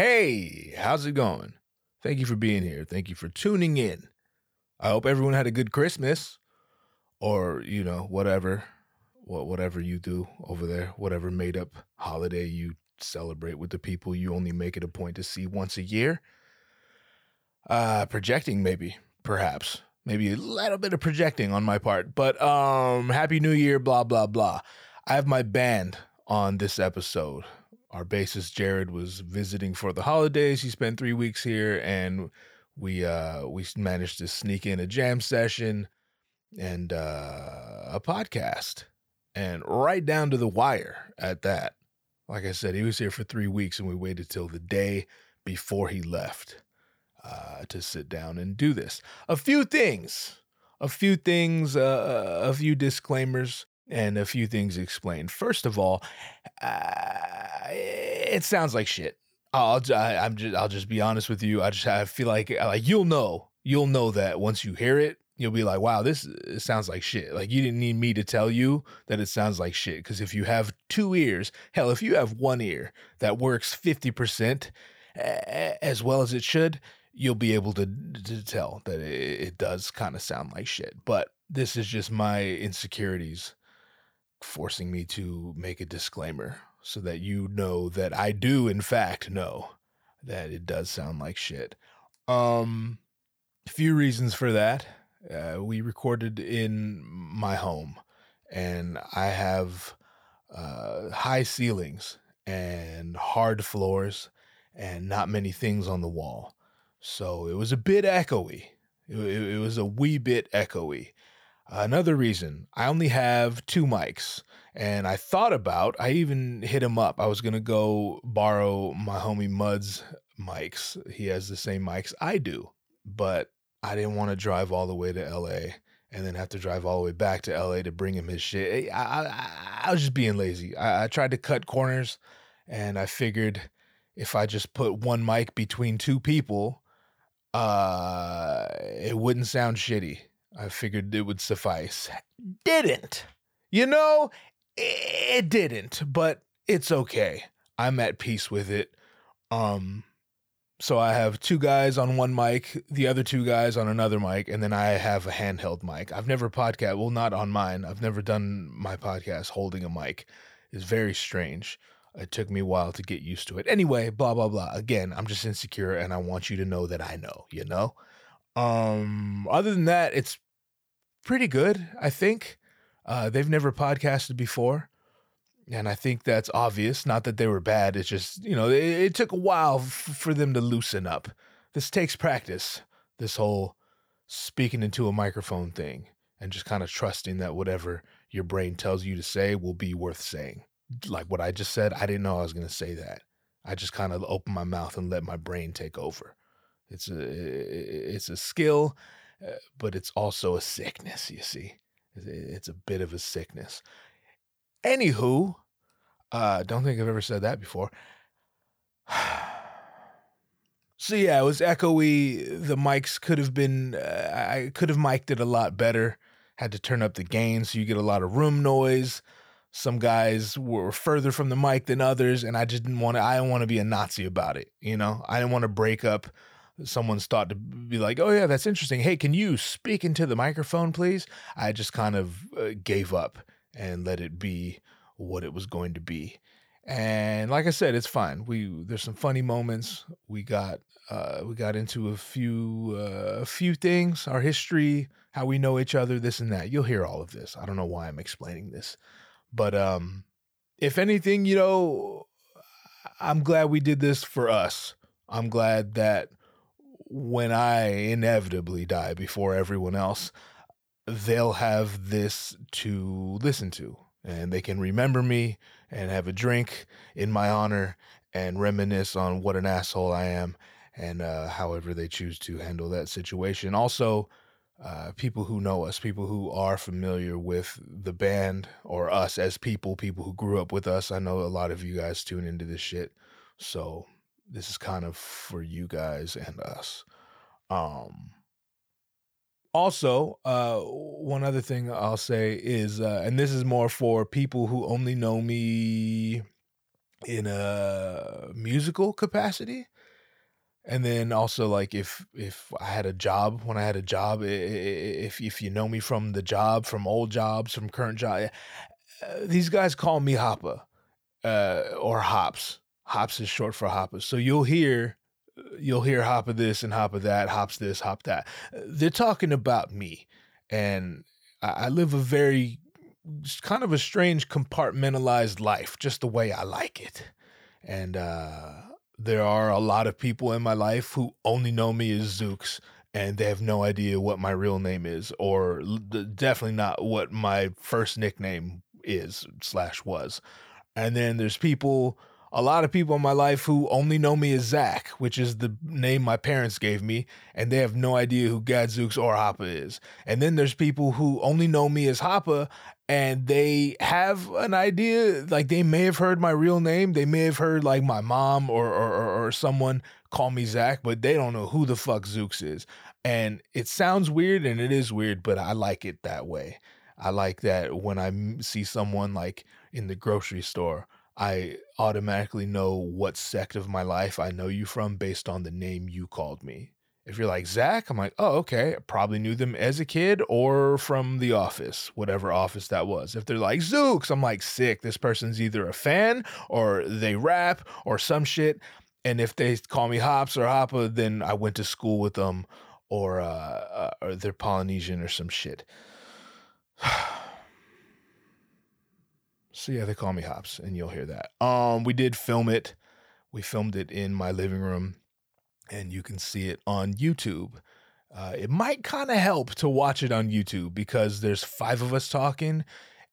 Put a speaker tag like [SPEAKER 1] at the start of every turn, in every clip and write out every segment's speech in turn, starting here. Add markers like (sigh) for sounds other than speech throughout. [SPEAKER 1] Hey, how's it going? Thank you for being here. Thank you for tuning in. I hope everyone had a good Christmas or, you know, whatever. What whatever you do over there, whatever made up holiday you celebrate with the people you only make it a point to see once a year. Uh projecting maybe, perhaps. Maybe a little bit of projecting on my part. But um happy new year, blah blah blah. I have my band on this episode our bassist Jared was visiting for the holidays. He spent three weeks here, and we uh, we managed to sneak in a jam session and uh, a podcast, and right down to the wire at that. Like I said, he was here for three weeks, and we waited till the day before he left uh, to sit down and do this. A few things, a few things, uh, a few disclaimers, and a few things explained. First of all, uh, it sounds like shit. I'll I, I'm just I'll just be honest with you. I just I feel like like you'll know you'll know that once you hear it, you'll be like, wow, this it sounds like shit. Like you didn't need me to tell you that it sounds like shit. Because if you have two ears, hell, if you have one ear that works fifty percent as well as it should, you'll be able to, to tell that it, it does kind of sound like shit. But this is just my insecurities forcing me to make a disclaimer so that you know that I do in fact know that it does sound like shit. Um few reasons for that. Uh, we recorded in my home and I have uh, high ceilings and hard floors and not many things on the wall. So it was a bit echoey. It, it- it was a wee bit echoey. Another reason, I only have two mics. And I thought about, I even hit him up. I was going to go borrow my homie Mud's mics. He has the same mics I do, but I didn't want to drive all the way to LA and then have to drive all the way back to LA to bring him his shit. Eh, I, I, I- I was just being lazy. I, I tried to cut corners and I figured if I just put one mic between two people, uh, it wouldn't sound shitty. I figured it would suffice. Didn't. You know, it didn't, but it's okay. I'm at peace with it. Um so I have two guys on one mic, the other two guys on another mic, and then I have a handheld mic. I've never podcast, well not on mine. I've never done my podcast holding a mic. It's very strange. It took me a while to get used to it. Anyway, blah blah blah. Again, I'm just insecure and I want you to know that I know, you know? Um other than that, it's pretty good, I think. Uh they've never podcasted before. And I think that's obvious. Not that they were bad. It's just, you know, it, it took a while f- for them to loosen up. This takes practice, this whole speaking into a microphone thing and just kind of trusting that whatever your brain tells you to say will be worth saying. Like what I just said, I didn't know I was going to say that. I just kind of opened my mouth and let my brain take over. It's a it's a skill, uh, but it's also a sickness, you see. It's- It's a bit of a sickness. Anywho, uh, don't think I've ever said that before. (sighs) so yeah, it was echoey. The mics could have been, uh, I could have mic'd it a lot better. Had to turn up the gain so you get a lot of room noise. Some guys were further from the mic than others, and I just didn't want to. I didn't want to be a Nazi about it. You know, I didn't want to break up someone's thought to be like, "Oh yeah, that's interesting. Hey, can you speak into the microphone, please?" I just kind of uh, gave up and let it be what it was going to be. And like I said, it's fine. We there's some funny moments. We got uh, we got into a few uh, a few things, our history, how we know each other, this and that. You'll hear all of this. I don't know why I'm explaining this, but um, if anything, you know, I'm glad we did this for us. I'm glad that when I inevitably die before everyone else, they'll have this to listen to and they can remember me and have a drink in my honor and reminisce on what an asshole I am and uh, however they choose to handle that situation. Also, uh, people who know us, people who are familiar with the band or us as people, people who grew up with us. I know a lot of you guys tune into this shit. So this is kind of for you guys and us. Um, also, uh, one other thing I'll say is, uh, and this is more for people who only know me in a musical capacity and then also like if if i had a job when i had a job i- i- i- if if you know me from the job from old jobs from current job uh, these guys call me hoppa uh, or hops hops is short for hoppa so you'll hear you'll hear hoppa this and hoppa that hops this hop that Uh, they're talking about me and i, I live a very it's kind of a strange compartmentalized life just the way i like it and uh there are a lot of people in my life who only know me as Zooks and they have no idea what my real name is or l- d- definitely not what my first nickname is slash was and then there's people a lot of people in my life who only know me as zach which is the name my parents gave me and they have no idea who gadzooks or hoppa is and then there's people who only know me as hoppa and they have an idea like they may have heard my real name they may have heard like my mom or or, or, or someone call me zach but they don't know who the fuck zooks is and it sounds weird and it is weird but i like it that way i like that when i m- see someone like in the grocery store i automatically know what sect of my life i know you from based on the name you called me if you're like Zach, I'm like, oh, okay. I probably knew them as a kid or from the office, whatever office that was. If they're like Zooks, I'm like, sick. This person's either a fan or they rap or some shit. And if they call me Hops or Hoppa, then I went to school with them or, uh, uh, or they're Polynesian or some shit. so yeah, they call me Hops and you'll hear that. Um, we did film it. We filmed it in my living room and you can see it on YouTube. Uh, it might kind of help to watch it on YouTube because there's five of us talking,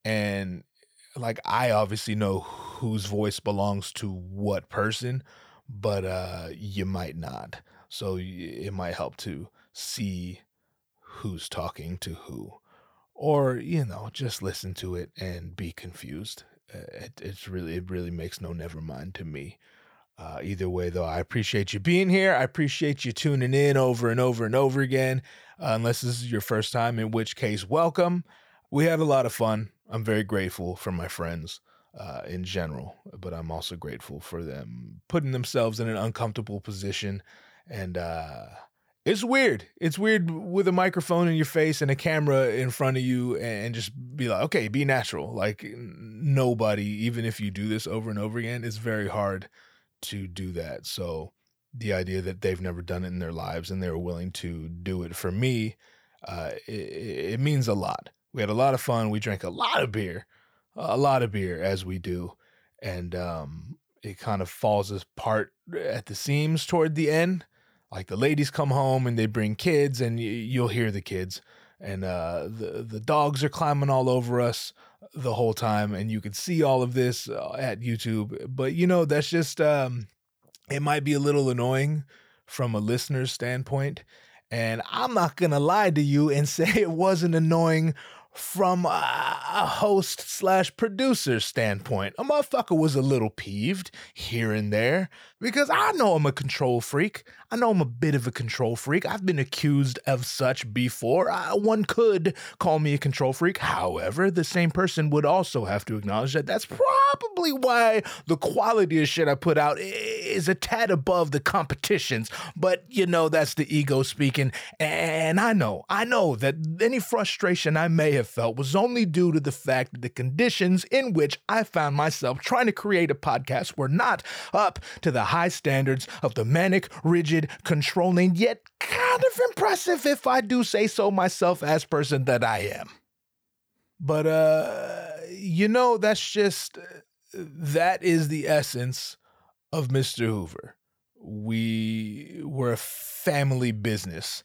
[SPEAKER 1] and like I obviously know whose voice belongs to what person, but uh, you might not. So y- it might help to see who's talking to who, or you know, just listen to it and be confused. Uh, It, it's really it really makes no never mind to me. Uh, either way, though, I appreciate you being here. I appreciate you tuning in over and over and over again, uh, unless this is your first time, in which case, welcome. We had a lot of fun. I'm very grateful for my friends uh, in general, but I'm also grateful for them putting themselves in an uncomfortable position. And uh, it's weird. It's weird with a microphone in your face and a camera in front of you, and just be like, okay, be natural. Like, n- nobody, even if you do this over and over again, it's very hard to do that. So the idea that they've never done it in their lives and they were willing to do it for me, uh, it, it means a lot. We had a lot of fun. We drank a lot of beer, a lot of beer as we do, and um, it kind of falls apart at the seams toward the end. Like the ladies come home and they bring kids, and y- you'll hear the kids, and uh, the the dogs are climbing all over us the whole time and you can see all of this uh, at YouTube but you know that's just um it might be a little annoying from a listener's standpoint and I'm not going to lie to you and (laughs) say it wasn't annoying from a, a host slash producer standpoint a motherfucker was a little peeved here and there because i know i'm a control freak i know i'm a bit of a control freak i've been accused of such before I, one could call me a control freak. However, the same person would also have to acknowledge that that's probably why the quality of shit I put out i- is a tad above the competition's. But you know, that's the ego speaking. And I know, I know that any frustration I may have felt was only due to the fact that the conditions in which I found myself trying to create a podcast were not up to the high standards of the manic, rigid, controlling, yet kind of impressive if I do say so myself as person that I am. But uh you know that's just that is the essence of Mr. Hoover. We were a family business.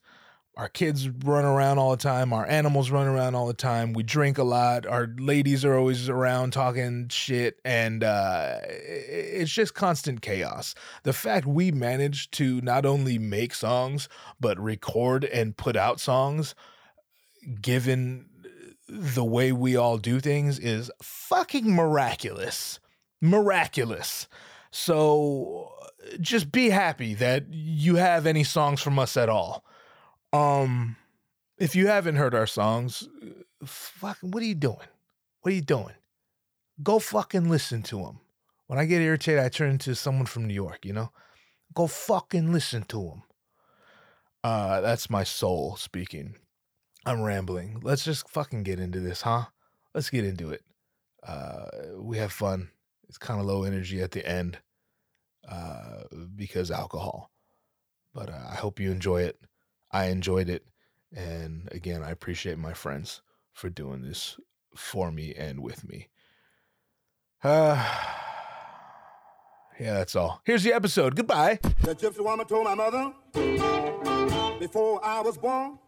[SPEAKER 1] Our kids run around all the time, our animals run around all the time. We drink a lot. Our ladies are always around talking shit and uh i- i- it's just constant chaos. The fact we managed to not only make songs but record and put out songs given the way we all do things is fucking miraculous miraculous so just be happy that you have any songs from us at all um if you haven't heard our songs fucking what are you doing what are you doing go fucking listen to them
[SPEAKER 2] When I get irritated, I turn into someone from New York, you know? Go fucking listen to him. Uh, that's my soul speaking. I'm rambling. Let's just fucking get into this, huh? Let's get into it. Uh, we have fun. It's kind of low energy at the end uh, because alcohol. But uh, I hope you enjoy it. I enjoyed it. And again, I appreciate my friends for doing this for me and with me. (sighs) Uh, yeah, that's all. Here's the episode. Goodbye.
[SPEAKER 3] The gypsy woman told my mother before I was born.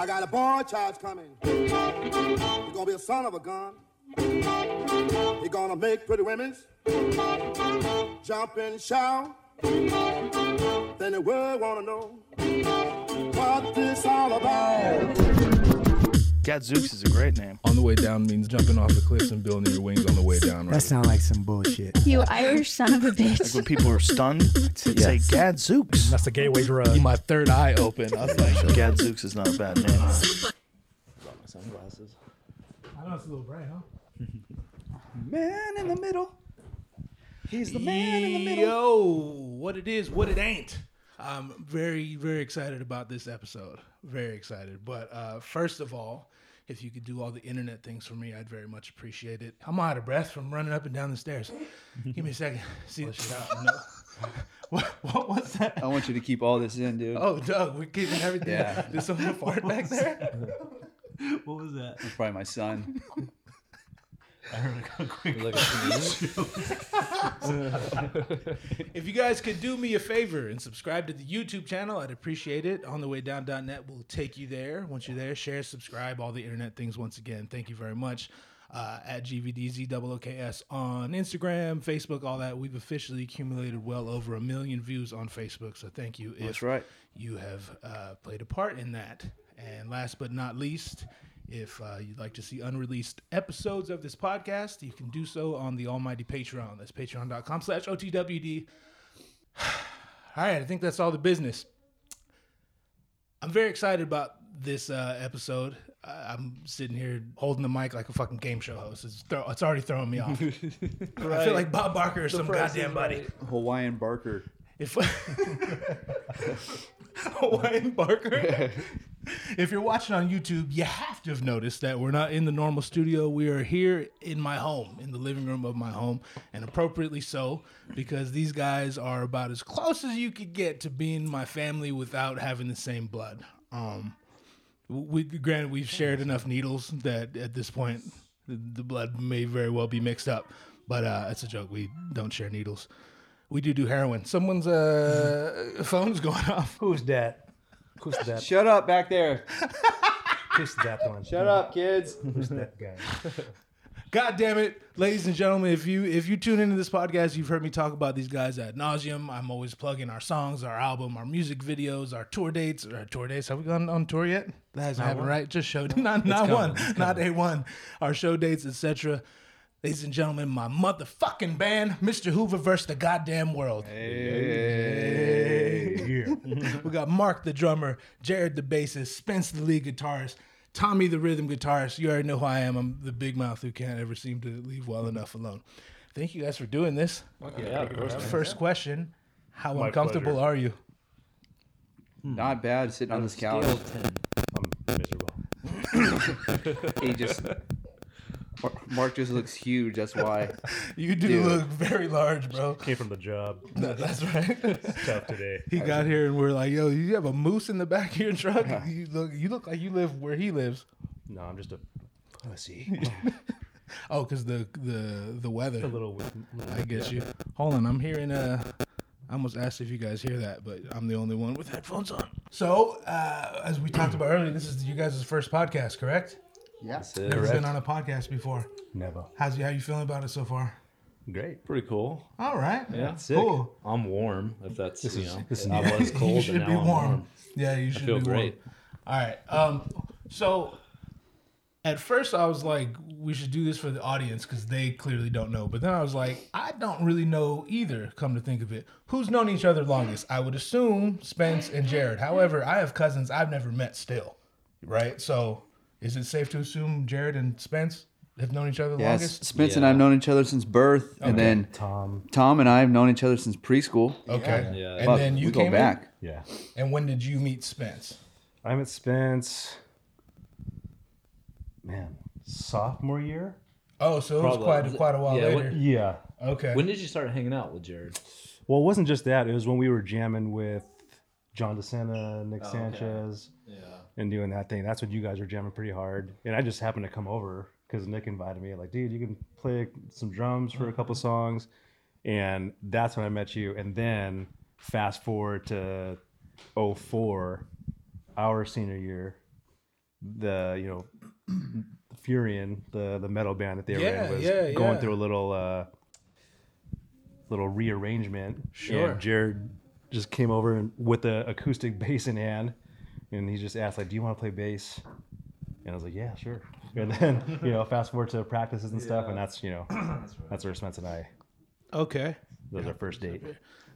[SPEAKER 3] I got a boy child's coming. He's gonna be a son of a gun. He's gonna make pretty women jump and shout. Then the world wanna know what this all about.
[SPEAKER 4] Gadzooks is a great name.
[SPEAKER 5] On the way down means jumping off the cliffs and building your wings on the way down. Right?
[SPEAKER 6] That sounds like some bullshit.
[SPEAKER 7] You Irish son of a bitch.
[SPEAKER 4] When people are stunned, I'd say Gadzooks.
[SPEAKER 8] That's the gateway drug.
[SPEAKER 2] My third eye open. I was like,
[SPEAKER 4] Gadzooks is not a bad name.
[SPEAKER 8] I know it's a little bright, huh?
[SPEAKER 4] (laughs) Man in the middle. He's the man in the middle.
[SPEAKER 1] Yo, what it is, what it ain't. I'm very, very excited about this episode. Very excited. But uh, first of all, if you could do all the internet things for me, I'd very much appreciate it. I'm out of breath from running up and down the
[SPEAKER 4] (laughs)
[SPEAKER 1] stairs. Give me a second. See the shit (laughs) out. No. what, what was that?
[SPEAKER 9] I
[SPEAKER 4] Oh.
[SPEAKER 9] want you to keep all this in, dude.
[SPEAKER 1] Oh, Doug, we're keeping everything.
[SPEAKER 9] Yeah.
[SPEAKER 1] Did someone fart
[SPEAKER 4] (laughs)
[SPEAKER 1] back there?
[SPEAKER 8] What was that?
[SPEAKER 9] That's probably my son.
[SPEAKER 8] I heard it go quick.
[SPEAKER 9] Look at me.
[SPEAKER 1] If you guys could do me a favor and subscribe to the YouTube channel, I'd appreciate it. On the way down.net will take you there. Once you're there, share, subscribe, all the internet things once again. Thank you very much. Uh, at GVDZOOKS on Instagram, Facebook, all that. We've officially accumulated well over a million views on Facebook. So thank you. If
[SPEAKER 9] That's right.
[SPEAKER 1] you have uh, played a part in that. And last but not least, if uh, you'd like to see unreleased episodes of this podcast, you can do so on the almighty Patreon. That's patreon.com slash OTWD. All right, I think that's all the business. I'm very excited about this uh, episode. I- I'm sitting here holding the mic like a fucking game show host. It's, throw- it's already throwing me off. I feel like Bob Barker or some goddamn buddy.
[SPEAKER 9] Hawaiian Barker.
[SPEAKER 1] If (laughs) Hawaiian
[SPEAKER 9] (laughs)
[SPEAKER 1] Barker. if you're watching on YouTube, you have to have noticed that we're not in the normal studio. We are here in my home, in the living room of my home, and appropriately so, because these guys are about as close as you could get to being my family without having the same blood. Um, we granted we've shared enough needles that at this point the, the blood may very well be mixed up, but uh, that's a joke. We don't share needles. We do do heroin. Someone's uh, (laughs) phone's going off.
[SPEAKER 8] Who's that? Who's that?
[SPEAKER 9] Shut up back there.
[SPEAKER 8] Who's that one?
[SPEAKER 9] Shut up, kids.
[SPEAKER 8] Who's that guy?
[SPEAKER 1] God damn it, ladies and gentlemen! If you if you tune into this podcast, you've heard me talk about these guys ad nauseum. I'm always plugging our songs, our album, our music videos, our tour dates. Our tour dates. Have we gone on tour yet? That hasn't happened, right? Just show not not
[SPEAKER 5] coming,
[SPEAKER 1] one,
[SPEAKER 5] it's
[SPEAKER 1] not a one. Our show dates, etc. Ladies and gentlemen, my motherfucking band, Mr. Hoover versus the goddamn world. we got Mark the drummer, Jared the bassist, Spence the lead guitarist, Tommy the rhythm guitarist. You already know who I am. I'm the big mouth who can't ever seem to leave well enough alone. Thank you guys for doing this. First question How uncomfortable are you?
[SPEAKER 9] Not bad sitting on this couch.
[SPEAKER 10] (laughs)
[SPEAKER 5] I'm miserable.
[SPEAKER 10] (laughs)
[SPEAKER 9] He just. Mar- Mark just looks huge. That's why.
[SPEAKER 1] You do
[SPEAKER 9] Dude.
[SPEAKER 1] look very large, (laughs) bro.
[SPEAKER 8] Came from the (laughs) job.
[SPEAKER 1] That's right.
[SPEAKER 8] Tough today.
[SPEAKER 1] (laughs) He got here and we're like, "Yo, you have a moose in the back of your (laughs) truck. You look, you look like you live where he lives."
[SPEAKER 8] No, I'm just a pussy.
[SPEAKER 1] Oh, cause the the the weather.
[SPEAKER 8] a little. little
[SPEAKER 1] I get you. Hold on, I'm hearing. Uh, I almost asked if you guys hear that, but I'm the only one with headphones on. So, uh, as we talked about earlier, this is you guys' first podcast, correct?
[SPEAKER 9] Yes.
[SPEAKER 1] Never been on a podcast before.
[SPEAKER 8] Never.
[SPEAKER 1] How's you, how you feeling about it so far?
[SPEAKER 8] Great.
[SPEAKER 10] Pretty cool.
[SPEAKER 1] All right.
[SPEAKER 10] Yeah.
[SPEAKER 1] Cool.
[SPEAKER 10] I'm warm. If that's you know,
[SPEAKER 8] this is-
[SPEAKER 10] I was
[SPEAKER 1] (laughs)
[SPEAKER 10] cold,
[SPEAKER 1] you
[SPEAKER 10] and
[SPEAKER 1] should
[SPEAKER 10] now
[SPEAKER 1] be
[SPEAKER 10] I'm
[SPEAKER 1] warm.
[SPEAKER 10] warm.
[SPEAKER 1] Yeah, you should
[SPEAKER 10] Feel
[SPEAKER 1] be warm.
[SPEAKER 10] great.
[SPEAKER 1] All right. Um, so at first I was like, we should do this for the audience because they clearly don't know. But then I was like, I don't really know either, come to think of it. Who's known each other longest? I would assume Spence and Jared. However, I have cousins I've never met still, right? So is it safe to assume Jared and Spence have known each other the
[SPEAKER 9] Yes,
[SPEAKER 1] longest?
[SPEAKER 9] Spence and I have known each other since birth, and then
[SPEAKER 8] Tom.
[SPEAKER 9] Tom and I have known each other since preschool.
[SPEAKER 1] Okay.
[SPEAKER 10] Yeah.
[SPEAKER 1] And
[SPEAKER 9] Fuck,
[SPEAKER 1] then you
[SPEAKER 9] we
[SPEAKER 1] came
[SPEAKER 9] go back.
[SPEAKER 8] Yeah.
[SPEAKER 1] In, and when did you meet Spence?
[SPEAKER 8] I met Spence. Man, sophomore year.
[SPEAKER 1] Oh, so it was
[SPEAKER 10] Probably.
[SPEAKER 1] quite quite a while
[SPEAKER 10] Yeah, what-
[SPEAKER 1] later.
[SPEAKER 8] Yeah.
[SPEAKER 1] okay.
[SPEAKER 10] When did you start hanging out with Jared?
[SPEAKER 8] Well, it wasn't just that. It was when we were jamming with John DeSena, Nick Sanchez,
[SPEAKER 10] Yeah.
[SPEAKER 8] and doing that thing. That's when you guys were jamming pretty hard. And I just happened to come over because Nick invited me. Like, dude, you can play some drums for a couple songs. And that's when I met you. And then fast forward to 04, our senior year, the, you know, Furion, the the metal band that they were
[SPEAKER 1] Yeah,
[SPEAKER 8] in, was
[SPEAKER 1] yeah,
[SPEAKER 8] going
[SPEAKER 1] yeah.
[SPEAKER 8] through a little uh, little rearrangement.
[SPEAKER 1] Sure.
[SPEAKER 8] And Jared just came over and, with the acoustic bass in hand, and he just asked like, "Do you want to play bass?" And I was like, "Yeah, sure." And then (laughs) you know, fast forward to practices and stuff, and that's
[SPEAKER 1] (clears throat)
[SPEAKER 8] you know, that's where Spence and I.
[SPEAKER 1] okay.
[SPEAKER 8] That was our first date.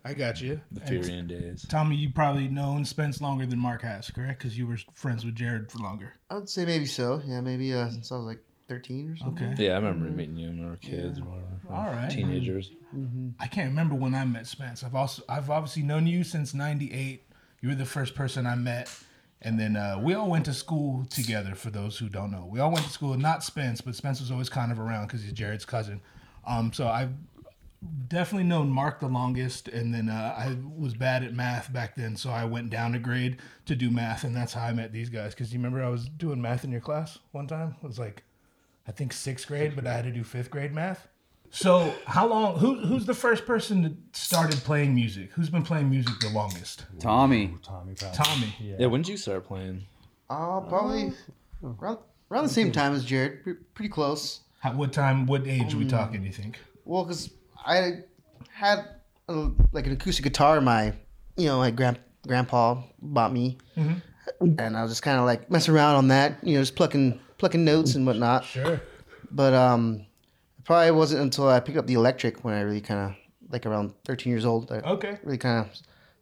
[SPEAKER 1] I got you. And
[SPEAKER 10] Furian days.
[SPEAKER 1] Tommy, you probably known Spence longer than Mark has, correct? Because you were friends with Jared for longer.
[SPEAKER 6] I'd say maybe so. Yeah, maybe uh, since I was like 13 or something.
[SPEAKER 1] Okay.
[SPEAKER 10] Yeah, I remember
[SPEAKER 6] Mm-hmm.
[SPEAKER 10] meeting you when we were kids or whatever.
[SPEAKER 1] All right.
[SPEAKER 10] Teenagers.
[SPEAKER 1] I can't remember when I met Spence. I've also I've obviously known you since '98. You were the first person I met, and then uh, we all went to school together. For those who don't know, we all went to school. Not Spence, but Spence was always kind of around because he's Jared's cousin. Um, so I've definitely known Mark the longest, and then uh, I was bad at math back then, so I went down a grade to do math, and that's how I met these guys. Because you remember I was doing math in your class one time. It was like, I think sixth grade, but I had to do fifth grade math. So how long? Who, who's the first person that started playing music? Who's been playing music the longest?
[SPEAKER 9] Tommy,
[SPEAKER 8] Tommy, probably.
[SPEAKER 1] Tommy.
[SPEAKER 10] Yeah. when did you start playing?
[SPEAKER 6] Uh, probably around, around the same time as Jared. Pre- pretty close.
[SPEAKER 1] How, what time? What age
[SPEAKER 10] Um,
[SPEAKER 1] are we talking? You think?
[SPEAKER 6] Well, because I had a, like an acoustic guitar. My, you know, my grand grandpa bought me, and I was just kind of like messing around on that. You know, just plucking plucking notes and whatnot.
[SPEAKER 1] Sure.
[SPEAKER 6] But um, it probably wasn't until I picked up the electric when I really kind of like around 13 years old. I
[SPEAKER 1] Okay.
[SPEAKER 6] Really kind of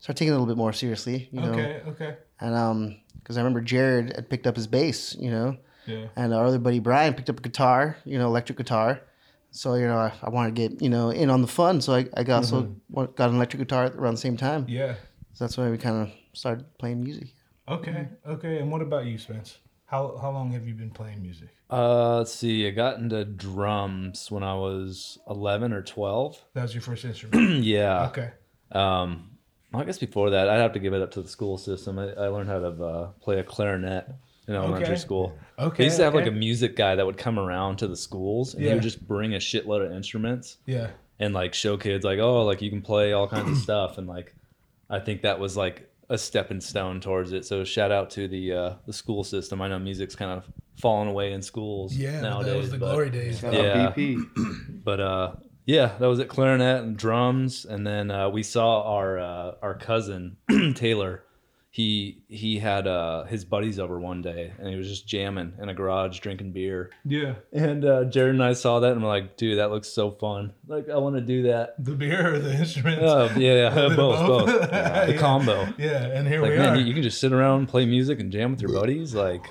[SPEAKER 6] started taking it a little bit more seriously. You know?
[SPEAKER 1] Okay. Okay.
[SPEAKER 6] And um, because I remember Jared had picked up his bass. You know.
[SPEAKER 1] Yeah.
[SPEAKER 6] and our other buddy Brian picked up a guitar, you know, electric guitar. So you know, I, I wanted to get you know in on the fun. So I, I got also wa- got an electric guitar around the same time.
[SPEAKER 1] Mm-hmm. Yeah.
[SPEAKER 6] So that's when we kind of started playing music.
[SPEAKER 1] Okay. Okay. And what about you, Spence? How how long have you been playing music?
[SPEAKER 10] Uh, let's see. I got into drums when I was 11 or 12.
[SPEAKER 1] That was your first (clears throat) instrument.
[SPEAKER 10] yeah.
[SPEAKER 1] okay.
[SPEAKER 10] Um, well, I guess before that, I'd have to give it up to the school system. I, I learned how to uh, play a clarinet in elementary
[SPEAKER 1] Okay.
[SPEAKER 10] school.
[SPEAKER 1] Okay,
[SPEAKER 10] They used to have like
[SPEAKER 1] okay.
[SPEAKER 10] a music guy that would come around to the schools and
[SPEAKER 1] Yeah.
[SPEAKER 10] he would just bring a shitload of instruments
[SPEAKER 1] Yeah.
[SPEAKER 10] and like show kids like, oh, like you can play all kinds
[SPEAKER 1] (clears throat)
[SPEAKER 10] of stuff. And like, I think that was like a stepping stone towards it. So shout out to the uh, the school system. I know music's kind of fallen away in schools
[SPEAKER 1] Yeah.
[SPEAKER 10] nowadays.
[SPEAKER 1] that was the
[SPEAKER 10] but-
[SPEAKER 1] glory days.
[SPEAKER 9] uh,
[SPEAKER 10] Yeah.
[SPEAKER 9] BP.
[SPEAKER 10] but uh yeah that was it clarinet and drums and then uh, we saw our uh, our cousin (clears throat) taylor he he had uh his buddies over one day and he was just jamming in a garage drinking beer
[SPEAKER 1] Yeah.
[SPEAKER 10] and uh jared and i saw that and we're like dude that looks so fun like i want to
[SPEAKER 1] (laughs)
[SPEAKER 10] do that
[SPEAKER 1] The beer or the instruments.
[SPEAKER 10] oh
[SPEAKER 1] (laughs)
[SPEAKER 10] yeah, (laughs) yeah both
[SPEAKER 1] both. (laughs)
[SPEAKER 10] both the
[SPEAKER 1] Yeah.
[SPEAKER 10] combo
[SPEAKER 1] yeah. And here
[SPEAKER 10] like
[SPEAKER 1] we
[SPEAKER 10] man
[SPEAKER 1] are.
[SPEAKER 10] you, you can just sit around and play music and jam with your buddies like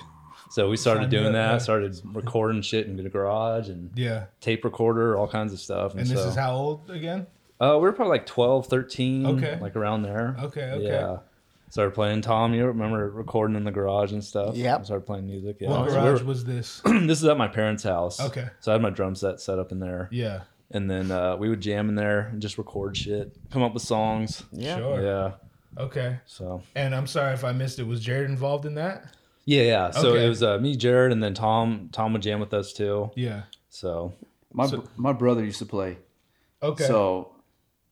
[SPEAKER 10] so we started
[SPEAKER 1] Sign me
[SPEAKER 10] doing
[SPEAKER 1] up, yeah.
[SPEAKER 10] that started recording shit in the garage and
[SPEAKER 1] yeah.
[SPEAKER 10] tape recorder all kinds of stuff and,
[SPEAKER 1] And this
[SPEAKER 10] so,
[SPEAKER 1] is how old again?
[SPEAKER 10] Uh, we were probably like 12, 13,
[SPEAKER 1] Okay.
[SPEAKER 10] like around there.
[SPEAKER 1] Okay, okay.
[SPEAKER 10] Yeah. Started playing Tom. You remember recording in the garage and stuff?
[SPEAKER 6] Yep.
[SPEAKER 10] Started playing music. Yeah.
[SPEAKER 1] What
[SPEAKER 10] So we
[SPEAKER 1] garage
[SPEAKER 10] were-
[SPEAKER 1] was this?
[SPEAKER 9] (clears throat)
[SPEAKER 10] (clears throat) this is at my parents' house.
[SPEAKER 1] Okay.
[SPEAKER 10] So I had my drum set set up in there.
[SPEAKER 1] Yeah.
[SPEAKER 10] And then uh, we would jam in there and just record shit, come up with songs.
[SPEAKER 6] Yeah.
[SPEAKER 1] Sure.
[SPEAKER 10] Yeah.
[SPEAKER 1] Okay.
[SPEAKER 10] So,
[SPEAKER 1] And I'm sorry if I missed it. Was Jared involved in that?
[SPEAKER 10] yeah, yeah. So
[SPEAKER 1] Okay.
[SPEAKER 10] it was uh, me, Jared, and then Tom. Tom would jam with us too.
[SPEAKER 1] Yeah.
[SPEAKER 10] So,
[SPEAKER 9] My br- my brother used to play,
[SPEAKER 1] Okay.
[SPEAKER 9] so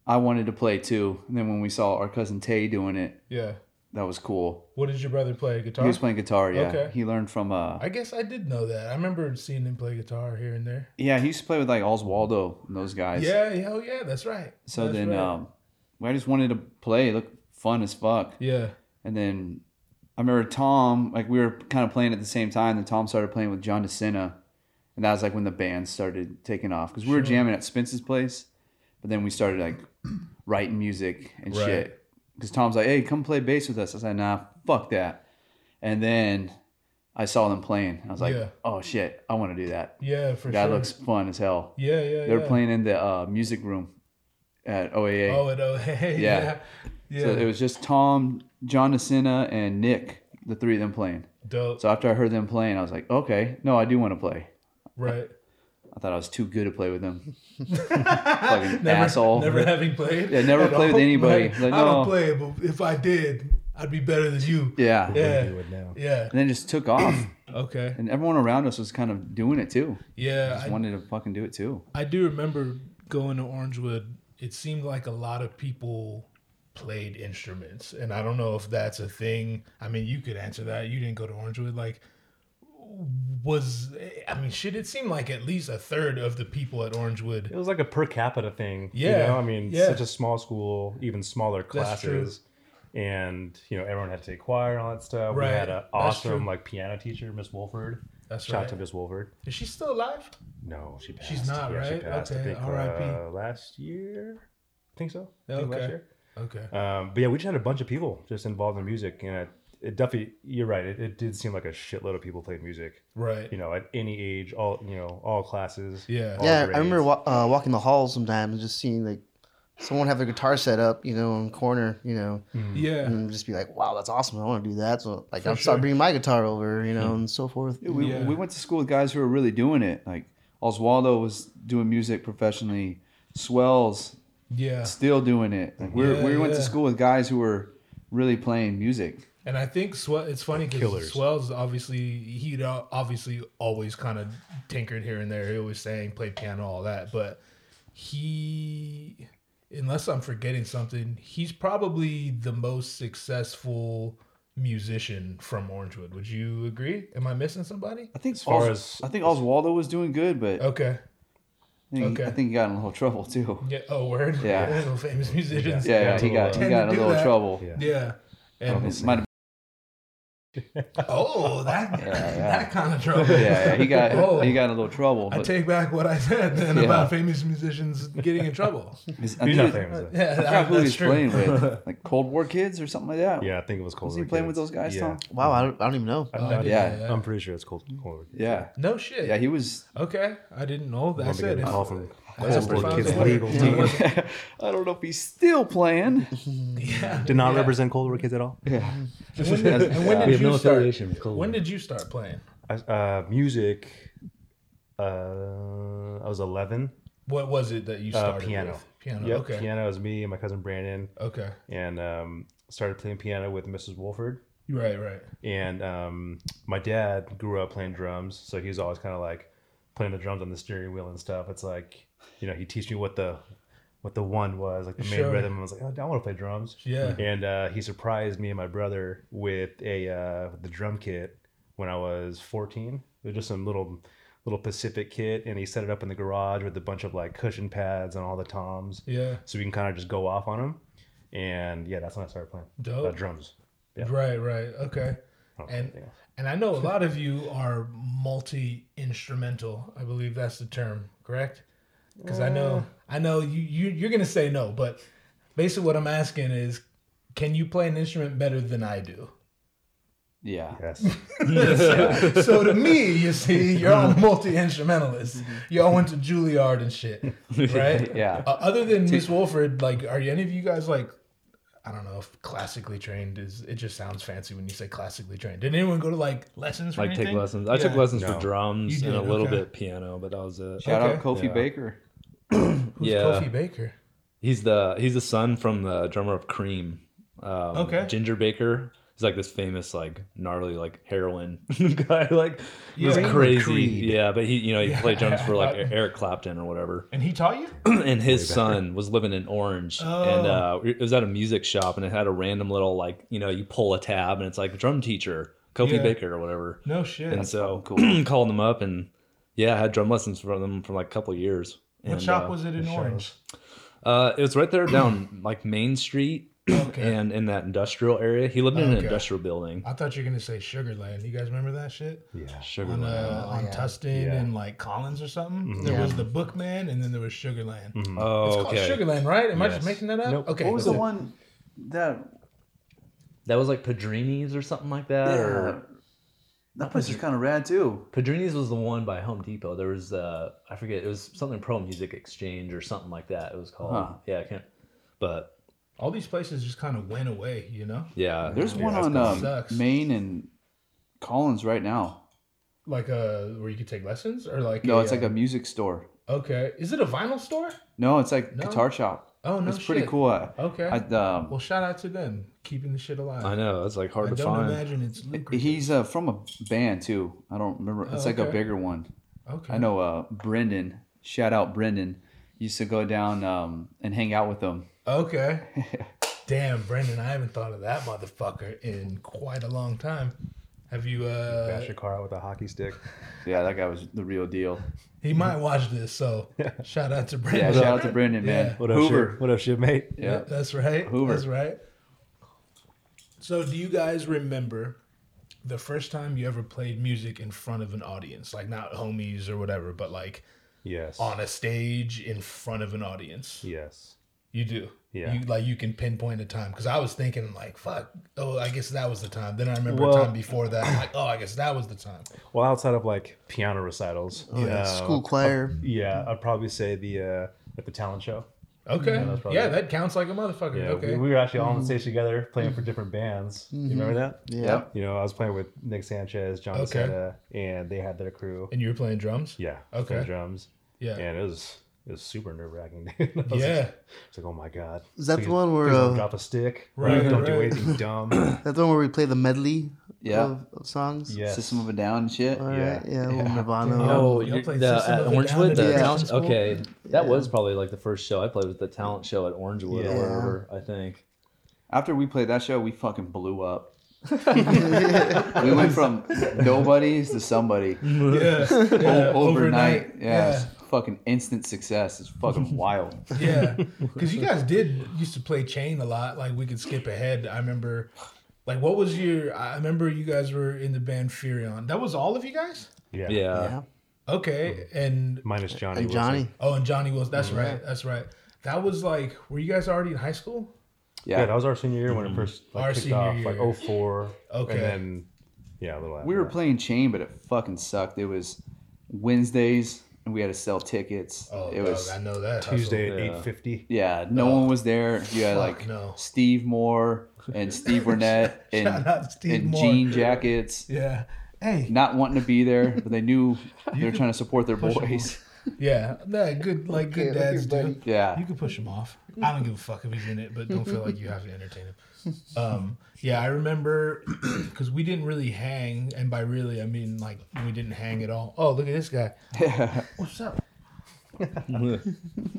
[SPEAKER 9] I wanted to play too. And then when we saw our cousin Tay doing it,
[SPEAKER 1] yeah.
[SPEAKER 9] that was cool.
[SPEAKER 1] What did your brother play? Guitar?
[SPEAKER 9] He was playing guitar. Yeah,
[SPEAKER 1] Okay.
[SPEAKER 9] he learned from uh.
[SPEAKER 1] I guess I did know that. I remember seeing him play guitar here and there.
[SPEAKER 9] Yeah, he used to play with like Oswaldo and those guys.
[SPEAKER 1] Yeah, yeah, oh yeah, that's right.
[SPEAKER 9] So
[SPEAKER 1] That's
[SPEAKER 9] then,
[SPEAKER 1] right.
[SPEAKER 9] um, I just wanted to play. It looked fun as fuck.
[SPEAKER 1] yeah,
[SPEAKER 9] And then I remember Tom, like we were kind of playing at the same time. Then Tom started playing with John DeCena, and that was like when the band started taking off because we were jamming at Spence's place, but then we
[SPEAKER 1] (clears throat)
[SPEAKER 9] started like writing music and
[SPEAKER 1] Right.
[SPEAKER 9] shit. Because Tom's like, "Hey, come play bass with us." I said, "Nah, fuck that." And then I saw them playing. I was like,
[SPEAKER 1] Yeah.
[SPEAKER 9] oh shit, I want to do that.
[SPEAKER 1] Yeah, for
[SPEAKER 9] that
[SPEAKER 1] sure.
[SPEAKER 9] looks fun as hell.
[SPEAKER 1] Yeah, yeah,
[SPEAKER 9] They're
[SPEAKER 1] yeah.
[SPEAKER 9] playing in the uh, music room at OAA.
[SPEAKER 1] Oh, (laughs) at OAA, yeah,
[SPEAKER 9] So
[SPEAKER 1] yeah.
[SPEAKER 9] it was just Tom, John DeCina, and Nick, the three of them playing.
[SPEAKER 1] Dope.
[SPEAKER 9] So after I heard them playing, I was like, okay, no, I do want to play.
[SPEAKER 1] Right.
[SPEAKER 9] I thought I was too good to play
[SPEAKER 1] (laughs)
[SPEAKER 9] with them. Fucking
[SPEAKER 1] Never-
[SPEAKER 9] asshole.
[SPEAKER 1] Never having played.
[SPEAKER 9] Yeah, never
[SPEAKER 1] at
[SPEAKER 9] played with
[SPEAKER 1] all.
[SPEAKER 9] anybody.
[SPEAKER 1] Like, (laughs)
[SPEAKER 9] Like,
[SPEAKER 1] I
[SPEAKER 9] no.
[SPEAKER 1] don't play, but if I did, I'd be better than you.
[SPEAKER 9] Yeah.
[SPEAKER 1] Yeah. Yeah.
[SPEAKER 9] And then just took off.
[SPEAKER 1] Okay.
[SPEAKER 9] And everyone around us was kind of doing it too.
[SPEAKER 1] Yeah,
[SPEAKER 9] Just
[SPEAKER 1] I-
[SPEAKER 9] wanted to fucking do it too.
[SPEAKER 1] I do remember going to Orangewood. It seemed like a lot of people played instruments, and I don't know if that's a thing. I mean, you could answer that. You didn't go to Orangewood. Like, was I mean, shit? It seemed like at least a third of the people at Orangewood.
[SPEAKER 8] It was like a per capita thing.
[SPEAKER 1] Yeah,
[SPEAKER 8] You know? I mean,
[SPEAKER 1] yeah.
[SPEAKER 8] such a small school, even smaller
[SPEAKER 1] true.
[SPEAKER 8] classes. And, you know, everyone had to take choir and all that stuff.
[SPEAKER 1] Right,
[SPEAKER 8] We had an
[SPEAKER 1] that's true.
[SPEAKER 8] awesome, like, piano teacher, Miss Wolford.
[SPEAKER 1] That's
[SPEAKER 8] Shout out to
[SPEAKER 1] right.
[SPEAKER 8] Miss Wolford.
[SPEAKER 1] Is she still alive?
[SPEAKER 8] No, she passed.
[SPEAKER 1] She's not,
[SPEAKER 8] Yeah, She
[SPEAKER 1] right?
[SPEAKER 8] passed,
[SPEAKER 1] Okay,
[SPEAKER 8] I think,
[SPEAKER 1] R.I.P..
[SPEAKER 8] uh, last year. I think so. I think last
[SPEAKER 1] Okay.
[SPEAKER 8] year.
[SPEAKER 1] Okay.
[SPEAKER 8] Um, but yeah, we just had a bunch of people just involved in music, and it, it definitely, you're right. It, it did seem like a shitload of people played music,
[SPEAKER 1] Right.
[SPEAKER 8] You know, at any age, all you know, all classes.
[SPEAKER 1] Yeah.
[SPEAKER 8] all
[SPEAKER 6] yeah, I
[SPEAKER 8] grades.
[SPEAKER 6] remember wa- uh, walking the halls sometimes and just seeing like someone have their guitar set up, you know, in the corner, you know.
[SPEAKER 1] Yeah.
[SPEAKER 6] And just be like, wow, that's awesome. I want to do that. So like,
[SPEAKER 9] For
[SPEAKER 6] I'll
[SPEAKER 9] sure.
[SPEAKER 6] start bringing my guitar over, you
[SPEAKER 1] Mm-hmm.
[SPEAKER 6] know, and so forth.
[SPEAKER 9] Yeah, we, we went to school with guys who were really doing it. Like Oswaldo was doing music professionally. Swells,
[SPEAKER 1] Yeah.
[SPEAKER 9] still doing it. Like we're,
[SPEAKER 1] Yeah,
[SPEAKER 9] we went to
[SPEAKER 1] yeah.
[SPEAKER 9] school with guys who were really playing music.
[SPEAKER 1] And I think Swell, it's funny because
[SPEAKER 9] Killers.
[SPEAKER 1] Swell's obviously, he'd al- obviously always kind of tinkered here and there. He always sang, played piano, all that. But he, unless I'm forgetting something, he's probably the most successful musician from Orangewood. Would you agree? Am I missing somebody?
[SPEAKER 9] I think
[SPEAKER 1] As far
[SPEAKER 9] Os- I think Oswaldo was doing good, but
[SPEAKER 1] Okay.
[SPEAKER 9] I think,
[SPEAKER 1] Oh, Okay.
[SPEAKER 9] I think he got in a little trouble too.
[SPEAKER 1] Yeah. Oh, word. (laughs)
[SPEAKER 9] Yeah.
[SPEAKER 1] Oh, famous musicians.
[SPEAKER 9] (laughs) Yeah, yeah, he got he
[SPEAKER 1] tend
[SPEAKER 9] got
[SPEAKER 1] to
[SPEAKER 9] in a
[SPEAKER 1] do
[SPEAKER 9] little
[SPEAKER 1] that.
[SPEAKER 9] trouble.
[SPEAKER 1] Yeah.
[SPEAKER 9] Um,
[SPEAKER 1] And
[SPEAKER 9] it might have
[SPEAKER 1] oh, that
[SPEAKER 9] yeah.
[SPEAKER 1] that kind of trouble.
[SPEAKER 9] Yeah, (laughs) yeah, he
[SPEAKER 1] (laughs)
[SPEAKER 9] got
[SPEAKER 1] Oh.
[SPEAKER 9] he got in a little trouble.
[SPEAKER 1] I
[SPEAKER 9] but-
[SPEAKER 1] take back what I said then
[SPEAKER 9] Yeah.
[SPEAKER 1] about famous musicians getting in trouble.
[SPEAKER 9] He's-
[SPEAKER 8] He's not
[SPEAKER 9] it-
[SPEAKER 8] famous, though.
[SPEAKER 1] (laughs) Yeah,
[SPEAKER 9] I forgot
[SPEAKER 1] that-
[SPEAKER 9] who he
[SPEAKER 1] that's
[SPEAKER 9] was
[SPEAKER 1] true.
[SPEAKER 9] playing with, like Cold War kids or something like that.
[SPEAKER 8] Yeah, I think it was Cold
[SPEAKER 9] Was he
[SPEAKER 8] War
[SPEAKER 9] playing with
[SPEAKER 8] Kids.
[SPEAKER 9] those guys,
[SPEAKER 8] Yeah.
[SPEAKER 9] Tom?
[SPEAKER 6] Wow, I don't, I don't even know.
[SPEAKER 8] I'm not,
[SPEAKER 9] yeah.
[SPEAKER 8] yeah, I'm pretty sure it's Cold Cold War Kids.
[SPEAKER 9] Yeah.
[SPEAKER 1] (laughs) No shit.
[SPEAKER 9] Yeah, he was. (laughs)
[SPEAKER 1] Okay, I didn't know.
[SPEAKER 8] Wanted
[SPEAKER 1] That's
[SPEAKER 8] to get
[SPEAKER 1] it.
[SPEAKER 8] a
[SPEAKER 1] If-
[SPEAKER 8] call from
[SPEAKER 1] that's
[SPEAKER 8] Cold
[SPEAKER 1] if
[SPEAKER 8] War
[SPEAKER 1] I
[SPEAKER 8] Kids
[SPEAKER 1] was aware.
[SPEAKER 8] legal
[SPEAKER 1] I
[SPEAKER 8] team.
[SPEAKER 1] wasn't-
[SPEAKER 9] I don't know if he's still playing.
[SPEAKER 1] yeah.
[SPEAKER 8] Did not
[SPEAKER 1] Yeah.
[SPEAKER 8] represent Cold War Kids at all.
[SPEAKER 9] Yeah.
[SPEAKER 1] And when did, and when
[SPEAKER 10] Yeah.
[SPEAKER 1] did
[SPEAKER 10] We have
[SPEAKER 1] you
[SPEAKER 10] no
[SPEAKER 1] start?
[SPEAKER 10] affiliation with Cold
[SPEAKER 1] When
[SPEAKER 10] War.
[SPEAKER 1] did you start playing?
[SPEAKER 8] I, uh, music. Uh, I was 11.
[SPEAKER 1] What was it that you
[SPEAKER 8] Uh,
[SPEAKER 1] started?
[SPEAKER 8] piano.
[SPEAKER 1] with? Piano.
[SPEAKER 8] Yep,
[SPEAKER 1] Oh, okay.
[SPEAKER 8] Piano was me and my cousin Brandon.
[SPEAKER 1] Okay.
[SPEAKER 8] And um, started playing piano with Mrs. Wolford.
[SPEAKER 1] Right. Right.
[SPEAKER 8] And um, my dad grew up playing drums, so he was always kind of like playing the drums on the steering wheel and stuff. It's like, you know, he teach me what the what the one was, like the main
[SPEAKER 1] Sure.
[SPEAKER 8] rhythm. I was like, oh, I want to play drums.
[SPEAKER 1] Yeah.
[SPEAKER 8] And uh, he surprised me and my brother with a uh, the drum kit when I was 14. It was just some little little Pacific kit, and he set it up in the garage with a bunch of like cushion pads and all the toms.
[SPEAKER 1] Yeah.
[SPEAKER 8] So we can kind of just go off on them. And yeah, that's when I started playing
[SPEAKER 1] Dope.
[SPEAKER 8] uh, drums. Yeah.
[SPEAKER 1] Right, right. Okay.
[SPEAKER 8] Okay,
[SPEAKER 1] And
[SPEAKER 8] yeah.
[SPEAKER 1] and I know a lot of you are multi instrumental. I believe that's the term, correct? Because I
[SPEAKER 8] Uh.
[SPEAKER 1] know I know you, you you're gonna say no, but basically what I'm asking is can you play an instrument better than I do?
[SPEAKER 9] Yeah.
[SPEAKER 8] Yes.
[SPEAKER 1] so, (laughs) so to me, you see, you're
[SPEAKER 8] (laughs)
[SPEAKER 1] all multi instrumentalists. You all went to Juilliard and
[SPEAKER 8] (laughs)
[SPEAKER 1] shit, right?
[SPEAKER 9] Yeah.
[SPEAKER 1] Uh, other than Miss Wolford, like, are any of you guys like, I don't know if classically trained is. It just sounds fancy when you say classically trained. Did anyone go to like lessons? For
[SPEAKER 10] Like take
[SPEAKER 1] anything?
[SPEAKER 10] lessons. I took
[SPEAKER 1] Yeah.
[SPEAKER 10] lessons
[SPEAKER 8] No.
[SPEAKER 10] for drums
[SPEAKER 1] You
[SPEAKER 10] and a
[SPEAKER 1] did,
[SPEAKER 10] little
[SPEAKER 1] okay.
[SPEAKER 10] bit piano, but that was it.
[SPEAKER 9] Shout
[SPEAKER 1] Okay.
[SPEAKER 9] out Kofi
[SPEAKER 8] Yeah.
[SPEAKER 9] Baker.
[SPEAKER 1] Who's
[SPEAKER 10] Yeah.
[SPEAKER 1] Kofi Baker?
[SPEAKER 10] He's the he's the son from the drummer of Cream. Um,
[SPEAKER 1] Okay.
[SPEAKER 10] Ginger Baker. He's like this famous like gnarly like heroin (laughs) guy like he was
[SPEAKER 1] Yeah.
[SPEAKER 10] crazy
[SPEAKER 1] Creed.
[SPEAKER 10] yeah but he you know he played drums
[SPEAKER 1] (laughs)
[SPEAKER 10] for like
[SPEAKER 1] Yeah.
[SPEAKER 10] Eric Clapton or whatever
[SPEAKER 1] And he taught you?
[SPEAKER 10] and his son was living in Orange, and uh, it was at a music shop, and it had a random little like you know you pull a tab, and it's like drum teacher Kofi
[SPEAKER 1] Oh, Yeah.
[SPEAKER 10] Baker or whatever.
[SPEAKER 1] No shit.
[SPEAKER 10] and so
[SPEAKER 9] Oh, cool.
[SPEAKER 10] called them up, and yeah, I had drum lessons from them for like a couple years.
[SPEAKER 1] what
[SPEAKER 10] And,
[SPEAKER 1] shop
[SPEAKER 10] uh,
[SPEAKER 1] was it in Orange?
[SPEAKER 10] Uh, it was right there down like Main Street,
[SPEAKER 1] Okay.
[SPEAKER 10] and in that industrial area. He lived in an
[SPEAKER 1] Okay.
[SPEAKER 9] Oh.
[SPEAKER 10] industrial building.
[SPEAKER 1] I thought you were gonna say Sugarland. You guys remember that shit?
[SPEAKER 10] Sugar
[SPEAKER 1] on,
[SPEAKER 10] Land.
[SPEAKER 1] uh, on Tustin
[SPEAKER 8] Yeah.
[SPEAKER 1] and like Collins or something.
[SPEAKER 10] Mm-hmm.
[SPEAKER 1] There was the Bookman, and then there was Sugarland. It's
[SPEAKER 10] Oh,
[SPEAKER 1] called
[SPEAKER 10] okay.
[SPEAKER 1] Sugarland, right? Am I just
[SPEAKER 8] Yes.
[SPEAKER 1] making that up?
[SPEAKER 8] Nope.
[SPEAKER 1] Okay.
[SPEAKER 9] What was the
[SPEAKER 1] cool.
[SPEAKER 9] one that
[SPEAKER 10] That was like Padrini's or something like that,
[SPEAKER 9] Yeah.
[SPEAKER 10] or
[SPEAKER 9] That place is kind of rad too.
[SPEAKER 10] Padrini's was the one by Home Depot. There was uh, I forget it was something Pro Music Exchange or something like that. It was called.
[SPEAKER 9] Huh.
[SPEAKER 10] Yeah, I can't. But
[SPEAKER 1] All these places just kind of went away, you know?
[SPEAKER 10] yeah,
[SPEAKER 9] There's
[SPEAKER 1] Yeah,
[SPEAKER 9] one
[SPEAKER 1] that's
[SPEAKER 9] on
[SPEAKER 1] kinda
[SPEAKER 9] um,
[SPEAKER 1] sucks.
[SPEAKER 9] Maine and Collins right now.
[SPEAKER 1] Like uh where you could take lessons or like
[SPEAKER 9] No, it's like a music store.
[SPEAKER 1] a Okay. Is it a vinyl store?
[SPEAKER 9] No, it's like
[SPEAKER 1] No.
[SPEAKER 9] guitar shop.
[SPEAKER 1] Oh, no
[SPEAKER 9] it's pretty
[SPEAKER 1] shit.
[SPEAKER 9] cool. I,
[SPEAKER 1] Okay.
[SPEAKER 9] I, um,
[SPEAKER 1] Well, shout out to them keeping the shit alive.
[SPEAKER 10] I know it's like hard
[SPEAKER 1] I
[SPEAKER 10] to
[SPEAKER 1] don't
[SPEAKER 10] find.
[SPEAKER 1] imagine it's lucrative.
[SPEAKER 9] he's uh, from a band too. I don't remember. It's
[SPEAKER 1] Oh,
[SPEAKER 9] like a
[SPEAKER 1] okay.
[SPEAKER 9] bigger one.
[SPEAKER 1] okay.
[SPEAKER 9] I know uh, Brendan. Shout out Brendan. Used to go down um, and hang out with them. (laughs)
[SPEAKER 1] Okay. Damn, Brendan, I haven't thought of that motherfucker in quite a long time. Have you uh
[SPEAKER 8] Bash your car out with a
[SPEAKER 10] (laughs)
[SPEAKER 8] hockey stick.
[SPEAKER 9] Yeah, that guy was the real deal.
[SPEAKER 1] he might watch this, so shout out to
[SPEAKER 9] (laughs) Yeah,
[SPEAKER 1] Brendan.
[SPEAKER 9] shout out to Brendan, man.
[SPEAKER 1] Yeah.
[SPEAKER 10] What up,
[SPEAKER 9] Hoover.
[SPEAKER 10] shit? What up, shipmate?
[SPEAKER 9] Yeah.
[SPEAKER 1] That's right.
[SPEAKER 9] Hoover.
[SPEAKER 1] That's right. So, do you guys remember the first time you ever played music in front of an audience? Like, not homies or whatever, but like
[SPEAKER 8] Yes.
[SPEAKER 1] on a stage in front of an audience?
[SPEAKER 8] Yes.
[SPEAKER 1] You do.
[SPEAKER 8] Yeah.
[SPEAKER 1] You, like, you can pinpoint a time. Cause I was thinking, like, fuck, oh, I guess that was the time. Then I remember a
[SPEAKER 8] Well-
[SPEAKER 1] time before that. I'm like, oh, I guess that was the time.
[SPEAKER 8] Well, outside of like piano recitals.
[SPEAKER 1] Oh,
[SPEAKER 6] yeah,
[SPEAKER 8] uh,
[SPEAKER 6] school choir.
[SPEAKER 8] Yeah, I'd probably say the uh, like the talent show.
[SPEAKER 1] Okay.
[SPEAKER 8] that's
[SPEAKER 1] Yeah,
[SPEAKER 8] probably it.
[SPEAKER 1] that counts like a motherfucker.
[SPEAKER 8] Yeah,
[SPEAKER 1] okay.
[SPEAKER 8] we, we were actually all
[SPEAKER 6] Mm-hmm.
[SPEAKER 8] on stage together playing for different bands. You remember that?
[SPEAKER 6] Yeah.
[SPEAKER 8] You know, I was playing with Nick Sanchez, John
[SPEAKER 1] Okay.
[SPEAKER 8] Casetta, and they had their crew.
[SPEAKER 1] and you were playing drums?
[SPEAKER 8] Yeah.
[SPEAKER 1] Okay.
[SPEAKER 8] playing Drums.
[SPEAKER 1] Yeah.
[SPEAKER 8] And it was it was super nerve (laughs) wracking. Like,
[SPEAKER 1] Yeah.
[SPEAKER 8] it's like, oh my god.
[SPEAKER 6] Is that the
[SPEAKER 8] Please-
[SPEAKER 6] one where,
[SPEAKER 8] please don't
[SPEAKER 6] uh,
[SPEAKER 8] drop a stick?
[SPEAKER 1] Right,
[SPEAKER 8] Don't do
[SPEAKER 1] right. (coughs)
[SPEAKER 8] anything dumb.
[SPEAKER 6] That's the one where we play the medley
[SPEAKER 9] Yeah.
[SPEAKER 6] of, of songs.
[SPEAKER 8] yes.
[SPEAKER 9] System of a Down and shit.
[SPEAKER 6] All right.
[SPEAKER 8] Yeah.
[SPEAKER 6] Yeah. little Nirvana.
[SPEAKER 10] Oh,
[SPEAKER 1] Y'all
[SPEAKER 10] you're-
[SPEAKER 1] played
[SPEAKER 10] the
[SPEAKER 1] System
[SPEAKER 10] at
[SPEAKER 1] of a Down
[SPEAKER 10] Orangewood,
[SPEAKER 1] at
[SPEAKER 10] the
[SPEAKER 6] the
[SPEAKER 10] talent.
[SPEAKER 6] school?
[SPEAKER 10] Okay, that was probably like the first show I played was the talent show at Orangewood
[SPEAKER 8] Yeah.
[SPEAKER 10] or wherever. I think.
[SPEAKER 9] After we played that show, we fucking
[SPEAKER 1] (laughs)
[SPEAKER 9] blew up. we went from nobodies to somebody
[SPEAKER 1] Mm.
[SPEAKER 9] (laughs)
[SPEAKER 1] Yeah. yeah,
[SPEAKER 9] overnight. Yeah, it's fucking instant success. It's
[SPEAKER 1] (laughs)
[SPEAKER 9] fucking wild.
[SPEAKER 1] Yeah.
[SPEAKER 9] (laughs)
[SPEAKER 1] Because you guys did used to play chain a lot. Like we could skip ahead. I remember. Like what was your? I remember you guys were in the band Furion. That was all of you guys.
[SPEAKER 8] Yeah.
[SPEAKER 10] Yeah.
[SPEAKER 1] Okay. And
[SPEAKER 8] Minus Johnny.
[SPEAKER 6] and
[SPEAKER 8] Wilson.
[SPEAKER 6] Johnny.
[SPEAKER 1] oh, and Johnny was. That's right. That's right. That was like. Were you guys already in high school?
[SPEAKER 9] Yeah,
[SPEAKER 8] Yeah, that was our senior year when it first like,
[SPEAKER 1] Mm-hmm. Our
[SPEAKER 8] kicked
[SPEAKER 1] senior
[SPEAKER 8] off,
[SPEAKER 1] year.
[SPEAKER 8] like 04.
[SPEAKER 1] Okay.
[SPEAKER 8] And then, yeah, a little after
[SPEAKER 9] we were
[SPEAKER 8] that.
[SPEAKER 9] playing chain, but it fucking sucked. It was Wednesdays, and we had to sell tickets.
[SPEAKER 1] Oh,
[SPEAKER 9] it was
[SPEAKER 1] I know that hustle.
[SPEAKER 8] Tuesday at
[SPEAKER 10] Yeah.
[SPEAKER 8] 8.50.
[SPEAKER 9] yeah, no one was there. You had
[SPEAKER 1] Fuck
[SPEAKER 9] like
[SPEAKER 1] no.
[SPEAKER 9] Steve Moore and
[SPEAKER 1] (laughs)
[SPEAKER 9] Steve Burnett and,
[SPEAKER 1] Shout out to Steve
[SPEAKER 9] and
[SPEAKER 1] Moore.
[SPEAKER 9] jean jackets.
[SPEAKER 1] Yeah. Hey.
[SPEAKER 9] Not wanting to be there, but they knew
[SPEAKER 1] (laughs)
[SPEAKER 9] they were trying to support their boys.
[SPEAKER 1] Yeah. Nah, good. Like good
[SPEAKER 6] Okay, look
[SPEAKER 1] dads
[SPEAKER 6] at
[SPEAKER 1] do.
[SPEAKER 6] buddy.
[SPEAKER 9] Yeah,
[SPEAKER 1] You can push him off. I don't give a fuck if he's in it, but don't feel like you have to entertain him. Um, yeah, I remember (clears throat) because we didn't really hang, and by really I mean like we didn't hang at all. Oh, look at this guy. What's up,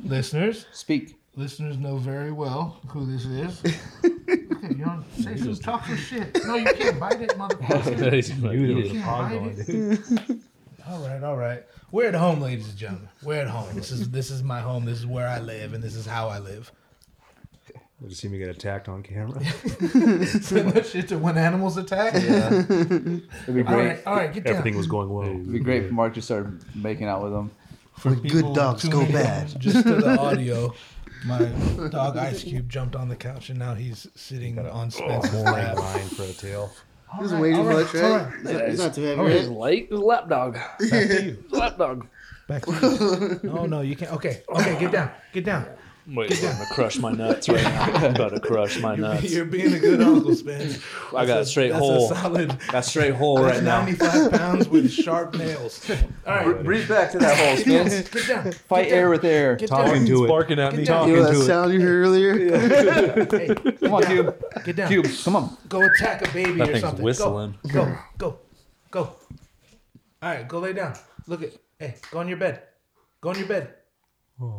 [SPEAKER 1] listeners?
[SPEAKER 9] speak.
[SPEAKER 1] Listeners know very well who this is. Okay, you don't say some talk your shit. No, you can't bite it, motherfucker.
[SPEAKER 10] He's like,
[SPEAKER 8] Dude, it
[SPEAKER 10] "Eat
[SPEAKER 8] was
[SPEAKER 10] it."
[SPEAKER 8] ongoing,
[SPEAKER 1] Friday.
[SPEAKER 8] dude.
[SPEAKER 1] All right, all right. We're at home, ladies and gentlemen. We're at home. This is this is my home. This is where I live, and this is how I live. (laughs)
[SPEAKER 8] Did you see me get attacked on camera?
[SPEAKER 1] Send that shit to when animals attack.
[SPEAKER 9] It'd be
[SPEAKER 1] All
[SPEAKER 9] great.
[SPEAKER 1] right, all right, get down.
[SPEAKER 8] Everything was going well.
[SPEAKER 9] It'd be great if Mark just started making out with them.
[SPEAKER 1] (laughs) for people
[SPEAKER 6] dogs go
[SPEAKER 1] tuning in
[SPEAKER 6] bad.
[SPEAKER 1] Just to the
[SPEAKER 10] (laughs)
[SPEAKER 1] audio, my dog Ice Cube jumped on the couch and now he's sitting
[SPEAKER 10] Oh,
[SPEAKER 1] on Spencer's
[SPEAKER 8] Morning
[SPEAKER 1] lap.
[SPEAKER 8] line for a tail.
[SPEAKER 6] He was waiting
[SPEAKER 1] all
[SPEAKER 6] much,
[SPEAKER 1] right, all
[SPEAKER 6] right? It's not- It's not too
[SPEAKER 10] Oh,
[SPEAKER 6] heavy, right?
[SPEAKER 10] late. It was a lap dog.
[SPEAKER 1] Back to you.
[SPEAKER 10] Lap dog.
[SPEAKER 1] Back to you. No, no, you can't. Okay, okay, get down, get down.
[SPEAKER 10] Wait, I'm gonna crush my nuts right now. I'm about to crush my nuts.
[SPEAKER 1] You're being a good uncle, Spence.
[SPEAKER 10] I got a straight
[SPEAKER 1] That's
[SPEAKER 10] hole.
[SPEAKER 1] a solid.
[SPEAKER 10] Got a straight hole
[SPEAKER 1] That's
[SPEAKER 10] right now.
[SPEAKER 1] 95 pounds with sharp nails. All right,
[SPEAKER 9] Breathe back to that hole, Spence.
[SPEAKER 1] get down.
[SPEAKER 9] Fight air with air.
[SPEAKER 8] Talking to it.
[SPEAKER 10] Barking at me.
[SPEAKER 6] You
[SPEAKER 8] Talking
[SPEAKER 6] know that
[SPEAKER 8] to it.
[SPEAKER 6] sound you heard
[SPEAKER 10] (laughs)
[SPEAKER 6] earlier?
[SPEAKER 9] Come on, Cube.
[SPEAKER 1] Get down.
[SPEAKER 9] Cube, come on.
[SPEAKER 1] Go attack a baby
[SPEAKER 10] That
[SPEAKER 1] or
[SPEAKER 10] thing's
[SPEAKER 1] something.
[SPEAKER 10] whistling.
[SPEAKER 1] Go, go, go, go. All right, go lay down. Look at. Hey, go on your bed. Go on your bed.
[SPEAKER 10] Oh,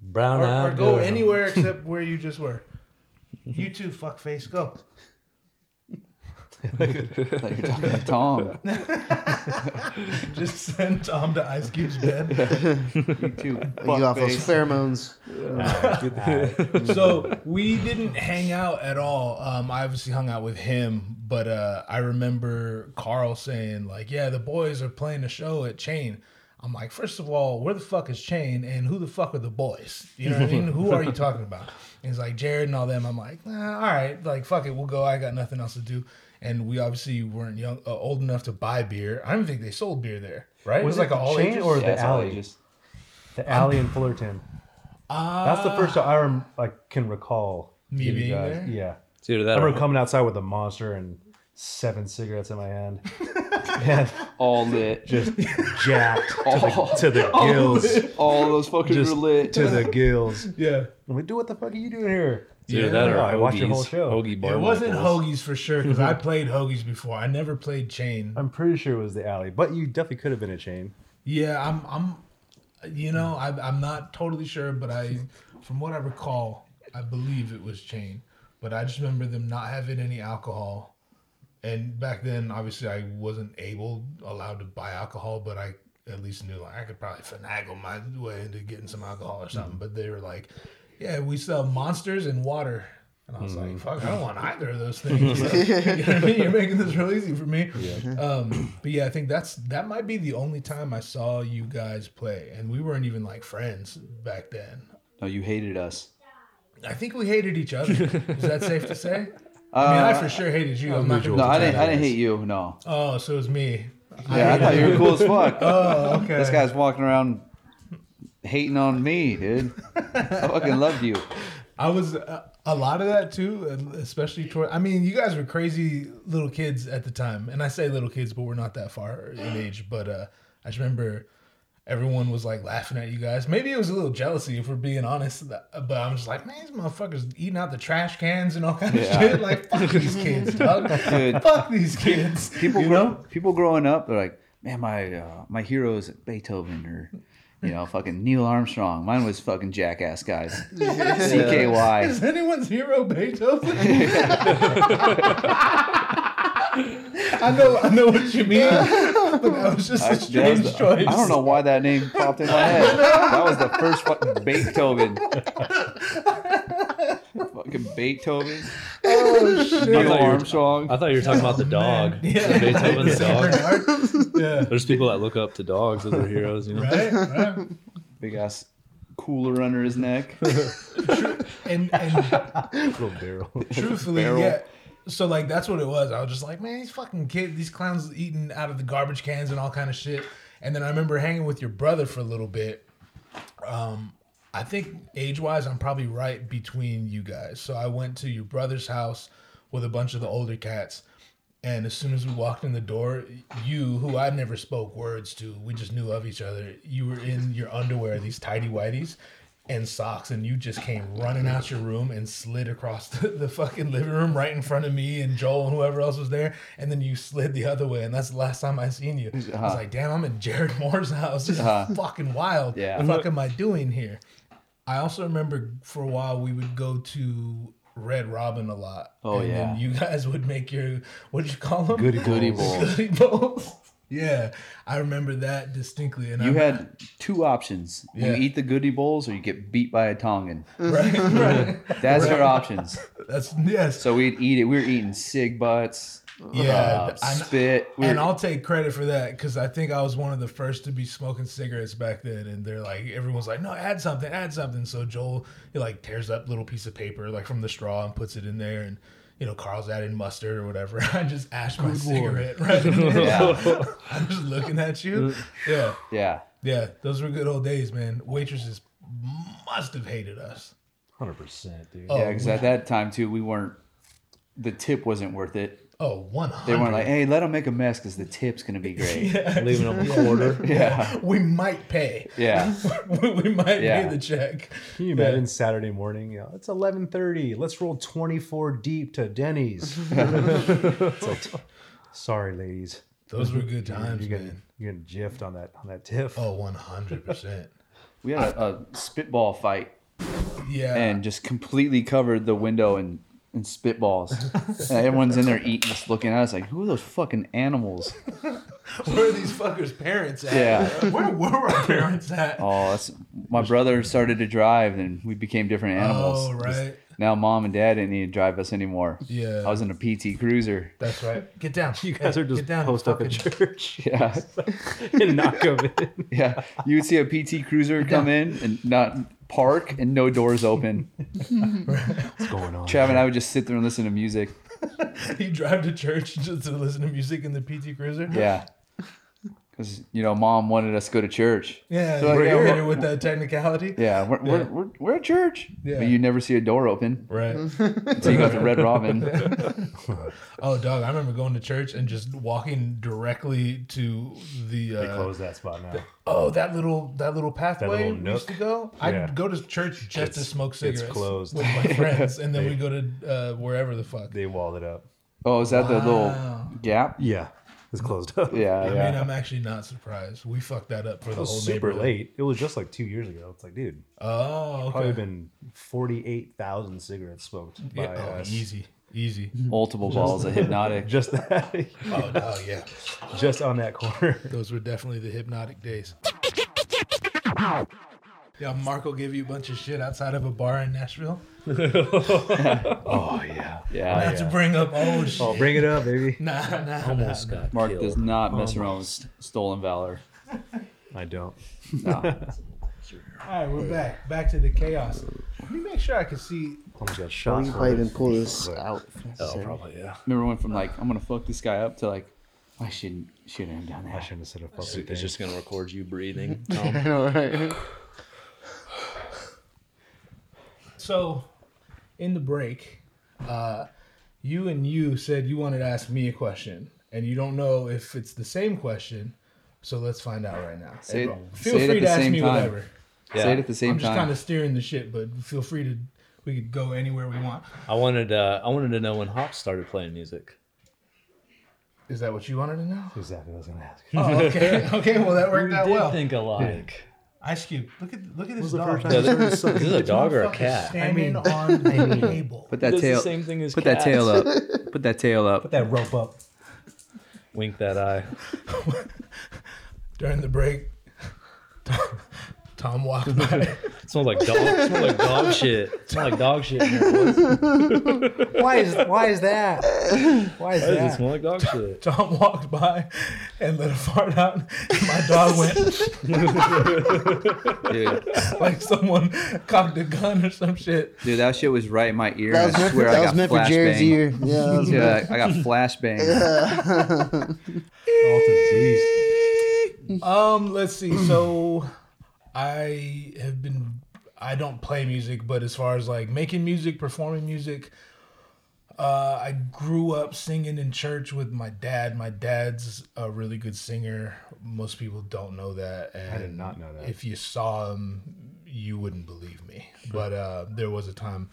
[SPEAKER 10] Brown
[SPEAKER 1] or,
[SPEAKER 10] eye.
[SPEAKER 1] or go anywhere except where you just were. You too, fuckface. Go.
[SPEAKER 9] Like you're talking to
[SPEAKER 1] (laughs)
[SPEAKER 9] Tom.
[SPEAKER 1] Just send Tom to Ice Cube's bed.
[SPEAKER 9] You too.
[SPEAKER 6] You got those pheromones.
[SPEAKER 8] (laughs)
[SPEAKER 1] so we didn't hang out at all. Um, I obviously hung out with him, but uh, I remember Carl saying like, "Yeah, the boys are playing a show at Chain." I'm like, first of all, where the fuck is Chain, and who the fuck are the boys? You know what I mean? Who
[SPEAKER 8] (laughs)
[SPEAKER 1] are you talking about? And he's like Jared and all them. I'm like, nah, all right, like fuck it, we'll go. I got nothing else to do. and we obviously weren't young, uh, old enough to buy beer. I don't think they sold beer there, right?
[SPEAKER 8] Was it
[SPEAKER 1] a
[SPEAKER 8] the chain
[SPEAKER 1] ages?
[SPEAKER 8] or
[SPEAKER 9] Yeah,
[SPEAKER 8] the
[SPEAKER 9] it's all
[SPEAKER 8] alley?
[SPEAKER 9] ages.
[SPEAKER 8] The alley in Fullerton. That's the first I rem- I can recall.
[SPEAKER 1] Me
[SPEAKER 8] you
[SPEAKER 1] being
[SPEAKER 8] guys.
[SPEAKER 1] there?
[SPEAKER 8] Yeah.
[SPEAKER 10] Dude,
[SPEAKER 8] I
[SPEAKER 10] that
[SPEAKER 8] remember coming outside with a monster and seven cigarettes in my hand. (laughs) and
[SPEAKER 9] all lit.
[SPEAKER 8] just jacked to
[SPEAKER 9] All-
[SPEAKER 8] the, to the
[SPEAKER 9] all
[SPEAKER 8] gills.
[SPEAKER 9] lit. All those fuckers
[SPEAKER 8] Just
[SPEAKER 9] were lit.
[SPEAKER 8] to the gills.
[SPEAKER 1] Yeah,
[SPEAKER 8] I'm like, dude, what the fuck are you doing here?
[SPEAKER 10] Dude,
[SPEAKER 1] Yeah.
[SPEAKER 10] that or
[SPEAKER 8] Yeah, I watched your whole
[SPEAKER 10] Hoagies.
[SPEAKER 8] show.
[SPEAKER 10] Hoagie
[SPEAKER 1] it
[SPEAKER 10] Barnacles.
[SPEAKER 1] wasn't hoagies for sure because
[SPEAKER 8] (laughs)
[SPEAKER 1] I played hoagies before. I never played chain.
[SPEAKER 8] I'm pretty sure it was the alley, but you definitely could have been a chain.
[SPEAKER 1] Yeah, I'm. I'm. You know, I, I'm not totally sure, but I, from what I recall, I believe it was chain. But I just remember them not having any alcohol, and back then, obviously, I wasn't able allowed to buy alcohol, but I at least knew like I could probably finagle my way into getting some alcohol or
[SPEAKER 9] Mm-hmm.
[SPEAKER 1] something. But they were like, "Yeah, we sell monsters and water." And I was
[SPEAKER 9] Mm-hmm.
[SPEAKER 1] like, fuck, I don't want either of those
[SPEAKER 9] (laughs)
[SPEAKER 1] things. (laughs) you know what I mean? You're making this real easy for me. Um, but yeah, I think that's that might be the only time I saw you guys play, and we weren't even like friends back then.
[SPEAKER 9] No, you hated us.
[SPEAKER 1] I think we hated each other. Is that safe to say? I mean, I for sure hated you. I'm not gonna
[SPEAKER 9] Uh, No, I
[SPEAKER 1] pretend
[SPEAKER 9] didn't. I didn't
[SPEAKER 1] was.
[SPEAKER 9] hate you. No.
[SPEAKER 1] Oh, so it was me.
[SPEAKER 9] Yeah, I thought you were cool as fuck.
[SPEAKER 1] (laughs) Oh, okay.
[SPEAKER 9] This guy's walking around hating on me, dude. I fucking loved you.
[SPEAKER 1] I was uh, a lot of that too, and especially toward. I mean, you guys were crazy little kids at the time, and I say little kids, but we're not that far in age. But uh, I just remember everyone was like laughing at you guys. Maybe it was a little jealousy, if we're being honest. But I'm just like, man, these motherfuckers eating out the trash cans and all kind of
[SPEAKER 9] Yeah.
[SPEAKER 1] shit. Like, fuck these kids, dog.
[SPEAKER 9] (laughs) Dude.
[SPEAKER 1] Fuck these kids.
[SPEAKER 9] People,
[SPEAKER 1] you
[SPEAKER 9] grow,
[SPEAKER 1] know?
[SPEAKER 9] people growing up, they're like, man, my uh, my hero is Beethoven or you know, fucking Neil Armstrong. Mine was fucking
[SPEAKER 1] (laughs)
[SPEAKER 9] jackass guys. CKY.
[SPEAKER 1] Is anyone's hero Beethoven? I know, I know what you mean, but that was just a
[SPEAKER 9] I, that was
[SPEAKER 1] strange
[SPEAKER 9] the-
[SPEAKER 1] choice.
[SPEAKER 9] I don't know why that name popped in my
[SPEAKER 1] (laughs)
[SPEAKER 9] head. That was the first fucking Beethoven. fucking Beethoven.
[SPEAKER 1] Oh shit!
[SPEAKER 9] Neil
[SPEAKER 10] thought you were-
[SPEAKER 9] Armstrong.
[SPEAKER 10] I thought you were talking about the dog.
[SPEAKER 1] (laughs) Yeah.
[SPEAKER 10] Beethoven's dog.
[SPEAKER 1] yeah.
[SPEAKER 10] There's people that look up to dogs as their heroes, you know.
[SPEAKER 1] Right, right.
[SPEAKER 9] Big ass cooler under his neck.
[SPEAKER 1] And and
[SPEAKER 9] (laughs)
[SPEAKER 8] Little barrel.
[SPEAKER 1] truthfully,
[SPEAKER 9] Barrel.
[SPEAKER 1] yeah. So like that's what it was. I was just like, man, these fucking kids, these clowns eating out of the garbage cans and all kind of shit. And then I remember hanging with your brother for a little bit. Um, I think age wise, I'm probably right between you guys. So I went to your brother's house with a bunch of the older cats. And as soon as we walked in the door, you, who I never spoke words to, we just knew of each other. You were in your underwear, these tidy whities and socks, and you just came running out your room and slid across (laughs) the, the fucking living room right in front of me and Joel and whoever else was there. And then you slid the other way, and that's the last time I seen you. I was like, damn, I'm in Jared Moore's house. This is fucking wild.
[SPEAKER 9] Yeah.
[SPEAKER 1] What the fuck am I doing here? I also remember for a while we would go to Red Robin a lot.
[SPEAKER 9] Oh,
[SPEAKER 1] and
[SPEAKER 9] yeah.
[SPEAKER 1] Then you guys would make your what did you call them?
[SPEAKER 8] Goody
[SPEAKER 9] Goody
[SPEAKER 8] bowls.
[SPEAKER 1] (laughs)
[SPEAKER 9] bowl.
[SPEAKER 1] Goody bowls. Yeah, I remember that distinctly. And
[SPEAKER 9] You
[SPEAKER 1] I'm,
[SPEAKER 9] had two options.
[SPEAKER 1] Yeah.
[SPEAKER 9] You eat the goody bowls or you get beat by
[SPEAKER 1] (laughs)
[SPEAKER 9] a Tongan.
[SPEAKER 1] (laughs) right,
[SPEAKER 9] (laughs)
[SPEAKER 1] right.
[SPEAKER 9] That's your options.
[SPEAKER 1] That's yes.
[SPEAKER 9] So we'd eat it. We were eating cig butts,
[SPEAKER 1] yeah,
[SPEAKER 9] uh,
[SPEAKER 1] and-
[SPEAKER 9] spit. We
[SPEAKER 1] and
[SPEAKER 9] were-
[SPEAKER 1] I'll take credit for that because I think I was one of the first to be smoking cigarettes back then. And they're like, everyone's like, no, add something, add something. So Joel, he like tears up little piece of paper like from the straw and puts it in there. And you know, Carl's adding mustard or whatever. (laughs) I just ashed my cigarette (laughs) right. in there. (laughs) I'm just looking at you. Yeah,
[SPEAKER 9] yeah.
[SPEAKER 1] yeah. Those were good old days, man. Waitresses must have hated us.
[SPEAKER 8] 100%, (laughs) dude.
[SPEAKER 1] Oh,
[SPEAKER 9] Yeah, because at that time, too, we weren't, the tip wasn't worth it.
[SPEAKER 1] Oh, one hundred.
[SPEAKER 9] They weren't like, hey, let them make a mess because the tip's going to be
[SPEAKER 1] (laughs)
[SPEAKER 9] great. yeah.
[SPEAKER 10] Leaving them a quarter.
[SPEAKER 9] Yeah.
[SPEAKER 1] we might pay. (laughs)
[SPEAKER 9] Yeah.
[SPEAKER 1] we we might
[SPEAKER 9] Yeah.
[SPEAKER 1] pay the check.
[SPEAKER 8] Can you imagine Saturday morning? You know, it's 11.30. Let's roll 24 deep to Denny's. It's like, sorry, ladies.
[SPEAKER 1] Those were good times,
[SPEAKER 8] You're getting,
[SPEAKER 1] man.
[SPEAKER 8] you're getting jiffed on that, on that tiff.
[SPEAKER 1] Oh, 100%.
[SPEAKER 9] We had a, a spitball fight
[SPEAKER 1] (laughs) Yeah.
[SPEAKER 9] and just completely covered the window and,
[SPEAKER 1] (laughs)
[SPEAKER 9] and spitballs. and everyone's in there eating, just looking at us like, who are those fucking animals?
[SPEAKER 1] (laughs) where are these fuckers' parents at? (laughs)
[SPEAKER 9] Yeah.
[SPEAKER 1] Where were our parents at?
[SPEAKER 9] Oh, that's, my brother started to drive, and we became different animals.
[SPEAKER 1] Oh, right.
[SPEAKER 9] Now mom and dad didn't need to drive us anymore.
[SPEAKER 1] Yeah.
[SPEAKER 9] I was in a PT Cruiser. (laughs)
[SPEAKER 1] That's right. Get down.
[SPEAKER 8] You guys are just
[SPEAKER 1] Get down,
[SPEAKER 8] post up at
[SPEAKER 1] fucking-
[SPEAKER 8] church
[SPEAKER 9] Yeah,
[SPEAKER 8] and (laughs) knock them in.
[SPEAKER 9] yeah. You would see a PT Cruiser come in and not park and no doors open.
[SPEAKER 1] (laughs)
[SPEAKER 8] What's going on?
[SPEAKER 9] Trav and I would just sit there and listen to music.
[SPEAKER 1] (laughs) you drive to church just to listen to music in the PT Cruiser.
[SPEAKER 9] Yeah. Because, you know, mom wanted us to go to church.
[SPEAKER 1] Yeah,
[SPEAKER 9] So, like,
[SPEAKER 1] we're
[SPEAKER 9] yeah,
[SPEAKER 1] here
[SPEAKER 9] we're-
[SPEAKER 1] with that technicality.
[SPEAKER 9] Yeah, we're, We're, we're, we're at church.
[SPEAKER 1] Yeah.
[SPEAKER 9] But you never see a door open.
[SPEAKER 1] Right.
[SPEAKER 9] Until you go to
[SPEAKER 1] (laughs)
[SPEAKER 9] Red Robin.
[SPEAKER 1] oh, dog! I remember going to church and just walking directly to the. Uh,
[SPEAKER 8] They closed that spot now.
[SPEAKER 1] Oh, that little that little pathway
[SPEAKER 8] little
[SPEAKER 1] we used to
[SPEAKER 8] nook.
[SPEAKER 1] go.
[SPEAKER 8] Yeah.
[SPEAKER 1] I'd go to church just to
[SPEAKER 8] It's-
[SPEAKER 1] smoke
[SPEAKER 8] it's
[SPEAKER 1] cigarettes
[SPEAKER 8] closed.
[SPEAKER 1] with
[SPEAKER 8] (laughs)
[SPEAKER 1] my friends, and then
[SPEAKER 8] They-
[SPEAKER 1] we go to uh, wherever the fuck.
[SPEAKER 8] They walled it up.
[SPEAKER 9] Oh, is that the
[SPEAKER 1] Wow.
[SPEAKER 9] little gap?
[SPEAKER 8] Yeah, it's closed up.
[SPEAKER 9] Yeah,
[SPEAKER 1] I
[SPEAKER 9] yeah.
[SPEAKER 1] mean, I'm actually not surprised. We fucked that up for
[SPEAKER 8] It
[SPEAKER 1] the
[SPEAKER 8] was
[SPEAKER 1] whole
[SPEAKER 8] super
[SPEAKER 1] neighborhood.
[SPEAKER 8] late. It was just like two years ago. It's like, dude,
[SPEAKER 1] Oh,
[SPEAKER 8] probably
[SPEAKER 1] okay.
[SPEAKER 8] been forty-eight thousand cigarettes smoked by
[SPEAKER 1] Yeah, oh,
[SPEAKER 8] us.
[SPEAKER 1] easy,
[SPEAKER 8] (laughs)
[SPEAKER 1] easy.
[SPEAKER 9] Multiple balls of hypnotic.
[SPEAKER 8] Just that, (laughs)
[SPEAKER 1] Oh, oh yeah,
[SPEAKER 8] just on that corner. (laughs)
[SPEAKER 1] those were definitely the hypnotic days. Yeah, Mark will give you a bunch of shit outside of a bar in Nashville.
[SPEAKER 8] Oh yeah.
[SPEAKER 9] Yeah.
[SPEAKER 1] Not to bring up old shit.
[SPEAKER 8] Oh, bring it up, baby.
[SPEAKER 1] Nah, nah,
[SPEAKER 10] Almost got
[SPEAKER 9] Mark
[SPEAKER 10] killed.
[SPEAKER 9] does not mess
[SPEAKER 1] Oh
[SPEAKER 9] around with st-
[SPEAKER 1] (laughs)
[SPEAKER 9] stolen valor.
[SPEAKER 8] I don't.
[SPEAKER 1] All right, we're back. Back to the chaos. Let me make sure I can see.
[SPEAKER 8] Almost got shot.
[SPEAKER 6] We can probably even pull this
[SPEAKER 8] But-
[SPEAKER 6] out.
[SPEAKER 10] Oh, probably yeah.
[SPEAKER 9] Remember went from like, I'm going to fuck this guy up to like, I shouldn't, shouldn't have done
[SPEAKER 8] I
[SPEAKER 9] that.
[SPEAKER 8] shouldn't have said a fucking thing.
[SPEAKER 10] It's just gonna record you breathing.
[SPEAKER 6] (laughs) I know, right?
[SPEAKER 1] So, in the break, uh, you and you said you wanted to ask me a question, and you don't know if it's the same question. So let's find out right now.
[SPEAKER 9] Say it-
[SPEAKER 1] Everyone, feel
[SPEAKER 9] say it at
[SPEAKER 1] free
[SPEAKER 9] the
[SPEAKER 1] to ask
[SPEAKER 9] same
[SPEAKER 1] me
[SPEAKER 9] time.
[SPEAKER 1] whatever.
[SPEAKER 9] Say it at the same
[SPEAKER 1] I'm just
[SPEAKER 9] time.
[SPEAKER 1] kind of steering the shit, but feel free to. We could go anywhere we want.
[SPEAKER 10] I wanted uh, I wanted to know when Hop started playing music.
[SPEAKER 1] Is that what you wanted to
[SPEAKER 10] (laughs)
[SPEAKER 1] know?
[SPEAKER 8] exactly what I was gonna ask.
[SPEAKER 1] Oh, okay. (laughs) Okay. Well, that worked
[SPEAKER 10] We
[SPEAKER 1] out
[SPEAKER 10] did
[SPEAKER 1] well.
[SPEAKER 10] think alike.
[SPEAKER 1] Ice Cube. Look at look at this
[SPEAKER 8] was the
[SPEAKER 1] dog.
[SPEAKER 8] first
[SPEAKER 10] Yeah,
[SPEAKER 8] time-
[SPEAKER 10] there- is this a dog or a cat?
[SPEAKER 1] Standing
[SPEAKER 8] (laughs)
[SPEAKER 1] on the table.
[SPEAKER 9] Put that
[SPEAKER 10] That's the
[SPEAKER 9] tail.
[SPEAKER 10] same thing as
[SPEAKER 9] put
[SPEAKER 10] cats.
[SPEAKER 9] that tail up. Put that
[SPEAKER 1] (laughs)
[SPEAKER 9] tail up.
[SPEAKER 8] That rope up.
[SPEAKER 10] Wink that eye.
[SPEAKER 1] During the break, Tom walked by.
[SPEAKER 10] It smells like dog. It smells like
[SPEAKER 9] (laughs)
[SPEAKER 10] dog shit. It smells like dog shit. in here, boys. Why
[SPEAKER 4] Why is why is that? Why is
[SPEAKER 10] does it
[SPEAKER 4] that?
[SPEAKER 10] smell like dog shit?
[SPEAKER 1] Tom walked by and let a fart out. And my dog went
[SPEAKER 9] Dude,
[SPEAKER 1] like someone cocked a gun or some shit.
[SPEAKER 9] dude, that shit was right in my ear.
[SPEAKER 6] That
[SPEAKER 9] and I
[SPEAKER 6] was meant for,
[SPEAKER 9] swear
[SPEAKER 6] that
[SPEAKER 9] I
[SPEAKER 6] was
[SPEAKER 9] got
[SPEAKER 6] meant for Jared's
[SPEAKER 9] flashbang.
[SPEAKER 6] ear. Yeah,
[SPEAKER 10] (laughs)
[SPEAKER 6] that was
[SPEAKER 9] Dude, I, I got flashbang.
[SPEAKER 1] Um, let's see. So I have been I don't play music, but as far as like making music, performing music, uh, I grew up singing in church with my dad. My dad's a really good singer. Most people don't know that. And
[SPEAKER 8] did not know that.
[SPEAKER 1] If you saw him, you wouldn't believe me. But uh, there was a time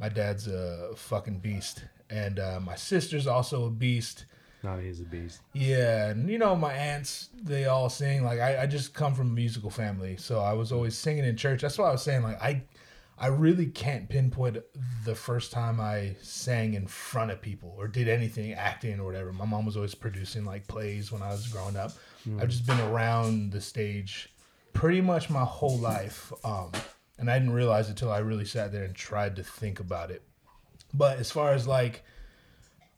[SPEAKER 1] my dad's a fucking beast. And uh, my sister's also a beast.
[SPEAKER 8] No, he's a beast.
[SPEAKER 1] Yeah, and you know my aunts, they all sing. Like I, I just come from a musical family, so I was always singing in church. That's why I was saying like I, I really can't pinpoint the first time I sang in front of people or did anything acting or whatever. My mom was always producing like plays when I was growing up. I've just been around the stage pretty much my whole life, um, and I didn't realize it till I really sat there and tried to think about it. But as far as like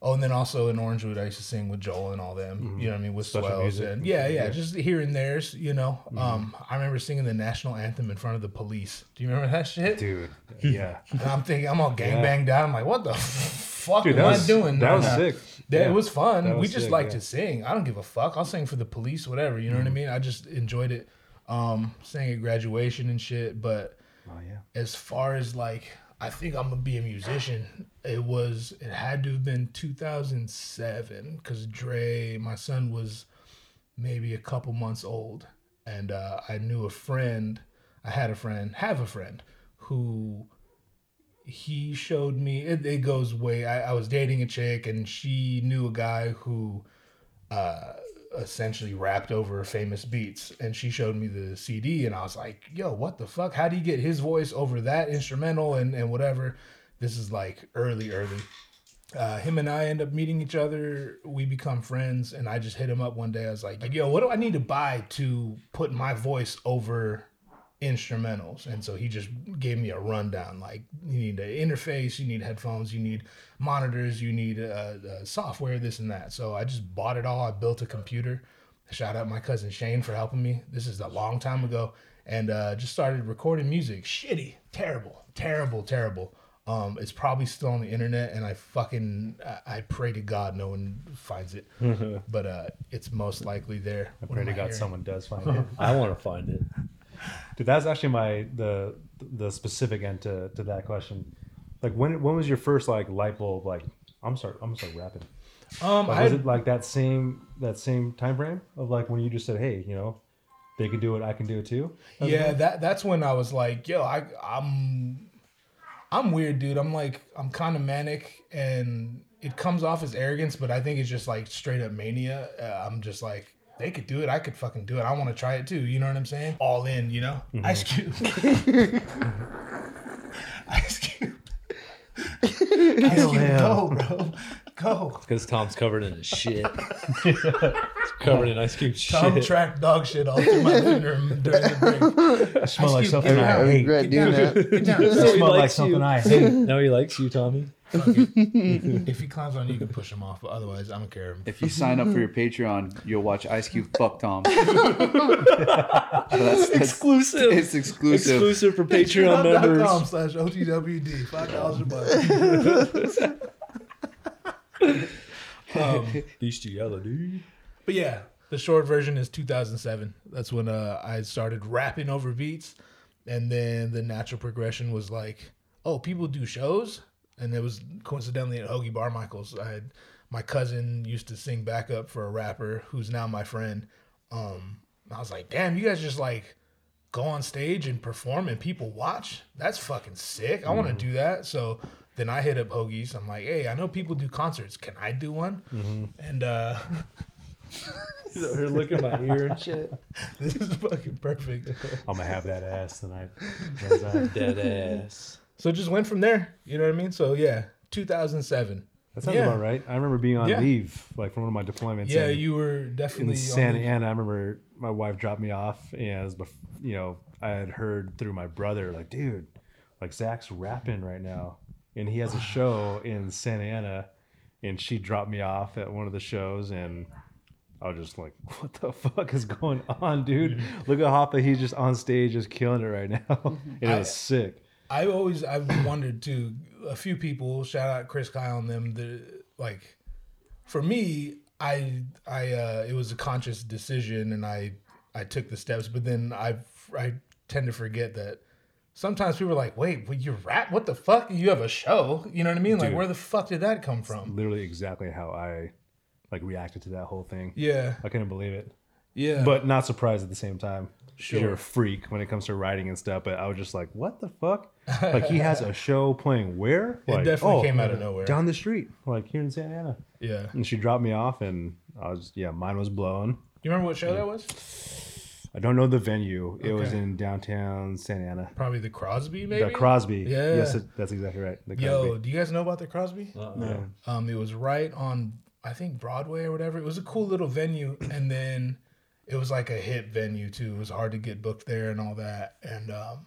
[SPEAKER 1] Oh, and then also in Orangewood, I used to sing with Joel and all them. You know what I mean? With
[SPEAKER 8] Mm-hmm. Special
[SPEAKER 1] Swells
[SPEAKER 8] music. Mm-hmm.
[SPEAKER 1] and yeah, yeah, just here and there's. You know, um, I remember singing the national anthem in front of the police. Do you remember that shit?
[SPEAKER 8] Dude. Yeah.
[SPEAKER 1] And I'm thinking,
[SPEAKER 8] (laughs)
[SPEAKER 1] I'm all gang
[SPEAKER 8] Yeah.
[SPEAKER 1] banged out. I'm like, what the f- fuck
[SPEAKER 8] Dude,
[SPEAKER 1] am
[SPEAKER 8] that was,
[SPEAKER 1] I doing?
[SPEAKER 8] That was
[SPEAKER 1] right now?
[SPEAKER 8] sick.
[SPEAKER 1] That,
[SPEAKER 8] Yeah.
[SPEAKER 1] It was fun.
[SPEAKER 8] That
[SPEAKER 1] we
[SPEAKER 8] was
[SPEAKER 1] just
[SPEAKER 8] sick,
[SPEAKER 1] like
[SPEAKER 8] yeah. Mm.
[SPEAKER 1] to sing. I don't give a fuck. I'll sing for the police, whatever. You know what I mean? I just enjoyed it. Um, sang at graduation and shit, but
[SPEAKER 8] Oh yeah.
[SPEAKER 1] as far as like I think I'm gonna be a musician. It was it had to have been 2007 because Dre, my son was maybe a couple months old, and uh, I knew a friend. I had a friend, have a friend who he showed me. It, it goes way. I, I was dating a chick, and she knew a guy who uh, essentially rapped over famous beats and she showed me the cd and i was like yo what the fuck how do you get his voice over that instrumental and, and whatever this is like early early uh, him and i end up meeting each other we become friends and i just hit him up one day i was like yo what do i need to buy to put my voice over instrumentals and so he just gave me a rundown like you need an interface you need headphones you need monitors you need uh, uh, software this and that so i just bought it all i built a computer shout out my cousin shane for helping me this is a long time ago and uh, just started recording music shitty terrible terrible terrible Um, it's probably still on the internet, and I fucking I- I pray to God no one finds
[SPEAKER 8] (laughs)
[SPEAKER 1] it, but uh, it's most likely there.
[SPEAKER 8] I
[SPEAKER 1] What
[SPEAKER 8] pray
[SPEAKER 1] am
[SPEAKER 8] to God
[SPEAKER 1] hearing?
[SPEAKER 8] someone does find (laughs) it.
[SPEAKER 10] I want to find it.
[SPEAKER 8] Dude, that's actually my the the specific end to, to that question. Like when when was your first like light bulb like I'm sorry I'm sorry rapping.
[SPEAKER 1] Um,
[SPEAKER 8] Like,
[SPEAKER 1] I
[SPEAKER 8] was
[SPEAKER 1] had-
[SPEAKER 8] it like that same that same time frame of like when you just said, hey, you know, they can do it, I can do it too.
[SPEAKER 1] yeah, that that's when I was like, yo, I I'm I'm weird, dude. I'm like I'm kind of manic, and it comes off as arrogance, but I think it's just like straight up mania. Uh, I'm just like. They could do it. I could fucking do it. I want to try it too. You know what I'm saying? All in, you know?
[SPEAKER 8] Mm-hmm.
[SPEAKER 1] Ice
[SPEAKER 8] (laughs)
[SPEAKER 1] Cube. (laughs) Ice Cube. Ice Cube,
[SPEAKER 10] him.
[SPEAKER 1] go, bro. Go.
[SPEAKER 10] Because Tom's covered in his
[SPEAKER 8] (laughs)
[SPEAKER 10] shit. He's covered in ice cube shit.
[SPEAKER 1] Tom tracked dog shit all through my living room during the break.
[SPEAKER 8] (laughs)
[SPEAKER 1] Ice
[SPEAKER 8] smell like
[SPEAKER 1] Cube,
[SPEAKER 8] something
[SPEAKER 1] get
[SPEAKER 8] I
[SPEAKER 1] down.
[SPEAKER 8] hate.
[SPEAKER 6] Regret
[SPEAKER 1] Get
[SPEAKER 6] doing
[SPEAKER 1] down.
[SPEAKER 6] that.
[SPEAKER 1] Get down.
[SPEAKER 8] (laughs) It smelled
[SPEAKER 10] likes
[SPEAKER 8] like something
[SPEAKER 10] you.
[SPEAKER 8] I hate.
[SPEAKER 10] Now he likes you, Tommy.
[SPEAKER 1] if he climbs on you, you can push him off. But otherwise, I don't care.
[SPEAKER 9] If you sign up for your Patreon, you'll watch Ice Cube fuck Tom. (laughs) So that's, that's,
[SPEAKER 10] Exclusive.
[SPEAKER 9] it's exclusive.
[SPEAKER 10] Exclusive for Patreon
[SPEAKER 1] Patreon.com
[SPEAKER 10] members.
[SPEAKER 1] slash OTWD. Five dollars a month. um,
[SPEAKER 10] These together, dude.
[SPEAKER 1] but yeah, the short version is 2007. That's when uh, I started rapping over beats, and then the natural progression was like, oh, people do shows, and it was coincidentally at Hoagie Barmichael's. I had my cousin used to sing backup for a rapper who's now my friend. Um, I was like, damn, you guys just like go on stage and perform and people watch. That's fucking sick. I want to do that. So then I hit up Hoagies. I'm like, hey, I know people do concerts. Can I do one? And uh, (laughs)
[SPEAKER 10] He's out here looking my ear and shit.
[SPEAKER 1] this is fucking perfect.
[SPEAKER 8] I'm gonna have that ass tonight. That's, uh,
[SPEAKER 10] Dead ass.
[SPEAKER 1] So it just went from there. You know what I mean? So yeah, 2007.
[SPEAKER 8] that sounds
[SPEAKER 1] Yeah.
[SPEAKER 8] about right. I remember being on
[SPEAKER 1] Yeah.
[SPEAKER 8] leave, like from one of my deployments.
[SPEAKER 1] Yeah,
[SPEAKER 8] and-
[SPEAKER 1] you were
[SPEAKER 8] in
[SPEAKER 1] definitely on
[SPEAKER 8] Santa
[SPEAKER 1] the- um,
[SPEAKER 8] Ana. I remember my wife dropped me off, and it was bef- you know I had heard through my brother, like, dude, like Zach's rapping right now, and he
[SPEAKER 1] (sighs)
[SPEAKER 8] has a show in Santa Ana, and she dropped me off at one of the shows, and I was just like, what the fuck is going on, dude? Look at Hoppa, he's just on stage, just killing it right now,
[SPEAKER 1] Mm-hmm.
[SPEAKER 8] (laughs) and it was sick.
[SPEAKER 1] I always I've wondered too. A few people shout out Chris Kyle and them. The like, for me, I I uh, it was a conscious decision, and I I took the steps. But then I I tend to forget that sometimes people are like, wait, well, you rap? What the fuck? You have a show? You know what I mean? Like,
[SPEAKER 8] Dude.
[SPEAKER 1] where the fuck did that come from?
[SPEAKER 8] Literally exactly how I like reacted to that whole thing.
[SPEAKER 1] Yeah,
[SPEAKER 8] I couldn't believe it.
[SPEAKER 1] yeah.
[SPEAKER 8] but not surprised at the same time. 'cause
[SPEAKER 1] Sure.
[SPEAKER 8] You're a freak when it comes to writing and stuff, but I was just like, what the fuck? Like
[SPEAKER 1] (laughs)
[SPEAKER 8] he has a show playing where?
[SPEAKER 1] it
[SPEAKER 8] Like,
[SPEAKER 1] definitely
[SPEAKER 8] oh,
[SPEAKER 1] came out of nowhere.
[SPEAKER 8] down the street, like here in Santa Ana.
[SPEAKER 1] yeah.
[SPEAKER 8] And she dropped me off, and I was yeah, mine was blown.
[SPEAKER 1] You remember what show that was?
[SPEAKER 8] I don't know the venue. It was
[SPEAKER 1] Okay.
[SPEAKER 8] in downtown Santa Ana.
[SPEAKER 1] Probably the Crosby, maybe.
[SPEAKER 8] The Crosby.
[SPEAKER 1] Yeah.
[SPEAKER 8] Yes, it- that's exactly right. The Crosby.
[SPEAKER 1] (laughs) Yo, do you guys know about the Crosby?
[SPEAKER 8] Yeah.
[SPEAKER 1] Um, it was right on, I think Broadway or whatever. It was a cool little venue, and then it was like a hip venue too. It was hard to get booked there and all that. And um,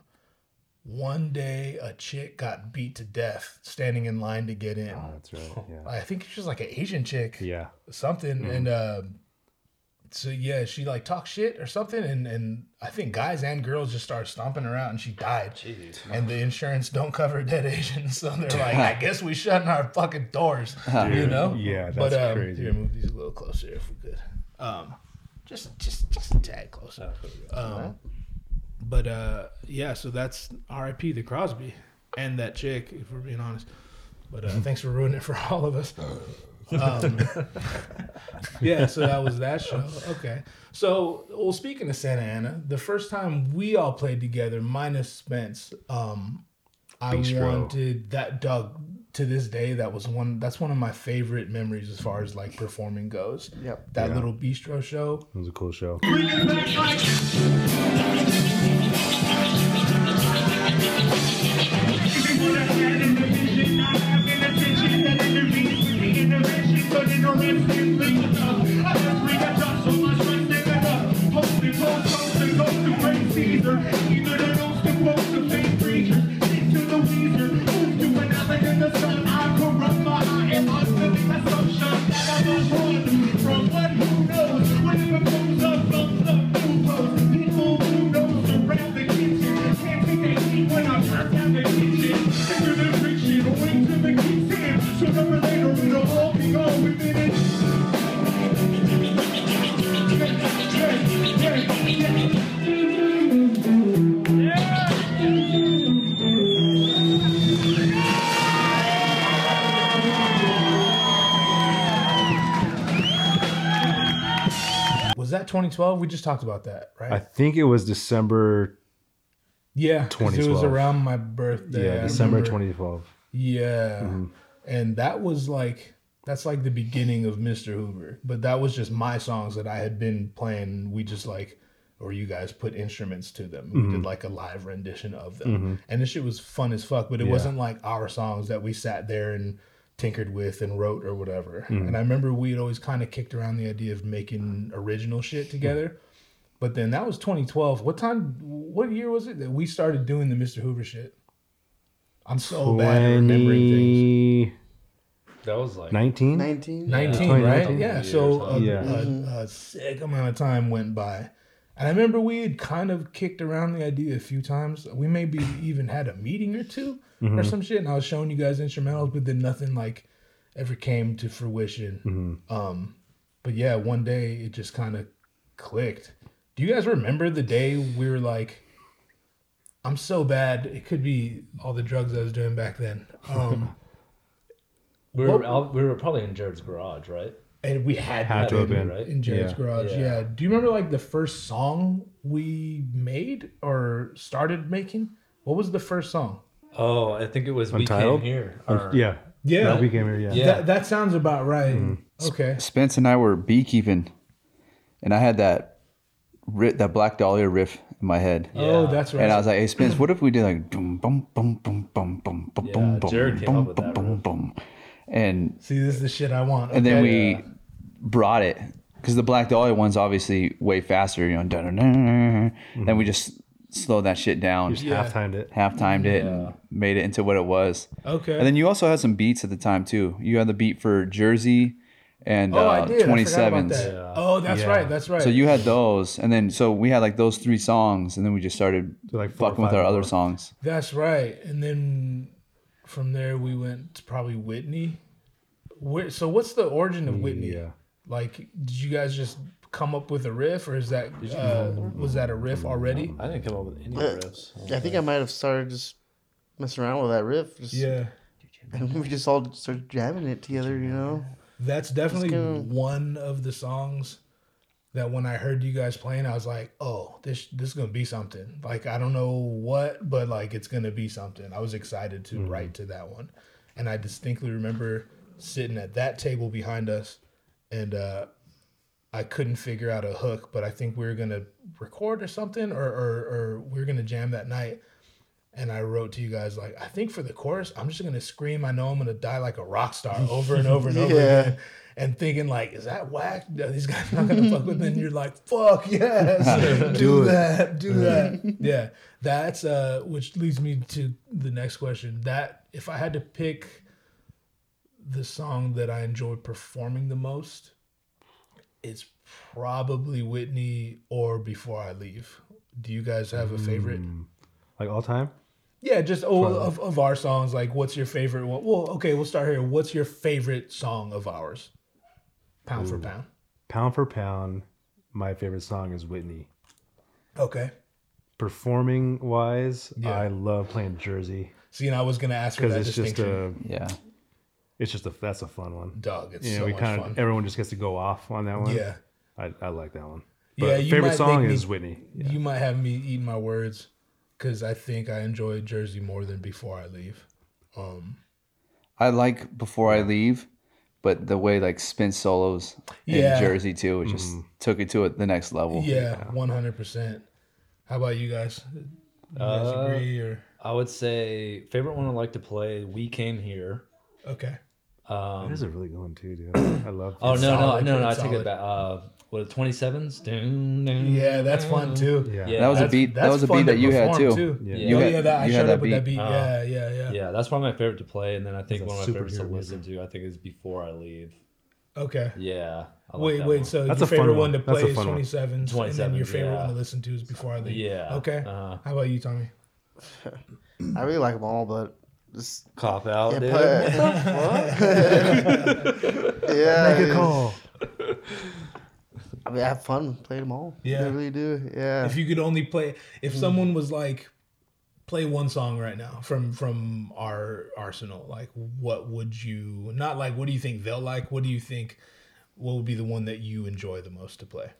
[SPEAKER 1] one day, a chick got beat to death standing in line to get in.
[SPEAKER 8] Oh, that's right. Yeah.
[SPEAKER 1] I think she was like an Asian chick,
[SPEAKER 8] Yeah.
[SPEAKER 1] something.
[SPEAKER 8] Mm-hmm.
[SPEAKER 1] And um, so yeah, she like talked shit or something, and and I think guys and girls just started stomping her out, and she died. And the insurance don't cover dead Asians, so
[SPEAKER 8] (laughs)
[SPEAKER 1] they're like, I guess we shutting our fucking doors, you know?
[SPEAKER 8] yeah,
[SPEAKER 1] but,
[SPEAKER 8] that's
[SPEAKER 1] um,
[SPEAKER 8] crazy.
[SPEAKER 1] Here, move these a little closer if we could. Um, just just just a tad closer.
[SPEAKER 8] Oh,
[SPEAKER 1] Um, but uh, yeah, so that's R.I.P. the Crosby and that chick, if we're being honest. But uh, thanks for ruining it for all of
[SPEAKER 8] (laughs)
[SPEAKER 1] us. Um, yeah, so that was that show. Okay. So, well, speaking of Santa Ana, the first time we all played together, minus Spence, um, I
[SPEAKER 8] Bistro.
[SPEAKER 1] wanted that Doug to this day. That was one. That's one of my favorite memories as far as like performing goes.
[SPEAKER 6] Yep.
[SPEAKER 1] That little bistro show.
[SPEAKER 8] It was a cool show.
[SPEAKER 11] Can't see they see when I'm trapped out the kitchen. Into the friction.
[SPEAKER 1] that 2012? We just talked about that, right?
[SPEAKER 8] I think it was December.
[SPEAKER 1] yeah, 'cause it was
[SPEAKER 8] 2012.
[SPEAKER 1] around my birthday.
[SPEAKER 8] Yeah,
[SPEAKER 1] I
[SPEAKER 8] December
[SPEAKER 1] remember.
[SPEAKER 8] 2012.
[SPEAKER 1] Yeah.
[SPEAKER 8] Mhm.
[SPEAKER 1] And that was like that's like the beginning of Mr. Hoover. But that was just my songs that I had been playing. We just like or you guys put instruments to them. We did
[SPEAKER 8] Mhm.
[SPEAKER 1] like a live rendition of them.
[SPEAKER 8] Mhm.
[SPEAKER 1] And this shit was fun as fuck, but it
[SPEAKER 8] Yeah.
[SPEAKER 1] wasn't like our songs that we sat there and tinkered with and wrote or whatever.
[SPEAKER 8] Mhm.
[SPEAKER 1] And I remember we had always kind of kicked around the idea of making original shit together. But then that was 2012. What time what year was it that we started doing the Mr. Hoover shit? I'm so bad at remembering things.
[SPEAKER 8] 20...
[SPEAKER 10] That was like
[SPEAKER 8] 19?
[SPEAKER 6] 19.
[SPEAKER 1] 19,
[SPEAKER 8] Yeah.
[SPEAKER 1] right?
[SPEAKER 8] 19.
[SPEAKER 1] Yeah. So a,
[SPEAKER 8] Yeah.
[SPEAKER 1] A, a sick amount of time went by. And I remember we had kind of kicked around the idea a few times. We maybe even had a meeting or 2 or
[SPEAKER 8] Mhm.
[SPEAKER 1] some shit. And I was showing you guys instrumentals, but then nothing like ever came to fruition.
[SPEAKER 8] Mhm.
[SPEAKER 1] Um, but yeah, one day it just kind of clicked. Do you guys remember the day we were like, I'm so bad. It could be all the drugs I was doing back then.
[SPEAKER 8] (laughs)
[SPEAKER 1] Um,
[SPEAKER 10] We were,
[SPEAKER 1] What-
[SPEAKER 10] out, we were probably in Jared's garage, right?
[SPEAKER 1] and we had,
[SPEAKER 8] Had
[SPEAKER 1] that
[SPEAKER 8] to have
[SPEAKER 1] in-
[SPEAKER 8] been.
[SPEAKER 10] Right?
[SPEAKER 1] in Jared's
[SPEAKER 8] Yeah.
[SPEAKER 1] garage. Yeah.
[SPEAKER 10] Yeah.
[SPEAKER 1] Do you remember like the first song we made or started making? What was the first song?
[SPEAKER 10] Oh, I think it was
[SPEAKER 8] Untitled?
[SPEAKER 10] we came here. or-
[SPEAKER 8] Yeah.
[SPEAKER 1] Yeah.
[SPEAKER 8] That we came Mm-hmm. here, yeah.
[SPEAKER 10] Yeah.
[SPEAKER 1] That, that sounds about right. Okay.
[SPEAKER 9] Spence and I were beekeeping, and I had that ri that Black Dahlia riff in my head.
[SPEAKER 1] Oh,
[SPEAKER 10] Yeah.
[SPEAKER 1] that's right.
[SPEAKER 9] And I was like, "Hey Spence, what if we did like boom, boom, boom, boom, boom, boom, boom,
[SPEAKER 10] Yeah,
[SPEAKER 9] boom,
[SPEAKER 10] Jared
[SPEAKER 9] boom,
[SPEAKER 10] came up
[SPEAKER 9] boom,
[SPEAKER 10] with
[SPEAKER 9] boom,
[SPEAKER 10] that
[SPEAKER 9] boom,
[SPEAKER 10] riff.
[SPEAKER 9] boom," and
[SPEAKER 1] See, this is the shit I want.
[SPEAKER 9] and then
[SPEAKER 1] Okay.
[SPEAKER 9] we brought it because the Black Dahlia one's obviously way faster, you know. dun dun dun
[SPEAKER 10] Mm-hmm.
[SPEAKER 9] Then we just slowed that shit down,
[SPEAKER 8] Just half timed it.
[SPEAKER 9] half timed it, and made it into what it was.
[SPEAKER 1] Okay.
[SPEAKER 9] And then you also had some beats at the time too. You had the beat for Jersey and
[SPEAKER 1] oh, I
[SPEAKER 9] uh,
[SPEAKER 1] did.
[SPEAKER 9] twenty
[SPEAKER 1] I forgot about
[SPEAKER 9] sevens.
[SPEAKER 1] that. Oh, that's
[SPEAKER 8] Yeah.
[SPEAKER 1] right. That's right.
[SPEAKER 9] So you had those, and then so we had like those three songs, and then we just started
[SPEAKER 8] So, like, four or
[SPEAKER 9] fucking with
[SPEAKER 8] five
[SPEAKER 9] our
[SPEAKER 8] more.
[SPEAKER 9] other songs.
[SPEAKER 1] That's right. And then from there we went to probably Whitney. Where, so what's the origin of Whitney?
[SPEAKER 8] Yeah.
[SPEAKER 1] Like, did you guys just come up with a riff, or is that uh, was that a riff already?
[SPEAKER 8] Mm-hmm.
[SPEAKER 10] I didn't come up with any riffs.
[SPEAKER 6] I think I might have started just messing around with that riff. Just, And (laughs) we just all started jamming it together, you know?
[SPEAKER 1] That's definitely
[SPEAKER 6] go.
[SPEAKER 1] one of the songs that when I heard you guys playing, I was like, "Oh, this this is gonna be something." Like I don't know what, but like it's gonna be something. I was excited to write to that one, and I distinctly remember sitting at that table behind us, and uh, I couldn't figure out a hook, but I think we were gonna record or something, or or, or we were gonna jam that night. And I wrote to you guys like, I think for the chorus, I'm just gonna scream. I know I'm gonna die like a rock star (laughs) over and over and over
[SPEAKER 6] Yeah.
[SPEAKER 1] again. And thinking like, is that whack? No, These guys are not gonna fuck with. me. And you're like, fuck (laughs) yes, do that, do that. yeah, that's uh, which leads me to the next question. That if I had to pick the song that I enjoy performing the most, it's probably Whitney or Before I Leave. Do you guys have a favorite?
[SPEAKER 8] Hmm. Like all time?
[SPEAKER 1] Yeah, just oh, of, of our songs. Like, what's your favorite one? Well, okay, we'll start here. What's your favorite song of ours? Pound for pound.
[SPEAKER 8] Pound for pound, my favorite song is Whitney.
[SPEAKER 1] Okay.
[SPEAKER 8] Performing wise,
[SPEAKER 1] Yeah.
[SPEAKER 8] I love playing Jersey
[SPEAKER 1] See, and I was gonna ask for
[SPEAKER 8] because
[SPEAKER 1] that
[SPEAKER 8] it's just
[SPEAKER 1] distinction.
[SPEAKER 8] a,
[SPEAKER 9] Yeah,
[SPEAKER 8] it's just a, that's a fun one.
[SPEAKER 1] Dog, it's
[SPEAKER 8] Yeah,
[SPEAKER 1] so
[SPEAKER 8] we
[SPEAKER 1] much
[SPEAKER 8] kind
[SPEAKER 1] fun.
[SPEAKER 8] of everyone just gets to go off on that one.
[SPEAKER 1] yeah,
[SPEAKER 8] I, I like that one.
[SPEAKER 1] Yeah,
[SPEAKER 8] But
[SPEAKER 1] you
[SPEAKER 8] favorite
[SPEAKER 1] might
[SPEAKER 8] song
[SPEAKER 1] make me-
[SPEAKER 8] is Whitney. Yeah.
[SPEAKER 1] you might have me eating my words because I think I enjoy Jersey more than Before I Leave. Um,
[SPEAKER 9] I like Before I Leave, but the way like spin solos in
[SPEAKER 1] Yeah.
[SPEAKER 9] Jersey too, it just took it to it the next
[SPEAKER 8] Oh,
[SPEAKER 9] level.
[SPEAKER 1] yeah, one hundred percent. How about you guys? You guys
[SPEAKER 10] Uh,
[SPEAKER 1] agree or
[SPEAKER 10] I would say favorite one I like to play. We came here.
[SPEAKER 1] okay?
[SPEAKER 10] Um,
[SPEAKER 8] That is a really good one too, dude. I love.
[SPEAKER 10] oh no,
[SPEAKER 1] solid,
[SPEAKER 10] no no no! I
[SPEAKER 1] it's
[SPEAKER 10] take
[SPEAKER 1] solid.
[SPEAKER 10] it back. Uh, what twenty sevens? Yeah,
[SPEAKER 1] Yeah, that's fun too.
[SPEAKER 8] Yeah.
[SPEAKER 10] Yeah.
[SPEAKER 9] That was a
[SPEAKER 1] That's-
[SPEAKER 9] beat. That
[SPEAKER 1] that's
[SPEAKER 9] was a
[SPEAKER 1] fun
[SPEAKER 9] beat
[SPEAKER 1] to
[SPEAKER 9] that you had
[SPEAKER 1] perform,
[SPEAKER 9] too.
[SPEAKER 8] Yeah.
[SPEAKER 10] Yeah.
[SPEAKER 9] You
[SPEAKER 1] oh
[SPEAKER 9] had-
[SPEAKER 1] yeah, that, I
[SPEAKER 9] you
[SPEAKER 1] showed
[SPEAKER 9] had
[SPEAKER 1] up
[SPEAKER 9] that
[SPEAKER 1] with that
[SPEAKER 9] beat.
[SPEAKER 1] beat.
[SPEAKER 10] Oh.
[SPEAKER 1] yeah, yeah, yeah,
[SPEAKER 10] Yeah, that's probably my favorite to play, and then I think
[SPEAKER 8] It's a
[SPEAKER 10] one of my favorites to
[SPEAKER 8] superhero
[SPEAKER 10] listen to. I think is before I leave.
[SPEAKER 1] Okay.
[SPEAKER 10] Yeah. I like
[SPEAKER 1] wait,
[SPEAKER 10] that
[SPEAKER 1] wait.
[SPEAKER 10] one.
[SPEAKER 1] So
[SPEAKER 8] That's
[SPEAKER 1] your
[SPEAKER 8] a fun
[SPEAKER 1] favorite one.
[SPEAKER 8] one.
[SPEAKER 1] to
[SPEAKER 8] That's a
[SPEAKER 1] play is
[SPEAKER 8] fun one.
[SPEAKER 1] twenty sevens, and then
[SPEAKER 10] 27,
[SPEAKER 1] your favorite
[SPEAKER 10] yeah.
[SPEAKER 1] one to listen to is Before I Leave.
[SPEAKER 10] Yeah.
[SPEAKER 1] Okay.
[SPEAKER 10] Uh,
[SPEAKER 1] How about you, Tommy?
[SPEAKER 6] I really like them all, but this.
[SPEAKER 10] cop out,
[SPEAKER 6] Yeah,
[SPEAKER 10] dude.
[SPEAKER 1] (laughs)
[SPEAKER 10] (laughs)
[SPEAKER 6] but- yeah, I
[SPEAKER 8] Make a
[SPEAKER 6] mean,
[SPEAKER 8] call.
[SPEAKER 6] I mean, I have fun playing them all.
[SPEAKER 1] Yeah.
[SPEAKER 6] I really do. Yeah.
[SPEAKER 1] If you could only play, if
[SPEAKER 10] Hmm.
[SPEAKER 1] someone was like, play one song right now from from our arsenal, like what would you? Not like what do you think they'll like? What do you think? What would be the one that you enjoy the most to play?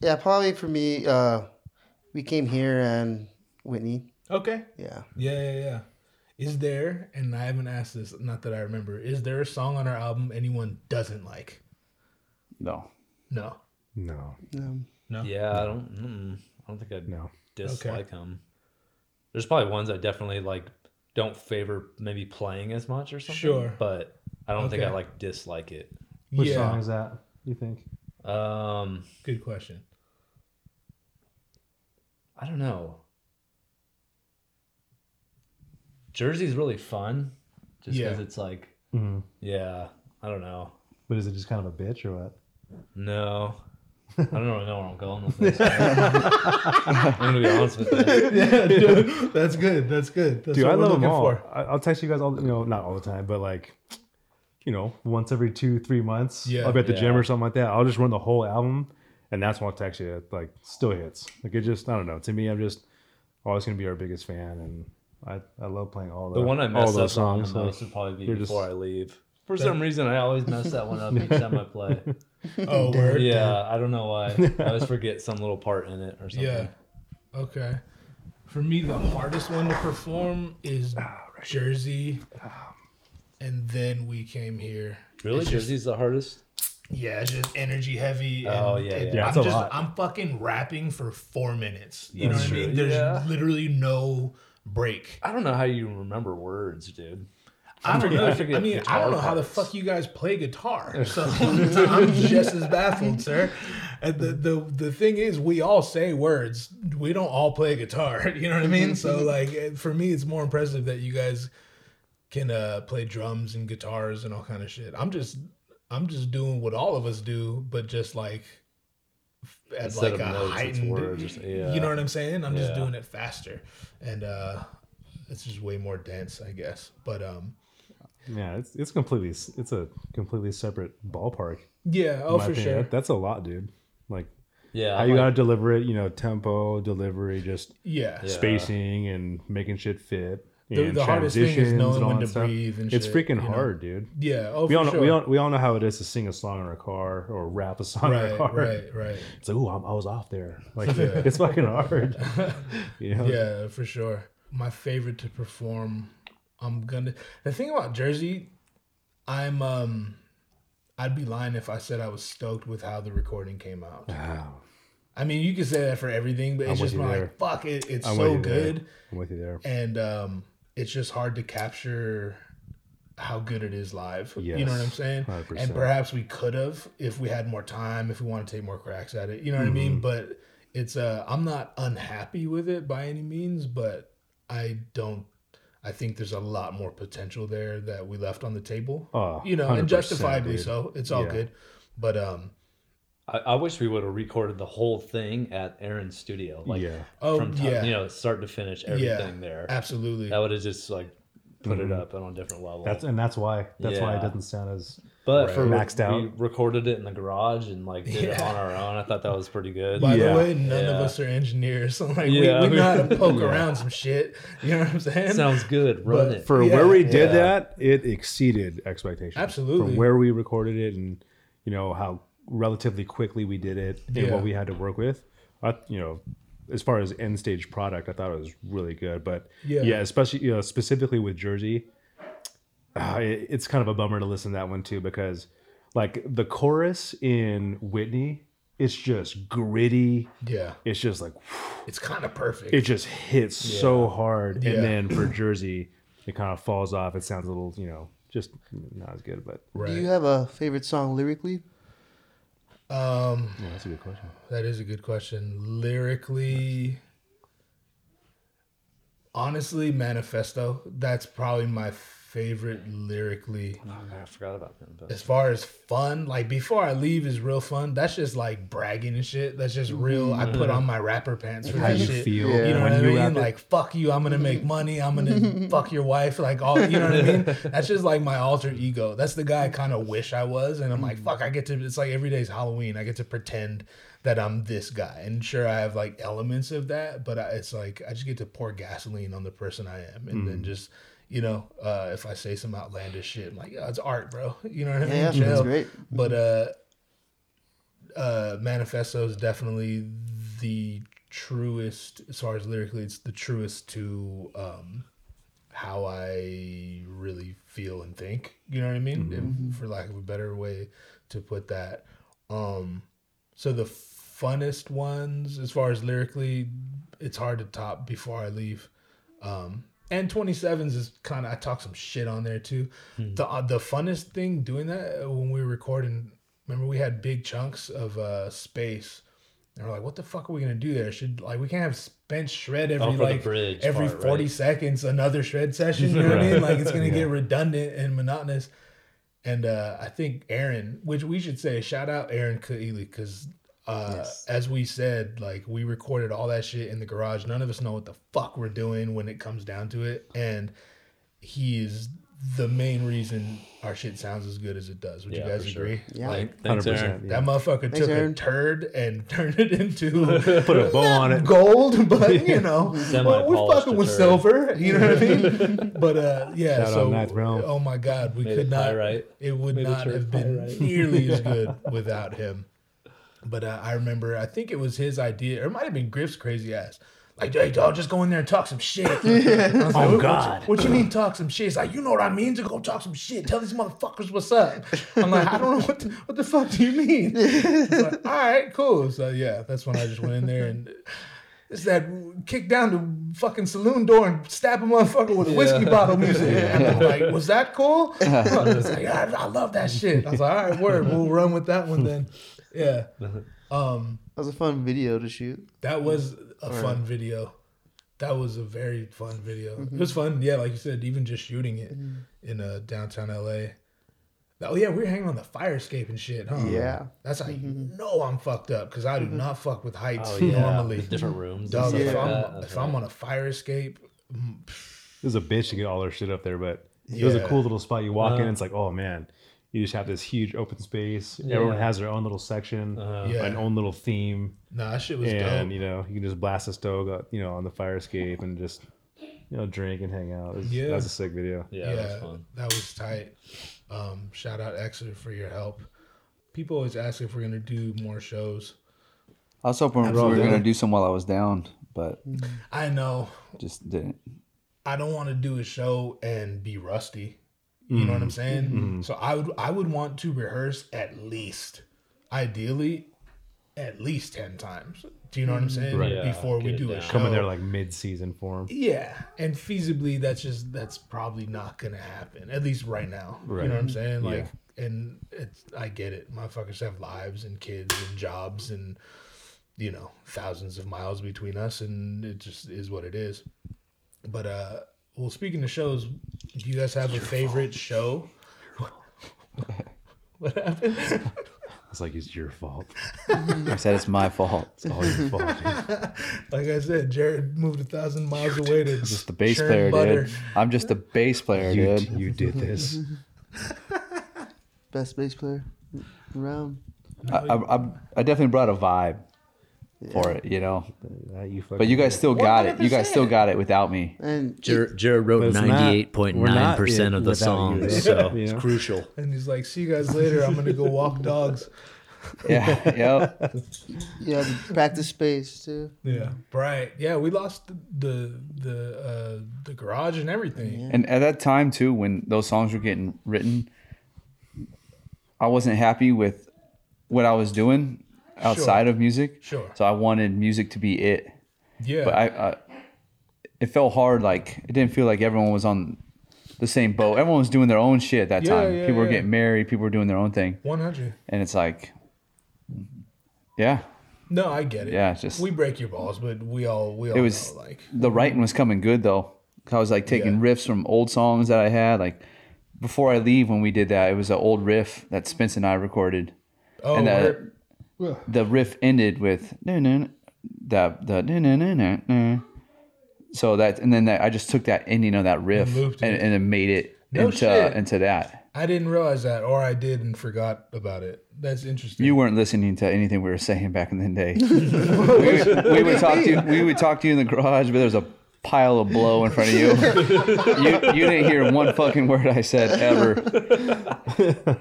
[SPEAKER 6] Yeah, probably for me, uh, we came here and Whitney.
[SPEAKER 1] Okay.
[SPEAKER 6] Yeah.
[SPEAKER 1] Yeah, yeah, yeah. Is there, and I haven't asked this, not that I remember, is there a song on our album anyone doesn't like?
[SPEAKER 9] No.
[SPEAKER 1] No.
[SPEAKER 8] No.
[SPEAKER 6] No.
[SPEAKER 1] No.
[SPEAKER 10] Yeah, I don't. Mm, I don't think I'd
[SPEAKER 8] No.
[SPEAKER 10] dislike them. There's probably ones I definitely like don't favor maybe playing as much or something.
[SPEAKER 1] Sure.
[SPEAKER 10] but I don't think I
[SPEAKER 1] Okay.
[SPEAKER 10] like dislike it.
[SPEAKER 8] Which
[SPEAKER 1] Yeah.
[SPEAKER 8] song is that? You think?
[SPEAKER 10] Um,
[SPEAKER 1] Good question.
[SPEAKER 10] I don't know. Jersey's really fun, just
[SPEAKER 1] Yeah.
[SPEAKER 10] because
[SPEAKER 8] (laughs)
[SPEAKER 10] it's like,
[SPEAKER 8] Mhm.
[SPEAKER 10] yeah, I don't know.
[SPEAKER 8] But is it just kind of a bitch or what?
[SPEAKER 10] No. I don't really know where I'm going with this. I'm gonna be honest with you.
[SPEAKER 1] yeah, (laughs) dude, that's good. That's good. That's
[SPEAKER 8] Dude,
[SPEAKER 1] what
[SPEAKER 8] I
[SPEAKER 1] we're
[SPEAKER 8] love
[SPEAKER 1] looking
[SPEAKER 8] them all.
[SPEAKER 1] for.
[SPEAKER 8] I, I'll text you guys all, you know, not all the time, but like, you know, once every two, three months.
[SPEAKER 1] Yeah.
[SPEAKER 8] I'll be at the gym
[SPEAKER 10] Yeah.
[SPEAKER 8] or something like that. I'll just run the whole album, and that's when I'll text you. It, like, still hits. Like, it just, I don't know. To me, I'm just always going to be our biggest fan, and I, I love playing all
[SPEAKER 10] The
[SPEAKER 8] that-
[SPEAKER 10] one I
[SPEAKER 8] all
[SPEAKER 10] mess up
[SPEAKER 8] those
[SPEAKER 10] on
[SPEAKER 8] songs.
[SPEAKER 10] the most would probably be
[SPEAKER 8] you're just-
[SPEAKER 10] before I leave. For some reason, I always mess that one up each time I
[SPEAKER 8] (laughs)
[SPEAKER 10] play.
[SPEAKER 1] Oh, word.
[SPEAKER 10] Yeah, I don't know why. I always forget some little part in it or something.
[SPEAKER 1] Yeah. Okay. For me, the hardest one to perform is
[SPEAKER 8] Ah,
[SPEAKER 1] Jersey, and then we came here.
[SPEAKER 10] Really?
[SPEAKER 1] It's just,
[SPEAKER 10] Jersey's the hardest?
[SPEAKER 1] yeah, it's just energy heavy. And
[SPEAKER 10] Oh, yeah,
[SPEAKER 1] it-
[SPEAKER 10] yeah.
[SPEAKER 8] Yeah,
[SPEAKER 1] I'm
[SPEAKER 8] it's a
[SPEAKER 1] just
[SPEAKER 8] lot.
[SPEAKER 1] I'm fucking rapping for four minutes. You
[SPEAKER 10] That's
[SPEAKER 1] know what I
[SPEAKER 10] true.
[SPEAKER 1] mean? There's
[SPEAKER 10] Yeah.
[SPEAKER 1] literally no break.
[SPEAKER 10] I don't know how you remember words, dude.
[SPEAKER 1] I don't
[SPEAKER 10] forget-
[SPEAKER 1] know.
[SPEAKER 10] I
[SPEAKER 1] I,
[SPEAKER 10] forget
[SPEAKER 1] mean, I
[SPEAKER 10] guitar
[SPEAKER 1] don't know how the
[SPEAKER 10] parts.
[SPEAKER 1] fuck you guys play
[SPEAKER 10] (laughs)
[SPEAKER 1] guitar. So (laughs) I'm just as baffled, sir. And the, the the thing is, we all say words. We don't all play guitar. (laughs) You know what I mean?
[SPEAKER 10] (laughs)
[SPEAKER 1] So like, eh, for me, it's more impressive that you guys can uh, play drums and guitars and all kind of shit. I'm just I'm just doing what all of us do, but just like at
[SPEAKER 10] Instead
[SPEAKER 1] like
[SPEAKER 10] of
[SPEAKER 1] a
[SPEAKER 10] notes, it's
[SPEAKER 1] heightened.
[SPEAKER 10] words or something. Yeah.
[SPEAKER 1] You know what I'm saying? I'm just
[SPEAKER 10] Yeah.
[SPEAKER 1] doing it faster, and uh, it's just way more dense, I guess. But um.
[SPEAKER 8] Yeah, it's, it's completely, s- it's a completely separate ballpark.
[SPEAKER 1] Yeah,
[SPEAKER 8] in
[SPEAKER 1] oh
[SPEAKER 8] my
[SPEAKER 1] for
[SPEAKER 8] opinion.
[SPEAKER 1] sure.
[SPEAKER 8] That- that's a lot, dude. Like,
[SPEAKER 10] Yeah.
[SPEAKER 8] how
[SPEAKER 10] I'm
[SPEAKER 8] you
[SPEAKER 10] like-
[SPEAKER 8] got to deliver it, you know, tempo, delivery, just
[SPEAKER 1] yeah.
[SPEAKER 10] Yeah.
[SPEAKER 8] spacing and making shit fit.
[SPEAKER 1] The-
[SPEAKER 8] and
[SPEAKER 1] the hardest thing is
[SPEAKER 8] transitions
[SPEAKER 1] knowing
[SPEAKER 8] and all
[SPEAKER 1] when
[SPEAKER 8] that
[SPEAKER 1] to breathe and
[SPEAKER 8] it's
[SPEAKER 1] shit,
[SPEAKER 8] freaking
[SPEAKER 1] you know?
[SPEAKER 8] hard, dude.
[SPEAKER 1] Yeah, oh
[SPEAKER 8] We
[SPEAKER 1] for
[SPEAKER 8] all, know,
[SPEAKER 1] sure.
[SPEAKER 8] we, all, we all know how it is to sing a song in our car or rap a song in our
[SPEAKER 1] right,
[SPEAKER 8] car.
[SPEAKER 1] right,
[SPEAKER 8] (laughs)
[SPEAKER 1] right.
[SPEAKER 8] It's like, ooh, I'm, I was off
[SPEAKER 1] (laughs)
[SPEAKER 8] there. Like,
[SPEAKER 1] Yeah.
[SPEAKER 8] it's
[SPEAKER 1] (laughs)
[SPEAKER 8] fucking hard. you know?
[SPEAKER 1] Yeah, for sure. My favorite to perform, I'm gonna the thing about Jersey, I'm um I'd be lying if I said I was stoked with how the recording came out.
[SPEAKER 8] Wow.
[SPEAKER 1] I mean you can say that for everything, but it's
[SPEAKER 8] with
[SPEAKER 1] just
[SPEAKER 8] you
[SPEAKER 1] like
[SPEAKER 8] there.
[SPEAKER 1] fuck it, it's
[SPEAKER 8] I'm with
[SPEAKER 1] so
[SPEAKER 8] you there.
[SPEAKER 1] good.
[SPEAKER 8] I'm with you there.
[SPEAKER 1] and um, it's just hard to capture how good it is live. You know what I'm
[SPEAKER 8] Yes,
[SPEAKER 1] saying?
[SPEAKER 8] 100%.
[SPEAKER 1] And perhaps we could have if we had more time, if we want to take more cracks at it. You know what I
[SPEAKER 8] Mm-hmm.
[SPEAKER 1] mean? But it's uh, I'm not unhappy with it by any means, but I don't. I think there's a lot more potential there that we left on the table.
[SPEAKER 8] Oh,
[SPEAKER 1] you know, and
[SPEAKER 8] 100%,
[SPEAKER 1] justifiably
[SPEAKER 8] dude.
[SPEAKER 1] so. It's all
[SPEAKER 8] Yeah.
[SPEAKER 1] good, but um,
[SPEAKER 10] I, I wish we would have recorded the whole thing at Aaron's studio. Like
[SPEAKER 8] Yeah.
[SPEAKER 1] Oh,
[SPEAKER 10] from top,
[SPEAKER 1] yeah.
[SPEAKER 10] you know, start to finish
[SPEAKER 1] yeah,
[SPEAKER 10] everything there.
[SPEAKER 1] absolutely.
[SPEAKER 10] That would have just like put it up and on a different level.
[SPEAKER 8] Mm-hmm. That's And that's why. That's why it
[SPEAKER 10] Yeah.
[SPEAKER 8] doesn't sound as.
[SPEAKER 10] but
[SPEAKER 8] Right.
[SPEAKER 10] for
[SPEAKER 8] Maxed out.
[SPEAKER 10] we recorded it in the garage and like did it
[SPEAKER 1] Yeah.
[SPEAKER 10] on our own. I thought that was pretty good.
[SPEAKER 1] By
[SPEAKER 8] Yeah.
[SPEAKER 1] the way, none of
[SPEAKER 10] Yeah.
[SPEAKER 1] us are engineers. (laughs) So like
[SPEAKER 10] Yeah.
[SPEAKER 1] we, we know how
[SPEAKER 10] (laughs)
[SPEAKER 1] to poke around some shit. You know what I'm saying?
[SPEAKER 10] Sounds good. Run
[SPEAKER 1] But
[SPEAKER 10] it.
[SPEAKER 8] for
[SPEAKER 1] Yeah.
[SPEAKER 8] where we did
[SPEAKER 10] Yeah.
[SPEAKER 8] that, it exceeded expectations.
[SPEAKER 1] Absolutely.
[SPEAKER 8] From where we recorded it and, you know, how relatively quickly we did it and
[SPEAKER 1] Yeah.
[SPEAKER 8] what we had to work with. I, you know, as far as end stage product, I thought it was really good. But
[SPEAKER 1] Yeah.
[SPEAKER 8] yeah, especially, you know, specifically with Jersey, uh, it, it's kind of a bummer to listen to that one too because, like, the chorus in Whitney, it's just gritty.
[SPEAKER 1] yeah,
[SPEAKER 8] It's just like,
[SPEAKER 1] it's kind of perfect.
[SPEAKER 8] it just hits so hard
[SPEAKER 1] Yeah.
[SPEAKER 8] and then
[SPEAKER 1] (clears throat)
[SPEAKER 8] for jersey it kind of falls off it sounds a little you know just not as good but
[SPEAKER 1] right.
[SPEAKER 6] Do you have a favorite song lyrically?
[SPEAKER 1] um,
[SPEAKER 8] yeah, that's a good question
[SPEAKER 1] that is a good question. Lyrically, honestly, Manifesto. That's probably my favorite lyrically.
[SPEAKER 10] Oh, God, I forgot about him. but-
[SPEAKER 1] As far as fun, like before I leave is real fun. That's just like bragging and shit. That's just real. I
[SPEAKER 10] Mm-hmm.
[SPEAKER 1] put on my rapper pants for
[SPEAKER 8] how
[SPEAKER 1] that
[SPEAKER 8] you
[SPEAKER 1] shit.
[SPEAKER 8] feel
[SPEAKER 1] You know
[SPEAKER 8] when
[SPEAKER 1] what I
[SPEAKER 8] you
[SPEAKER 1] mean?
[SPEAKER 8] rap it?
[SPEAKER 1] Like, fuck you. I'm gonna make money. I'm gonna fuck your wife. Like, all you know what I mean? That's just like my alter ego. That's the guy I kind of wish I was. And I'm like, fuck. I get to. It's like every day's Halloween. I get to pretend that I'm this guy. And sure, I have like elements of that, but I, it's like I just get to pour gasoline on the person I am, and
[SPEAKER 8] Mm.
[SPEAKER 1] then just. You know, uh, if I say some outlandish shit, I'm like, yeah, it's art, bro. You know what I mean? uh,
[SPEAKER 6] Yeah, yeah, that's
[SPEAKER 1] Chill.
[SPEAKER 6] great.
[SPEAKER 1] But uh, uh, Manifesto is definitely the truest, as far as lyrically, it's the truest to um, how I really feel and think. You know what I mean? If- for lack of a better way to put that. Um, so the funnest ones, as far as lyrically, it's hard to top before I leave. Um, and 27s is kind of I talk some shit on there too.
[SPEAKER 10] Hmm.
[SPEAKER 1] The uh, the funnest thing doing that uh, when we were recording, remember we had big chunks of uh space. And we're like, what the fuck are we gonna do there? Should like we can't have bench shred every
[SPEAKER 10] Oh, for the
[SPEAKER 1] like
[SPEAKER 10] bridge
[SPEAKER 1] every
[SPEAKER 10] part,
[SPEAKER 1] forty
[SPEAKER 10] right.
[SPEAKER 1] seconds another shred session. You know what I mean?
[SPEAKER 10] (laughs) Right.
[SPEAKER 1] Like it's gonna get redundant and monotonous. And uh, I think Aaron, which we should say, shout out Aaron Kaili, because uh, as we said, like we recorded all that shit in the garage. None of us know what the fuck we're doing when it comes down to it, and he is the main reason our shit sounds as good as it does. Would
[SPEAKER 10] Yeah,
[SPEAKER 1] you guys
[SPEAKER 10] for sure.
[SPEAKER 1] agree?
[SPEAKER 6] Yeah.
[SPEAKER 10] Like, thanks,
[SPEAKER 8] 100%,
[SPEAKER 10] Aaron.
[SPEAKER 1] That motherfucker
[SPEAKER 6] Thanks,
[SPEAKER 1] took
[SPEAKER 6] Aaron.
[SPEAKER 1] a turd and (laughs) turned it into
[SPEAKER 8] Put a bow on it.
[SPEAKER 1] gold, (laughs) but you know,
[SPEAKER 10] Semi-polished
[SPEAKER 1] we're fucking with
[SPEAKER 10] turd.
[SPEAKER 1] silver. You know what I mean? But uh, yeah,
[SPEAKER 8] Shout out
[SPEAKER 1] so
[SPEAKER 8] Ninth Realm.
[SPEAKER 1] oh my god, we
[SPEAKER 10] Made
[SPEAKER 1] could
[SPEAKER 10] it
[SPEAKER 1] not.
[SPEAKER 10] pyrite.
[SPEAKER 1] It would
[SPEAKER 10] Made the
[SPEAKER 1] not
[SPEAKER 10] turd
[SPEAKER 1] have been
[SPEAKER 10] pyrite. (laughs)
[SPEAKER 1] nearly as good without him. But uh, I remember, I think it was his idea, or it might have been Griff's crazy ass. Like, hey, dog, just go in there and talk some shit. (laughs) I was like,
[SPEAKER 10] Oh,
[SPEAKER 1] "What- what-
[SPEAKER 8] God.
[SPEAKER 1] What, you mean talk some shit? He's like, you know what I mean? To go talk some shit. Tell these motherfuckers what's up. I'm like, I don't know what the, what the fuck do you mean? He's like, all right, cool. So yeah, that's when I just went in there and it's that kick down the fucking saloon door and stab a motherfucker with a whiskey bottle music. And I'm like, was that cool? I was like, I, I love that shit. I was like, all right, word, we'll run with that one then. Yeah, um,
[SPEAKER 6] That was a fun video to shoot.
[SPEAKER 1] that was a fun video. That was a very fun video. It was fun, yeah, like you said, even just shooting it in uh, downtown LA. Oh yeah, we were hanging on the fire escape and shit, huh?
[SPEAKER 6] Yeah.
[SPEAKER 1] that's how you know I'm fucked up because I do not fuck with heights
[SPEAKER 10] Oh, yeah.
[SPEAKER 1] normally.
[SPEAKER 10] The different rooms.
[SPEAKER 1] Dog,
[SPEAKER 10] and
[SPEAKER 1] if,
[SPEAKER 10] stuff like that.
[SPEAKER 1] I'm,
[SPEAKER 10] That's
[SPEAKER 1] if
[SPEAKER 10] right.
[SPEAKER 1] I'm on a fire escape,
[SPEAKER 8] It was a bitch to get all their shit up there, but it was a
[SPEAKER 1] Yeah. Uh-huh.
[SPEAKER 8] cool little spot. You walk in, it's like, oh man, you just have this huge open space. Everyone has their own little section,
[SPEAKER 1] Uh-huh.
[SPEAKER 10] Uh,
[SPEAKER 1] Yeah.
[SPEAKER 8] an own little theme,
[SPEAKER 1] nah, that shit was
[SPEAKER 8] and
[SPEAKER 1] dope.
[SPEAKER 8] you know you can just blast a stove, uh, you know, on the fire escape and just you know drink and hang out. It was-
[SPEAKER 1] Yeah.
[SPEAKER 8] that was a sick video.
[SPEAKER 10] Yeah,
[SPEAKER 1] Yeah,
[SPEAKER 10] that was fun.
[SPEAKER 1] that was tight. Um, shout out Exeter for your help. People always ask if we're gonna do more shows.
[SPEAKER 9] I was hoping we were gonna do some while I was down, but
[SPEAKER 1] I know
[SPEAKER 9] just didn't.
[SPEAKER 1] I don't want to do a show and be rusty. You know what
[SPEAKER 10] Mm-hmm.
[SPEAKER 1] I'm saying? So I would I would want to rehearse at least, ideally, at least ten times. Do you know what I'm saying?
[SPEAKER 10] Right. Mm-hmm. Yeah,
[SPEAKER 1] Before we
[SPEAKER 10] get it
[SPEAKER 1] do a
[SPEAKER 10] down.
[SPEAKER 1] show.
[SPEAKER 8] Come in there like mid-season form.
[SPEAKER 1] Yeah, and feasibly, that's just that's probably not gonna happen. At least right now. You know what I'm saying? Like, and it's I get it. Motherfuckers have lives and kids and jobs and you know thousands of miles between us, and it just is what it is. But uh, well, speaking of shows, do you guys have a favorite show? what happened?
[SPEAKER 8] It's like it's your fault.
[SPEAKER 9] I said it's my fault.
[SPEAKER 8] It's
[SPEAKER 1] (laughs)
[SPEAKER 8] all your fault. dude.
[SPEAKER 1] Like I said, Jared moved a thousand miles away to
[SPEAKER 9] Just the bass
[SPEAKER 1] churn
[SPEAKER 9] player,
[SPEAKER 1] butter.
[SPEAKER 9] dude. I'm just a bass player,
[SPEAKER 8] You,
[SPEAKER 9] dude.
[SPEAKER 8] you did
[SPEAKER 1] (laughs)
[SPEAKER 8] this.
[SPEAKER 6] Best bass player around.
[SPEAKER 9] I, I, I, I definitely brought a vibe for it, you know. But you guys still got it. You guys still got it without me.
[SPEAKER 6] And
[SPEAKER 11] Jared, Jared wrote
[SPEAKER 8] But it's not-
[SPEAKER 11] ninety-eight point
[SPEAKER 8] we're
[SPEAKER 11] nine
[SPEAKER 8] not
[SPEAKER 11] percent
[SPEAKER 8] it
[SPEAKER 11] of the
[SPEAKER 8] without
[SPEAKER 11] songs,
[SPEAKER 8] you,
[SPEAKER 11] so
[SPEAKER 8] you
[SPEAKER 11] it's
[SPEAKER 8] know?
[SPEAKER 11] crucial.
[SPEAKER 1] And he's like, "See you guys later. I'm gonna go walk
[SPEAKER 9] (laughs)
[SPEAKER 1] dogs." (laughs)
[SPEAKER 9] Yeah, yep.
[SPEAKER 6] you have the practice space too.
[SPEAKER 1] Yeah. Right. Yeah, we lost the the the, uh, the garage and everything.
[SPEAKER 9] And at that time too, when those songs were getting written, I wasn't happy with what I was doing outside of music.
[SPEAKER 1] Sure.
[SPEAKER 9] So I wanted music to be it.
[SPEAKER 1] Yeah.
[SPEAKER 9] But I, I, it felt hard. Like it didn't feel like everyone was on the same boat. Everyone was doing their own shit at that
[SPEAKER 1] Yeah,
[SPEAKER 9] time.
[SPEAKER 1] yeah,
[SPEAKER 9] people were
[SPEAKER 1] yeah.
[SPEAKER 9] getting married. People were doing their own thing.
[SPEAKER 1] One hundred.
[SPEAKER 9] and it's like, yeah,
[SPEAKER 1] No, I get it.
[SPEAKER 9] Yeah, it's just-
[SPEAKER 1] we break your balls, but we all we all
[SPEAKER 9] it was
[SPEAKER 1] know, like
[SPEAKER 9] the writing was coming good though. 'Cause I was like taking
[SPEAKER 1] Yeah.
[SPEAKER 9] riffs from old songs that I had. Like before I leave, when we did that, it was an old riff that Spence and I recorded,
[SPEAKER 1] oh
[SPEAKER 9] and that
[SPEAKER 1] we're-
[SPEAKER 9] the riff ended with no no that the no no no no no. So that and then that I just took that ending of that riff and,
[SPEAKER 1] looped
[SPEAKER 9] and, it made it
[SPEAKER 1] No
[SPEAKER 9] into
[SPEAKER 1] shit.
[SPEAKER 9] into that.
[SPEAKER 1] I didn't realize that, or I did and forgot about it. That's interesting.
[SPEAKER 9] You weren't listening to anything (laughs) we were saying back in the day. we, would- we would talk to you. We would talk to you in the garage, but there's a pile of blow in front of you. you, you didn't hear one fucking word I said (laughs) ever.
[SPEAKER 1] (laughs)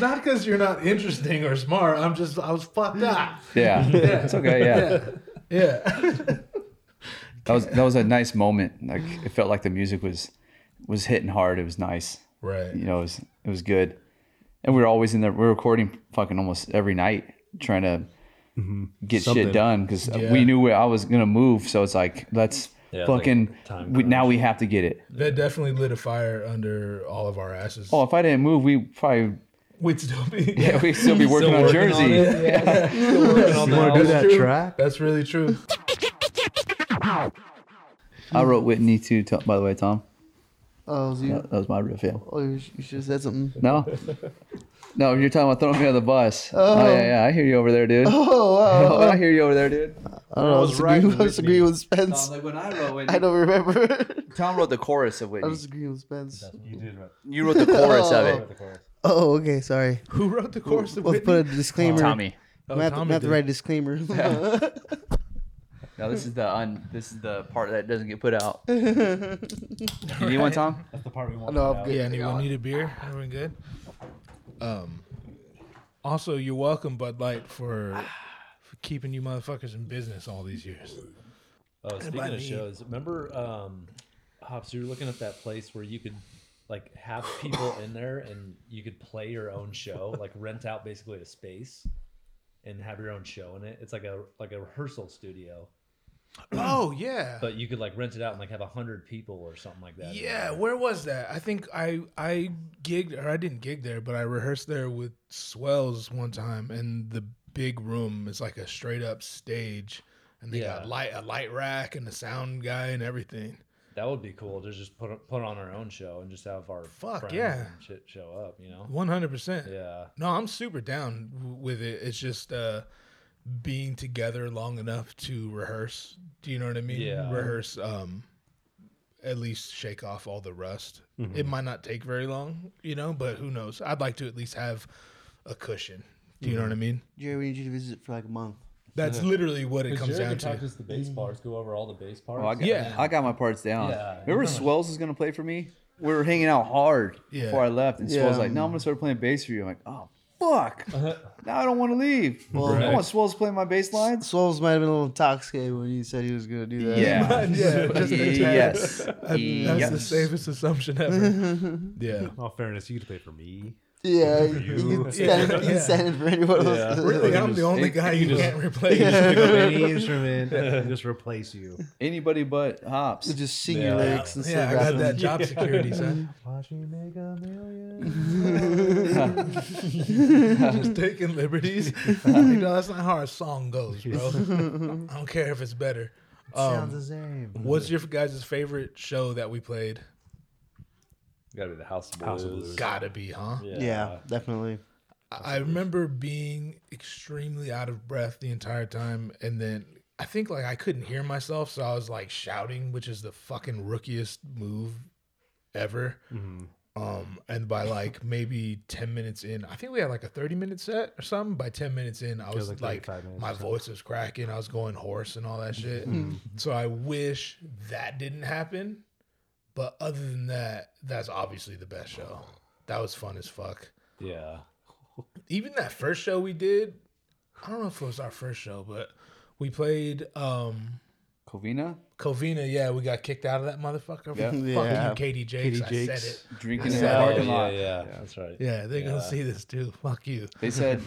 [SPEAKER 1] Not because you're not interesting or smart. I'm just I was fucked up.
[SPEAKER 9] Yeah, it's okay. Yeah,
[SPEAKER 1] Yeah.
[SPEAKER 9] (laughs) that was that was a nice moment. Like it felt like the music was was hitting hard. It was nice.
[SPEAKER 1] Right.
[SPEAKER 9] You know, it was it was good. And we were always in there. We were recording fucking almost every night, trying to get
[SPEAKER 10] Mm-hmm. Something.
[SPEAKER 9] shit done because
[SPEAKER 1] Yeah.
[SPEAKER 9] we knew where I was gonna move. So it's like let's
[SPEAKER 10] Yeah, like
[SPEAKER 9] fucking.
[SPEAKER 10] time
[SPEAKER 9] we, now we have to get it.
[SPEAKER 1] That definitely lit a fire under all of our asses.
[SPEAKER 9] Oh, if I didn't move, we probably (laughs)
[SPEAKER 1] We'd still be
[SPEAKER 9] yeah,
[SPEAKER 10] (laughs)
[SPEAKER 9] we'd still
[SPEAKER 1] (laughs)
[SPEAKER 9] be working on
[SPEAKER 10] working on
[SPEAKER 9] Jersey.
[SPEAKER 10] it.
[SPEAKER 1] You
[SPEAKER 5] wanna do that track?
[SPEAKER 1] That's really true. (laughs)
[SPEAKER 9] I wrote Whitney too. Tom, by the way, Tom,
[SPEAKER 6] Oh, was you,
[SPEAKER 9] that that was my riff. Yeah.
[SPEAKER 6] oh, you should have said something.
[SPEAKER 9] No, no, you're talking about throwing me on the bus. Oh, yeah, yeah, I hear you over there, dude. Oh,
[SPEAKER 6] (laughs) Oh, wow.
[SPEAKER 9] I hear you over there, dude.
[SPEAKER 6] I don't know. I was agreeing I was agreeing with Spence.
[SPEAKER 9] like when I wrote Whitney,
[SPEAKER 6] (laughs) I don't remember. (laughs)
[SPEAKER 9] Tom wrote the chorus of Whitney.
[SPEAKER 6] I was agreeing with Spence.
[SPEAKER 8] (laughs) You did right.
[SPEAKER 9] You wrote the chorus of it.
[SPEAKER 8] The chorus.
[SPEAKER 6] Oh, okay. Sorry.
[SPEAKER 1] Who wrote the chorus of
[SPEAKER 6] Let's
[SPEAKER 1] Whitney?
[SPEAKER 6] put a disclaimer.
[SPEAKER 9] Tommy.
[SPEAKER 6] I'm gonna have to- I'm gonna have to write a (laughs) disclaimer.
[SPEAKER 9] No, this is the un, this is the part that doesn't get put out. you need one, Tom?
[SPEAKER 8] That's the part we want.
[SPEAKER 6] no,
[SPEAKER 8] to
[SPEAKER 6] I'm good.
[SPEAKER 1] Oh, Yeah, anyone need a beer? Everyone good? Um. Also, you're welcome, Bud Light, for for keeping you motherfuckers in business all these years.
[SPEAKER 10] Oh, speaking
[SPEAKER 1] by
[SPEAKER 10] of
[SPEAKER 1] me.
[SPEAKER 10] shows, remember, um, Hops, you were looking at that place where you could like have people in there and you could play your own show, like rent out basically a space and have your own show in it. It's like a like a rehearsal studio,
[SPEAKER 1] Oh yeah,
[SPEAKER 10] but you could like rent it out and like have a hundred people or something like that. in
[SPEAKER 1] yeah.
[SPEAKER 10] there.
[SPEAKER 1] Where was that? I think I I gigged or I didn't gig there, but I rehearsed there with Swells one time, and the big room is like a straight up stage, and they
[SPEAKER 10] Yeah.
[SPEAKER 1] got light a light rack and a sound guy and everything.
[SPEAKER 10] that would be cool to just put put on our own show and just have our
[SPEAKER 1] Fuck,
[SPEAKER 10] friends
[SPEAKER 1] yeah.
[SPEAKER 10] and shit show up. You know,
[SPEAKER 1] One hundred percent.
[SPEAKER 10] yeah.
[SPEAKER 1] No, I'm super down w- with it. It's just uh, being together long enough to rehearse. Do you know what I mean?
[SPEAKER 10] Yeah.
[SPEAKER 1] Rehearse. Um, at least shake off all the rust. It might not take very long, you know, but who knows? I'd like to at least have a cushion. Do you know what I mean?
[SPEAKER 6] Jerry, we need you to visit for like a month.
[SPEAKER 1] That's literally what it comes down to. Mm.
[SPEAKER 10] practice the bass parts, go over all the bass parts.
[SPEAKER 9] Oh, I got,
[SPEAKER 1] Yeah.
[SPEAKER 9] I got my parts down.
[SPEAKER 10] Yeah.
[SPEAKER 9] Remember Swells was gonna play for me? We were hanging out hard
[SPEAKER 1] Yeah.
[SPEAKER 9] before I left, and Swells was
[SPEAKER 6] Yeah.
[SPEAKER 9] like, "No, I'm gonna start playing bass for you." I'm like, "Oh fuck! now I don't want to leave. I want Swells playing my bass lines."
[SPEAKER 6] Swells might have been a little intoxicated when he said he was gonna do that.
[SPEAKER 9] Yeah.
[SPEAKER 1] yeah, just a tad.
[SPEAKER 9] yes.
[SPEAKER 1] That- That's the
[SPEAKER 9] yes.
[SPEAKER 1] safest assumption ever. yeah.
[SPEAKER 8] In all fairness, you could play for me.
[SPEAKER 6] Yeah. He can stand, he can stand in for any one of (laughs) us.
[SPEAKER 1] Really, I'm the only guy you can't replace.
[SPEAKER 8] Pick up any instrument and just replace you.
[SPEAKER 9] Anybody but Hops.
[SPEAKER 6] Just sing your lyrics and
[SPEAKER 1] Yeah, I
[SPEAKER 6] stuff.
[SPEAKER 1] got that job security, son.
[SPEAKER 8] Watch me make a million.
[SPEAKER 1] just taking liberties. you know, that's not how a song goes, bro. I don't care if it's better. Um,
[SPEAKER 8] Sounds the same.
[SPEAKER 1] What's your guys' favorite show that we played?
[SPEAKER 10] gotta be the House of Blues.
[SPEAKER 8] House of Blues.
[SPEAKER 1] Gotta be, huh?
[SPEAKER 10] Yeah.
[SPEAKER 6] Yeah, definitely.
[SPEAKER 1] I I remember being extremely out of breath the entire time, and then I think like I couldn't hear myself, so I was like shouting, which is the fucking rookiest move ever.
[SPEAKER 8] Mm-hmm.
[SPEAKER 1] Um, and by like maybe ten minutes in, I think we had like a thirty minute set or something. By ten minutes in, I was
[SPEAKER 8] like
[SPEAKER 1] like,
[SPEAKER 8] 35 minutes Mm-hmm.
[SPEAKER 1] my voice was cracking, I was going hoarse and all that shit. So I wish that didn't happen. But other than that, that's obviously the best show. That was fun as fuck
[SPEAKER 10] Yeah.
[SPEAKER 1] even that first show we did, I don't know if it was our first show, but we played um
[SPEAKER 9] Covina
[SPEAKER 1] Covina. Yeah, we got kicked out of that motherfucker.
[SPEAKER 9] Yeah.
[SPEAKER 6] Yeah.
[SPEAKER 1] Fuck you, KD Jakes.
[SPEAKER 8] KD
[SPEAKER 1] I
[SPEAKER 8] Jakes.
[SPEAKER 1] said it.
[SPEAKER 9] drinking in the
[SPEAKER 10] Oh,
[SPEAKER 9] parking
[SPEAKER 10] yeah,
[SPEAKER 9] lot.
[SPEAKER 10] yeah, That's right.
[SPEAKER 1] Yeah, they're gonna
[SPEAKER 10] Yeah.
[SPEAKER 1] see this too. Fuck you.
[SPEAKER 9] They said,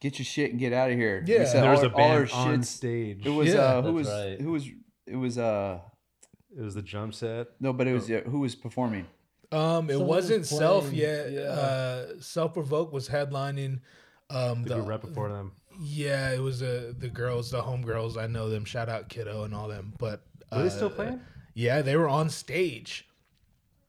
[SPEAKER 9] "Get your shit and get out of here."
[SPEAKER 1] Yeah.
[SPEAKER 9] We said,
[SPEAKER 8] There was
[SPEAKER 9] all,
[SPEAKER 8] a
[SPEAKER 9] all our
[SPEAKER 8] band on
[SPEAKER 9] shits-
[SPEAKER 8] stage.
[SPEAKER 9] It was
[SPEAKER 1] Yeah,
[SPEAKER 9] uh, who
[SPEAKER 10] that's
[SPEAKER 9] was
[SPEAKER 10] right.
[SPEAKER 9] who was it was uh
[SPEAKER 8] It was the drum set.
[SPEAKER 9] no, but it was uh, who was performing.
[SPEAKER 1] Um, it
[SPEAKER 10] Someone
[SPEAKER 1] wasn't
[SPEAKER 10] was
[SPEAKER 1] self
[SPEAKER 10] playing,
[SPEAKER 1] yet.
[SPEAKER 10] yeah.
[SPEAKER 1] Uh, self provoke was headlining. Um,
[SPEAKER 8] The
[SPEAKER 1] the,
[SPEAKER 8] good rep before
[SPEAKER 1] (laughs)
[SPEAKER 8] them.
[SPEAKER 1] yeah, it was uh, the girls, the homegirls. I know them. Shout out Kiddo and all them. But uh,
[SPEAKER 8] Were they still playing?
[SPEAKER 1] Yeah, they were on stage.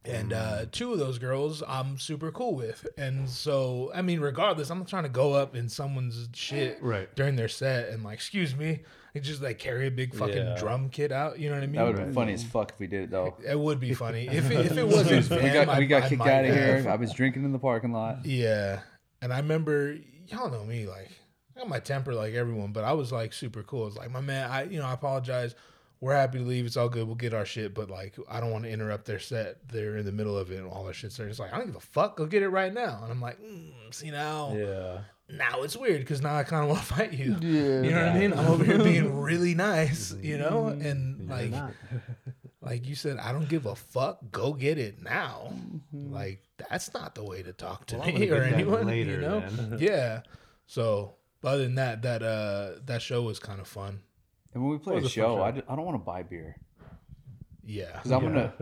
[SPEAKER 1] And uh,
[SPEAKER 9] Mm.
[SPEAKER 1] two of those girls I'm super cool with. And so, I mean, regardless, I'm not trying to go up in someone's shit
[SPEAKER 8] Right.
[SPEAKER 1] during their set and, like, excuse me, and just like carry a big fucking
[SPEAKER 10] Yeah.
[SPEAKER 1] drum kit out. You know what I mean?
[SPEAKER 9] That would have been funny as fuck if we did it though.
[SPEAKER 1] It would be
[SPEAKER 9] (laughs)
[SPEAKER 1] funny. If it, if it wasn't,
[SPEAKER 9] We
[SPEAKER 1] them,
[SPEAKER 9] got
[SPEAKER 1] I-
[SPEAKER 9] we got
[SPEAKER 1] I
[SPEAKER 9] kicked
[SPEAKER 1] might
[SPEAKER 9] out of
[SPEAKER 1] have.
[SPEAKER 9] here. I was drinking in the parking lot.
[SPEAKER 1] Yeah. And I remember y'all know me, like I got my temper like everyone, but I was like super cool. It's like, my man, I you know, I apologize. we're happy to leave. It's all good. We'll get our shit. But like, I don't want to interrupt their set. They're in the middle of it and all their shit. So they're just like, I don't give a fuck. Go get it right now. And I'm like, mm, see now,
[SPEAKER 12] yeah.
[SPEAKER 1] now it's weird because now I (laughs) kind of want to fight you.
[SPEAKER 6] Yeah.
[SPEAKER 1] You know what I mean? I'm over here being
[SPEAKER 8] (laughs)
[SPEAKER 1] really nice, you know, and
[SPEAKER 8] Mm-hmm.
[SPEAKER 1] like, (laughs) like you said, I don't give a fuck. Go get it now. Like that's not the way to talk to
[SPEAKER 8] Mm-hmm. Well, I'm
[SPEAKER 1] me
[SPEAKER 8] gonna
[SPEAKER 1] or
[SPEAKER 8] get that
[SPEAKER 1] anyone.
[SPEAKER 8] later,
[SPEAKER 1] you know?
[SPEAKER 8] (laughs) then.
[SPEAKER 1] yeah. So, but other than that, that uh, that show was kind of fun.
[SPEAKER 9] And when we play
[SPEAKER 1] What
[SPEAKER 9] a
[SPEAKER 1] was the fun
[SPEAKER 9] show, I,
[SPEAKER 1] show?
[SPEAKER 9] d- I don't want to buy beer
[SPEAKER 1] Yeah.
[SPEAKER 9] because I'm gonna.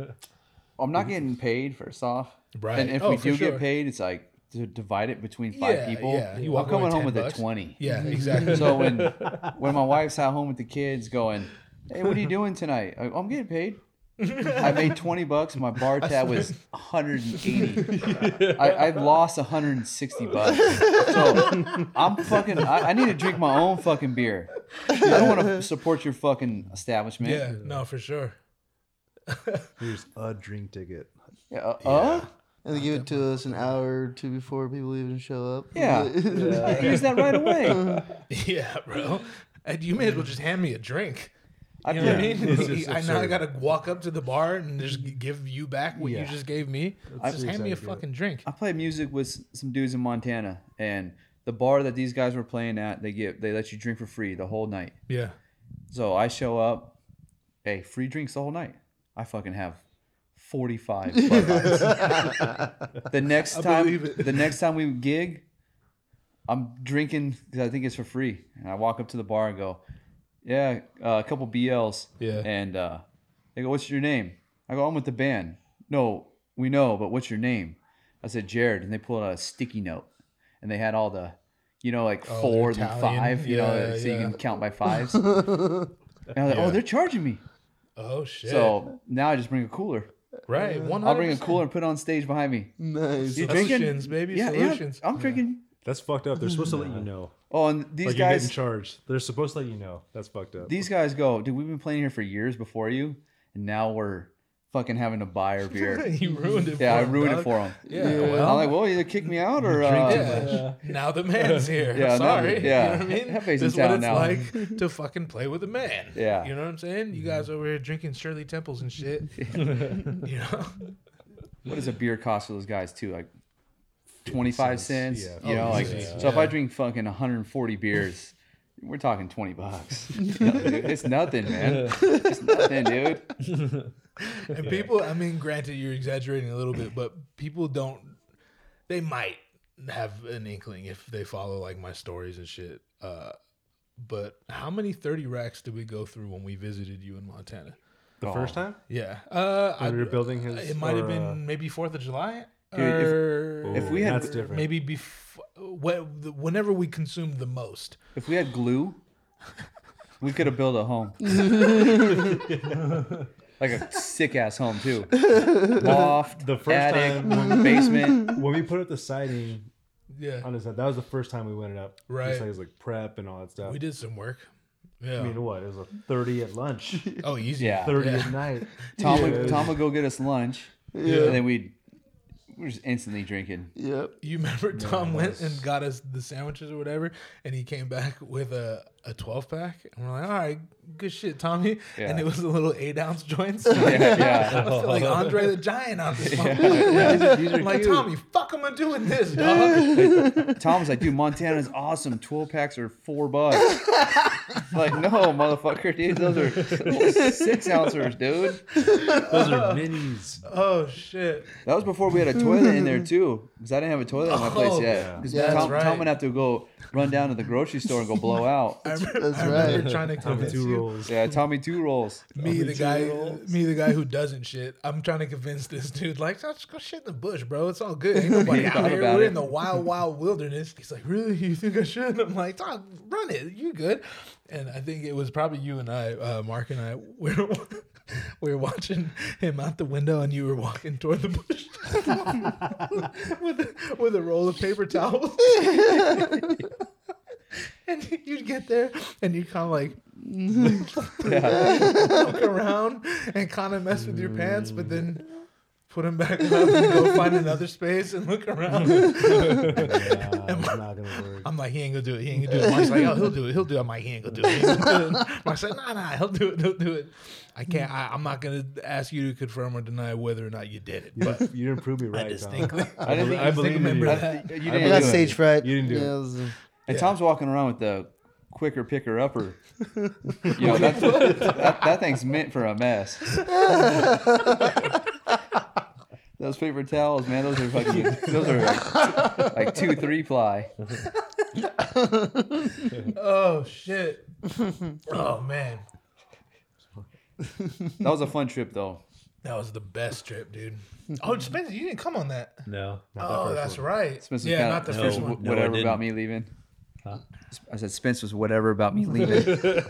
[SPEAKER 9] I'm not getting paid first off.
[SPEAKER 1] Right.
[SPEAKER 9] And if
[SPEAKER 1] Oh,
[SPEAKER 9] we
[SPEAKER 1] for
[SPEAKER 9] do
[SPEAKER 1] sure.
[SPEAKER 9] get paid, it's like to divide it between five
[SPEAKER 1] Yeah,
[SPEAKER 9] people.
[SPEAKER 1] yeah. You
[SPEAKER 9] I'm
[SPEAKER 1] walk away
[SPEAKER 9] coming
[SPEAKER 1] with
[SPEAKER 9] home
[SPEAKER 1] 10
[SPEAKER 9] with
[SPEAKER 1] bucks.
[SPEAKER 9] a twenty.
[SPEAKER 8] (laughs)
[SPEAKER 1] Yeah, exactly.
[SPEAKER 9] so when when my wife's at home with the kids, going, "Hey, what are you doing tonight?" I- I'm getting paid. I made twenty bucks. My bar tab was 180. I, I lost 160 bucks. So I'm fucking. I, I need to drink my own fucking beer. I don't want to support your fucking establishment.
[SPEAKER 1] Yeah, no, for sure. (laughs)
[SPEAKER 8] Here's a drink ticket.
[SPEAKER 9] Yeah, uh, uh?
[SPEAKER 6] And they give it to us an hour or two before people even show up.
[SPEAKER 9] Yeah. I use that
[SPEAKER 1] (laughs)
[SPEAKER 9] right away.
[SPEAKER 1] Yeah, bro. And you may as well just hand me a drink.
[SPEAKER 9] I,
[SPEAKER 1] You know what I mean? (laughs)
[SPEAKER 8] it's just
[SPEAKER 1] I now I
[SPEAKER 8] absurd.
[SPEAKER 1] gotta walk up to the bar and just
[SPEAKER 9] Mm-hmm.
[SPEAKER 1] g- give you back what you
[SPEAKER 8] Yeah.
[SPEAKER 1] just gave me. just hand me a fucking drink.
[SPEAKER 9] I play music with s- some dudes in Montana, and the bar that these guys were playing at, they get they let you drink for free the whole night.
[SPEAKER 1] Yeah.
[SPEAKER 9] So I show up, hey, free drinks the whole night. I fucking have forty five. the next time, the next time we gig, I'm drinking because I think it's for free, and I walk up to the bar and go, "Yeah, uh, a couple BLs."
[SPEAKER 1] Yeah.
[SPEAKER 9] And uh, they go, "What's your name?" I go, "I'm with the band." No, we know, but what's your name? I said Jared, and they pulled out a sticky note, and they had all the, you know, like
[SPEAKER 1] Oh, they're
[SPEAKER 9] four and
[SPEAKER 1] Italian.
[SPEAKER 9] five, you
[SPEAKER 1] Yeah,
[SPEAKER 9] know, so you
[SPEAKER 1] yeah.
[SPEAKER 9] can count
[SPEAKER 1] (laughs)
[SPEAKER 9] by fives. and I was like,
[SPEAKER 1] Yeah.
[SPEAKER 9] "Oh, they're charging me."
[SPEAKER 1] Oh shit.
[SPEAKER 9] So now I just bring a cooler.
[SPEAKER 1] right, one.
[SPEAKER 9] I'll bring a cooler and put it on stage behind me.
[SPEAKER 6] (laughs) Nice.
[SPEAKER 9] You
[SPEAKER 1] Solutions, baby,
[SPEAKER 9] Yeah, yeah,
[SPEAKER 1] solutions.
[SPEAKER 9] I'm drinking.
[SPEAKER 8] That's fucked up. They're supposed to let you know.
[SPEAKER 9] Oh, and these
[SPEAKER 8] Like you're getting
[SPEAKER 9] guys,
[SPEAKER 8] charged. They're supposed to let you know. That's fucked up.
[SPEAKER 9] these guys go, dude. We've been playing here for years before you, and now we're fucking having
[SPEAKER 1] (laughs)
[SPEAKER 9] to buy our beer.
[SPEAKER 1] you ruined it.
[SPEAKER 9] yeah, I
[SPEAKER 1] for him,
[SPEAKER 9] ruined it
[SPEAKER 1] dog.
[SPEAKER 9] for them.
[SPEAKER 1] Yeah,
[SPEAKER 9] I'm
[SPEAKER 1] well,
[SPEAKER 9] like, well, either kick me out or uh,
[SPEAKER 1] (laughs)
[SPEAKER 9] (laughs)
[SPEAKER 1] yeah. Now the man's here.
[SPEAKER 9] Yeah, now-
[SPEAKER 1] sorry. (laughs) You
[SPEAKER 9] yeah.
[SPEAKER 1] know what I mean? this
[SPEAKER 9] That face
[SPEAKER 1] is
[SPEAKER 9] is
[SPEAKER 1] what
[SPEAKER 9] down
[SPEAKER 1] it's
[SPEAKER 9] now. (laughs)
[SPEAKER 1] like to fucking play with a man.
[SPEAKER 9] Yeah. Mm-hmm.
[SPEAKER 1] You know what I'm saying? You guys over here drinking Shirley Temples and shit.
[SPEAKER 9] (laughs)
[SPEAKER 1] (laughs) you know?
[SPEAKER 9] what does a beer cost for those guys too? Like twenty five cents.
[SPEAKER 8] yeah.
[SPEAKER 9] You know,
[SPEAKER 1] Oh,
[SPEAKER 9] like
[SPEAKER 1] yeah.
[SPEAKER 9] so if I drink fucking 140 beers, we're talking
[SPEAKER 8] (laughs)
[SPEAKER 9] 20 bucks. Dude, it's nothing, man. It's nothing, dude.
[SPEAKER 1] And people, I mean, granted, you're exaggerating a little bit, but people don't. They might have an inkling if they follow like my stories and shit. Uh, but how many thirty racks did we go through when we visited you in Montana?
[SPEAKER 8] the first time
[SPEAKER 1] Yeah, uh,
[SPEAKER 8] When we were building his-
[SPEAKER 1] It might have
[SPEAKER 8] or,
[SPEAKER 1] been
[SPEAKER 8] uh,
[SPEAKER 1] maybe Fourth of July,
[SPEAKER 9] Dude, if-
[SPEAKER 1] or
[SPEAKER 9] if we had-
[SPEAKER 8] that's different.
[SPEAKER 1] maybe before whenever we consumed the most.
[SPEAKER 9] If we had glue, we could have built
[SPEAKER 8] (laughs)
[SPEAKER 9] a home. like a sick ass home too.
[SPEAKER 8] (laughs)
[SPEAKER 9] Loft,
[SPEAKER 8] The first
[SPEAKER 9] attic,
[SPEAKER 8] time-
[SPEAKER 9] basement.
[SPEAKER 1] (laughs)
[SPEAKER 8] when we put up the siding
[SPEAKER 1] Yeah,
[SPEAKER 8] on his head, that was the first time we went it up.
[SPEAKER 1] Right.
[SPEAKER 8] Just like, it was like prep and all that stuff.
[SPEAKER 1] we did some work. Yeah.
[SPEAKER 8] I mean, what? It was a 30 at
[SPEAKER 1] (laughs)
[SPEAKER 8] lunch,
[SPEAKER 1] oh, easy.
[SPEAKER 9] Yeah.
[SPEAKER 8] 30
[SPEAKER 1] Yeah.
[SPEAKER 8] at night.
[SPEAKER 9] Tom,
[SPEAKER 8] Yeah.
[SPEAKER 9] would, Tom would go get us lunch. And then we'd we were just instantly drinking.
[SPEAKER 6] Yep.
[SPEAKER 1] You remember Tom went and got us the sandwiches or whatever, and he came back with a, a 12 pack. And we're like, all right, good shit, Tommy. And
[SPEAKER 9] Yeah.
[SPEAKER 1] it was the little eight ounce joints.
[SPEAKER 9] (laughs) Yeah, yeah.
[SPEAKER 1] I feel like Andre the Giant on
[SPEAKER 9] (laughs)
[SPEAKER 1] this (laughs) one.
[SPEAKER 9] These
[SPEAKER 1] I'm
[SPEAKER 9] are
[SPEAKER 1] like,
[SPEAKER 9] cute.
[SPEAKER 1] Tommy, fuck am I doing this,
[SPEAKER 9] (laughs)
[SPEAKER 1] dog?
[SPEAKER 9] Tom's like, dude, Montana's awesome. Twelve packs are four bucks. (laughs) like, no, motherfucker, dude, those are six ounces, dude.
[SPEAKER 8] Those
[SPEAKER 1] (laughs)
[SPEAKER 8] are minis.
[SPEAKER 1] oh, shit.
[SPEAKER 9] That was before we had a toilet
[SPEAKER 1] (laughs)
[SPEAKER 9] in there too, because I didn't have a toilet at my place
[SPEAKER 1] Oh,
[SPEAKER 9] yet. Because
[SPEAKER 1] yeah. That's
[SPEAKER 9] Tom,
[SPEAKER 1] right.
[SPEAKER 9] Tom would have to go run down to the grocery store and go blow out.
[SPEAKER 1] I remember,
[SPEAKER 6] That's
[SPEAKER 1] I remember
[SPEAKER 6] right.
[SPEAKER 1] trying to
[SPEAKER 8] Tommy
[SPEAKER 1] convince
[SPEAKER 8] two
[SPEAKER 1] you.
[SPEAKER 8] rolls.
[SPEAKER 9] Yeah, Tommy two rolls.
[SPEAKER 1] Me, the guy, me, the guy who doesn't shit. I'm trying to convince this dude, like, just go shit in the bush, bro. It's all good. Ain't nobody out
[SPEAKER 9] thought
[SPEAKER 1] here.
[SPEAKER 9] about
[SPEAKER 1] We're
[SPEAKER 9] it.
[SPEAKER 1] in the wild, wild wilderness. He's like, really? You think I should? I'm like, Tom, run it. You good? And I think it was probably you and I, uh, Mark and I, (laughs) we were, we were watching him out the window, and you were walking toward the bush (laughs) with a, with a roll of paper towels. (laughs) and you'd get there, and you'd kind of
[SPEAKER 9] (laughs)
[SPEAKER 1] like look around and kind of mess with your pants, but then put them back up and go find another space and look around. (laughs)
[SPEAKER 8] Yeah, it's not gonna work.
[SPEAKER 1] I'm like, like, he ain't gonna do it. He ain't gonna do it. Mark's like, oh, he'll do it. He'll do it. I'm like, he ain't gonna do it. He ain't gonna do it. (laughs) Mark's like, nah, nah, he'll do it. He'll do it. I can't. I, I'm not gonna ask you to confirm or deny whether or not you did it. But
[SPEAKER 8] You didn't prove me right. Tom.
[SPEAKER 1] distinctly-
[SPEAKER 9] I didn't think- I
[SPEAKER 1] believe in
[SPEAKER 8] remember
[SPEAKER 1] you.
[SPEAKER 8] that.
[SPEAKER 9] You
[SPEAKER 6] I
[SPEAKER 9] didn't
[SPEAKER 6] got
[SPEAKER 9] do it.
[SPEAKER 6] stage fright.
[SPEAKER 8] You didn't do it.
[SPEAKER 6] Yeah, was, uh,
[SPEAKER 9] And Tom's walking around with the quicker picker
[SPEAKER 1] (laughs)
[SPEAKER 9] upper. you know, that's, that, that thing's meant for a mess. (laughs) those paper towels, man, those are fucking, those are like, like two, three ply.
[SPEAKER 1] Oh shit. oh man,
[SPEAKER 9] That was a fun trip though.
[SPEAKER 1] that was the best trip, dude. Oh, Spencer, you didn't come on that.
[SPEAKER 10] No.
[SPEAKER 1] oh, that's right.
[SPEAKER 9] Spence was
[SPEAKER 1] yeah,
[SPEAKER 9] kinda-
[SPEAKER 1] not the
[SPEAKER 9] Spence
[SPEAKER 1] first
[SPEAKER 9] was
[SPEAKER 1] one.
[SPEAKER 9] wh-
[SPEAKER 10] No, I
[SPEAKER 9] Whatever about
[SPEAKER 10] didn't.
[SPEAKER 9] me leaving. I said Spence was whatever about me leaving.
[SPEAKER 10] whatever.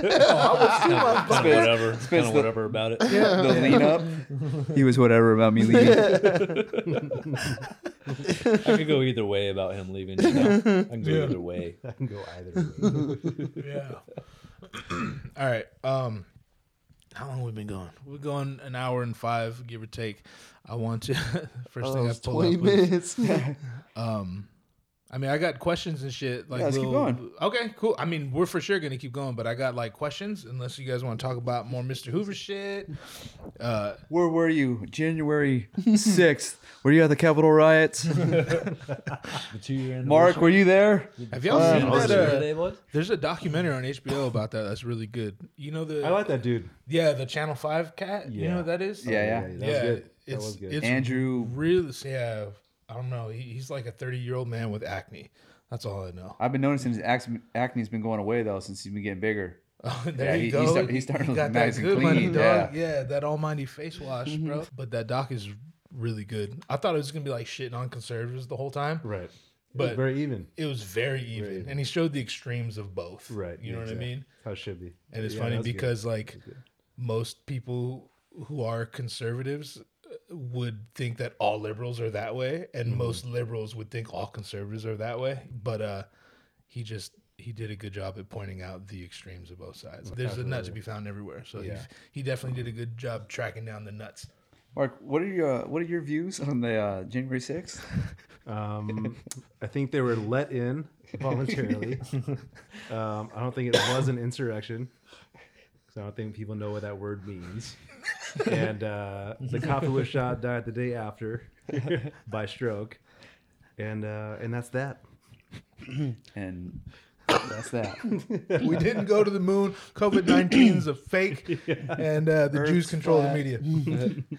[SPEAKER 9] Spence
[SPEAKER 10] Kind of
[SPEAKER 9] the-
[SPEAKER 10] whatever about
[SPEAKER 1] (laughs)
[SPEAKER 10] it.
[SPEAKER 9] the lean up. He was whatever about me leaving.
[SPEAKER 10] I could go either way about him leaving. You know? I can go either (laughs) way.
[SPEAKER 8] I can go either way.
[SPEAKER 1] Yeah. (clears throat) All right. Um, how long have we been going? We're going an hour and five, give or take. I want to. (laughs) first
[SPEAKER 6] oh, it
[SPEAKER 1] thing I
[SPEAKER 6] was
[SPEAKER 1] pulled
[SPEAKER 6] twenty
[SPEAKER 1] up was-
[SPEAKER 6] minutes.
[SPEAKER 1] um, I mean, I got questions and shit. Like,
[SPEAKER 9] let's keep
[SPEAKER 1] little-
[SPEAKER 9] going.
[SPEAKER 1] Okay, cool. I mean, we're for sure gonna keep going, but I got like questions. Unless you guys want to talk about more Mr. Hoover shit. Uh,
[SPEAKER 9] Where were you? January sixth. Were you at the Capitol riots?
[SPEAKER 10] The two year
[SPEAKER 9] Mark, were you there?
[SPEAKER 1] have y'all seen
[SPEAKER 10] Was
[SPEAKER 1] that?
[SPEAKER 10] it
[SPEAKER 1] Uh,
[SPEAKER 10] today, boys?
[SPEAKER 1] there's a documentary on HBO about that. That's really good. You know the
[SPEAKER 8] I like that dude.
[SPEAKER 1] yeah the Channel Five cat. You know
[SPEAKER 8] Yeah.
[SPEAKER 1] what that is?
[SPEAKER 9] Oh, Yeah, yeah.
[SPEAKER 8] That
[SPEAKER 1] yeah,
[SPEAKER 8] was good. That
[SPEAKER 1] it's
[SPEAKER 8] was good.
[SPEAKER 1] it's
[SPEAKER 9] Andrew
[SPEAKER 1] really yeah. I don't know. He, he's like a 30 year old man with acne. That's all I know. (laughs)
[SPEAKER 9] I've been noticing his acne, acne's been going away though since he's been getting bigger.
[SPEAKER 1] there
[SPEAKER 9] Yeah,
[SPEAKER 1] you
[SPEAKER 9] he- he
[SPEAKER 1] go.
[SPEAKER 9] start- he started
[SPEAKER 1] You
[SPEAKER 9] looking
[SPEAKER 1] got
[SPEAKER 9] nice
[SPEAKER 1] that
[SPEAKER 9] and
[SPEAKER 1] good money,
[SPEAKER 9] clean,
[SPEAKER 1] dog. Yeah. that almighty face wash, bro. But that doc is really good. I thought it was gonna be like shitting on conservatives the whole time,
[SPEAKER 8] Right. It was
[SPEAKER 1] but
[SPEAKER 8] very even.
[SPEAKER 1] it was very even,
[SPEAKER 8] even.
[SPEAKER 1] and he showed the extremes of both.
[SPEAKER 8] Right.
[SPEAKER 1] you know
[SPEAKER 8] exactly.
[SPEAKER 1] what I mean.
[SPEAKER 8] How it should be.
[SPEAKER 1] And it's
[SPEAKER 8] Yeah,
[SPEAKER 1] funny
[SPEAKER 8] that's good.
[SPEAKER 1] because like most people who are conservatives uh, would think that all liberals are that way
[SPEAKER 8] Mm-hmm.
[SPEAKER 1] and most liberals would think all conservatives are that way, but uh he just he did a good job at pointing out the extremes of both sides. There's a nut to be found everywhere. So
[SPEAKER 8] Yeah.
[SPEAKER 1] he, he definitely did a good job tracking down the
[SPEAKER 8] (laughs)
[SPEAKER 1] nuts.
[SPEAKER 9] Mark, what are your uh, what are your views on the uh, January sixth?
[SPEAKER 1] (laughs)
[SPEAKER 8] Um, I think they were let in voluntarily. um, I don't think it was an insurrection. 'cause I don't think people know what that word means. And uh, the cop who was shot died the day
[SPEAKER 1] (laughs)
[SPEAKER 8] after by stroke. And uh, and that's that.
[SPEAKER 9] And that's (laughs) that.
[SPEAKER 1] We didn't go to the moon. COVID 19's a
[SPEAKER 8] (laughs)
[SPEAKER 1] fake. And uh, the Jews control the media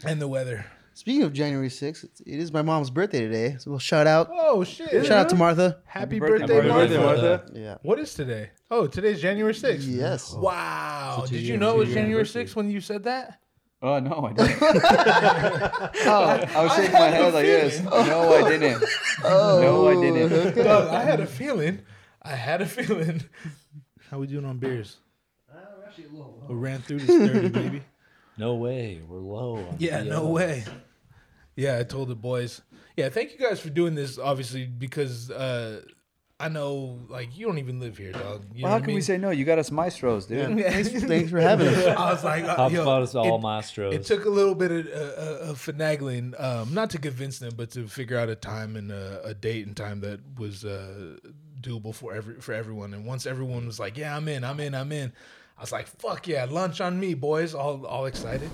[SPEAKER 1] and the weather.
[SPEAKER 6] Speaking of January 6th, it's, it is my mom's birthday today. So we'll shout out.
[SPEAKER 1] Oh, shit.
[SPEAKER 6] Shout out to Martha.
[SPEAKER 1] Happy,
[SPEAKER 9] birthday,
[SPEAKER 1] birthday,
[SPEAKER 9] Happy
[SPEAKER 1] Martha.
[SPEAKER 10] birthday, Martha.
[SPEAKER 6] Yeah.
[SPEAKER 1] What is today? Oh, today's January 6th.
[SPEAKER 6] Yes.
[SPEAKER 1] Oh. Wow. Did you know it was January 6th when you said that?
[SPEAKER 9] Oh no, I (laughs) didn't. Oh, I was shaking my head like this. No, I (laughs) didn't. No, I didn't.
[SPEAKER 1] Doug, I had a feeling. I had a feeling. (laughs) How we doing on beers? We ran through this 30, baby.
[SPEAKER 10] No way. We're low. on
[SPEAKER 1] (laughs) Yeah, no
[SPEAKER 10] BL.
[SPEAKER 1] way. Yeah, I told the boys. Yeah, thank you guys for doing this, obviously, because uh, I know, like, you don't even live here, dog. You
[SPEAKER 9] Well,
[SPEAKER 1] know
[SPEAKER 9] how
[SPEAKER 1] what I
[SPEAKER 9] can
[SPEAKER 1] mean? (laughs)
[SPEAKER 9] we say no? You got us maestros, dude.
[SPEAKER 6] (laughs) Thanks for having us.
[SPEAKER 1] I was like, uh,
[SPEAKER 10] Top
[SPEAKER 1] yo,
[SPEAKER 10] spot is all
[SPEAKER 1] it-
[SPEAKER 10] maestros.
[SPEAKER 1] It took a little bit of, uh, uh, of finagling, um, not to convince them, but to figure out a time and a, a date and time that was uh, doable for every for everyone. And once everyone was like, "Yeah, I'm in, I'm in, I'm in," I was like, "Fuck yeah, lunch on me, boys!" All all excited.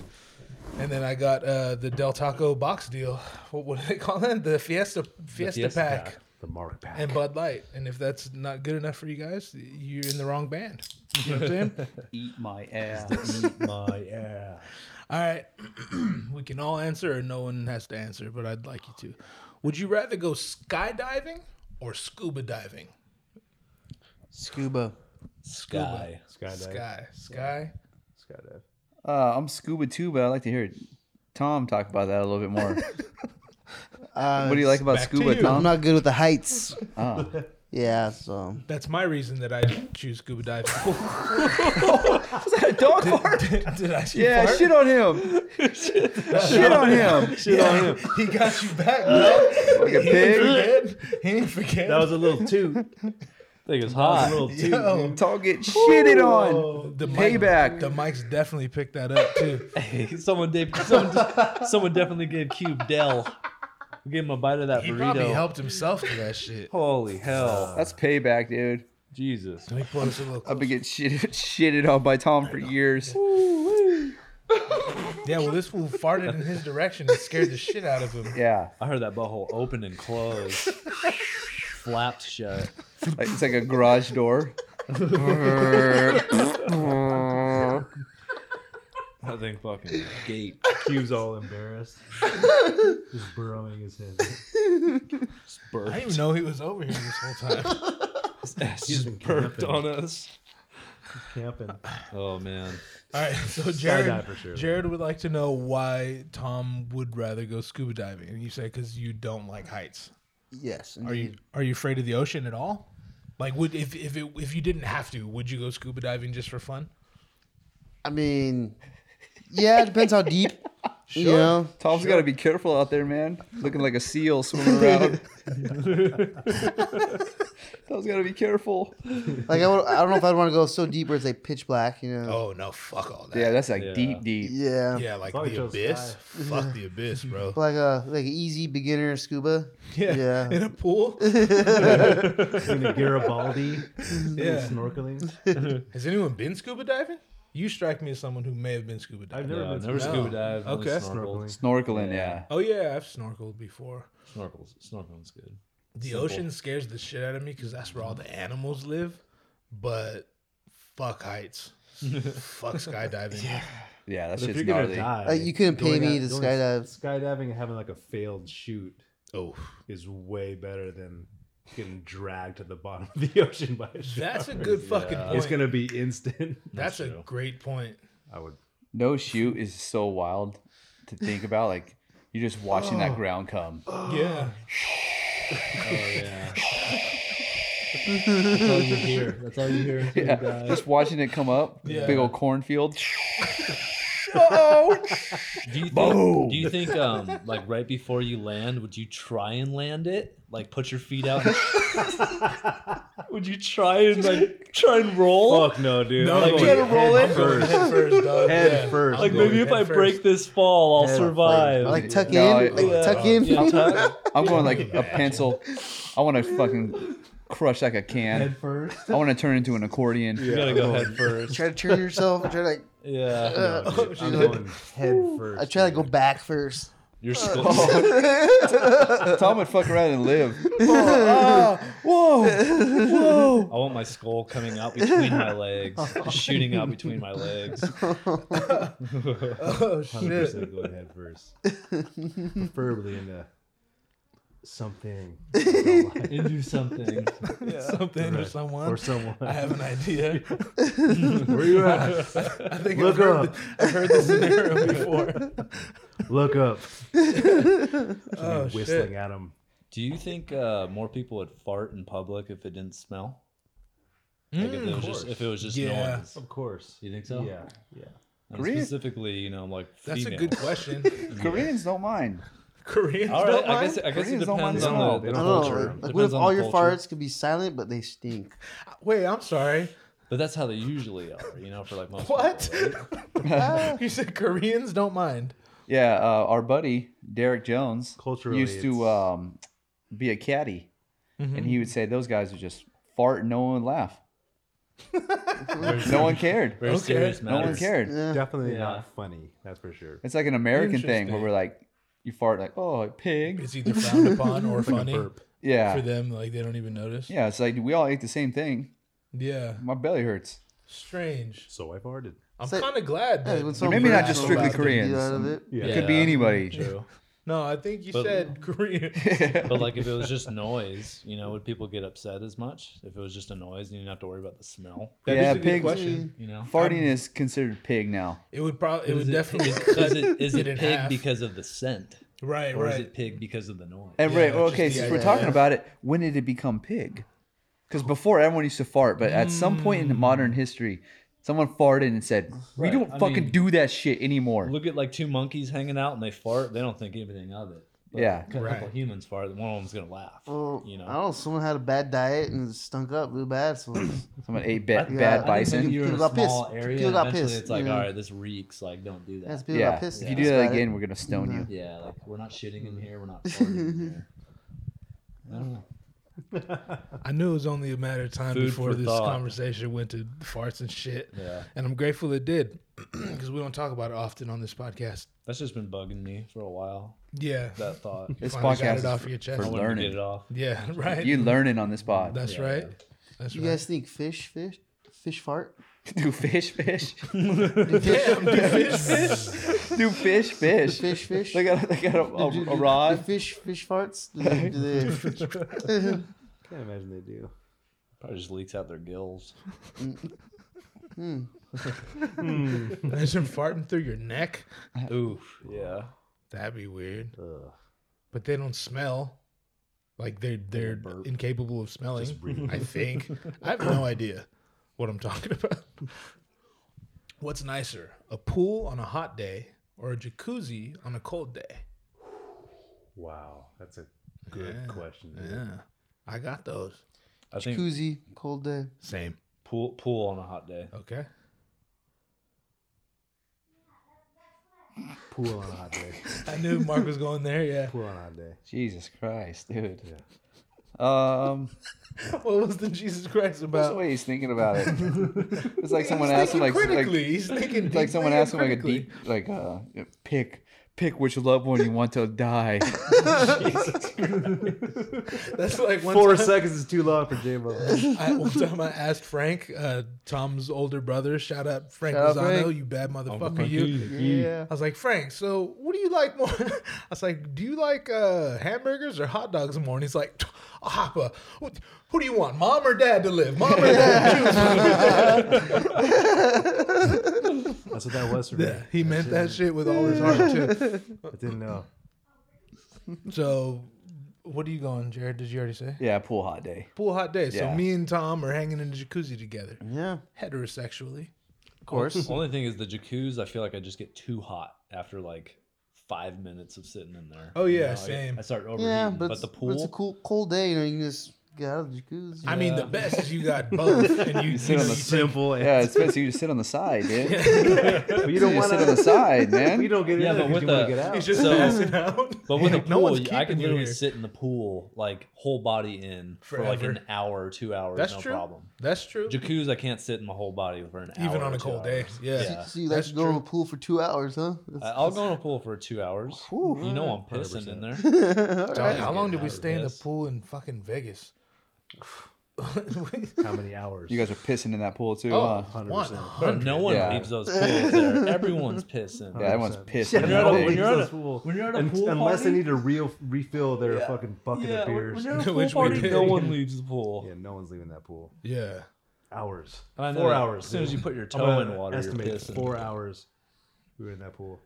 [SPEAKER 1] And then I got uh, the Del Taco box deal. What, what do they call that? The Fiesta Fiesta,
[SPEAKER 10] Fiesta
[SPEAKER 1] pack.
[SPEAKER 10] pack.
[SPEAKER 8] The mark pack.
[SPEAKER 1] And Bud Light, and if that's not good enough for you guys, you're in the wrong band. You know what I'm saying?
[SPEAKER 9] (laughs) Eat my ass.
[SPEAKER 10] Eat my ass.
[SPEAKER 1] All right. (clears throat) we can all answer or no one has to answer, but I'd like you to. Would you rather go skydiving or scuba diving?
[SPEAKER 6] (laughs) Scuba.
[SPEAKER 10] Sky.
[SPEAKER 8] Skydive.
[SPEAKER 1] Sky. Sky.
[SPEAKER 8] Skydive.
[SPEAKER 9] Uh, I'm scuba too, but I'd like to hear Tom talk about that a little bit more.
[SPEAKER 6] Uh,
[SPEAKER 9] what do you like about
[SPEAKER 1] back to
[SPEAKER 9] scuba,
[SPEAKER 1] you.
[SPEAKER 6] I'm
[SPEAKER 9] Tom?
[SPEAKER 6] not good with the heights.
[SPEAKER 9] Oh.
[SPEAKER 6] Yeah, so
[SPEAKER 1] That's my reason that I choose scuba
[SPEAKER 9] (laughs)
[SPEAKER 1] diving.
[SPEAKER 9] Was that a dog fart?
[SPEAKER 1] did, did I see
[SPEAKER 9] Yeah,
[SPEAKER 1] fart?
[SPEAKER 9] shit on him. (laughs) shit on him.
[SPEAKER 8] Shit on him.
[SPEAKER 1] He got you back,
[SPEAKER 9] Uh,
[SPEAKER 1] bro.
[SPEAKER 9] Like a
[SPEAKER 1] He
[SPEAKER 9] pig.
[SPEAKER 1] didn't forget. He didn't forget.
[SPEAKER 8] That was a little toot.
[SPEAKER 10] I think it's
[SPEAKER 8] A
[SPEAKER 10] hot.
[SPEAKER 8] little toot.
[SPEAKER 1] Yo,
[SPEAKER 9] Tom get shitted on.
[SPEAKER 1] the
[SPEAKER 9] Payback.
[SPEAKER 1] Mic, the mics definitely picked that up too.
[SPEAKER 10] Hey, someone, did, someone, someone definitely gave Cube Dell. We gave him a bite of that
[SPEAKER 1] He
[SPEAKER 10] burrito.
[SPEAKER 1] probably helped himself to that shit.
[SPEAKER 10] Holy hell.
[SPEAKER 9] That's payback, dude.
[SPEAKER 10] Jesus.
[SPEAKER 1] Let me pull this a little
[SPEAKER 9] I've been getting shitted, (laughs) shitted on by Tom for years.
[SPEAKER 1] Yeah, well, this fool farted in his direction and scared the shit out of him.
[SPEAKER 9] Yeah.
[SPEAKER 10] I heard that butthole open and close, flapped shut.
[SPEAKER 9] Like, it's like a garage door. That's
[SPEAKER 10] That thing
[SPEAKER 6] (laughs)
[SPEAKER 10] fucking gate.
[SPEAKER 8] Cube's all embarrassed, just burrowing his head.
[SPEAKER 1] I didn't even know he was over here this whole time. (laughs)
[SPEAKER 10] He's burped on us.
[SPEAKER 8] Camping.
[SPEAKER 10] Oh man.
[SPEAKER 1] All right, so
[SPEAKER 8] Skydive
[SPEAKER 1] Jared,
[SPEAKER 8] for sure.
[SPEAKER 1] Jared would like to know why Tom would rather go scuba diving, and you say because you don't like heights.
[SPEAKER 6] Yes.
[SPEAKER 1] Are you are you afraid of the ocean at all? Like, would if if it, if you didn't have to, would you go scuba diving just for fun?
[SPEAKER 6] I mean, yeah, it depends how deep. You know,
[SPEAKER 9] Tom's got to be careful out there, man. Looking like a seal swimming around. Tom's got to be careful.
[SPEAKER 6] like I, would, I don't know if I'd want to go so deep where it's like pitch black. You know.
[SPEAKER 1] Oh no, fuck all that.
[SPEAKER 9] Yeah, that's like
[SPEAKER 10] Yeah.
[SPEAKER 9] deep, deep.
[SPEAKER 6] Yeah.
[SPEAKER 1] Yeah, like
[SPEAKER 8] Probably
[SPEAKER 1] the
[SPEAKER 8] just
[SPEAKER 1] abyss.
[SPEAKER 8] die.
[SPEAKER 1] Fuck the abyss, bro.
[SPEAKER 6] Like a like an easy beginner scuba. Yeah.
[SPEAKER 1] in a pool.
[SPEAKER 8] Doing the Garibaldi
[SPEAKER 1] Yeah.
[SPEAKER 8] snorkeling.
[SPEAKER 1] Has anyone been scuba diving? You strike me as someone who may have been scuba diving.
[SPEAKER 8] I've never
[SPEAKER 10] Yeah,
[SPEAKER 8] been
[SPEAKER 10] never
[SPEAKER 8] to-
[SPEAKER 10] scuba dive. only
[SPEAKER 1] Okay.
[SPEAKER 10] Snorkeled.
[SPEAKER 8] snorkeling.
[SPEAKER 9] Snorkeling, yeah.
[SPEAKER 1] Oh yeah, I've snorkeled before.
[SPEAKER 10] Snorkels. Snorkeling's good.
[SPEAKER 1] The ocean scares the shit out of me because that's where all the animals live. But fuck heights. fuck skydiving.
[SPEAKER 9] Yeah, that
[SPEAKER 8] But if
[SPEAKER 9] shit's
[SPEAKER 8] you're gonna
[SPEAKER 9] gnarly.
[SPEAKER 8] die,
[SPEAKER 6] Like Uh, you couldn't pay
[SPEAKER 8] doing
[SPEAKER 6] me to
[SPEAKER 8] that- doing
[SPEAKER 6] skydive.
[SPEAKER 8] Skydiving and having like a failed shoot
[SPEAKER 1] Oh,
[SPEAKER 8] is way better than getting dragged to the bottom of the (laughs) ocean by a shark.
[SPEAKER 1] that's a good fucking point.
[SPEAKER 8] It's gonna be instant.
[SPEAKER 1] that's a great point.
[SPEAKER 8] I would.
[SPEAKER 9] No shoot is so wild to think about. Like, you're just watching that ground come.
[SPEAKER 1] Yeah.
[SPEAKER 10] That's all you (laughs) hear.
[SPEAKER 9] Yeah, just watching it come up.
[SPEAKER 1] Yeah.
[SPEAKER 9] Big old cornfield.
[SPEAKER 10] Do you
[SPEAKER 9] Boom.
[SPEAKER 10] think, do you think um like right before you land, would you try and land it? Like put your feet out. (laughs) would you try and like try and roll?
[SPEAKER 8] (laughs) Fuck no, dude.
[SPEAKER 1] No,
[SPEAKER 8] I'm
[SPEAKER 1] like,
[SPEAKER 8] going
[SPEAKER 10] try to roll
[SPEAKER 8] head
[SPEAKER 10] it?
[SPEAKER 8] first.
[SPEAKER 1] Head first, dog.
[SPEAKER 8] Head
[SPEAKER 1] Yeah.
[SPEAKER 8] first.
[SPEAKER 10] like
[SPEAKER 8] dude.
[SPEAKER 10] maybe if I break this fall, I'll survive.
[SPEAKER 6] I like tuck
[SPEAKER 9] Yeah.
[SPEAKER 6] in, like
[SPEAKER 10] Yeah.
[SPEAKER 6] tuck in.
[SPEAKER 10] Yeah,
[SPEAKER 6] (laughs)
[SPEAKER 10] tuck-
[SPEAKER 9] I'm going like
[SPEAKER 10] (laughs)
[SPEAKER 9] a pencil. I want to fucking crush like a can.
[SPEAKER 8] head first.
[SPEAKER 9] I want to turn into an accordion.
[SPEAKER 10] You gotta go head first.
[SPEAKER 6] Try to turn yourself. Try to like.
[SPEAKER 10] Yeah,
[SPEAKER 6] Uh,
[SPEAKER 8] I'm going head first.
[SPEAKER 6] I try to go back first.
[SPEAKER 10] you're still.
[SPEAKER 9] Tom would fuck around and live.
[SPEAKER 10] I want my skull coming out between my legs, shooting out between my
[SPEAKER 8] (laughs)
[SPEAKER 10] legs.
[SPEAKER 1] Oh
[SPEAKER 8] Hundred
[SPEAKER 1] shit.
[SPEAKER 8] percent going head first. Preferably into (laughs) something
[SPEAKER 10] Into something.
[SPEAKER 1] (laughs) Something or someone.
[SPEAKER 8] or someone.
[SPEAKER 1] I have an idea.
[SPEAKER 8] Where you at?
[SPEAKER 1] (laughs) I think
[SPEAKER 8] Look
[SPEAKER 1] I've heard,
[SPEAKER 8] up.
[SPEAKER 1] th- I've heard this scenario before. (laughs)
[SPEAKER 8] Look up. (laughs)
[SPEAKER 1] Oh, shit.
[SPEAKER 8] whistling at him.
[SPEAKER 10] Do you think uh, more people would fart in public if it didn't smell? Like if, it was just, if it was just
[SPEAKER 1] Yeah.
[SPEAKER 10] noise.
[SPEAKER 8] Of course.
[SPEAKER 10] You think so?
[SPEAKER 8] Yeah. Yeah.
[SPEAKER 10] And
[SPEAKER 9] Korea-
[SPEAKER 10] specifically, you know, like
[SPEAKER 1] That's
[SPEAKER 10] female.
[SPEAKER 1] a good question.
[SPEAKER 9] (laughs) Koreans don't mind.
[SPEAKER 1] Koreans
[SPEAKER 10] All
[SPEAKER 1] don't
[SPEAKER 10] right, I
[SPEAKER 1] mind?
[SPEAKER 10] guess I guess it
[SPEAKER 9] Koreans don't mind
[SPEAKER 10] depends
[SPEAKER 9] at all.
[SPEAKER 10] on
[SPEAKER 8] They
[SPEAKER 10] the, the
[SPEAKER 6] I
[SPEAKER 8] don't
[SPEAKER 6] don't know.
[SPEAKER 10] culture.
[SPEAKER 6] Like, like what
[SPEAKER 10] Depends
[SPEAKER 6] if
[SPEAKER 10] on
[SPEAKER 6] all
[SPEAKER 10] the
[SPEAKER 6] your
[SPEAKER 10] culture.
[SPEAKER 6] farts could be silent, but they stink?
[SPEAKER 1] Wait, I'm sorry.
[SPEAKER 10] But that's how they usually are, you know, for like most.
[SPEAKER 1] (laughs) What?
[SPEAKER 10] people, right?
[SPEAKER 1] (laughs) you said Koreans don't mind.
[SPEAKER 9] Yeah, uh, our buddy Derek Jones
[SPEAKER 8] Culturally,
[SPEAKER 9] used to
[SPEAKER 8] it's-
[SPEAKER 9] um, be a caddy, and
[SPEAKER 8] Mm-hmm.
[SPEAKER 9] he would say those guys would just fart and no one would laugh. no one cared.
[SPEAKER 10] Very serious
[SPEAKER 9] No one
[SPEAKER 10] matters.
[SPEAKER 9] cared.
[SPEAKER 8] Definitely
[SPEAKER 10] Yeah.
[SPEAKER 8] not funny. That's for sure.
[SPEAKER 9] It's like an American thing where we're like, you fart like, oh, a pig.
[SPEAKER 1] It's either frowned upon (laughs) or funny for
[SPEAKER 9] Yeah.
[SPEAKER 1] them. Like they don't even notice.
[SPEAKER 9] Yeah, it's like we all ate the same thing.
[SPEAKER 1] Yeah.
[SPEAKER 9] My belly hurts.
[SPEAKER 1] Strange.
[SPEAKER 8] So I farted.
[SPEAKER 1] I'm
[SPEAKER 6] So-
[SPEAKER 1] kind of glad.
[SPEAKER 6] Yeah,
[SPEAKER 1] That
[SPEAKER 6] when someone
[SPEAKER 9] maybe not
[SPEAKER 6] burps
[SPEAKER 9] just
[SPEAKER 6] so
[SPEAKER 9] strictly
[SPEAKER 6] loud, they do
[SPEAKER 9] Koreans.
[SPEAKER 6] out of it.
[SPEAKER 8] Yeah.
[SPEAKER 9] It could be
[SPEAKER 10] Yeah.
[SPEAKER 9] anybody.
[SPEAKER 10] True.
[SPEAKER 1] no, I think you
[SPEAKER 10] But-
[SPEAKER 1] said (laughs) Korean.
[SPEAKER 10] But like if it was just noise, you know, would people get upset as much if it was just a noise and you didn't have to worry about the smell?
[SPEAKER 1] That is
[SPEAKER 9] Yeah,
[SPEAKER 1] a good
[SPEAKER 9] pigs-
[SPEAKER 1] question.
[SPEAKER 10] You know,
[SPEAKER 9] Farting is considered pig now.
[SPEAKER 1] It would probably. It
[SPEAKER 10] Is
[SPEAKER 1] would (laughs) definitely
[SPEAKER 10] is,
[SPEAKER 1] cut.
[SPEAKER 10] is it is
[SPEAKER 1] it
[SPEAKER 10] it,
[SPEAKER 1] in
[SPEAKER 10] pig
[SPEAKER 1] half.
[SPEAKER 10] because of the scent,
[SPEAKER 1] right.
[SPEAKER 10] or is
[SPEAKER 1] Right.
[SPEAKER 10] it pig because of the noise?
[SPEAKER 9] And
[SPEAKER 1] Yeah,
[SPEAKER 9] right, well,
[SPEAKER 1] just
[SPEAKER 9] okay,
[SPEAKER 1] the
[SPEAKER 9] since
[SPEAKER 1] idea.
[SPEAKER 9] we're talking about it, when did it become pig? Because before everyone used to fart, but at some point in modern history, someone farted and said, "We
[SPEAKER 10] Right,
[SPEAKER 9] don't
[SPEAKER 10] I
[SPEAKER 9] fucking
[SPEAKER 10] mean-
[SPEAKER 9] do that shit anymore."
[SPEAKER 10] Look at like two monkeys hanging out and they fart. They don't think anything of it. But
[SPEAKER 9] Yeah.
[SPEAKER 10] got a couple
[SPEAKER 9] Right.
[SPEAKER 10] humans for it. One of them's gonna laugh.
[SPEAKER 6] Well,
[SPEAKER 10] you know.
[SPEAKER 6] Uh, I don't know. Someone had a bad diet and stunk up real bad. So
[SPEAKER 9] (clears throat) Someone ate ba- bad
[SPEAKER 10] I think
[SPEAKER 9] bison.
[SPEAKER 10] You're in a
[SPEAKER 6] People got pissed.
[SPEAKER 10] small area.
[SPEAKER 6] People
[SPEAKER 10] and
[SPEAKER 6] got
[SPEAKER 10] Eventually,
[SPEAKER 6] pissed,
[SPEAKER 10] it's like,
[SPEAKER 6] you know.
[SPEAKER 10] all right, this reeks. Like, don't do that.
[SPEAKER 6] Yes, people
[SPEAKER 9] Yeah.
[SPEAKER 6] got pissed.
[SPEAKER 9] If
[SPEAKER 6] at
[SPEAKER 9] you
[SPEAKER 6] us
[SPEAKER 9] do that
[SPEAKER 6] about it.
[SPEAKER 9] again, we're gonna stone you.
[SPEAKER 10] Yeah, like we're not shitting in here. We're not. farting in here. I don't know.
[SPEAKER 1] I knew it was only a matter of time
[SPEAKER 10] Food
[SPEAKER 1] before
[SPEAKER 10] for
[SPEAKER 1] this
[SPEAKER 10] thought.
[SPEAKER 1] conversation went to farts and shit.
[SPEAKER 10] Yeah.
[SPEAKER 1] And I'm grateful it did (clears throat) because we don't talk about it often on this podcast.
[SPEAKER 10] That's just been bugging me for a while.
[SPEAKER 1] Yeah.
[SPEAKER 10] That thought.
[SPEAKER 9] This
[SPEAKER 1] Finally got
[SPEAKER 9] podcast
[SPEAKER 1] it
[SPEAKER 9] is
[SPEAKER 1] off
[SPEAKER 9] for-
[SPEAKER 1] your chest.
[SPEAKER 9] for
[SPEAKER 10] I wanted to
[SPEAKER 9] learning.
[SPEAKER 10] get it off.
[SPEAKER 1] Yeah, (laughs) right.
[SPEAKER 9] (laughs) You learning on this pod.
[SPEAKER 1] That's right. That's
[SPEAKER 6] You
[SPEAKER 1] right.
[SPEAKER 6] guys think fish, fish,
[SPEAKER 10] (laughs)
[SPEAKER 6] fish fart?
[SPEAKER 9] (laughs) Do fish, fish. (laughs)
[SPEAKER 1] Fish, fish.
[SPEAKER 9] Do fish,
[SPEAKER 6] (laughs)
[SPEAKER 9] fish.
[SPEAKER 6] Fish, fish.
[SPEAKER 9] They got, they got a,
[SPEAKER 6] Do- do-
[SPEAKER 9] a,
[SPEAKER 6] do-
[SPEAKER 9] a
[SPEAKER 6] do (laughs)
[SPEAKER 9] rod.
[SPEAKER 6] Fish, fish farts. Do they- do
[SPEAKER 10] (laughs)
[SPEAKER 6] (laughs) they-
[SPEAKER 8] Can't imagine they do.
[SPEAKER 10] Probably just leaks out their gills.
[SPEAKER 1] (laughs) Imagine farting through your neck.
[SPEAKER 10] Oof. Yeah.
[SPEAKER 1] That'd be weird.
[SPEAKER 10] Ugh.
[SPEAKER 1] But they don't smell. Like they're they're
[SPEAKER 10] burp.
[SPEAKER 1] incapable of smelling. I think. I have no idea what I'm talking about. What's nicer, a pool on a hot day or a jacuzzi on a cold day?
[SPEAKER 8] Wow, that's a good question. dude.
[SPEAKER 1] Yeah, I got those.
[SPEAKER 10] I think
[SPEAKER 6] Jacuzzi, cold day.
[SPEAKER 1] Same.
[SPEAKER 10] pool pool on a hot day.
[SPEAKER 1] Okay.
[SPEAKER 8] Pool on a hot day.
[SPEAKER 1] I knew Mark was going there. Yeah.
[SPEAKER 8] Pool on a hot day.
[SPEAKER 9] Jesus Christ, dude. Um,
[SPEAKER 1] (laughs) What was the Jesus Christ
[SPEAKER 9] that's the
[SPEAKER 1] about?
[SPEAKER 9] way he's thinking about
[SPEAKER 1] (laughs)
[SPEAKER 9] it. It's like someone
[SPEAKER 1] He's
[SPEAKER 9] asked
[SPEAKER 1] thinking
[SPEAKER 9] him, like,
[SPEAKER 1] critically.
[SPEAKER 9] like,
[SPEAKER 1] He's thinking
[SPEAKER 9] it's like someone
[SPEAKER 1] deeply
[SPEAKER 9] asked him, like, a
[SPEAKER 1] critically.
[SPEAKER 9] deep, like, uh, pick, pick which loved one you want
[SPEAKER 1] (laughs)
[SPEAKER 9] to die.
[SPEAKER 1] (laughs) That's like one
[SPEAKER 8] Four (laughs)
[SPEAKER 1] time-
[SPEAKER 8] seconds is too long for (laughs) J-Bo.
[SPEAKER 1] I, (laughs) one time I asked Frank, uh, Tom's older brother, shout out Frank
[SPEAKER 6] Shout out
[SPEAKER 1] Lozano,
[SPEAKER 6] Frank.
[SPEAKER 1] you bad motherfucker, you.
[SPEAKER 6] Yeah.
[SPEAKER 1] I was like, Frank, so what do you like more? (laughs) I was like, do you like uh, hamburgers or hot dogs more? And he's like, "Ah, Papa, what, who do you want, mom or dad to live? Mom or dad?
[SPEAKER 8] That's what that was for
[SPEAKER 1] Choose."
[SPEAKER 8] me.
[SPEAKER 1] yeah, he meant that shit with all his heart, too.
[SPEAKER 6] (laughs)
[SPEAKER 8] I didn't know.
[SPEAKER 1] So, what are you going, Jared? Did you already say?
[SPEAKER 9] yeah, pool hot day.
[SPEAKER 1] Pool hot day. So,
[SPEAKER 9] Yeah.
[SPEAKER 1] me and Tom are hanging in the jacuzzi together,
[SPEAKER 6] Yeah.
[SPEAKER 1] heterosexually.
[SPEAKER 6] Of course.
[SPEAKER 10] Only thing is the jacuzzi. I feel like I just get too hot after like five minutes of sitting in there.
[SPEAKER 1] Oh,
[SPEAKER 10] You
[SPEAKER 1] yeah,
[SPEAKER 10] know, I-
[SPEAKER 1] same.
[SPEAKER 10] I, start overheating.
[SPEAKER 6] Yeah,
[SPEAKER 10] but,
[SPEAKER 6] but, it's,
[SPEAKER 10] the
[SPEAKER 6] but
[SPEAKER 10] pool.
[SPEAKER 6] it's a cool, cold day. You know, you can just get out of the jacuzzi.
[SPEAKER 1] I mean, the best is you got (laughs) both, and
[SPEAKER 10] (laughs)
[SPEAKER 1] you,
[SPEAKER 9] sit
[SPEAKER 1] you,
[SPEAKER 9] on
[SPEAKER 1] know,
[SPEAKER 9] the
[SPEAKER 1] you take
[SPEAKER 8] Simple. And,
[SPEAKER 9] Yeah, it's basically you just sit on the side, dude. (laughs)
[SPEAKER 8] But you
[SPEAKER 9] You
[SPEAKER 8] don't
[SPEAKER 9] just
[SPEAKER 8] want
[SPEAKER 9] sit on the
[SPEAKER 8] to.
[SPEAKER 9] side,
[SPEAKER 8] You
[SPEAKER 9] man.
[SPEAKER 8] don't get
[SPEAKER 10] Yeah,
[SPEAKER 8] in there
[SPEAKER 10] but
[SPEAKER 8] 'cause
[SPEAKER 10] with
[SPEAKER 8] you want
[SPEAKER 10] the-
[SPEAKER 8] to get out.
[SPEAKER 1] He's just
[SPEAKER 10] So-
[SPEAKER 1] passing out.
[SPEAKER 10] (laughs) But with a
[SPEAKER 1] No
[SPEAKER 10] pool,
[SPEAKER 1] one's
[SPEAKER 10] I
[SPEAKER 1] keeping
[SPEAKER 10] can
[SPEAKER 1] you
[SPEAKER 10] literally
[SPEAKER 1] here.
[SPEAKER 10] sit in the pool, like whole body in for like
[SPEAKER 1] Forever.
[SPEAKER 10] an hour or two hours,
[SPEAKER 1] That's
[SPEAKER 10] no
[SPEAKER 1] true.
[SPEAKER 10] problem.
[SPEAKER 1] That's true.
[SPEAKER 10] Jacuzzi, I can't sit in my whole body for an hour.
[SPEAKER 1] Even on
[SPEAKER 10] or
[SPEAKER 1] a
[SPEAKER 10] two
[SPEAKER 1] cold
[SPEAKER 10] hours.
[SPEAKER 1] day. Yeah.
[SPEAKER 6] (laughs)
[SPEAKER 10] Yeah. Uh,
[SPEAKER 6] So you like
[SPEAKER 1] That's
[SPEAKER 6] to go in the pool for two hours, huh?
[SPEAKER 10] I-
[SPEAKER 6] That's-
[SPEAKER 10] I'll go in a pool for two hours. You know I'm pissing
[SPEAKER 1] (laughs)
[SPEAKER 10] in there.
[SPEAKER 1] Dog, how long did we
[SPEAKER 10] Yes.
[SPEAKER 1] stay in the pool in fucking (laughs) Vegas?
[SPEAKER 8] How many hours?
[SPEAKER 9] You guys are pissing in that pool too, huh?
[SPEAKER 8] 100%.
[SPEAKER 10] But no one
[SPEAKER 9] Yeah.
[SPEAKER 10] leaves those pools there. Everyone's pissing.
[SPEAKER 9] Yeah, everyone's
[SPEAKER 8] Yeah,
[SPEAKER 10] When
[SPEAKER 9] pissing. in
[SPEAKER 10] you're
[SPEAKER 9] that
[SPEAKER 10] at a,
[SPEAKER 9] day.
[SPEAKER 10] when you're at a,
[SPEAKER 8] Pool.
[SPEAKER 10] when you're at a
[SPEAKER 8] Un-
[SPEAKER 10] pool
[SPEAKER 8] unless
[SPEAKER 10] party,
[SPEAKER 8] they need to re- refill their
[SPEAKER 10] Yeah.
[SPEAKER 8] fucking bucket
[SPEAKER 10] yeah,
[SPEAKER 8] of
[SPEAKER 10] when-
[SPEAKER 8] beers.
[SPEAKER 10] when
[SPEAKER 1] (laughs)
[SPEAKER 10] you're at a pool
[SPEAKER 1] Which we
[SPEAKER 10] party,
[SPEAKER 1] did.
[SPEAKER 10] no one leaves the pool.
[SPEAKER 8] Yeah, no one's leaving that pool.
[SPEAKER 1] Yeah.
[SPEAKER 8] Hours.
[SPEAKER 10] And I know
[SPEAKER 8] Four
[SPEAKER 10] that
[SPEAKER 8] hours.
[SPEAKER 10] As soon as you
[SPEAKER 8] dude.
[SPEAKER 10] put your
[SPEAKER 8] I'm
[SPEAKER 10] toe in
[SPEAKER 8] gonna
[SPEAKER 10] water, you're
[SPEAKER 8] estimate
[SPEAKER 10] pissing.
[SPEAKER 8] four hours. We were in that pool.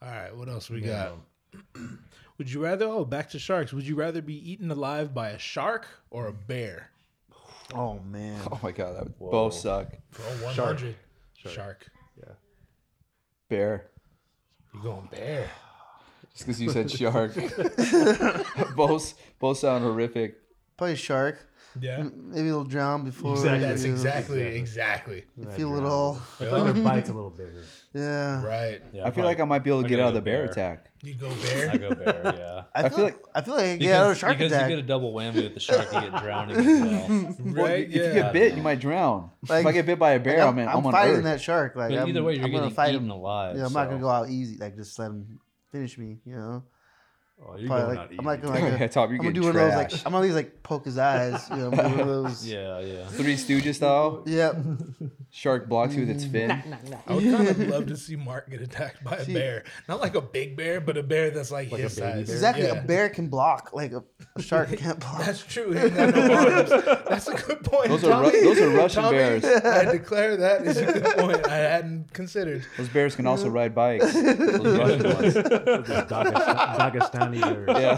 [SPEAKER 1] All right. What else we got? Would you rather? Oh, back to sharks. Would you rather be eaten alive by a shark or a bear?
[SPEAKER 6] Oh man.
[SPEAKER 9] Oh my god, that would both suck.
[SPEAKER 1] Oh, 100. Shark.
[SPEAKER 9] Bear.
[SPEAKER 1] You going bear?
[SPEAKER 9] Just because you said shark. (laughs) both both sound horrific.
[SPEAKER 6] Probably shark.
[SPEAKER 1] Yeah.
[SPEAKER 6] Maybe it'll drown before.
[SPEAKER 8] Exactly.
[SPEAKER 1] That's
[SPEAKER 6] you
[SPEAKER 1] exactly, exactly.
[SPEAKER 6] Feel it all.
[SPEAKER 8] I feel like their bite's a little bigger.
[SPEAKER 6] Yeah.
[SPEAKER 1] Right.
[SPEAKER 10] Yeah,
[SPEAKER 9] I feel like I might be able to get
[SPEAKER 10] gotta
[SPEAKER 9] out of
[SPEAKER 10] go
[SPEAKER 9] the bear,
[SPEAKER 10] bear.
[SPEAKER 9] attack.
[SPEAKER 1] You go bear?
[SPEAKER 10] (laughs) I go bear.
[SPEAKER 8] (laughs)
[SPEAKER 10] Yeah.
[SPEAKER 6] I feel like I feel like I get out of a shark
[SPEAKER 10] because
[SPEAKER 6] attack.
[SPEAKER 10] you get a double whammy with the shark, you get drowning as (laughs) well.
[SPEAKER 1] right?
[SPEAKER 9] If you get bit, you might drown.
[SPEAKER 6] Like-
[SPEAKER 9] if I get bit by a bear, I'm,
[SPEAKER 6] I'm,
[SPEAKER 9] in, I'm, on
[SPEAKER 6] fighting
[SPEAKER 9] earth.
[SPEAKER 6] that shark. Like
[SPEAKER 10] But
[SPEAKER 6] I'm,
[SPEAKER 10] either way, you're
[SPEAKER 6] I'm gonna
[SPEAKER 10] getting
[SPEAKER 6] fight
[SPEAKER 10] eaten
[SPEAKER 6] him.
[SPEAKER 10] alive.
[SPEAKER 6] Yeah, I'm not gonna
[SPEAKER 10] so-
[SPEAKER 6] go out easy. Like just let him finish me. You know.
[SPEAKER 10] Oh, you're going
[SPEAKER 6] Probably like
[SPEAKER 10] out
[SPEAKER 6] I'm not
[SPEAKER 10] easy.
[SPEAKER 6] gonna.
[SPEAKER 9] (laughs)
[SPEAKER 6] Like,
[SPEAKER 9] Yeah, Tom, you're
[SPEAKER 6] I'm gonna do
[SPEAKER 9] getting
[SPEAKER 6] one of those. Like
[SPEAKER 9] trashed.
[SPEAKER 6] I'm gonna like poke his eyes. You know,
[SPEAKER 10] (laughs)
[SPEAKER 6] one of those.
[SPEAKER 10] Yeah, yeah.
[SPEAKER 9] Three Stooges style.
[SPEAKER 6] Yep.
[SPEAKER 9] Shark blocks you with its fin.
[SPEAKER 1] I would
[SPEAKER 6] (laughs)
[SPEAKER 1] kind of love to see Mark get attacked by a bear. Not like a big bear, but a bear that's like, his size.
[SPEAKER 6] Exactly.
[SPEAKER 1] Yeah.
[SPEAKER 6] A bear can block. Like a,
[SPEAKER 10] (laughs)
[SPEAKER 6] a shark can't block.
[SPEAKER 1] That's true. He ain't got no
[SPEAKER 6] (laughs)
[SPEAKER 1] arms. That's a good point.
[SPEAKER 9] Those are Ru- those are Russian bears.
[SPEAKER 1] (laughs) I declare that is a good point. I hadn't considered.
[SPEAKER 9] Those bears can also ride bikes. Those Russian ones.
[SPEAKER 8] Dagestani (laughs) bears.
[SPEAKER 9] Yeah,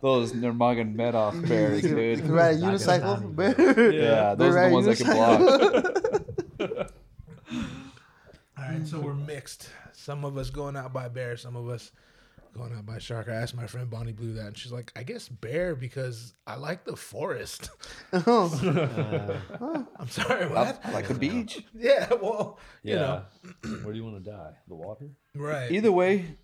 [SPEAKER 9] those- those Nurmagomedov bears,
[SPEAKER 6] You can
[SPEAKER 9] dude.
[SPEAKER 6] ride a unicycle. bear. (laughs)
[SPEAKER 9] Yeah, those are
[SPEAKER 6] riding
[SPEAKER 9] the ones that can block.
[SPEAKER 1] All right, so we're mixed. Some of us going out by bear, some of us Going out by a shark. I asked my friend Bonnie Blue that, and she's like, "I guess bear because I like the
[SPEAKER 6] (laughs)
[SPEAKER 1] forest."
[SPEAKER 6] Oh.
[SPEAKER 1] (laughs)
[SPEAKER 9] (laughs) Uh,
[SPEAKER 1] I'm sorry, what?
[SPEAKER 9] I like the beach.
[SPEAKER 1] Yeah, well,
[SPEAKER 10] Yeah.
[SPEAKER 1] you know,
[SPEAKER 10] Where do you want to die? The water?
[SPEAKER 1] right?
[SPEAKER 9] Either way,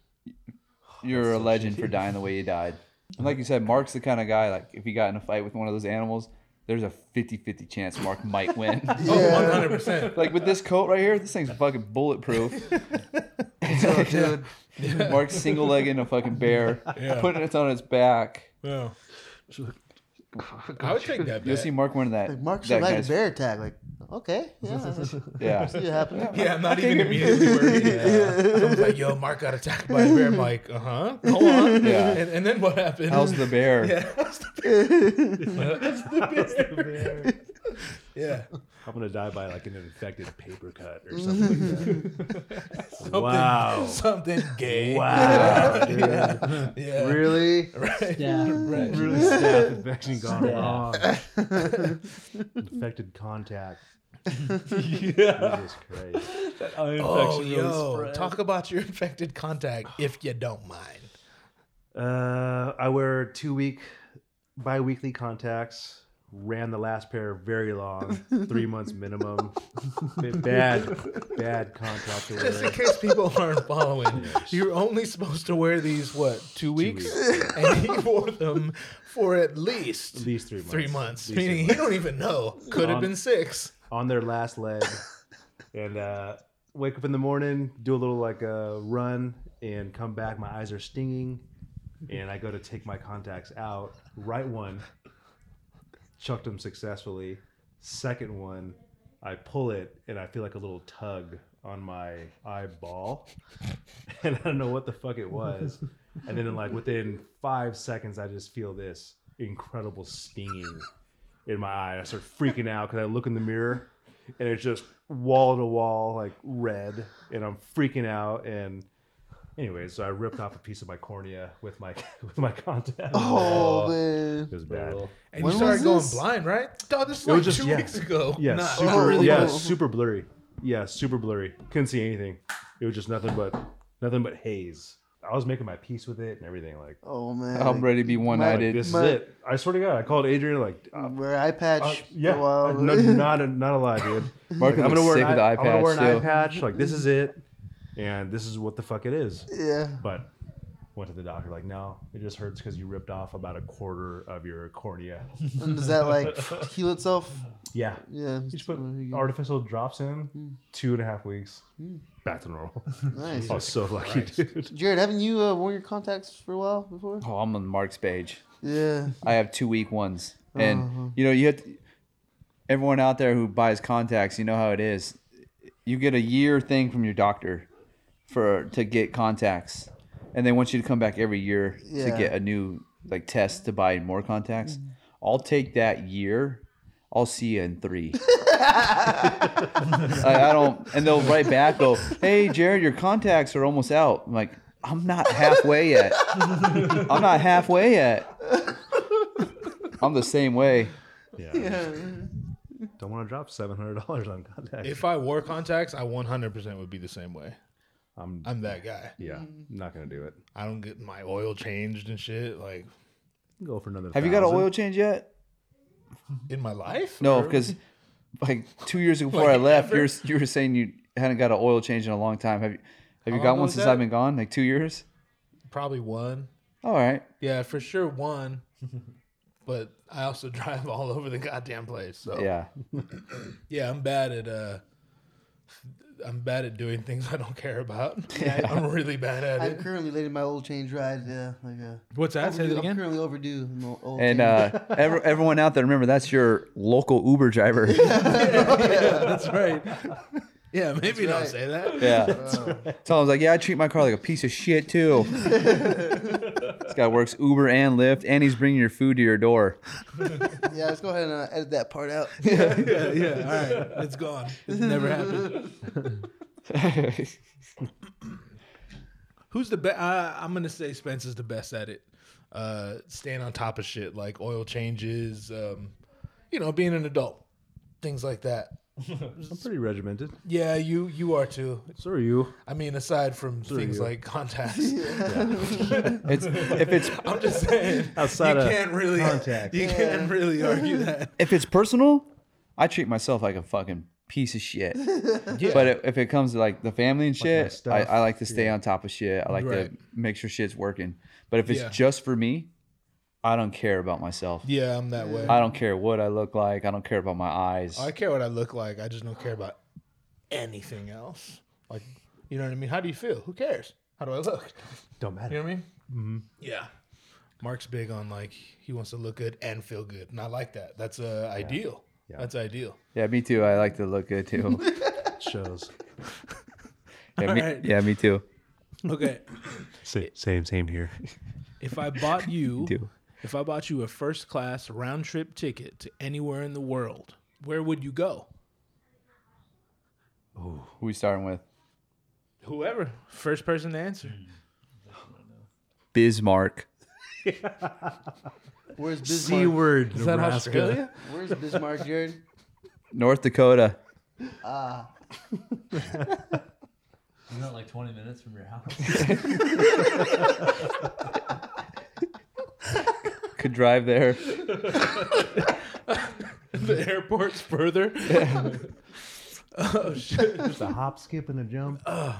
[SPEAKER 9] you're a legend for dying the way you died. And like you said, Mark's the kind of guy, like, if he got in a fight with one of those animals, there's a 50 50 chance Mark might win.
[SPEAKER 1] Oh, One hundred percent.
[SPEAKER 9] like, with this coat right here, this thing's fucking
[SPEAKER 1] (laughs)
[SPEAKER 9] bulletproof. (laughs) Mark's single legging a fucking bear,
[SPEAKER 1] Yeah.
[SPEAKER 9] putting it on its back.
[SPEAKER 1] Yeah. I would take that.
[SPEAKER 9] (laughs) You'll
[SPEAKER 1] bet.
[SPEAKER 9] see Mark wearing that.
[SPEAKER 6] Like Mark
[SPEAKER 9] that
[SPEAKER 6] survived
[SPEAKER 9] guy's-
[SPEAKER 6] a bear attack. Like, okay, yeah, that's- see
[SPEAKER 9] (laughs) Yeah.
[SPEAKER 6] it happen.
[SPEAKER 1] Yeah, I'm not even immediately worried. Someone's like, yo, Mark got attacked by a bear. I'm like, uh huh. Go on.
[SPEAKER 9] Yeah.
[SPEAKER 1] And, and then what happened?
[SPEAKER 9] How's
[SPEAKER 1] (laughs)
[SPEAKER 9] the bear?
[SPEAKER 1] yeah.
[SPEAKER 8] I'm gonna die by like an infected paper cut or something like that. wow.
[SPEAKER 1] Something gay.
[SPEAKER 8] Wow. dude.
[SPEAKER 1] Yeah.
[SPEAKER 6] Really?
[SPEAKER 1] Right. Right.
[SPEAKER 8] Really staph infection gone wrong. infected contact. yeah. Jesus Christ.
[SPEAKER 1] Oh, yo. Talk about your infected contact if you don't mind.
[SPEAKER 8] Uh, I wear two week, bi weekly contacts. Ran the last pair very long, three months minimum. bad, bad contact to
[SPEAKER 1] Just in
[SPEAKER 8] wear.
[SPEAKER 1] case people aren't following, you're only supposed to wear these, what, two weeks? (laughs) and he wore them for at least,
[SPEAKER 8] At least three months.
[SPEAKER 1] three months.
[SPEAKER 8] At least
[SPEAKER 1] Meaning he don't even know. Could have been six.
[SPEAKER 8] on their last leg and uh, wake up in the morning, do a little like a run, and come back. My eyes are stinging, and I go to take my contacts out. Right one, chucked them successfully. Second one, I pull it, and I feel like a little tug on my eyeball, (laughs) and I don't know what the fuck it was. And then, like within five seconds, I just feel this incredible stinging in my eye. I start freaking out because I look in the mirror and it's just wall to wall, like red, and I'm freaking out. And anyway, so I ripped off a piece of my cornea with my (laughs) with my contact.
[SPEAKER 6] Oh man.
[SPEAKER 8] it was bad.
[SPEAKER 1] And
[SPEAKER 6] When
[SPEAKER 1] you started
[SPEAKER 6] was
[SPEAKER 1] going
[SPEAKER 6] this?
[SPEAKER 1] blind, right? Dog, this is
[SPEAKER 8] It was
[SPEAKER 1] like
[SPEAKER 8] just-
[SPEAKER 1] two
[SPEAKER 8] yeah.
[SPEAKER 1] weeks ago.
[SPEAKER 8] Yeah,
[SPEAKER 1] Nah.
[SPEAKER 8] super,
[SPEAKER 6] Oh,
[SPEAKER 8] yeah,
[SPEAKER 6] no.
[SPEAKER 8] super blurry. Yeah, super blurry. Couldn't see anything. It was just nothing but nothing but haze. I was making my peace with it and everything. Like,
[SPEAKER 6] Oh man.
[SPEAKER 9] How Brady be one
[SPEAKER 8] like,
[SPEAKER 9] eyed.
[SPEAKER 8] this
[SPEAKER 6] My-
[SPEAKER 8] is it. I swear to God, I called Adrian. Like, uh,
[SPEAKER 6] Wear eye patch.
[SPEAKER 8] uh,
[SPEAKER 6] for a
[SPEAKER 8] yeah,
[SPEAKER 6] while.
[SPEAKER 8] no, not a, not a lie,
[SPEAKER 9] (laughs)
[SPEAKER 8] dude.
[SPEAKER 9] Mark
[SPEAKER 8] Like, I'm
[SPEAKER 9] looks
[SPEAKER 8] gonna wear
[SPEAKER 9] sick
[SPEAKER 8] an
[SPEAKER 9] with the
[SPEAKER 8] eye,
[SPEAKER 9] eye
[SPEAKER 8] I'm gonna wear
[SPEAKER 9] patch,
[SPEAKER 8] an eye
[SPEAKER 9] too.
[SPEAKER 8] patch. Like this is it, and this is what the fuck it is.
[SPEAKER 6] (laughs) yeah.
[SPEAKER 8] But went to the doctor. Like no, it just hurts because you ripped off about a quarter of your
[SPEAKER 9] (laughs)
[SPEAKER 8] cornea.
[SPEAKER 6] And does that like heal itself?
[SPEAKER 8] Yeah,
[SPEAKER 6] Yeah.
[SPEAKER 8] you just put artificial drops
[SPEAKER 9] Hmm.
[SPEAKER 8] in. Two and a half weeks. Back to normal.
[SPEAKER 6] Nice.
[SPEAKER 8] I was Oh, so lucky,
[SPEAKER 6] (laughs)
[SPEAKER 8] dude.
[SPEAKER 6] Jared, haven't you uh, worn your contacts for a while before?
[SPEAKER 9] Oh, I'm on Mark's page.
[SPEAKER 6] Yeah.
[SPEAKER 9] I have two weak ones, and you know you have to, everyone out there who buys contacts. You know how it is. You get a year thing from your doctor for to get contacts, and they want you to come back every year to
[SPEAKER 6] Yeah.
[SPEAKER 9] get a new like test to buy more contacts. I'll take that year. I'll see you in three. like, I don't, and they'll write back. Go, hey Jared, your contacts are almost out. I'm like, I'm not halfway yet. I'm not halfway yet. I'm the same way.
[SPEAKER 8] Yeah. Don't want to drop seven hundred dollars on
[SPEAKER 1] (laughs)
[SPEAKER 8] contacts.
[SPEAKER 1] If I wore contacts, I 100% would be the same way.
[SPEAKER 8] I'm,
[SPEAKER 1] I'm that guy.
[SPEAKER 8] yeah, not gonna do it.
[SPEAKER 1] I don't get my oil changed and shit. Like,
[SPEAKER 8] Go for another.
[SPEAKER 9] Have you got an
[SPEAKER 8] 1,000.
[SPEAKER 9] oil change yet?
[SPEAKER 1] in my life?
[SPEAKER 9] No,
[SPEAKER 1] Or-
[SPEAKER 9] because like two (laughs) years ago before I left, you were, you were saying you hadn't got an oil change in a long time. Have you have you got
[SPEAKER 1] long
[SPEAKER 9] one
[SPEAKER 1] was
[SPEAKER 9] since
[SPEAKER 1] that?
[SPEAKER 9] I've been gone? Like two years?
[SPEAKER 1] Probably one.
[SPEAKER 9] All right.
[SPEAKER 1] Yeah, for sure one. (laughs) but I also (laughs) drive all over the goddamn place. So,
[SPEAKER 9] (laughs) Yeah.
[SPEAKER 1] Yeah, I'm bad at uh I'm bad at doing things (laughs) I don't care about. (laughs) I'm really bad at
[SPEAKER 6] I'm
[SPEAKER 1] it.
[SPEAKER 6] currently late in my old change ride. Yeah. Like, uh,
[SPEAKER 13] What's that? Say
[SPEAKER 6] overdue-
[SPEAKER 13] that
[SPEAKER 6] I'm
[SPEAKER 13] again.
[SPEAKER 6] currently overdue. in the old
[SPEAKER 9] And
[SPEAKER 6] change.
[SPEAKER 9] uh, ever, everyone out there, remember that's your local Uber driver. (laughs) yeah.
[SPEAKER 1] That's right. Yeah, maybe don't
[SPEAKER 6] right.
[SPEAKER 1] say that.
[SPEAKER 9] So I was like, yeah, I treat my car like a piece of shit (laughs) too. this guy works Uber and Lyft, and he's bringing your food to your door.
[SPEAKER 6] yeah, let's go ahead and uh, edit that
[SPEAKER 9] (laughs)
[SPEAKER 6] part out.
[SPEAKER 1] Yeah, yeah. All right. It's gone. It's never happened. Who's the best? Uh, I'm gonna say Spence is the best at it. Uh, staying on top of shit like oil changes, um, you know, being an adult, things like that.
[SPEAKER 14] I'm pretty regimented.
[SPEAKER 1] Yeah, you you are too.
[SPEAKER 14] So are you.
[SPEAKER 1] I mean, aside from
[SPEAKER 14] So are
[SPEAKER 1] things
[SPEAKER 14] you.
[SPEAKER 1] like contacts,
[SPEAKER 9] It's- if it's-
[SPEAKER 1] I'm
[SPEAKER 9] (laughs)
[SPEAKER 1] just saying,
[SPEAKER 9] Outside
[SPEAKER 1] you
[SPEAKER 9] of
[SPEAKER 1] can't really
[SPEAKER 9] contact.
[SPEAKER 1] you can't really argue that.
[SPEAKER 9] If it's personal, I treat myself like a fucking piece of shit.
[SPEAKER 1] Yeah.
[SPEAKER 9] But i- if it comes to like the family and shit, I,
[SPEAKER 1] stuff,
[SPEAKER 9] I like to stay on top of shit. I like to
[SPEAKER 1] Right.
[SPEAKER 9] make sure shit's working. But if it's
[SPEAKER 1] Yeah.
[SPEAKER 9] just for me, I don't care about myself.
[SPEAKER 1] Yeah, I'm that way.
[SPEAKER 9] I don't care what I look like. I don't care about my eyes.
[SPEAKER 1] I care what I look like. I just don't care about anything else. Like, you know what I mean? How do you feel? Who cares? How do I look?
[SPEAKER 8] Don't matter.
[SPEAKER 1] You know what I mean?
[SPEAKER 8] Mm-hmm.
[SPEAKER 1] Yeah. Mark's big on like he wants to look good and feel good, and I like that. That's uh, ideal. That's ideal.
[SPEAKER 9] Yeah, me too. I like to look
[SPEAKER 1] (laughs)
[SPEAKER 9] good too.
[SPEAKER 8] Shows.
[SPEAKER 9] Yeah,
[SPEAKER 15] All
[SPEAKER 9] me,
[SPEAKER 15] right.
[SPEAKER 9] yeah, me too.
[SPEAKER 15] Okay.
[SPEAKER 8] Same, same, same here.
[SPEAKER 15] If I bought you,
[SPEAKER 9] too.
[SPEAKER 15] if I bought you a first class round trip ticket to anywhere in the world, where would you go?
[SPEAKER 9] Who we starting with?
[SPEAKER 15] Whoever, first person to answer.
[SPEAKER 9] Bismarck.
[SPEAKER 6] Where's Bismarck?
[SPEAKER 8] C word,
[SPEAKER 6] Is that
[SPEAKER 8] Nebraska.
[SPEAKER 6] Australia? Where's Bismarck, Jared?
[SPEAKER 9] North Dakota.
[SPEAKER 6] Ah.
[SPEAKER 10] Isn't that like 20 minutes from your house?
[SPEAKER 9] Could drive there.
[SPEAKER 15] the (laughs) airport's further. oh shit!
[SPEAKER 8] Just a hop, skip, and a jump.
[SPEAKER 6] Uh,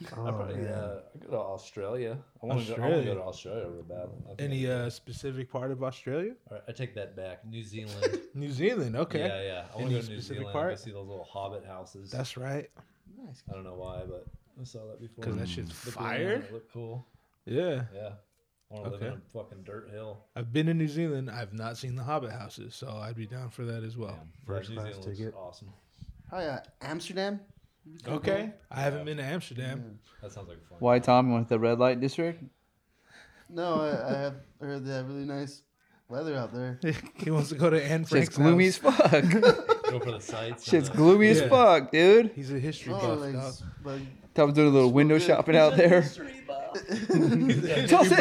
[SPEAKER 10] I probably, uh, I go to Australia. I want to go, I wanna go
[SPEAKER 15] Australia.
[SPEAKER 10] to Australia real bad. I think
[SPEAKER 15] Any uh, specific part of Australia?
[SPEAKER 10] All right, I take that back. New Zealand.
[SPEAKER 15] New Zealand. Okay.
[SPEAKER 10] Yeah, yeah. I want
[SPEAKER 15] Any
[SPEAKER 10] to go to New
[SPEAKER 15] specific
[SPEAKER 10] Zealand. I
[SPEAKER 15] part?
[SPEAKER 10] see those little hobbit houses.
[SPEAKER 15] That's right.
[SPEAKER 10] I don't know why, but I saw that before.
[SPEAKER 15] 'Cause that shit's
[SPEAKER 10] Looked
[SPEAKER 15] fire.
[SPEAKER 10] around, It looked cool.
[SPEAKER 15] Mm. Yeah.
[SPEAKER 10] Yeah. I want to live in
[SPEAKER 15] Okay.
[SPEAKER 10] a fucking dirt hill.
[SPEAKER 15] I've been to New Zealand. I've not seen the Hobbit houses, so I'd be down for that as well.
[SPEAKER 10] First New
[SPEAKER 8] class
[SPEAKER 10] Zealand looks
[SPEAKER 8] ticket.
[SPEAKER 10] awesome.
[SPEAKER 6] Probably uh, Amsterdam.
[SPEAKER 15] Okay. I haven't been to Amsterdam.
[SPEAKER 10] That sounds like fun.
[SPEAKER 9] Why, Tom? You want the red light district?
[SPEAKER 6] No, I, I have heard they have really nice weather out there.
[SPEAKER 9] Mm.
[SPEAKER 15] He wants to go to (laughs) Anne
[SPEAKER 9] Shit's
[SPEAKER 15] Frank's
[SPEAKER 9] gloomy
[SPEAKER 15] house.
[SPEAKER 9] as fuck.
[SPEAKER 1] (laughs)
[SPEAKER 10] Go for the sights. and
[SPEAKER 9] Shit's
[SPEAKER 10] the-
[SPEAKER 9] gloomy as
[SPEAKER 15] Yeah.
[SPEAKER 9] fuck, dude.
[SPEAKER 15] He's a history
[SPEAKER 6] Oh,
[SPEAKER 15] buff.
[SPEAKER 6] like,
[SPEAKER 15] dog.
[SPEAKER 6] s- like,
[SPEAKER 9] Tom's doing a little window
[SPEAKER 6] good.
[SPEAKER 9] shopping
[SPEAKER 10] (laughs)
[SPEAKER 9] out there. Tom's a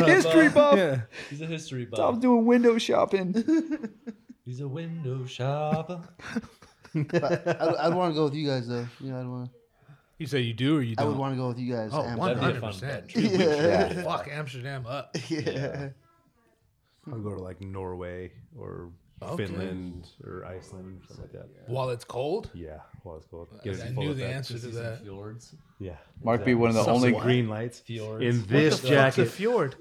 [SPEAKER 9] history buff.
[SPEAKER 15] Yeah.
[SPEAKER 10] He's a history buff.
[SPEAKER 9] Tom's doing window shopping.
[SPEAKER 10] He's a window shopper.
[SPEAKER 6] I'd, I'd want to go with you guys though. You know, I'd want.
[SPEAKER 15] You say you do or you
[SPEAKER 6] I
[SPEAKER 15] don't? (laughs)
[SPEAKER 6] would want to go with you guys.
[SPEAKER 1] Oh,
[SPEAKER 6] Amsterdam.
[SPEAKER 10] That'd be
[SPEAKER 1] 100
[SPEAKER 10] a fun
[SPEAKER 1] percent.
[SPEAKER 10] trip.
[SPEAKER 6] Yeah.
[SPEAKER 1] Fuck Amsterdam up.
[SPEAKER 6] (laughs) yeah.
[SPEAKER 8] I'll go to like Norway or
[SPEAKER 1] Okay.
[SPEAKER 8] Finland or Iceland, something like that.
[SPEAKER 1] While it's cold,
[SPEAKER 15] (laughs)
[SPEAKER 8] Yeah, well, it's called.
[SPEAKER 1] I,
[SPEAKER 8] Get us
[SPEAKER 1] I
[SPEAKER 8] full
[SPEAKER 1] knew
[SPEAKER 8] of
[SPEAKER 1] the
[SPEAKER 8] that.
[SPEAKER 1] answer to
[SPEAKER 10] Sees some
[SPEAKER 1] that.
[SPEAKER 10] Fjords.
[SPEAKER 8] Yeah,
[SPEAKER 9] Mark be one of the
[SPEAKER 8] Some
[SPEAKER 9] only.
[SPEAKER 8] green lights
[SPEAKER 10] Fjords.
[SPEAKER 8] in
[SPEAKER 10] What
[SPEAKER 8] this
[SPEAKER 10] the
[SPEAKER 15] Fuck's a
[SPEAKER 8] jacket.
[SPEAKER 15] fjord.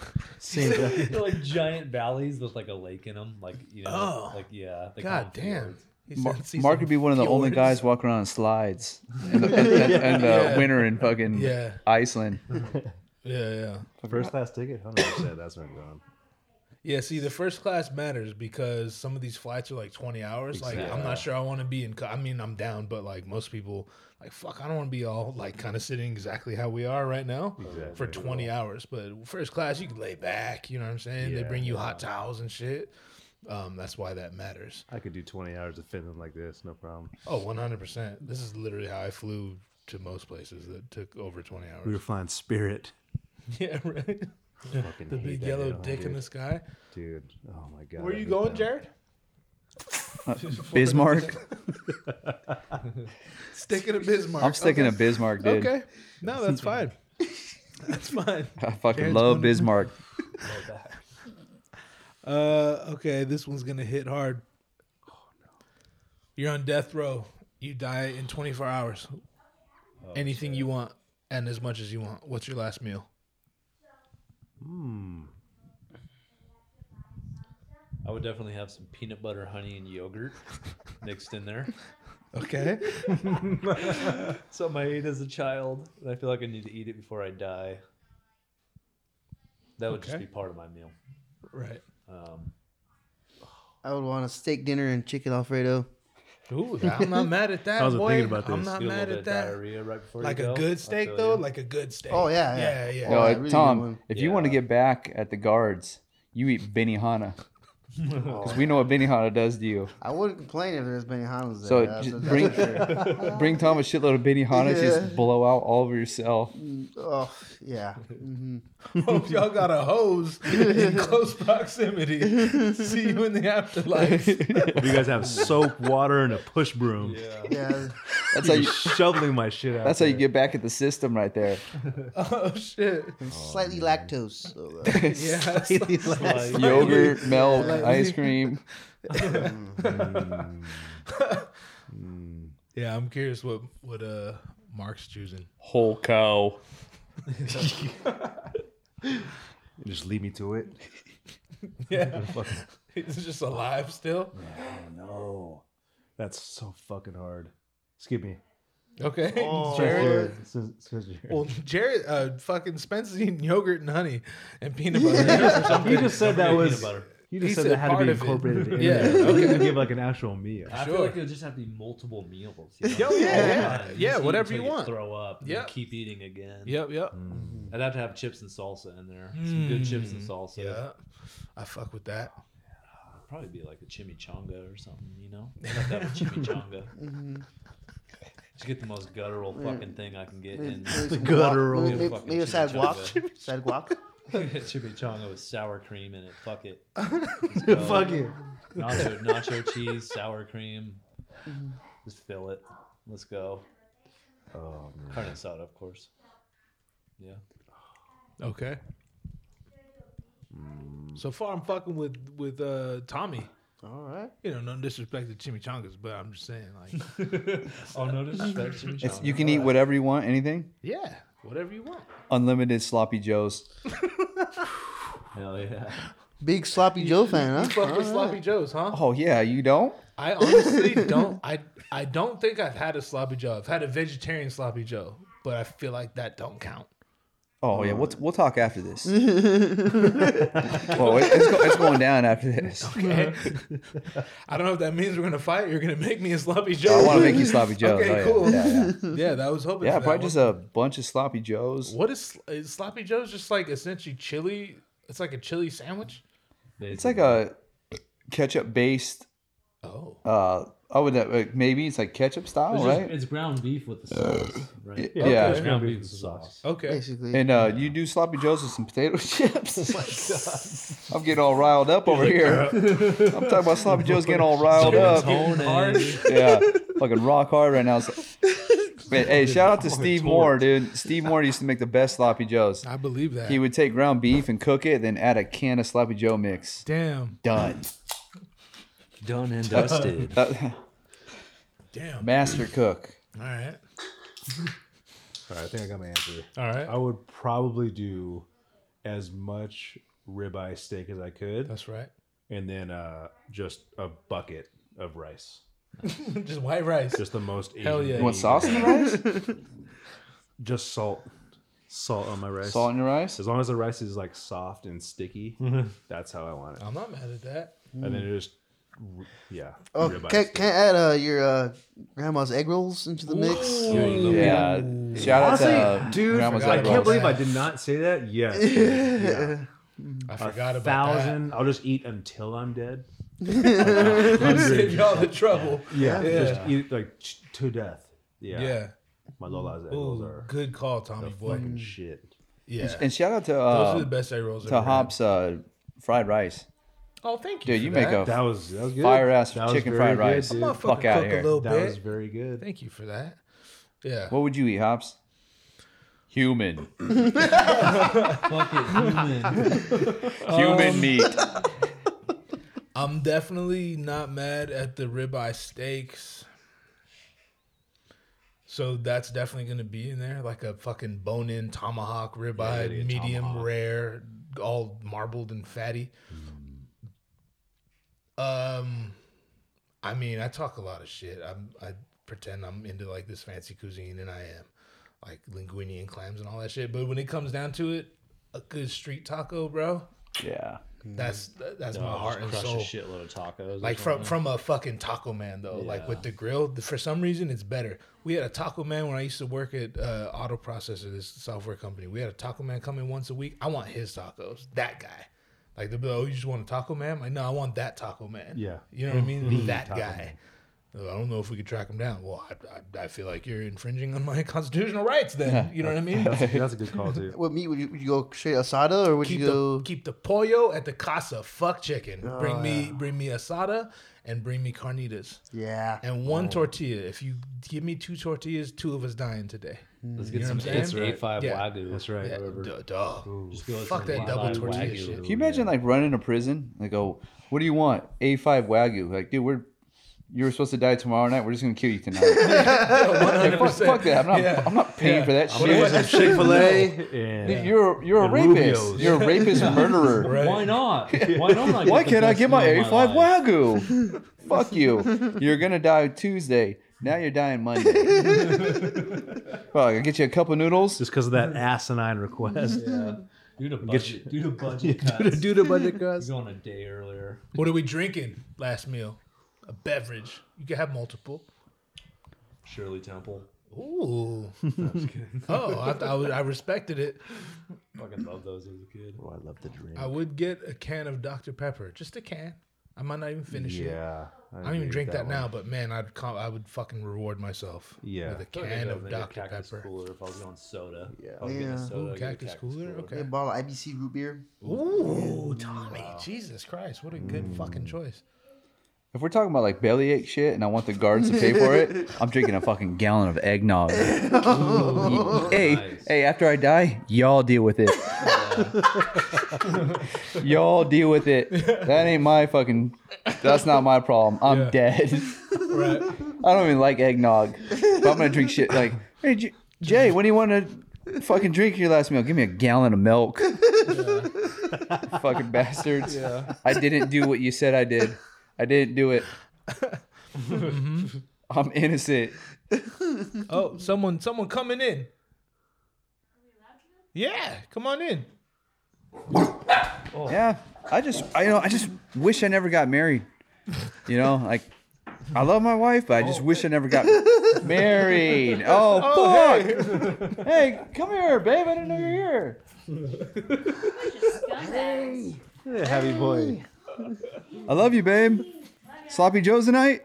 [SPEAKER 1] (laughs)
[SPEAKER 10] They're like giant valleys with like a lake in them. Like, you know,
[SPEAKER 1] Oh.
[SPEAKER 10] like, yeah. they call
[SPEAKER 1] God
[SPEAKER 10] them
[SPEAKER 1] damn.
[SPEAKER 10] fjords.
[SPEAKER 1] He
[SPEAKER 9] Mar-
[SPEAKER 1] said see
[SPEAKER 9] Mark
[SPEAKER 1] some
[SPEAKER 9] would be one of the only
[SPEAKER 1] fjords. (laughs)
[SPEAKER 15] (laughs)
[SPEAKER 9] guys walking around on slides in the, in, in- in the winter in fucking
[SPEAKER 1] Yeah.
[SPEAKER 9] Iceland.
[SPEAKER 1] Yeah, yeah.
[SPEAKER 8] First class ticket, hundred percent. That's where I'm going.
[SPEAKER 1] Yeah, see, the first class matters because some of these flights are like 20 hours. Like, I'm not sure I want to be in, co- I mean, I'm down, but like most people, like, fuck, I don't want to be all like kind of sitting exactly how we are right now for 20 hours. But first class, you can lay back, you know what I'm saying? they
[SPEAKER 8] Yeah,
[SPEAKER 1] bring you hot towels and shit. Um, that's why that matters.
[SPEAKER 8] I could do 20 hours of Finland like this, no problem.
[SPEAKER 1] Oh, 100%. This is literally how I flew to most places that took over 20 hours.
[SPEAKER 8] We were flying Spirit.
[SPEAKER 1] (laughs) yeah, right.
[SPEAKER 8] Fucking
[SPEAKER 1] The
[SPEAKER 8] hate
[SPEAKER 1] big
[SPEAKER 8] that
[SPEAKER 1] yellow
[SPEAKER 8] airline,
[SPEAKER 1] dick in
[SPEAKER 8] dude.
[SPEAKER 1] the sky.
[SPEAKER 8] Dude, oh my god.
[SPEAKER 1] Where
[SPEAKER 8] I
[SPEAKER 1] you
[SPEAKER 8] hate
[SPEAKER 1] going,
[SPEAKER 8] them.
[SPEAKER 1] Jared?
[SPEAKER 9] (laughs) Bismarck.
[SPEAKER 1] Sticking to Bismarck.
[SPEAKER 9] I'm sticking to Bismarck, dude.
[SPEAKER 1] Okay.
[SPEAKER 10] (laughs)
[SPEAKER 1] No, that's fine. that's fine.
[SPEAKER 9] I fucking
[SPEAKER 1] Jared's
[SPEAKER 9] love
[SPEAKER 1] going-
[SPEAKER 9] Bismarck.
[SPEAKER 1] Uh, okay, this one's gonna hit hard. Oh no! You're on death row. You die in 24 hours.
[SPEAKER 10] Oh,
[SPEAKER 1] Anything you want and as much as you want. What's your last meal?
[SPEAKER 10] I would definitely have some peanut butter, honey, and
[SPEAKER 8] (laughs)
[SPEAKER 10] yogurt mixed in there. (laughs)
[SPEAKER 1] Okay.
[SPEAKER 10] Something I ate as a child, and I feel like I need to eat it before I die. That would just
[SPEAKER 1] Okay.
[SPEAKER 10] be part of my meal.
[SPEAKER 1] right.
[SPEAKER 10] Um,
[SPEAKER 6] I would want a steak dinner and chicken alfredo.
[SPEAKER 1] Ooh, I'm not mad
[SPEAKER 10] (laughs)
[SPEAKER 1] at that.
[SPEAKER 8] I wasn't
[SPEAKER 1] boy.
[SPEAKER 8] thinking about
[SPEAKER 1] I'm
[SPEAKER 8] this.
[SPEAKER 1] not
[SPEAKER 10] get a
[SPEAKER 1] mad
[SPEAKER 10] little
[SPEAKER 1] at
[SPEAKER 10] bit of
[SPEAKER 1] that.
[SPEAKER 10] diarrhea right before
[SPEAKER 1] Like
[SPEAKER 10] you go.
[SPEAKER 1] a
[SPEAKER 10] I (laughs)
[SPEAKER 1] good steak
[SPEAKER 10] feel
[SPEAKER 1] though,
[SPEAKER 10] you.
[SPEAKER 1] like a good steak.
[SPEAKER 6] Oh yeah,
[SPEAKER 1] yeah,
[SPEAKER 6] yeah.
[SPEAKER 1] yeah.
[SPEAKER 9] No,
[SPEAKER 6] really good
[SPEAKER 9] Tom,
[SPEAKER 6] one.
[SPEAKER 9] if you want to
[SPEAKER 10] Yeah.
[SPEAKER 9] get back at the guards, you eat Benihana. because we know what Benihana does to you.
[SPEAKER 6] I wouldn't complain if there's Benihana's there.
[SPEAKER 9] So
[SPEAKER 6] that's-
[SPEAKER 9] just
[SPEAKER 6] that's (laughs)
[SPEAKER 9] bring
[SPEAKER 6] for sure.
[SPEAKER 9] bring Tom a shitload of Benihana,
[SPEAKER 6] Yeah.
[SPEAKER 9] just blow out all over yourself.
[SPEAKER 6] Oh yeah. hmm
[SPEAKER 1] (laughs) Hope y'all got a
[SPEAKER 10] (laughs)
[SPEAKER 1] hose in close proximity. See you in the
[SPEAKER 10] (laughs)
[SPEAKER 1] afterlife.
[SPEAKER 8] You guys have soap, water, and a push broom.
[SPEAKER 6] Yeah.
[SPEAKER 9] That's how
[SPEAKER 8] You're
[SPEAKER 9] you.
[SPEAKER 8] shoveling my shit out.
[SPEAKER 9] That's how you
[SPEAKER 8] there.
[SPEAKER 9] get back at the system right there.
[SPEAKER 1] oh shit!
[SPEAKER 6] Slightly lactose. so, uh,
[SPEAKER 1] (laughs) Yeah,
[SPEAKER 8] (laughs)
[SPEAKER 6] slightly lactose.
[SPEAKER 9] Yogurt, milk, ice cream.
[SPEAKER 1] yeah. I'm curious what what uh Mark's choosing.
[SPEAKER 10] Whole (laughs) cow.
[SPEAKER 8] Just lead me to it.
[SPEAKER 1] (laughs) Yeah, it's just alive still.
[SPEAKER 8] No, that's so fucking hard. Skip me.
[SPEAKER 1] Okay, (laughs) Jared.
[SPEAKER 6] Jared.
[SPEAKER 8] (laughs)
[SPEAKER 1] Well, Jared, uh, fucking Spencer's eating yogurt and honey and peanut butter. (laughs)
[SPEAKER 8] you just said that was.
[SPEAKER 10] peanut butter.
[SPEAKER 8] You just
[SPEAKER 1] He
[SPEAKER 8] said,
[SPEAKER 1] said
[SPEAKER 8] that had to
[SPEAKER 1] part
[SPEAKER 8] be
[SPEAKER 1] of it.
[SPEAKER 8] incorporated.
[SPEAKER 1] (laughs)
[SPEAKER 8] In
[SPEAKER 1] Yeah,
[SPEAKER 8] there. You didn't give like an actual meal.
[SPEAKER 10] I
[SPEAKER 1] Sure. (laughs)
[SPEAKER 10] feel like it'll just have to be multiple meals. You know?
[SPEAKER 1] Yo, yeah, yeah.
[SPEAKER 10] just
[SPEAKER 1] Yeah,
[SPEAKER 10] eat
[SPEAKER 1] whatever
[SPEAKER 10] until
[SPEAKER 1] you want.
[SPEAKER 10] Throw up. and
[SPEAKER 1] Yeah.
[SPEAKER 10] Keep eating again.
[SPEAKER 1] yep, yep.
[SPEAKER 10] I'd have to have chips and salsa in there. Some good chips and salsa.
[SPEAKER 1] Hmm. Yeah, I fuck with that.
[SPEAKER 10] Probably be like a chimichanga or something. You know, I'd have to have a
[SPEAKER 9] (laughs)
[SPEAKER 10] chimichanga.
[SPEAKER 9] Mm-hmm.
[SPEAKER 10] Just get the most guttural fucking thing I can get in.
[SPEAKER 6] Maybe some
[SPEAKER 8] guttural.
[SPEAKER 6] guac-
[SPEAKER 10] Yeah,
[SPEAKER 6] Maybe,
[SPEAKER 10] fucking
[SPEAKER 6] maybe a sad
[SPEAKER 10] chimichanga.
[SPEAKER 6] guac. Sad guac.
[SPEAKER 10] (laughs) chimichanga with sour cream in it. Fuck it.
[SPEAKER 8] (laughs) Fuck it.
[SPEAKER 10] Nacho, nacho cheese, sour cream.
[SPEAKER 9] Mm-hmm.
[SPEAKER 10] Just fill it. Let's go.
[SPEAKER 8] Oh, man.
[SPEAKER 10] Carne asada, of course. Yeah.
[SPEAKER 1] Okay. So far, I'm fucking with with uh, Tommy.
[SPEAKER 6] All right.
[SPEAKER 1] You know, no disrespect to chimichangas, but I'm just saying, like,
[SPEAKER 10] (laughs) Oh no, disrespect
[SPEAKER 9] It's,
[SPEAKER 10] chimichanga.
[SPEAKER 9] you can eat whatever you want, anything.
[SPEAKER 1] yeah, whatever you want.
[SPEAKER 9] Unlimited sloppy joes.
[SPEAKER 10] Hell yeah.
[SPEAKER 6] Big sloppy Joe fan,
[SPEAKER 1] (laughs)
[SPEAKER 6] huh?
[SPEAKER 1] Fuck with sloppy joes, huh?
[SPEAKER 9] Oh yeah, you don't.
[SPEAKER 1] I
[SPEAKER 9] (laughs)
[SPEAKER 1] honestly don't. I I don't think I've had a sloppy joe. I've had a vegetarian sloppy joe, but I feel like that don't count.
[SPEAKER 9] Oh yeah, we'll, we'll talk
[SPEAKER 10] (laughs)
[SPEAKER 9] after this. Whoa, it- it's, go, it's going down after this. (laughs)
[SPEAKER 1] Okay. I don't know if that means we're gonna fight. You're gonna make me a sloppy joe.
[SPEAKER 9] I want to make you sloppy joes.
[SPEAKER 1] Okay,
[SPEAKER 9] Oh,
[SPEAKER 1] cool.
[SPEAKER 9] yeah, Yeah, yeah.
[SPEAKER 1] (laughs) Yeah, that was hoping.
[SPEAKER 9] Yeah,
[SPEAKER 1] for that
[SPEAKER 9] probably
[SPEAKER 1] one.
[SPEAKER 9] just a bunch of sloppy joes.
[SPEAKER 1] What is, is sloppy joe's? Just like essentially chili. It's like a chili sandwich.
[SPEAKER 9] It's like a ketchup based.
[SPEAKER 1] Oh,
[SPEAKER 9] Uh, I would uh, maybe it's like ketchup style,
[SPEAKER 10] It's, just,
[SPEAKER 9] right?
[SPEAKER 10] it's brown beef with the sauce, right?
[SPEAKER 9] yeah,
[SPEAKER 10] It's brown beef with the sauce.
[SPEAKER 1] okay.
[SPEAKER 6] Basically.
[SPEAKER 9] and uh, you do sloppy joes with some potato (laughs)
[SPEAKER 10] Oh
[SPEAKER 9] chips. I'm getting all riled up over here. I'm talking about sloppy joes getting all riled up.
[SPEAKER 10] Tony.
[SPEAKER 9] Yeah, fucking rock hard right now.
[SPEAKER 8] (laughs)
[SPEAKER 9] It's like- Wait, hey, shout out to Steve Moore, dude. Steve Moore used to make the best sloppy joes.
[SPEAKER 1] I believe that.
[SPEAKER 9] He would take ground beef and cook it, then add a can of sloppy joe mix.
[SPEAKER 1] Damn,
[SPEAKER 9] Done.
[SPEAKER 10] Done and dusted.
[SPEAKER 9] Uh,
[SPEAKER 1] damn.
[SPEAKER 9] master cook.
[SPEAKER 1] All right,
[SPEAKER 8] All right, I think I got my answer.
[SPEAKER 1] all right.
[SPEAKER 8] I would probably do as much ribeye steak as I could,
[SPEAKER 1] That's right. (laughs)
[SPEAKER 8] and then uh, just a bucket of rice.
[SPEAKER 1] Just white rice.
[SPEAKER 8] Just the most Asian
[SPEAKER 1] Hell yeah.
[SPEAKER 8] thing
[SPEAKER 9] You want
[SPEAKER 8] you
[SPEAKER 9] sauce
[SPEAKER 8] can-
[SPEAKER 9] in the rice?
[SPEAKER 8] Just salt, salt on my rice.
[SPEAKER 9] Salt in your rice?
[SPEAKER 8] As long as the rice is like soft and sticky,
[SPEAKER 1] Mm-hmm.
[SPEAKER 8] that's how I want it.
[SPEAKER 1] I'm not mad at that.
[SPEAKER 8] And then it just, r- yeah.
[SPEAKER 6] Oh,
[SPEAKER 8] ribeye
[SPEAKER 6] can,
[SPEAKER 8] steak.
[SPEAKER 6] can I add uh, your uh, grandma's egg rolls into the mix?
[SPEAKER 9] Yeah. Shout out to uh,
[SPEAKER 8] Honestly, dude,
[SPEAKER 9] Grandma's
[SPEAKER 8] I
[SPEAKER 9] egg
[SPEAKER 8] can't
[SPEAKER 9] rolls.
[SPEAKER 8] believe I did not say that. Yes. Yeah.
[SPEAKER 1] I
[SPEAKER 8] A
[SPEAKER 1] forgot about that.
[SPEAKER 8] thousand. I'll just eat until I'm dead.
[SPEAKER 1] (laughs) Save y'all the trouble.
[SPEAKER 8] Yeah,
[SPEAKER 1] Yeah.
[SPEAKER 8] just eat like ch- to death. Yeah,
[SPEAKER 1] Yeah.
[SPEAKER 8] my Lola's egg rolls
[SPEAKER 1] Ooh, Mm.
[SPEAKER 8] are
[SPEAKER 1] good call, Tommy boy.
[SPEAKER 8] fucking shit.
[SPEAKER 1] Yeah.
[SPEAKER 9] And shout out to
[SPEAKER 1] Those are
[SPEAKER 9] uh,
[SPEAKER 1] the best egg rolls. I've
[SPEAKER 9] to
[SPEAKER 1] ever had.
[SPEAKER 9] Hop's uh, fried rice.
[SPEAKER 1] Oh, thank you.
[SPEAKER 9] Dude,
[SPEAKER 1] for
[SPEAKER 9] you make
[SPEAKER 1] that.
[SPEAKER 9] a
[SPEAKER 8] That was that was good.
[SPEAKER 9] fire ass
[SPEAKER 8] That was
[SPEAKER 9] chicken
[SPEAKER 8] very
[SPEAKER 9] fried
[SPEAKER 8] good,
[SPEAKER 9] rice.
[SPEAKER 8] dude.
[SPEAKER 1] I'm gonna
[SPEAKER 9] Fuck
[SPEAKER 1] fucking
[SPEAKER 9] outta
[SPEAKER 1] cook
[SPEAKER 9] here.
[SPEAKER 1] a little
[SPEAKER 8] That
[SPEAKER 1] bit.
[SPEAKER 8] was very good.
[SPEAKER 1] Thank you for that. Yeah.
[SPEAKER 9] What would you eat, Hops? Human.
[SPEAKER 10] (laughs) Fuck it, human.
[SPEAKER 9] (laughs) Human meat.
[SPEAKER 1] I'm definitely not mad at the ribeye steaks. So that's definitely going to be in there, like a fucking bone-in tomahawk ribeye, medium rare, all marbled and fatty. Um, I mean, I talk a lot of shit. I'm, I pretend I'm into like this fancy cuisine, and I am, like linguine and clams and all that shit. But when it comes down to it, a good street taco, bro,
[SPEAKER 9] Yeah.
[SPEAKER 1] that's that's my
[SPEAKER 10] I'll
[SPEAKER 1] heart
[SPEAKER 10] just
[SPEAKER 1] and
[SPEAKER 10] crush
[SPEAKER 1] soul
[SPEAKER 10] a shitload of tacos. or
[SPEAKER 1] like from
[SPEAKER 10] something.
[SPEAKER 1] from a fucking taco man though like with the grill th- for some reason it's better we had a taco man when i used to work at uh, auto processor this software company we had a taco man come in once a week i want his tacos that guy Like they'll be like, "Oh, you just want a taco man?" I'm like, no, I want that taco man.
[SPEAKER 8] Yeah.
[SPEAKER 1] you know what I mean.
[SPEAKER 8] The
[SPEAKER 1] that
[SPEAKER 8] taco
[SPEAKER 1] guy. I don't know if we could track him down. Well, I, I, I feel like you're infringing on my (laughs) constitutional rights. Then you know what I mean.
[SPEAKER 8] That's, that's a good call too.
[SPEAKER 6] What meat would you, would you go straight asada or would
[SPEAKER 1] keep
[SPEAKER 6] you go?
[SPEAKER 1] the keep the pollo at the casa. Fuck chicken. bring me bring me asada and bring me carnitas
[SPEAKER 6] yeah.
[SPEAKER 1] and one tortilla. If you give me two tortillas, two of us dying today.
[SPEAKER 10] Let's get
[SPEAKER 1] You know
[SPEAKER 10] some
[SPEAKER 1] what I'm
[SPEAKER 10] eight
[SPEAKER 1] saying?
[SPEAKER 10] five
[SPEAKER 1] Yeah.
[SPEAKER 10] wagyu.
[SPEAKER 8] That's right.
[SPEAKER 1] Yeah,
[SPEAKER 10] Whatever.
[SPEAKER 1] duh, duh.
[SPEAKER 10] Just go with
[SPEAKER 1] Fuck
[SPEAKER 10] some
[SPEAKER 1] that double
[SPEAKER 10] wagyu
[SPEAKER 1] tortilla
[SPEAKER 10] or
[SPEAKER 1] shit.
[SPEAKER 10] whatever.
[SPEAKER 1] Can
[SPEAKER 9] Can you imagine like running to prison? They go, "What do you want? A five wagyu?" Like, dude, we're you were supposed to die tomorrow night. We're just gonna kill you tonight.
[SPEAKER 1] (laughs)
[SPEAKER 9] Like, fuck, fuck that. I'm not. I'm not paying for that shit.
[SPEAKER 8] Chick Fil A.
[SPEAKER 9] Dude, You're you're
[SPEAKER 8] (laughs)
[SPEAKER 9] a
[SPEAKER 8] And
[SPEAKER 9] rapist.
[SPEAKER 8] Rubios.
[SPEAKER 9] You're a rapist murderer.
[SPEAKER 10] Why not? Why don't I? Get
[SPEAKER 9] Why
[SPEAKER 10] the
[SPEAKER 9] can't I
[SPEAKER 10] best
[SPEAKER 9] get my
[SPEAKER 10] meal
[SPEAKER 9] A
[SPEAKER 10] of
[SPEAKER 9] five
[SPEAKER 10] life?
[SPEAKER 9] wagyu? fuck you. You're gonna die Tuesday. Now you're dying Monday. fuck, I get you a cup of noodles.
[SPEAKER 8] Just because of that asinine request.
[SPEAKER 10] Due to budget, due to budget cuts.
[SPEAKER 8] Due
[SPEAKER 10] (laughs)
[SPEAKER 8] to budget cuts.
[SPEAKER 10] He's going a day earlier.
[SPEAKER 1] (laughs) What are we drinking last meal? A beverage. You can have multiple.
[SPEAKER 10] Shirley Temple.
[SPEAKER 1] Ooh. (laughs) oh, I, th- I, would- I respected it.
[SPEAKER 10] Fucking love those as a kid.
[SPEAKER 6] Oh,
[SPEAKER 8] I love the drink.
[SPEAKER 1] I would get a can of Dr. Pepper, just a can. I might not even finish it.
[SPEAKER 8] Yeah.
[SPEAKER 1] I don't even drink that, now, but man, I'd com- I would fucking reward myself
[SPEAKER 8] Yeah.
[SPEAKER 1] with a can of Dr.
[SPEAKER 10] Cactus
[SPEAKER 1] Pepper.
[SPEAKER 10] Cooler if I was going soda. Yeah.
[SPEAKER 6] Yeah.
[SPEAKER 1] Ooh, cactus cooler?
[SPEAKER 6] A
[SPEAKER 1] Okay.
[SPEAKER 6] bottle of IBC root beer.
[SPEAKER 1] Ooh, Tommy. Jesus Christ. What a good fucking choice.
[SPEAKER 9] If we're talking about like bellyache shit and I want the guards to pay for it, I'm drinking a fucking gallon of eggnog. hey,
[SPEAKER 10] nice.
[SPEAKER 9] hey, after I die, y'all deal with it. (laughs) y'all deal with it. That ain't my fucking that's not my problem. I'm
[SPEAKER 1] Yeah.
[SPEAKER 9] dead.
[SPEAKER 1] (laughs) Right.
[SPEAKER 9] I don't even like eggnog. But I'm gonna drink shit like hey J- Jay, what do you want to fucking drink your last meal? Give me a gallon of milk. (laughs) fucking bastards. I didn't do what you said I did. I didn't do it. I'm innocent.
[SPEAKER 1] Oh, someone, someone coming in. Yeah, come on in.
[SPEAKER 9] Yeah. I just I you know, I just wish I never got married. You know, like I love my wife, but I just wish I never got
[SPEAKER 1] (laughs)
[SPEAKER 9] married. Oh, fuck. (laughs) Hey. come here, babe. I didn't know you're here.
[SPEAKER 8] Happy boy.
[SPEAKER 9] I love you, babe. Sloppy Joe's tonight?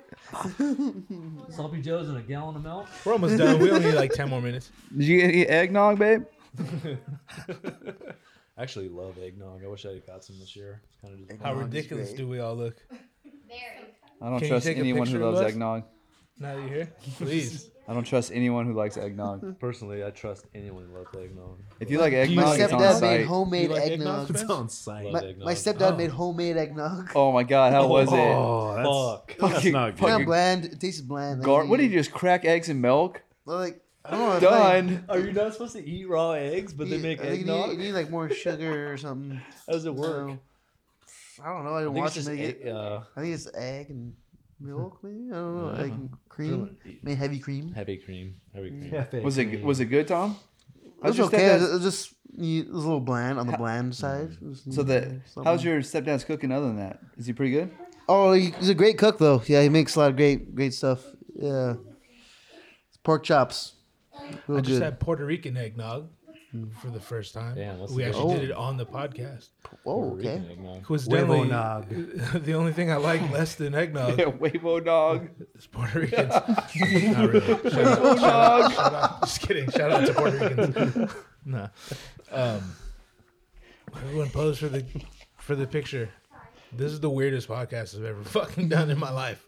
[SPEAKER 10] Sloppy Joe's and a gallon of milk.
[SPEAKER 1] We're almost done. We only need like 10 more
[SPEAKER 6] (laughs)
[SPEAKER 1] minutes.
[SPEAKER 9] Did you get any eggnog, babe?
[SPEAKER 10] I actually love eggnog. I wish I had got some this year. It's kind of just
[SPEAKER 1] How
[SPEAKER 6] Eggnog is
[SPEAKER 1] ridiculous
[SPEAKER 6] great.
[SPEAKER 1] do we all look?
[SPEAKER 9] I don't
[SPEAKER 1] Can you
[SPEAKER 9] trust
[SPEAKER 1] take a
[SPEAKER 9] anyone who
[SPEAKER 1] picture of
[SPEAKER 9] loves
[SPEAKER 1] us?
[SPEAKER 9] eggnog.
[SPEAKER 1] Now that you're
[SPEAKER 6] (laughs)
[SPEAKER 1] here? Please.
[SPEAKER 9] I don't trust anyone who likes eggnog.
[SPEAKER 10] personally, I trust anyone who loves eggnog.
[SPEAKER 9] If you like
[SPEAKER 6] My
[SPEAKER 9] eggnog, it's on
[SPEAKER 6] stepdad made
[SPEAKER 9] site.
[SPEAKER 6] homemade
[SPEAKER 1] You like eggnog,
[SPEAKER 6] eggnog.
[SPEAKER 1] Spencer?
[SPEAKER 8] It's on site.
[SPEAKER 10] Love
[SPEAKER 6] My,
[SPEAKER 10] eggnog.
[SPEAKER 6] my stepdad made homemade eggnog.
[SPEAKER 9] Oh my god, how was it?
[SPEAKER 8] Oh,
[SPEAKER 10] Fuck.
[SPEAKER 8] that's, that's
[SPEAKER 9] Fucking-
[SPEAKER 8] not good.
[SPEAKER 9] fucking
[SPEAKER 6] Kind of bland. It tastes bland. Like,
[SPEAKER 9] Gar- what did you just crack eggs and milk?
[SPEAKER 6] well, Like I don't know. it's like-
[SPEAKER 9] Done.
[SPEAKER 10] Are you not supposed to eat raw eggs, but they
[SPEAKER 6] you-
[SPEAKER 10] make
[SPEAKER 6] I think you need- You
[SPEAKER 10] eggnog?
[SPEAKER 6] need like more sugar or something.
[SPEAKER 10] How does it work?
[SPEAKER 6] So, I don't know. I didn't
[SPEAKER 10] I think it's
[SPEAKER 6] watch it
[SPEAKER 10] just
[SPEAKER 6] make it.
[SPEAKER 10] egg- uh,
[SPEAKER 6] I think it's egg and milk, maybe. I don't know. Egg and cream, maybe heavy cream.
[SPEAKER 10] heavy cream. Heavy cream.
[SPEAKER 9] Was it was it good, Tom?
[SPEAKER 6] It was
[SPEAKER 9] your
[SPEAKER 6] okay.
[SPEAKER 9] stepdad's-
[SPEAKER 6] It was, it was just it was a little bland on the bland side. It was-
[SPEAKER 9] So the
[SPEAKER 6] something.
[SPEAKER 9] how's your stepdad's cooking other than that? Is he pretty good?
[SPEAKER 6] Oh, he- he's a great cook though. Yeah, he makes a lot of great great stuff. Yeah, pork chops, real
[SPEAKER 1] I just
[SPEAKER 6] good.
[SPEAKER 1] had Puerto Rican eggnog for the first time.
[SPEAKER 10] Damn, what's
[SPEAKER 1] we
[SPEAKER 10] the-
[SPEAKER 1] actually did it
[SPEAKER 6] Oh.
[SPEAKER 1] on the podcast.
[SPEAKER 6] oh, okay.
[SPEAKER 10] Eggnog.
[SPEAKER 1] Coincidentally,
[SPEAKER 8] nog.
[SPEAKER 1] (laughs) the only thing I like less than eggnog
[SPEAKER 9] Yeah, Waybo dog.
[SPEAKER 1] is Puerto Ricans. (laughs) Not really. Shout out,
[SPEAKER 9] Dog.
[SPEAKER 1] shout out. Just kidding. Shout out to Puerto Ricans. (laughs) nah. Um, everyone pose for the for the picture. This is the weirdest podcast I've ever fucking done in my life.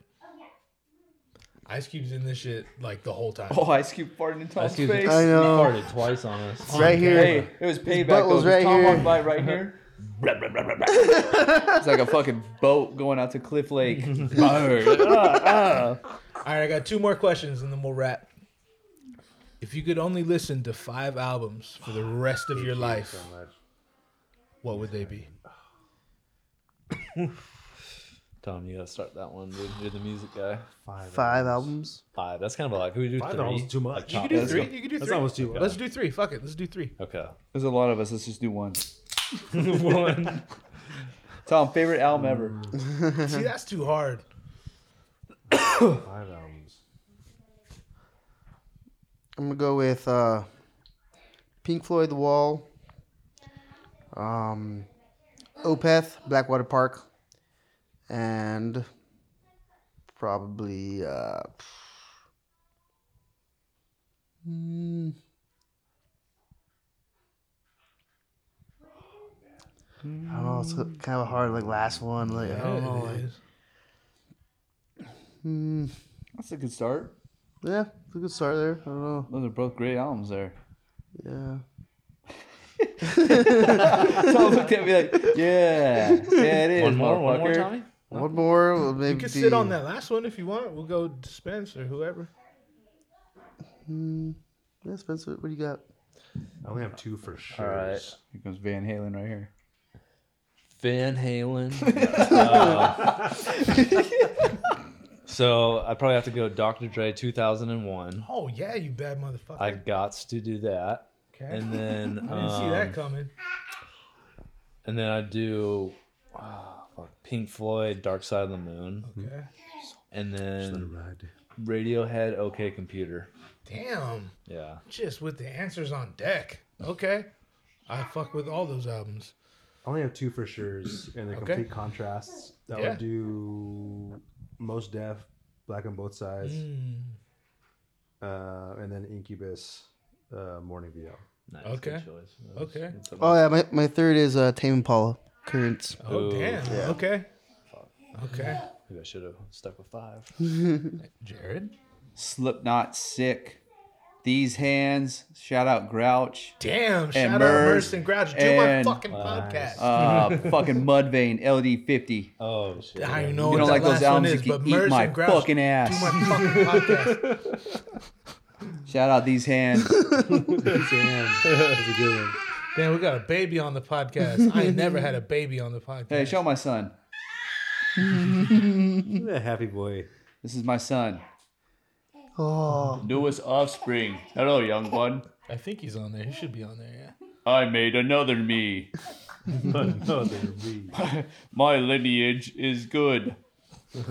[SPEAKER 1] Ice Cube's in this shit like the whole time.
[SPEAKER 9] Oh, Ice Cube farting in Tom's
[SPEAKER 10] Excuse me.
[SPEAKER 9] face.
[SPEAKER 6] I
[SPEAKER 10] He
[SPEAKER 6] know.
[SPEAKER 10] farted twice on us.
[SPEAKER 6] Right here.
[SPEAKER 9] Hey, it was payback. though,
[SPEAKER 6] butt was
[SPEAKER 9] 'cause
[SPEAKER 6] right
[SPEAKER 9] Tom
[SPEAKER 6] here.
[SPEAKER 9] walked by right here. Blah, blah, blah, blah, blah. (laughs) it's like a fucking boat going out to Cliff Lake.
[SPEAKER 1] All right, I got two more questions and then we'll wrap. If you could only listen to five albums for the rest of your life, what would they be?
[SPEAKER 10] Tom, you gotta start that one. Dude. You're the music guy.
[SPEAKER 6] Five albums.
[SPEAKER 10] Five. That's kind of like who we do
[SPEAKER 8] Five
[SPEAKER 10] three.
[SPEAKER 8] albums too much.
[SPEAKER 10] Like,
[SPEAKER 8] You
[SPEAKER 10] Tom-
[SPEAKER 8] could do
[SPEAKER 1] Three. You can do
[SPEAKER 8] That's
[SPEAKER 1] three.
[SPEAKER 8] almost too much.
[SPEAKER 1] Let's do three. Fuck it. Let's do three.
[SPEAKER 10] Okay.
[SPEAKER 9] There's a lot of us. Let's just do one.
[SPEAKER 10] One.
[SPEAKER 9] (laughs) Tom, favorite album
[SPEAKER 1] (laughs)
[SPEAKER 9] ever.
[SPEAKER 1] See, that's too hard.
[SPEAKER 8] Five albums.
[SPEAKER 6] I'm gonna go with uh, Pink Floyd, The Wall, um, Opeth, Blackwater Park, and probably uh, mm, oh, it's kind of a hard like last one. Like, I don't know, like- Hmm.
[SPEAKER 9] That's a good start.
[SPEAKER 6] Yeah, it's a good start there. I don't know.
[SPEAKER 9] Those are both great albums there. (laughs)
[SPEAKER 6] Yeah.
[SPEAKER 9] Tom looked at me like, yeah, yeah, it is.
[SPEAKER 10] One more, one more,
[SPEAKER 9] motherfucker."
[SPEAKER 10] Tommy?
[SPEAKER 6] One more, well, maybe.
[SPEAKER 1] You can sit on that last one if you want. We'll go Spence or whoever.
[SPEAKER 6] Hmm. yeah, Spencer, what do you got?
[SPEAKER 8] I only have two for sure.
[SPEAKER 10] All right.
[SPEAKER 9] Here comes Van Halen right here.
[SPEAKER 10] Van Halen. Uh, so I probably have to go Dr. Dre 2001.
[SPEAKER 1] Oh yeah, you bad motherfucker.
[SPEAKER 10] I got to do that.
[SPEAKER 1] Okay.
[SPEAKER 10] And then
[SPEAKER 1] I didn't see that
[SPEAKER 10] um,
[SPEAKER 1] coming.
[SPEAKER 10] and then I do ah, fuck, Pink Floyd, Dark Side of the Moon,
[SPEAKER 1] Okay.
[SPEAKER 10] and then Radiohead, OK Computer.
[SPEAKER 1] Damn.
[SPEAKER 10] Yeah.
[SPEAKER 1] Just with the answers on deck. Okay. I fuck with all those albums.
[SPEAKER 8] I only have two for sure's and the
[SPEAKER 1] Okay.
[SPEAKER 8] complete contrasts. That
[SPEAKER 1] Yeah.
[SPEAKER 8] would do most deaf, black on both sides, uh, and then Incubus, uh, Morning VO.
[SPEAKER 10] Nice.
[SPEAKER 1] Okay.
[SPEAKER 10] Good choice. That was-
[SPEAKER 1] Okay.
[SPEAKER 10] that's a-
[SPEAKER 6] Oh yeah, my, my third is uh, Tame Impala, Currents.
[SPEAKER 1] Oh
[SPEAKER 10] Ooh.
[SPEAKER 1] damn. Okay. Okay.
[SPEAKER 10] Maybe I should have stuck with five.
[SPEAKER 1] Jared.
[SPEAKER 9] Slipknot, Sick, These Hands, shout out Grouch,
[SPEAKER 1] Damn. Shout out
[SPEAKER 9] Merz
[SPEAKER 1] Merce and Grouch. Do
[SPEAKER 9] and-
[SPEAKER 1] my fucking podcast.
[SPEAKER 8] (laughs)
[SPEAKER 9] uh, fucking Mudvayne, LD50.
[SPEAKER 10] Oh shit.
[SPEAKER 1] I
[SPEAKER 10] yeah.
[SPEAKER 1] don't know
[SPEAKER 9] you
[SPEAKER 1] what
[SPEAKER 9] don't
[SPEAKER 1] that
[SPEAKER 9] like
[SPEAKER 1] last
[SPEAKER 9] those
[SPEAKER 1] one
[SPEAKER 9] albums,
[SPEAKER 1] is,
[SPEAKER 9] you
[SPEAKER 1] but
[SPEAKER 9] can
[SPEAKER 1] Merce
[SPEAKER 9] eat my
[SPEAKER 1] and Grouch.
[SPEAKER 9] fucking ass.
[SPEAKER 1] Do my fucking podcast.
[SPEAKER 9] Shout out These Hands.
[SPEAKER 8] That's a good one.
[SPEAKER 1] Damn, we got a baby on the podcast. I ain't never had a baby on the podcast.
[SPEAKER 9] hey, show my son.
[SPEAKER 8] Look at that happy boy.
[SPEAKER 9] This is my son.
[SPEAKER 6] Oh,
[SPEAKER 9] Newest offspring. Hello, young one.
[SPEAKER 1] I think he's on there. He should be on there,
[SPEAKER 9] I made
[SPEAKER 8] (laughs)
[SPEAKER 9] another me. (laughs) My lineage is good.
[SPEAKER 1] yeah.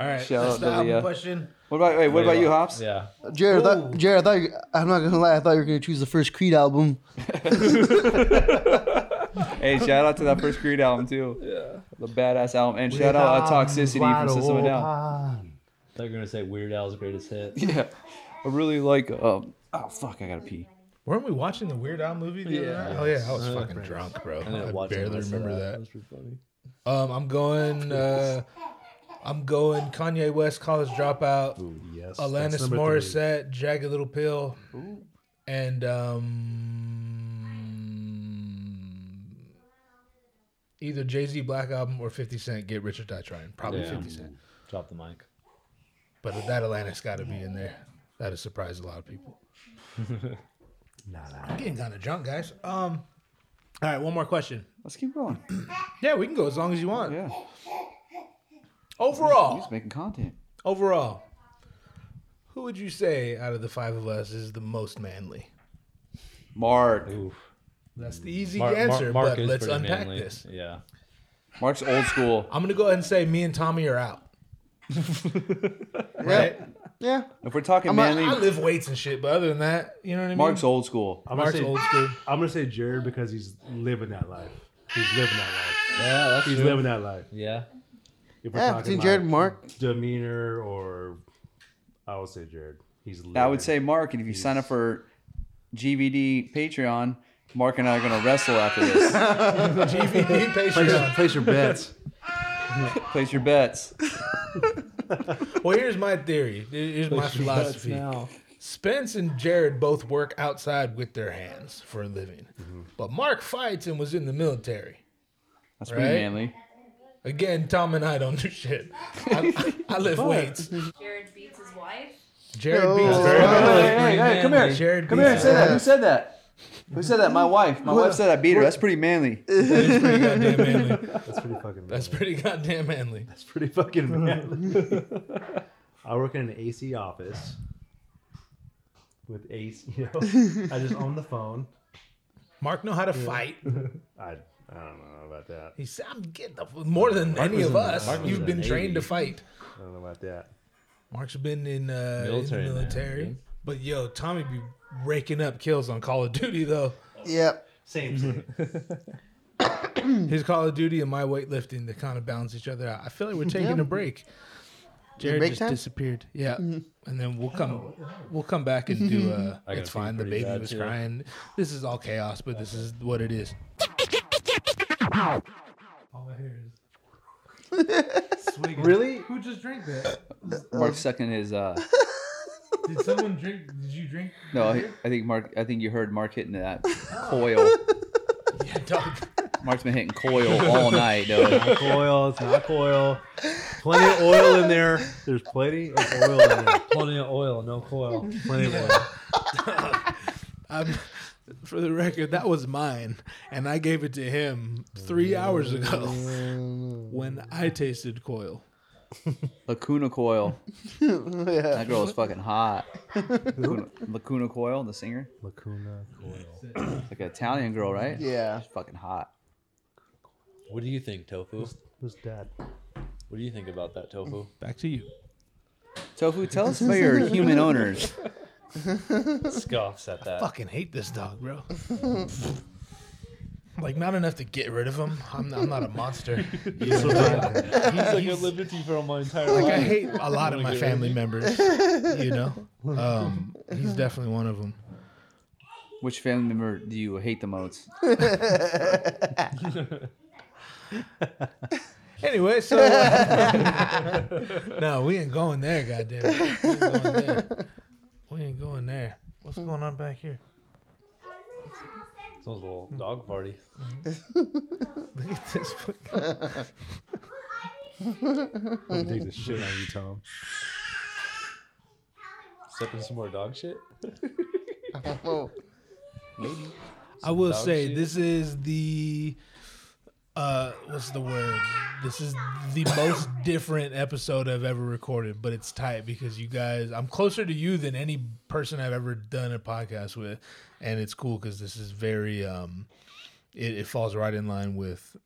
[SPEAKER 1] All right.
[SPEAKER 9] Shout
[SPEAKER 1] that's
[SPEAKER 9] out
[SPEAKER 1] the
[SPEAKER 9] to
[SPEAKER 1] album
[SPEAKER 9] Leah.
[SPEAKER 1] question.
[SPEAKER 9] What about wait? What about you, Hops?
[SPEAKER 10] Yeah.
[SPEAKER 6] Jared, I thought, Jared, I thought you, I'm not gonna lie, I thought you were gonna choose the first Creed album.
[SPEAKER 9] Hey, (laughs) shout out to that first Creed album too. Yeah, the badass album, and shout out uh, Toxicity from System of a Down.
[SPEAKER 10] They're gonna say Weird Al's greatest hit.
[SPEAKER 9] Yeah, I really like. Um, oh fuck, I gotta pee.
[SPEAKER 1] Weren't we watching the Weird Al movie? The yeah. Other night? Oh yeah, I was fucking drunk, bro.
[SPEAKER 10] And then
[SPEAKER 1] (laughs) I
[SPEAKER 10] watching
[SPEAKER 1] barely
[SPEAKER 10] most of
[SPEAKER 1] remember
[SPEAKER 10] that.
[SPEAKER 1] that.
[SPEAKER 10] was pretty funny.
[SPEAKER 1] Um, I'm going. Uh, I'm going. Kanye West, College Dropout,
[SPEAKER 8] Yes. that's
[SPEAKER 1] Alanis
[SPEAKER 8] number three.
[SPEAKER 1] Morissette, Jagged Little Pill, and um, either Jay Z Black Album or Fifty Cent Get Rich or Die Trying. Probably
[SPEAKER 10] Yeah.
[SPEAKER 1] Fifty Cent,
[SPEAKER 10] Drop the mic.
[SPEAKER 1] but that Atlantic's got to be in there. That has surprised a lot of
[SPEAKER 10] (laughs)
[SPEAKER 1] people. I'm getting kind of drunk, guys. Um, all right, one more question.
[SPEAKER 9] Let's keep going.
[SPEAKER 1] Yeah, we can go as long as you want.
[SPEAKER 9] Yeah,
[SPEAKER 1] Overall,
[SPEAKER 9] he's making content.
[SPEAKER 1] Overall, who would you say out of the five of us is the most manly?
[SPEAKER 9] Mark,
[SPEAKER 1] That's the easy
[SPEAKER 10] Mar- Mar-
[SPEAKER 1] answer,
[SPEAKER 10] Mark
[SPEAKER 1] but
[SPEAKER 10] is
[SPEAKER 1] let's
[SPEAKER 10] pretty
[SPEAKER 1] unpack
[SPEAKER 10] manly.
[SPEAKER 1] this.
[SPEAKER 10] Yeah.
[SPEAKER 9] Mark's old school.
[SPEAKER 1] I'm going to go ahead and say me and Tommy are out. right?
[SPEAKER 6] Yeah,
[SPEAKER 9] If we're talking
[SPEAKER 1] I,
[SPEAKER 9] manly,
[SPEAKER 1] I live weights and shit, but other than that, you know what I mean?
[SPEAKER 9] Mark's old school.
[SPEAKER 8] I'm
[SPEAKER 1] Mark's
[SPEAKER 8] gonna say,
[SPEAKER 1] old school.
[SPEAKER 8] I'm gonna say Jared because he's living that life. He's living that life.
[SPEAKER 10] Yeah, that's
[SPEAKER 8] He's
[SPEAKER 10] true.
[SPEAKER 8] living that life.
[SPEAKER 10] Yeah.
[SPEAKER 8] If we're
[SPEAKER 6] yeah,
[SPEAKER 8] talking
[SPEAKER 6] between
[SPEAKER 8] like
[SPEAKER 6] Jared and Mark.
[SPEAKER 8] demeanor or, I would say Jared. He's. Living.
[SPEAKER 9] I would say Mark, and if you sign up for GVD Patreon, Mark and I are gonna wrestle after this.
[SPEAKER 1] GVD
[SPEAKER 8] place, your-
[SPEAKER 1] Patreon.
[SPEAKER 8] place your bets.
[SPEAKER 9] (laughs) Place your bets.
[SPEAKER 1] Well, here's my theory. Here's my philosophy. Spence and Jared both work outside with their hands for a living,
[SPEAKER 10] Mm-hmm.
[SPEAKER 1] but Mark fights and was in the military.
[SPEAKER 9] That's pretty
[SPEAKER 1] Right?
[SPEAKER 9] manly.
[SPEAKER 1] Again, Tom and I don't do shit. I, I lift
[SPEAKER 9] (laughs)
[SPEAKER 1] weights.
[SPEAKER 7] Jared beats his wife.
[SPEAKER 1] Jared
[SPEAKER 6] No.
[SPEAKER 1] beats
[SPEAKER 6] Hey,
[SPEAKER 1] her.
[SPEAKER 9] hey, hey, come here.
[SPEAKER 1] Jared
[SPEAKER 9] Come
[SPEAKER 1] beats
[SPEAKER 9] here and say
[SPEAKER 1] her.
[SPEAKER 9] that. Who said that? Who said that? My wife. My wife said I beat her. That's pretty manly.
[SPEAKER 1] Pretty goddamn
[SPEAKER 9] (laughs)
[SPEAKER 1] manly.
[SPEAKER 8] That's pretty fucking. (laughs)
[SPEAKER 1] That's pretty goddamn manly.
[SPEAKER 8] That's pretty fucking bad. (laughs) I work in an AC office with AC. You know, I just own the phone.
[SPEAKER 1] Mark know how to fight.
[SPEAKER 8] I I don't know about that.
[SPEAKER 1] He's I'm getting up more than any of us.
[SPEAKER 10] Mark was
[SPEAKER 1] You've
[SPEAKER 10] in
[SPEAKER 1] been
[SPEAKER 10] the
[SPEAKER 1] trained to
[SPEAKER 10] Navy.
[SPEAKER 1] fight.
[SPEAKER 8] I don't know about that.
[SPEAKER 1] Mark's been in, uh,
[SPEAKER 10] Military
[SPEAKER 1] in
[SPEAKER 10] man,
[SPEAKER 1] the military.
[SPEAKER 10] dude.
[SPEAKER 1] but yo, Tommy be raking up kills on Call of Duty though.
[SPEAKER 6] Yep.
[SPEAKER 8] Same. thing.
[SPEAKER 1] His Call of Duty and my weightlifting to kind of balance each other out. I feel like we're taking
[SPEAKER 6] Yeah.
[SPEAKER 1] a break. Jared
[SPEAKER 6] break
[SPEAKER 1] just
[SPEAKER 6] time? Mm-hmm.
[SPEAKER 1] disappeared. Yeah, and then we'll come, we'll come back and
[SPEAKER 6] (laughs)
[SPEAKER 1] do. Uh,
[SPEAKER 10] I got
[SPEAKER 1] it's
[SPEAKER 10] a feeling
[SPEAKER 1] fine. The
[SPEAKER 10] pretty
[SPEAKER 1] baby
[SPEAKER 10] bad,
[SPEAKER 1] was
[SPEAKER 10] too.
[SPEAKER 1] crying. This is all chaos, but this is what it is. All I hear
[SPEAKER 6] (laughs)
[SPEAKER 1] is swig.
[SPEAKER 8] Really?
[SPEAKER 1] Who just drank that?
[SPEAKER 9] Mark's sucking his. uh
[SPEAKER 1] (laughs) Did someone drink? Did you drink?
[SPEAKER 9] No, I, I think Mark. I think you heard Mark
[SPEAKER 1] (laughs)
[SPEAKER 9] hitting that coil.
[SPEAKER 1] Yeah, dog.
[SPEAKER 9] Mark's been hitting coil all night,
[SPEAKER 1] (laughs)
[SPEAKER 9] dude.
[SPEAKER 8] Not coil. It's not coil. Plenty of oil in there. There's plenty of oil in there.
[SPEAKER 10] Plenty of oil, no coil.
[SPEAKER 8] Plenty of oil.
[SPEAKER 1] I'm, (laughs) for the record, that was mine, and I gave it to him three hours ago (laughs) when I tasted coil.
[SPEAKER 9] Lacuna coil.
[SPEAKER 6] (laughs) yeah.
[SPEAKER 9] That girl was fucking
[SPEAKER 6] (laughs)
[SPEAKER 9] hot. Lacuna, Lacuna coil, the singer.
[SPEAKER 8] Lacuna coil.
[SPEAKER 9] It's like an Italian girl, right?
[SPEAKER 6] Yeah.
[SPEAKER 9] She's fucking hot.
[SPEAKER 10] What do you think, Tofu?
[SPEAKER 8] Who's dad?
[SPEAKER 10] What do you think about that, Tofu?
[SPEAKER 1] Back to you.
[SPEAKER 9] Tofu, tell us about
[SPEAKER 6] (laughs)
[SPEAKER 9] your human owners.
[SPEAKER 10] Scoffs at (laughs) that.
[SPEAKER 1] Fucking hate this dog, (laughs) bro. like not enough to get rid of him. I'm not, I'm not a monster.
[SPEAKER 10] He's like at liberty for my entire
[SPEAKER 1] Like I
[SPEAKER 10] life.
[SPEAKER 1] hate a lot of my family members. You (laughs) know, um, he's definitely one of them.
[SPEAKER 9] Which family member do you hate the most?
[SPEAKER 1] Anyway, so uh, (laughs) no, we ain't going there. Goddamn, it. we ain't going there. We ain't going there. What's going on back here?
[SPEAKER 10] Sounds a little dog party.
[SPEAKER 1] Look at this. fucking-
[SPEAKER 8] I'm gonna take the shit out of you, Tom.
[SPEAKER 10] Sipping some more dog shit.
[SPEAKER 6] Well,
[SPEAKER 1] I will
[SPEAKER 10] dog
[SPEAKER 1] say
[SPEAKER 10] shit.
[SPEAKER 1] this is the uh what's the word? This is the most different episode I've ever recorded, but it's tight because you guys I'm closer to you than any person I've ever done a podcast with and it's cool cuz this is very um it, it falls right in line with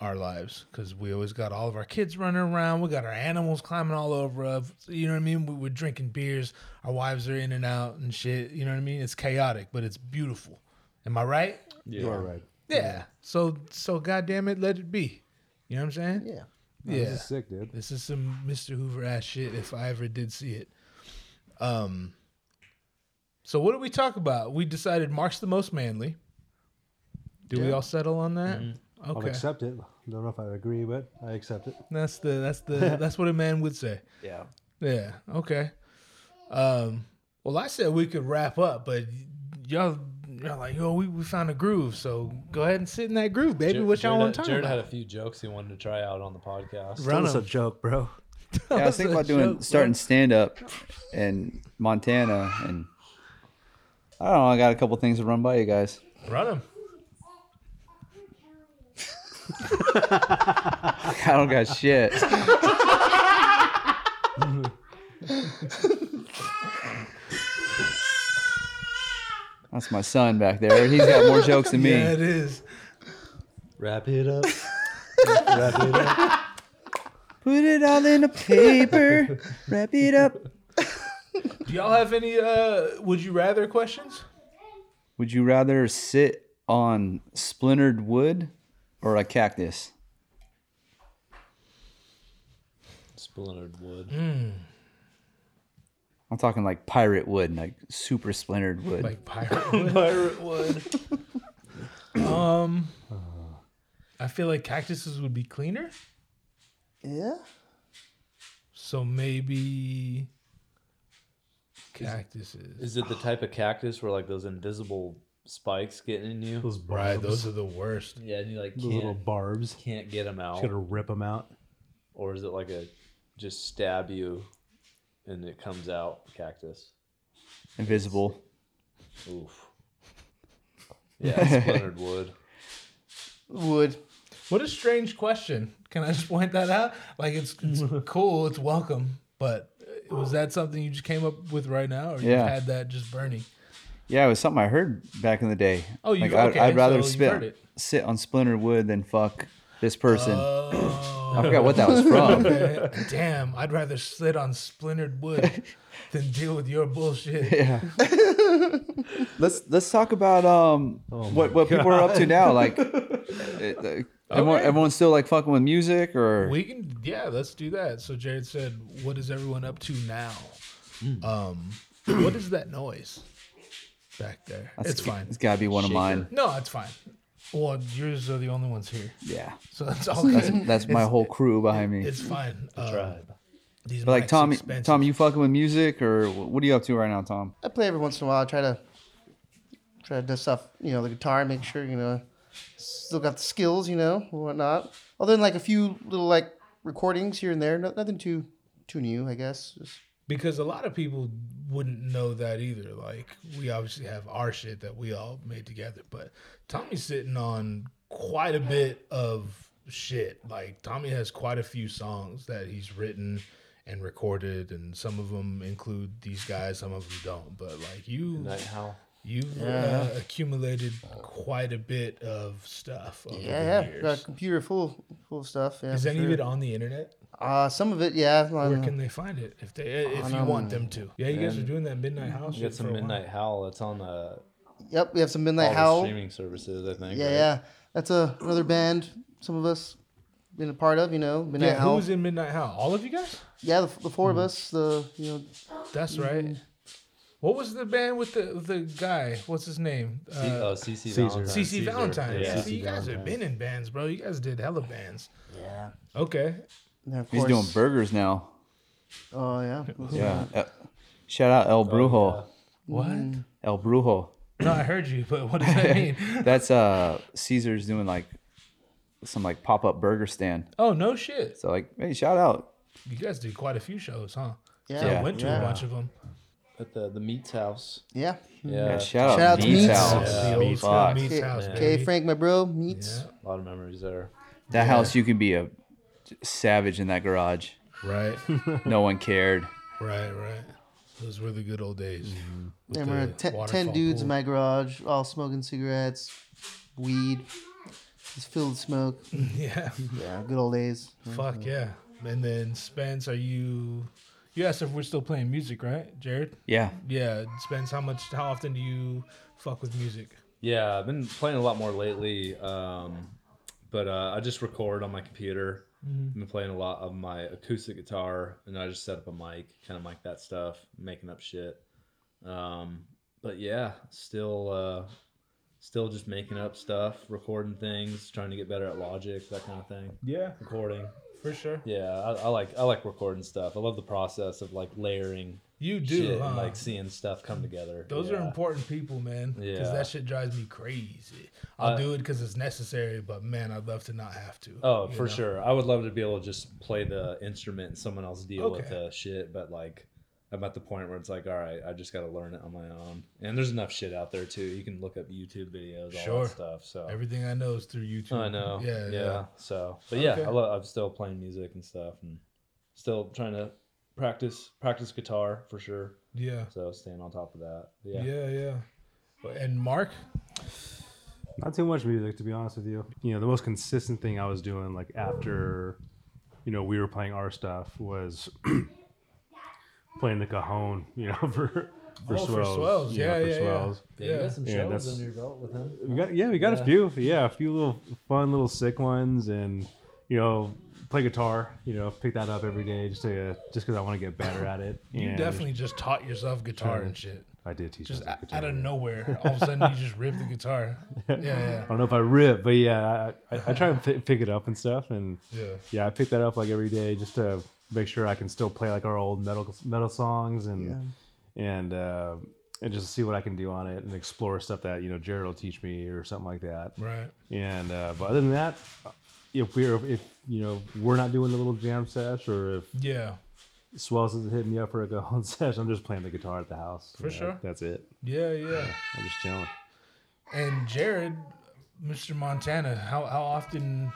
[SPEAKER 1] our lives because we always got all of our kids running around. We got our animals climbing all over us. You know what I mean? We, we're drinking beers. Our wives are in and out and shit. You know what I mean? It's chaotic, but it's beautiful. Am I right?
[SPEAKER 10] Yeah.
[SPEAKER 8] You are right.
[SPEAKER 1] Yeah. So so goddamn it, let it be. You know what I'm saying?
[SPEAKER 6] yeah.
[SPEAKER 8] No,
[SPEAKER 1] yeah.
[SPEAKER 8] This is sick, dude.
[SPEAKER 1] This is some Mr. Hoover ass shit if I ever did see it. Um so what did we talk about? We decided Mark's the most manly. Do we all settle on that?
[SPEAKER 8] I'll
[SPEAKER 1] Okay.
[SPEAKER 8] accept it. Don't know if I agree, but I accept it.
[SPEAKER 1] That's the that's (laughs) the that's what a man would say.
[SPEAKER 10] Yeah.
[SPEAKER 1] Yeah. Okay. Um well I said we could wrap up, but y'all y'all like, yo, we, we found a groove, so go ahead and sit in that groove, baby.
[SPEAKER 10] Jer-
[SPEAKER 1] what y'all
[SPEAKER 10] Jared
[SPEAKER 1] want
[SPEAKER 10] had-
[SPEAKER 1] to talk
[SPEAKER 10] Jared
[SPEAKER 1] about?
[SPEAKER 10] had a few jokes he wanted to try out on the podcast.
[SPEAKER 1] Run
[SPEAKER 8] That was a
[SPEAKER 1] 'em.
[SPEAKER 8] joke, bro.
[SPEAKER 9] Yeah, I was thinking about doing starting stand up in Montana, and I don't know. I got a couple things to run by you guys. (laughs)
[SPEAKER 1] Run him.
[SPEAKER 9] I don't got shit. That's my son back there. He's got more jokes than me.
[SPEAKER 1] Yeah, it is.
[SPEAKER 10] Wrap it up.
[SPEAKER 9] Put it all in a paper, wrap it up.
[SPEAKER 1] Do y'all have any uh would you rather questions?
[SPEAKER 9] Would you rather sit on splintered wood or a cactus?
[SPEAKER 10] Splintered wood.
[SPEAKER 9] I'm talking like pirate wood, like super splintered wood.
[SPEAKER 1] Like (laughs) pirate wood. pirate wood. (sighs) um I feel like cactuses would be cleaner.
[SPEAKER 6] Yeah.
[SPEAKER 1] So maybe cactuses.
[SPEAKER 10] Is it the type of cactus where like those invisible spikes get in you?
[SPEAKER 8] Those
[SPEAKER 1] Right, (laughs)
[SPEAKER 8] barbs.
[SPEAKER 1] those are the worst.
[SPEAKER 10] Yeah, and you like
[SPEAKER 8] those little
[SPEAKER 10] can't,
[SPEAKER 8] barbs.
[SPEAKER 10] can't get them out,
[SPEAKER 8] Just gotta rip them out.
[SPEAKER 10] or is it like a just stab you and it comes out cactus?
[SPEAKER 9] Invisible.
[SPEAKER 10] Oof. Yeah, splintered wood.
[SPEAKER 6] Wood.
[SPEAKER 1] What a strange question. Can I just point that out? Like it's,
[SPEAKER 9] (laughs)
[SPEAKER 1] it's cool, it's welcome, but uh, was that something you just came up with right now, or you
[SPEAKER 9] Yeah.
[SPEAKER 1] had that just burning? (laughs)
[SPEAKER 9] Yeah, it was something I heard back in the day.
[SPEAKER 1] Oh, you-
[SPEAKER 9] like, I'd,
[SPEAKER 1] okay,
[SPEAKER 9] I'd rather
[SPEAKER 1] so you've heard
[SPEAKER 9] spit,
[SPEAKER 1] it.
[SPEAKER 9] sit on splintered wood than fuck this person.
[SPEAKER 1] Oh,
[SPEAKER 9] I forgot what that was from.
[SPEAKER 1] (laughs) damn! I'd rather sit on splintered
[SPEAKER 9] (laughs)
[SPEAKER 1] wood than deal with your bullshit.
[SPEAKER 9] yeah.
[SPEAKER 1] Oh (laughs)
[SPEAKER 9] let's let's talk about um what what people are up to now. Like, uh, uh, Everyone, everyone's still like fucking with music or
[SPEAKER 1] We can, yeah, let's do that. So Jared said, "What is everyone up to now?"
[SPEAKER 9] Hmm. (clears throat)
[SPEAKER 1] Um, what is that noise back there?
[SPEAKER 9] That's-
[SPEAKER 1] it's fine.
[SPEAKER 9] It's got to be one of mine.
[SPEAKER 1] No, it's fine. Well, yours are the only ones here.
[SPEAKER 9] Yeah.
[SPEAKER 1] So that's all.
[SPEAKER 9] That's,
[SPEAKER 1] good. (laughs)
[SPEAKER 9] that's my
[SPEAKER 1] It's-
[SPEAKER 9] whole crew behind me.
[SPEAKER 1] It's fine. Um, These
[SPEAKER 9] But like
[SPEAKER 1] mics
[SPEAKER 9] Tom,
[SPEAKER 1] expensive.
[SPEAKER 9] Tom, you fucking with music or wh- what are you up to right now, Tom?
[SPEAKER 6] I play every once in a while. I try to try to do stuff, you know, the guitar, make sure you know, still got the skills, you know, and whatnot. Other than like a few little like recordings here and there, no, nothing too too new, I guess. Just,
[SPEAKER 1] because a lot of people wouldn't know that either. Like we obviously have our shit that we all made together, but Tommy's sitting on quite a bit of shit. Like Tommy has quite a few songs that he's written and recorded, and some of them include these guys, some of them don't. But like you,
[SPEAKER 8] Night Howl.
[SPEAKER 1] you've
[SPEAKER 6] Yeah.
[SPEAKER 1] uh, accumulated quite a bit of stuff. Over
[SPEAKER 6] yeah,
[SPEAKER 1] the
[SPEAKER 6] yeah,
[SPEAKER 1] years.
[SPEAKER 6] got a computer full full of stuff. Yeah,
[SPEAKER 1] Is
[SPEAKER 6] for
[SPEAKER 1] any
[SPEAKER 6] sure.
[SPEAKER 1] of it on the internet?
[SPEAKER 6] Uh, some of it, yeah.
[SPEAKER 1] Where
[SPEAKER 6] on-
[SPEAKER 1] can they find it if they eh, if
[SPEAKER 6] On,
[SPEAKER 1] you want
[SPEAKER 6] um,
[SPEAKER 1] them to? Yeah, you guys are
[SPEAKER 10] and
[SPEAKER 1] doing that midnight house.
[SPEAKER 10] You got
[SPEAKER 1] shit
[SPEAKER 10] some
[SPEAKER 1] for a while.
[SPEAKER 10] Midnight Howl. It's on uh,
[SPEAKER 6] Yep, we have some
[SPEAKER 10] all
[SPEAKER 6] Midnight
[SPEAKER 10] the
[SPEAKER 6] Howl.
[SPEAKER 10] streaming services, I think.
[SPEAKER 6] Yeah,
[SPEAKER 10] right?
[SPEAKER 6] yeah. That's a, another band some of us been a part of, you know, Midnight
[SPEAKER 1] yeah, who
[SPEAKER 6] Howl.
[SPEAKER 1] was in Midnight Howl? All of you guys?
[SPEAKER 6] yeah, the, the
[SPEAKER 9] Hmm.
[SPEAKER 6] four of us, the you know,
[SPEAKER 1] That's right. What was the band with the the guy? What's his name?
[SPEAKER 10] C- oh, CC
[SPEAKER 1] Caesar.
[SPEAKER 10] Valentine.
[SPEAKER 1] CC
[SPEAKER 10] Caesar.
[SPEAKER 1] Valentine.
[SPEAKER 10] Yeah.
[SPEAKER 1] See, you guys have been in bands, bro. You guys did hella bands.
[SPEAKER 6] Yeah.
[SPEAKER 1] Okay.
[SPEAKER 6] and of
[SPEAKER 9] He's
[SPEAKER 6] course,
[SPEAKER 9] doing burgers now.
[SPEAKER 6] Oh yeah.
[SPEAKER 9] Yeah. Uh, shout out
[SPEAKER 1] Oh,
[SPEAKER 9] El Brujo.
[SPEAKER 1] What?
[SPEAKER 9] El Brujo.
[SPEAKER 1] Mm. No, I heard you, but what does that mean? (laughs)
[SPEAKER 9] That's uh Caesar's doing like some like pop up burger stand.
[SPEAKER 1] oh no, shit.
[SPEAKER 9] So like, hey, shout out.
[SPEAKER 1] You guys did quite a few shows, huh?
[SPEAKER 6] Yeah.
[SPEAKER 1] So I
[SPEAKER 9] Yeah.
[SPEAKER 1] went to
[SPEAKER 6] Yeah.
[SPEAKER 1] a bunch of them.
[SPEAKER 10] At the, the Meats House.
[SPEAKER 6] Yeah.
[SPEAKER 10] Yeah.
[SPEAKER 9] Yeah, shout,
[SPEAKER 6] Shout
[SPEAKER 9] out
[SPEAKER 6] out
[SPEAKER 9] to
[SPEAKER 6] to
[SPEAKER 9] Meats
[SPEAKER 6] Meats.
[SPEAKER 9] House.
[SPEAKER 1] the old
[SPEAKER 9] Meats
[SPEAKER 1] school
[SPEAKER 9] House.
[SPEAKER 1] Meats
[SPEAKER 6] Okay,
[SPEAKER 1] House.
[SPEAKER 6] okay,
[SPEAKER 1] baby.
[SPEAKER 6] Frank, my bro, meets.
[SPEAKER 10] A lot of memories there.
[SPEAKER 9] That house, you can be a savage in that garage.
[SPEAKER 1] Right.
[SPEAKER 9] No one cared.
[SPEAKER 1] right. Right. Those were the good old days.
[SPEAKER 10] Mm-hmm.
[SPEAKER 1] with
[SPEAKER 6] And we're
[SPEAKER 1] the
[SPEAKER 6] te- ten
[SPEAKER 1] waterfall
[SPEAKER 6] dudes in
[SPEAKER 1] pool.
[SPEAKER 6] my garage, all smoking cigarettes, weed, just filled with smoke.
[SPEAKER 1] (laughs) Yeah.
[SPEAKER 6] Yeah, good old days.
[SPEAKER 1] Fuck yeah. And then Spence, are you you asked if we're still playing music, right, Jared?
[SPEAKER 9] Yeah.
[SPEAKER 1] Yeah. Spence, how much how often do you fuck with music?
[SPEAKER 10] Yeah, I've been playing a lot more lately. Um, but uh, I just record on my computer. I've
[SPEAKER 1] Mm-hmm.
[SPEAKER 10] been playing a lot of my acoustic guitar, and I just set up a mic, kind of mic that stuff, making up shit. Um, but yeah, still, uh, still just making up stuff, recording things, trying to get better at Logic, that kind of thing.
[SPEAKER 1] Yeah,
[SPEAKER 10] Recording.
[SPEAKER 1] for sure.
[SPEAKER 10] Yeah, I, I like I like recording stuff. I love the process of like layering
[SPEAKER 1] You do.
[SPEAKER 10] shit
[SPEAKER 1] huh?
[SPEAKER 10] and like seeing stuff come together.
[SPEAKER 1] uh, Those are
[SPEAKER 10] Yeah.
[SPEAKER 1] important people, man. Because
[SPEAKER 10] Yeah.
[SPEAKER 1] that shit drives me crazy. I'll
[SPEAKER 10] Uh,
[SPEAKER 1] do it because it's necessary, but man, I'd love to not have to.
[SPEAKER 10] Oh,
[SPEAKER 1] you
[SPEAKER 10] for
[SPEAKER 1] know?
[SPEAKER 10] sure. I would love to be able to just play the instrument and someone else deal with
[SPEAKER 1] Okay.
[SPEAKER 10] the shit, but like I'm at the point where it's like, all right, I just got to learn it on my own. And there's enough shit out there too. You can look up YouTube videos, all
[SPEAKER 1] Sure.
[SPEAKER 10] that stuff. So
[SPEAKER 1] Everything I know is through YouTube.
[SPEAKER 10] I know.
[SPEAKER 1] Yeah, yeah.
[SPEAKER 10] So, but yeah,
[SPEAKER 1] Okay.
[SPEAKER 10] I love, I'm still playing music and stuff, and still trying to practice practice guitar for sure.
[SPEAKER 1] Yeah.
[SPEAKER 10] So staying on top of that.
[SPEAKER 1] Yeah,
[SPEAKER 10] Yeah.
[SPEAKER 1] yeah. But- And Mark,
[SPEAKER 8] Not too much music, to be honest with you. You know, the most consistent thing I was doing, like after, you know, we were playing our stuff, was (clears throat) playing the Cajon. You know, (laughs) for for
[SPEAKER 1] Oh,
[SPEAKER 8] swells.
[SPEAKER 1] for swells.
[SPEAKER 8] you know,
[SPEAKER 1] Yeah,
[SPEAKER 8] for
[SPEAKER 1] yeah, yeah.
[SPEAKER 8] swells.
[SPEAKER 10] you
[SPEAKER 1] Yeah.
[SPEAKER 10] got some
[SPEAKER 8] Yeah,
[SPEAKER 10] shows
[SPEAKER 8] that's-
[SPEAKER 10] under your belt with him.
[SPEAKER 8] We got yeah, we got
[SPEAKER 10] Yeah.
[SPEAKER 8] a few yeah, a few little fun little sick ones, and you know, play guitar. You know, pick that up every day just to just because I want to get better at it.
[SPEAKER 1] you
[SPEAKER 8] and
[SPEAKER 1] definitely just taught yourself guitar
[SPEAKER 8] Trying-
[SPEAKER 1] and shit.
[SPEAKER 8] I did teach
[SPEAKER 1] just
[SPEAKER 8] myself
[SPEAKER 1] out,
[SPEAKER 8] guitar.
[SPEAKER 1] out of nowhere, all of a sudden you just rip the
[SPEAKER 9] (laughs)
[SPEAKER 1] guitar. Yeah, yeah,
[SPEAKER 8] I don't know if I rip, but yeah, I, I, I try
[SPEAKER 1] (laughs)
[SPEAKER 8] and pi- pick it up and stuff, and
[SPEAKER 1] yeah.
[SPEAKER 8] yeah, I pick that up like every day just to make sure I can still play like our old metal metal songs and and uh, and just see what I can do on it and explore stuff that you know Jared will teach me or something like that.
[SPEAKER 1] Right.
[SPEAKER 8] And uh, but other than that, if we're if you know we're not doing the little jam sesh or if
[SPEAKER 1] Yeah.
[SPEAKER 8] Swells is hitting me up for a (laughs) go sesh, I'm just playing the guitar at the house.
[SPEAKER 1] For
[SPEAKER 8] You know,
[SPEAKER 1] sure.
[SPEAKER 8] That's it.
[SPEAKER 1] Yeah, yeah.
[SPEAKER 8] I'm just chilling.
[SPEAKER 1] And Jared, Mr. Montana, how how often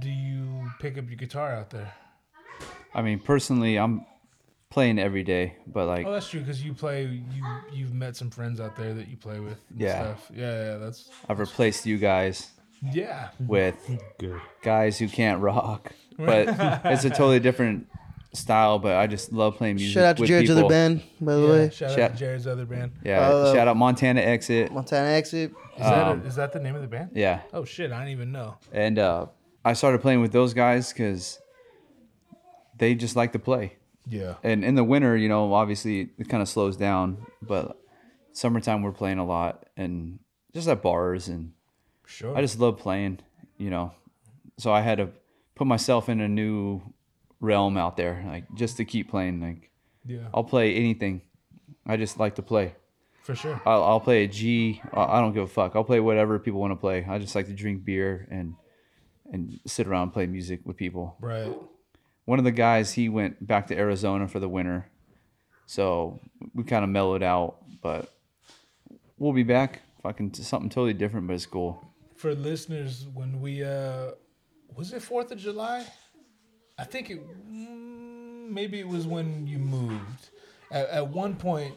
[SPEAKER 1] do you pick up your guitar out there?
[SPEAKER 9] I mean, personally, I'm playing every day, but like,
[SPEAKER 1] Oh, that's true because you play you you've met some friends out there that you play with. And
[SPEAKER 9] Yeah.
[SPEAKER 1] Stuff. Yeah, yeah. That's
[SPEAKER 9] I've replaced you guys
[SPEAKER 1] yeah.
[SPEAKER 9] with
[SPEAKER 8] Good.
[SPEAKER 9] guys who can't rock. But it's a totally different style. But I just love playing music.
[SPEAKER 6] Shout out to
[SPEAKER 9] with
[SPEAKER 6] Jared's
[SPEAKER 9] people.
[SPEAKER 6] other band, by the
[SPEAKER 1] yeah
[SPEAKER 6] way,
[SPEAKER 1] shout out
[SPEAKER 9] Shout-
[SPEAKER 1] to Jared's other band. Is
[SPEAKER 9] Yeah.
[SPEAKER 6] Uh,
[SPEAKER 9] shout out Montana Exit.
[SPEAKER 6] Montana Exit.
[SPEAKER 1] that a- is that the name of the band?
[SPEAKER 9] Um, Yeah.
[SPEAKER 1] Oh shit, I didn't even know.
[SPEAKER 9] And uh, I started playing with those guys because they just like to play.
[SPEAKER 2] Yeah.
[SPEAKER 9] And in the winter, you know, obviously it kind of slows down, but summertime we're playing a lot and just at bars and
[SPEAKER 2] Sure.
[SPEAKER 9] I just love playing, you know. So I had to put myself in a new realm out there, like just to keep playing. Like,
[SPEAKER 2] Yeah.
[SPEAKER 9] I'll play anything. I just like to play.
[SPEAKER 2] For sure.
[SPEAKER 9] I'll, I'll play a G. I I don't give a fuck. I'll play whatever people want to play. I just like to drink beer and and sit around and play music with people.
[SPEAKER 2] Right.
[SPEAKER 9] One of the guys, he went back to Arizona for the winter, so we kind of mellowed out. But we'll be back. Fucking t- something totally different, but it's cool.
[SPEAKER 1] for listeners when we uh was it fourth of july i think it mm, maybe it was when you moved at, at one point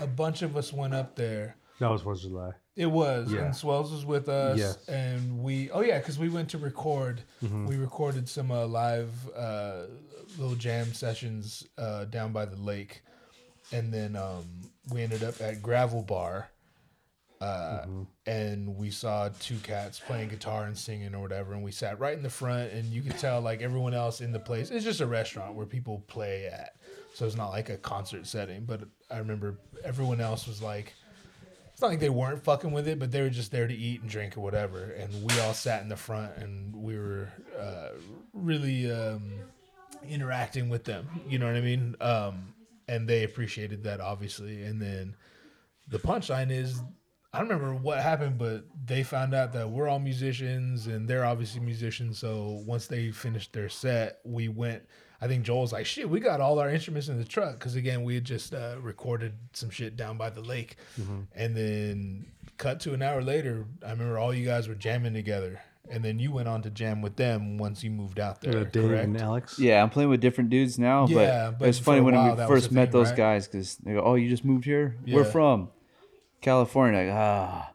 [SPEAKER 1] a bunch of us went up there
[SPEAKER 8] That was Fourth of July.
[SPEAKER 1] it was
[SPEAKER 8] Yeah.
[SPEAKER 1] and swells was with us
[SPEAKER 8] Yes.
[SPEAKER 1] and we oh yeah because we went to record
[SPEAKER 8] Mhm.
[SPEAKER 1] we recorded some uh, live uh little jam sessions uh down by the lake and then um we ended up at gravel bar uh,
[SPEAKER 8] Mm-hmm.
[SPEAKER 1] and we saw two cats playing guitar and singing or whatever. And we sat right in the front, and you could tell like everyone else in the place. It's just a restaurant where people play at, so it's not like a concert setting. But I remember everyone else was like, it's not like they weren't fucking with it, but they were just there to eat and drink or whatever. And we all sat in the front, and we were uh, really um, interacting with them. You know what I mean? Um, and they appreciated that obviously. And then the punchline is I don't remember what happened, but they found out that we're all musicians and they're obviously musicians. So once they finished their set, we went. I think Joel's like, shit, we got all our instruments in the truck. Cause again, we had just uh, recorded some shit down by the lake.
[SPEAKER 8] Mm-hmm.
[SPEAKER 1] And then cut to an hour later, I remember all you guys were jamming together. And then you went on to jam with them once you moved out there.
[SPEAKER 8] Uh, Dave
[SPEAKER 1] correct?
[SPEAKER 8] and Alex.
[SPEAKER 9] Yeah, I'm playing with different dudes now,
[SPEAKER 1] Yeah,
[SPEAKER 9] but,
[SPEAKER 1] but
[SPEAKER 9] it's
[SPEAKER 1] for
[SPEAKER 9] funny
[SPEAKER 1] a
[SPEAKER 9] when
[SPEAKER 1] while
[SPEAKER 9] we
[SPEAKER 1] that was
[SPEAKER 9] first
[SPEAKER 1] the
[SPEAKER 9] met
[SPEAKER 1] thing,
[SPEAKER 9] those
[SPEAKER 1] right?
[SPEAKER 9] guys because they go, "Oh, you just moved here? Where
[SPEAKER 1] Yeah.
[SPEAKER 9] from? California." Like, ah,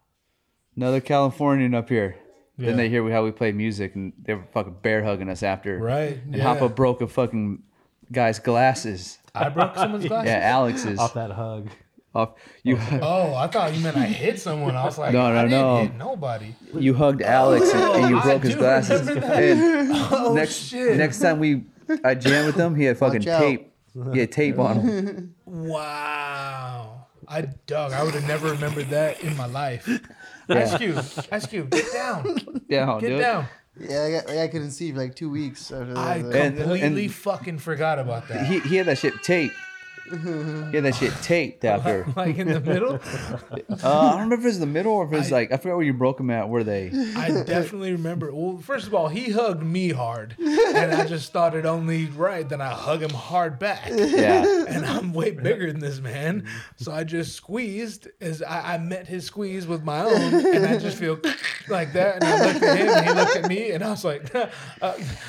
[SPEAKER 9] another Californian up here.
[SPEAKER 1] Yeah.
[SPEAKER 9] Then they hear how we play music, and they were fucking bear hugging us after.
[SPEAKER 1] Right,
[SPEAKER 9] And
[SPEAKER 1] yeah.
[SPEAKER 9] Hoppa broke a fucking guy's glasses.
[SPEAKER 1] I broke
[SPEAKER 9] (laughs)
[SPEAKER 1] someone's glasses. (laughs)
[SPEAKER 9] Yeah, Alex's.
[SPEAKER 8] Off that hug.
[SPEAKER 9] Off you. (laughs)
[SPEAKER 1] Oh, I thought you meant I hit someone. I was like,
[SPEAKER 9] No, no,
[SPEAKER 1] I didn't
[SPEAKER 9] no.
[SPEAKER 1] hit nobody.
[SPEAKER 9] You hugged Alex and, and you broke his glasses.
[SPEAKER 1] (laughs) (laughs)
[SPEAKER 9] And
[SPEAKER 1] Oh,
[SPEAKER 9] next
[SPEAKER 1] shit.
[SPEAKER 9] next time we I jammed with him, he had fucking
[SPEAKER 6] out.
[SPEAKER 9] tape. He had tape on him.
[SPEAKER 1] (laughs) Wow. I dug. I would have never remembered that in my life. Ice Cube. Ice Cube. Get down.
[SPEAKER 9] Yeah, I'll
[SPEAKER 1] Get
[SPEAKER 9] do it.
[SPEAKER 1] down.
[SPEAKER 6] Yeah, I, got, I couldn't see for like two weeks after that.
[SPEAKER 1] I
[SPEAKER 6] Like,
[SPEAKER 9] And-
[SPEAKER 1] completely
[SPEAKER 9] and-
[SPEAKER 1] fucking forgot about that.
[SPEAKER 9] he, he had that shit taped. He had that shit taped
[SPEAKER 1] (laughs)
[SPEAKER 9] after.
[SPEAKER 1] (laughs) Like in the middle,
[SPEAKER 9] Uh, I don't remember if it was the middle or if it was like I forgot where you broke him at.
[SPEAKER 1] (laughs)
[SPEAKER 9] Were they?
[SPEAKER 1] I definitely remember. Well, first of all, he hugged me hard, and I just thought it only right. Then I hug him hard back. (laughs)
[SPEAKER 9] Yeah.
[SPEAKER 1] and I'm way bigger than this man. So I just squeezed as I, I met his squeeze with my own, and I just feel like that. And I looked at him, and he looked at me, and I was like, (laughs) uh,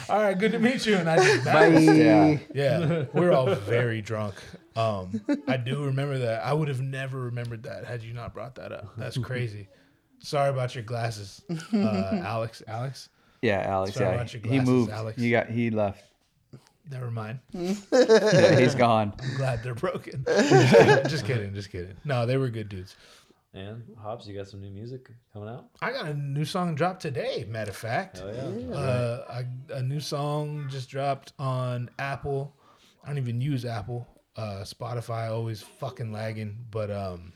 [SPEAKER 1] "All right, good to meet you." And I just bounced.
[SPEAKER 9] Yeah.
[SPEAKER 1] Yeah, we we're all very drunk. Um, I do remember that. I would have never remembered that had you not brought that up. That's crazy. Sorry about your glasses, uh, Alex. Alex,
[SPEAKER 9] Yeah, Alex.
[SPEAKER 1] Sorry
[SPEAKER 9] Yeah.
[SPEAKER 1] about your
[SPEAKER 9] He
[SPEAKER 1] glasses,
[SPEAKER 9] moved.
[SPEAKER 1] Alex.
[SPEAKER 9] He got. He left.
[SPEAKER 1] never mind.
[SPEAKER 9] (laughs) Yeah, he's gone.
[SPEAKER 1] Glad they're broken. (laughs) just kidding. Just kidding. No, they were good dudes.
[SPEAKER 10] And Hobbs, you got some new music
[SPEAKER 1] (laughs)
[SPEAKER 10] coming out?
[SPEAKER 1] I got a new song dropped today. Matter of fact,
[SPEAKER 10] Oh yeah.
[SPEAKER 1] uh, I, a new song just dropped on Apple. I don't even use Apple. Uh, Spotify always fucking lagging, but um,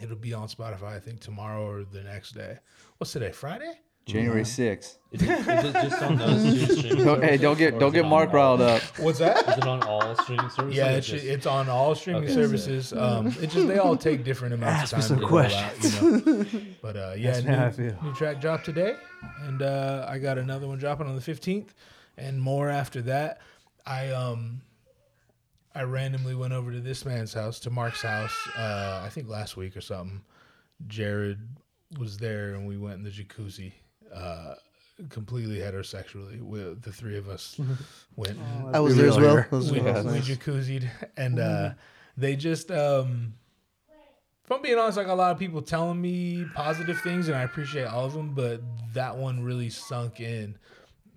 [SPEAKER 1] it'll be on Spotify I think tomorrow or the next day. What's today? Friday?
[SPEAKER 9] January sixth.
[SPEAKER 10] Is it, is it just on
[SPEAKER 1] (laughs)
[SPEAKER 10] those two streaming
[SPEAKER 9] Don't, hey,
[SPEAKER 10] services, or
[SPEAKER 9] don't get
[SPEAKER 10] is
[SPEAKER 9] don't
[SPEAKER 10] it
[SPEAKER 9] get
[SPEAKER 10] on
[SPEAKER 9] Mark
[SPEAKER 10] all-
[SPEAKER 9] riled up.
[SPEAKER 1] What's that?
[SPEAKER 10] Is it on all streaming services?
[SPEAKER 1] Yeah,
[SPEAKER 10] or
[SPEAKER 1] it's,
[SPEAKER 10] just-
[SPEAKER 1] it's on all streaming
[SPEAKER 10] Okay.
[SPEAKER 1] services. Um, it just they all take different amounts
[SPEAKER 8] Ask
[SPEAKER 1] of
[SPEAKER 8] me
[SPEAKER 1] time.
[SPEAKER 8] some
[SPEAKER 1] to roll Out, you know? But uh, yeah,
[SPEAKER 8] That's
[SPEAKER 1] new,
[SPEAKER 8] how I feel.
[SPEAKER 1] new track dropped today, and uh, I got another one dropping on the fifteenth, and more after that. I um, I randomly went over to this man's house, to Mark's house, uh, I think last week or something. Jared was there, and we went in the jacuzzi. Uh, completely heterosexually, we, the three of
[SPEAKER 8] (laughs)
[SPEAKER 1] us went.
[SPEAKER 8] Oh,
[SPEAKER 1] and-
[SPEAKER 6] I was there as well. I was
[SPEAKER 1] we,
[SPEAKER 6] there as well.
[SPEAKER 1] we jacuzzied and uh, they just um if I'm being honest, I got a lot of people telling me positive things and I appreciate all of them, but that one really sunk in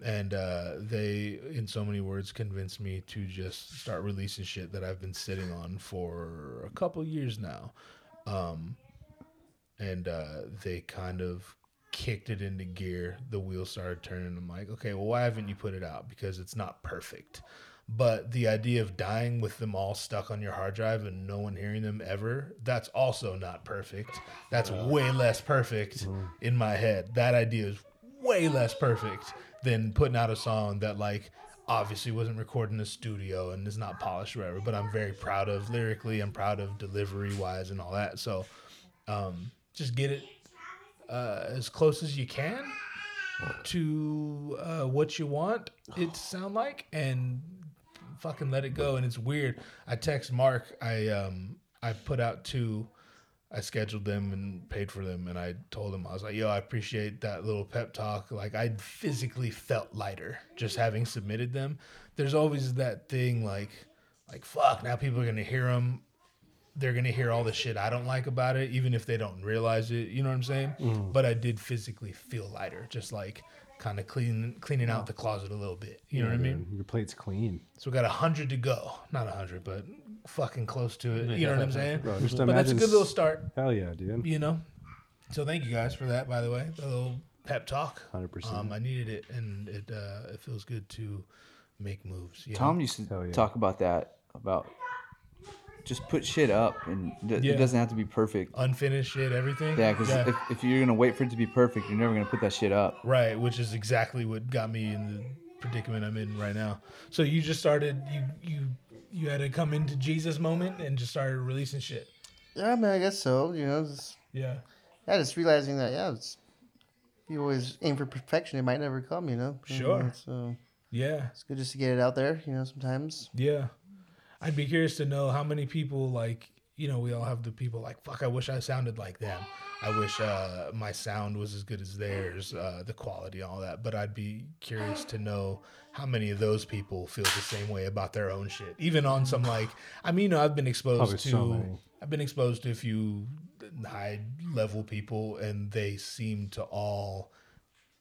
[SPEAKER 1] and uh, they in so many words convinced me to just start releasing shit that I've been sitting on for a couple years now. Um and uh, they kind of kicked it into gear, the wheels started turning. I'm like, okay, well, why haven't you put it out? Because it's not perfect. But the idea of dying with them all stuck on your hard drive and no one hearing them ever, that's also not perfect. That's way less perfect in my head. That idea is way less perfect than putting out a song that, like, obviously wasn't recorded in the studio and is not polished or whatever, but I'm very proud of lyrically, I'm proud of delivery wise and all that. So um, just get it uh, as close as you can to uh, what you want it to sound like and fucking let it go. And it's weird. I text Mark, I, um, I put out two. I scheduled them and paid for them, and I told him I was like, "Yo, I appreciate that little pep talk. Like, I physically felt lighter just having submitted them." There's always that thing like, like fuck. Now people are gonna hear them. They're gonna hear all the shit I don't like about it, even if they don't realize it. You know what I'm saying? But I did physically feel lighter, just like kind of clean cleaning out the closet a little bit. You know
[SPEAKER 8] Mm-hmm.
[SPEAKER 1] what I mean?
[SPEAKER 8] Your plate's clean.
[SPEAKER 1] So we got a hundred to go. Not a hundred, but fucking close to it. You know what I'm saying?
[SPEAKER 8] Bro, just
[SPEAKER 1] but that's a
[SPEAKER 8] imagine
[SPEAKER 1] good little
[SPEAKER 8] s-
[SPEAKER 1] start,
[SPEAKER 8] Hell yeah, dude.
[SPEAKER 1] you know. So thank you guys for that, by the way. A little pep talk.
[SPEAKER 8] 100%.
[SPEAKER 1] Um, I needed it, and it uh, it feels good to make moves. You
[SPEAKER 9] Tom
[SPEAKER 1] know?
[SPEAKER 9] used to
[SPEAKER 8] Hell yeah.
[SPEAKER 9] talk about that about just put shit up and th-
[SPEAKER 1] Yeah. Uh,
[SPEAKER 9] it doesn't have to be perfect.
[SPEAKER 1] unfinished shit, everything.
[SPEAKER 9] Yeah, because if, if you're gonna wait for it to be perfect, you're never gonna put that shit up.
[SPEAKER 1] right, which is exactly what got me in the predicament I'm in right now. So you just started you you you had a come into Jesus moment and just started releasing shit.
[SPEAKER 6] Yeah, I mean, I guess so. You know, just,
[SPEAKER 1] Yeah.
[SPEAKER 6] yeah, just realizing that, yeah, it's, you always aim for perfection, it might never come, you know?
[SPEAKER 1] Sure.
[SPEAKER 6] So
[SPEAKER 1] Yeah.
[SPEAKER 6] it's good just to get it out there, you know, sometimes.
[SPEAKER 1] Yeah. I'd be curious to know how many people like, you know, we all have the people like, fuck, I wish I sounded like them. I wish uh, my sound was as good as theirs, uh, the quality, all that. But I'd be curious to know how many of those people feel the same way about their own shit. Even on some like, I mean, you know, I've been exposed
[SPEAKER 8] Probably
[SPEAKER 1] to,
[SPEAKER 8] so many.
[SPEAKER 1] I've been exposed to a few high level people, and they seem to all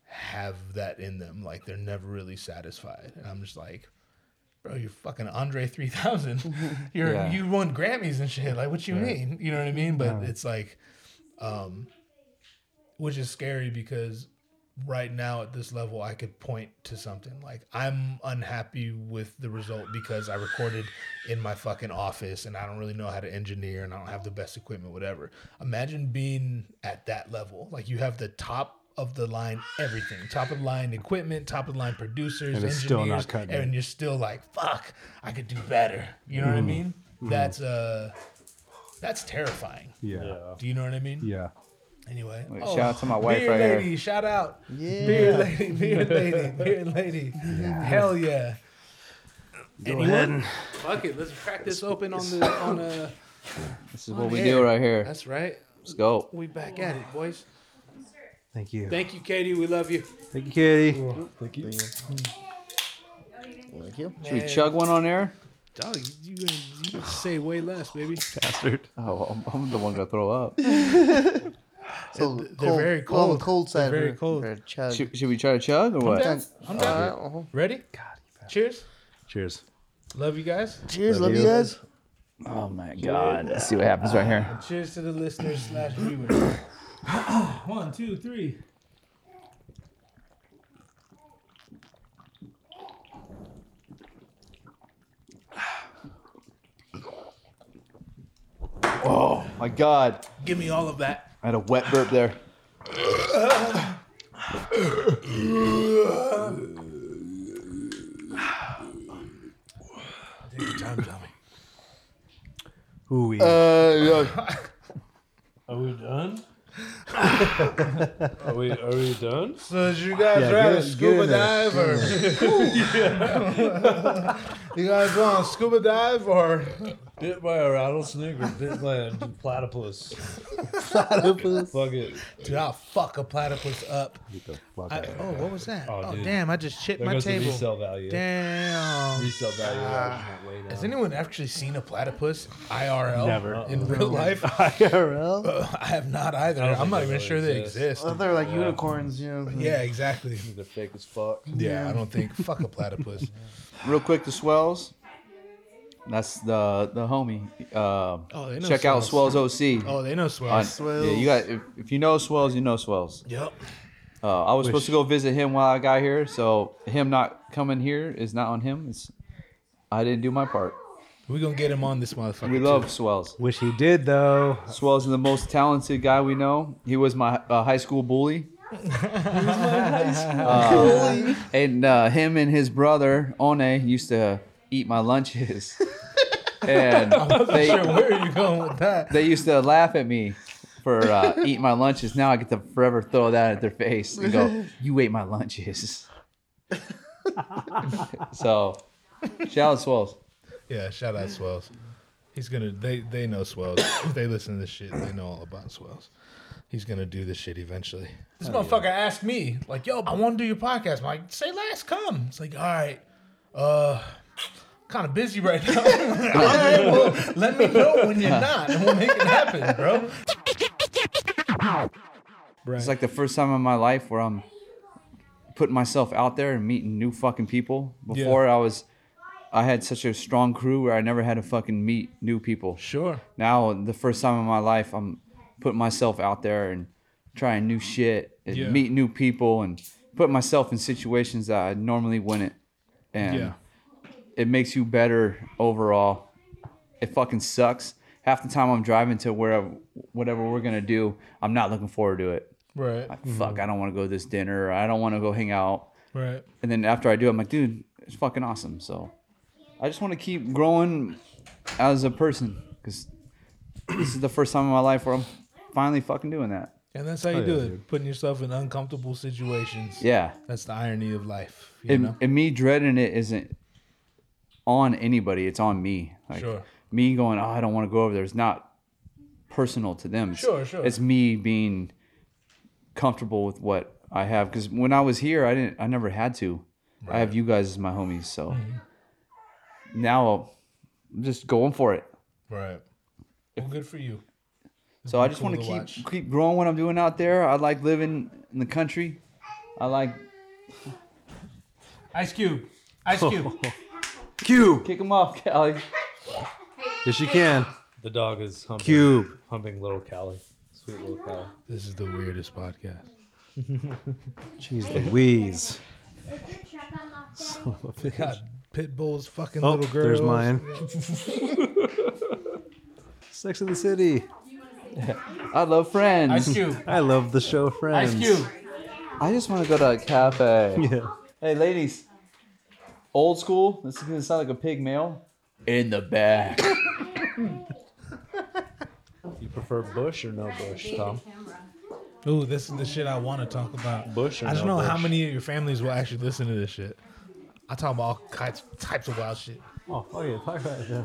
[SPEAKER 1] have that in them. Like they're never really satisfied. And I'm just like, bro, you're fucking Andre 3000. (laughs) You're
[SPEAKER 9] Yeah.
[SPEAKER 1] you won Grammys and shit. Like, what you mean? You know what I mean? But
[SPEAKER 8] Yeah.
[SPEAKER 1] it's like, um, which is scary because right now at this level, I could point to something like I'm unhappy with the result because I recorded in my fucking office and I don't really know how to engineer and I don't have the best equipment, whatever. Imagine being at that level. Like you have the top of the line everything, top of the line equipment, top of the line producers,
[SPEAKER 8] And it's
[SPEAKER 1] engineers,
[SPEAKER 8] still not cutting it.
[SPEAKER 1] and you're still like, fuck, I could do better. You know what I
[SPEAKER 8] Mm-hmm.
[SPEAKER 1] mean? That's uh that's terrifying.
[SPEAKER 8] Yeah. Yeah.
[SPEAKER 10] Yeah.
[SPEAKER 1] Do you know what I mean? Anyway.
[SPEAKER 9] Like, shout out to my wife
[SPEAKER 1] beer
[SPEAKER 9] right here.
[SPEAKER 1] lady, shout out.
[SPEAKER 6] Yeah.
[SPEAKER 1] Beer lady, beer lady, beer lady. Hell yeah. Go ahead. Fuck it, let's crack this open on the
[SPEAKER 9] (laughs)
[SPEAKER 1] on uh
[SPEAKER 9] This is what we
[SPEAKER 1] air.
[SPEAKER 9] do right here.
[SPEAKER 1] that's right.
[SPEAKER 9] Let's go.
[SPEAKER 1] We back at it, boys.
[SPEAKER 8] Thank you.
[SPEAKER 1] Thank you, Katie. We love you.
[SPEAKER 8] Thank you, Katie.
[SPEAKER 6] Thank you.
[SPEAKER 9] Should we chug one on air?
[SPEAKER 1] Dog, you, you, you say way less, baby.
[SPEAKER 9] Oh, I'm, I'm the one gonna throw up.
[SPEAKER 6] So
[SPEAKER 1] they're very
[SPEAKER 6] Well,
[SPEAKER 1] cold.
[SPEAKER 6] the cold
[SPEAKER 1] They're
[SPEAKER 6] side.
[SPEAKER 1] very
[SPEAKER 6] for-
[SPEAKER 1] cold.
[SPEAKER 6] for chug.
[SPEAKER 9] Should, should we try to chug or what?
[SPEAKER 1] down.
[SPEAKER 6] All
[SPEAKER 9] Uh-huh.
[SPEAKER 6] right, well,
[SPEAKER 1] Ready? Cheers.
[SPEAKER 8] Cheers.
[SPEAKER 1] Love you guys.
[SPEAKER 6] Cheers. Love you guys.
[SPEAKER 9] Oh my god. Let's see what happens right here.
[SPEAKER 1] Cheers to the listeners slash viewers. (coughs) One, two, three.
[SPEAKER 9] My god.
[SPEAKER 1] Give me all of that.
[SPEAKER 9] I had a wet burp there.
[SPEAKER 1] Take your time, Tommy.
[SPEAKER 8] Ooh,
[SPEAKER 10] Are we done? are we are we done?
[SPEAKER 1] So did you guys
[SPEAKER 8] Yeah,
[SPEAKER 1] rather
[SPEAKER 8] good-
[SPEAKER 1] scuba
[SPEAKER 8] good
[SPEAKER 1] dive or (laughs) you guys go on scuba dive or
[SPEAKER 10] Bit by a rattlesnake or bit by a platypus?
[SPEAKER 6] Platypus.
[SPEAKER 10] Fuck it.
[SPEAKER 1] dude I'll fuck a platypus up.
[SPEAKER 8] get the fuck
[SPEAKER 1] I,
[SPEAKER 8] out.
[SPEAKER 1] oh what was that?
[SPEAKER 10] Oh,
[SPEAKER 1] Oh,
[SPEAKER 10] dude.
[SPEAKER 1] damn I just chipped
[SPEAKER 10] There
[SPEAKER 1] my
[SPEAKER 10] goes the
[SPEAKER 1] table.
[SPEAKER 10] resale value.
[SPEAKER 1] Damn.
[SPEAKER 10] Resale value. went
[SPEAKER 8] Ah.
[SPEAKER 10] way down.
[SPEAKER 1] Has anyone actually seen a platypus IRL?
[SPEAKER 8] Never.
[SPEAKER 1] In real
[SPEAKER 10] (laughs)
[SPEAKER 1] life?
[SPEAKER 6] IRL.
[SPEAKER 1] Uh, (laughs) I have not either.
[SPEAKER 10] don't
[SPEAKER 1] I'm
[SPEAKER 10] think
[SPEAKER 1] not
[SPEAKER 10] they
[SPEAKER 1] even
[SPEAKER 10] really
[SPEAKER 1] sure they
[SPEAKER 10] exist.
[SPEAKER 1] exist.
[SPEAKER 8] Uh-huh.
[SPEAKER 6] Well, they're like unicorns, you know.
[SPEAKER 1] Yeah, exactly.
[SPEAKER 10] They're fake as fuck.
[SPEAKER 1] Yeah, I don't think fuck a
[SPEAKER 10] (laughs)
[SPEAKER 1] platypus.
[SPEAKER 9] Real quick, the swells. That's the the homie. Uh,
[SPEAKER 1] Oh, they know
[SPEAKER 9] check out Swells OC.
[SPEAKER 1] Oh, they know
[SPEAKER 9] on-
[SPEAKER 1] swells.
[SPEAKER 9] yeah, you got if, if you know Swells, you know Swells.
[SPEAKER 1] Yep.
[SPEAKER 9] Uh, I
[SPEAKER 8] Wish-
[SPEAKER 9] was supposed to go visit him while I got here, so him not coming here is not on him. It's I didn't do my part.
[SPEAKER 1] We're gonna get him on this motherfucker.
[SPEAKER 9] We love Swells.
[SPEAKER 8] Wish he did though.
[SPEAKER 9] Swells is the most talented guy we know. He was my uh, high school bully. Uh, and uh, him and his brother One used to eat my lunches, and they
[SPEAKER 16] sure, where are you going with that?
[SPEAKER 9] they used to laugh at me for uh, eating my lunches. Now I get to forever throw that at their face and go, "You ate my lunches." (laughs) so, shout out Swells.
[SPEAKER 1] Yeah, shout out Swells. He's gonna. They they know Swells. if they listen to this shit, they know all about Swells. He's gonna do this shit eventually. This motherfucker asked me like, "Yo, I want to do your podcast." I'm like, "Say last, come." It's like, "All right, uh." Kind of busy right now. (laughs) All right, well, let me know when you're not, and we'll make it happen, bro.
[SPEAKER 9] It's like the first time in my life where I'm putting myself out there and meeting new fucking people. Before I was, I had such a strong crew where I never had to fucking meet new people.
[SPEAKER 1] Sure.
[SPEAKER 9] Now, the first time in my life, I'm putting myself out there and trying new shit and
[SPEAKER 16] Yeah.
[SPEAKER 9] meet new people and put myself in situations that I normally wouldn't. And
[SPEAKER 16] Yeah.
[SPEAKER 9] it makes you better overall. It fucking sucks. Half the time I'm driving to wherever, whatever we're gonna do, I'm not looking forward to it
[SPEAKER 1] Right.
[SPEAKER 9] like,
[SPEAKER 16] Mm-hmm.
[SPEAKER 9] fuck, I don't want to go to this dinner. Or I don't want to go hang out.
[SPEAKER 1] Right.
[SPEAKER 9] And then after I do, I'm like, dude, it's fucking awesome. So I just want to keep growing as a person because this is the first time in my life where I'm finally fucking doing that.
[SPEAKER 1] And that's how you do it. Putting yourself in uncomfortable situations.
[SPEAKER 9] Yeah.
[SPEAKER 1] That's the irony of life. You
[SPEAKER 9] And,
[SPEAKER 1] know?
[SPEAKER 9] and me dreading it isn't on anybody, it's on me. Like,
[SPEAKER 1] Sure.
[SPEAKER 9] me going, oh, I don't want to go over there. It's not personal to them. It's-
[SPEAKER 1] Sure, sure.
[SPEAKER 9] It's me being comfortable with what I have. Because when I was here, I didn't, I never had to. I have you guys as my homies, so
[SPEAKER 1] Mm-hmm.
[SPEAKER 9] now I'm just going for it.
[SPEAKER 1] Right. Well, good for you.
[SPEAKER 9] So I just
[SPEAKER 1] cool
[SPEAKER 9] want
[SPEAKER 1] to
[SPEAKER 9] to keep
[SPEAKER 1] watch.
[SPEAKER 9] keep growing what I'm doing out there. I like living in the country. I like
[SPEAKER 16] Ice Cube. Ice Cube.
[SPEAKER 8] Cube.
[SPEAKER 9] kick them off, (laughs) Callie.
[SPEAKER 8] Yes, you can.
[SPEAKER 10] The dog is humping,
[SPEAKER 8] Cube.
[SPEAKER 10] humping little Callie. Sweet little Callie.
[SPEAKER 1] This is the weirdest podcast.
[SPEAKER 8] Jeez Louise.
[SPEAKER 1] God, pit bulls, fucking
[SPEAKER 8] Oh,
[SPEAKER 1] little girls. (laughs)
[SPEAKER 8] there's mine. Sex in the City.
[SPEAKER 9] I love friends.
[SPEAKER 16] Ice Cube.
[SPEAKER 8] I love the show Friends.
[SPEAKER 16] Ice Cube.
[SPEAKER 9] I just want to go to a cafe.
[SPEAKER 6] (laughs)
[SPEAKER 8] Yeah.
[SPEAKER 9] Hey, ladies. Old school. This is gonna sound like a pig male. In the back.
[SPEAKER 10] You prefer Bush or no Bush, Tom?
[SPEAKER 1] Ooh, this is the shit I want to talk about.
[SPEAKER 10] Bush or
[SPEAKER 1] I don't
[SPEAKER 10] no
[SPEAKER 1] know how
[SPEAKER 10] Bush?
[SPEAKER 1] many of your families will actually listen to this shit. I talk about all kinds, types of wild shit.
[SPEAKER 8] Oh, fuck it. Talk about it. yeah.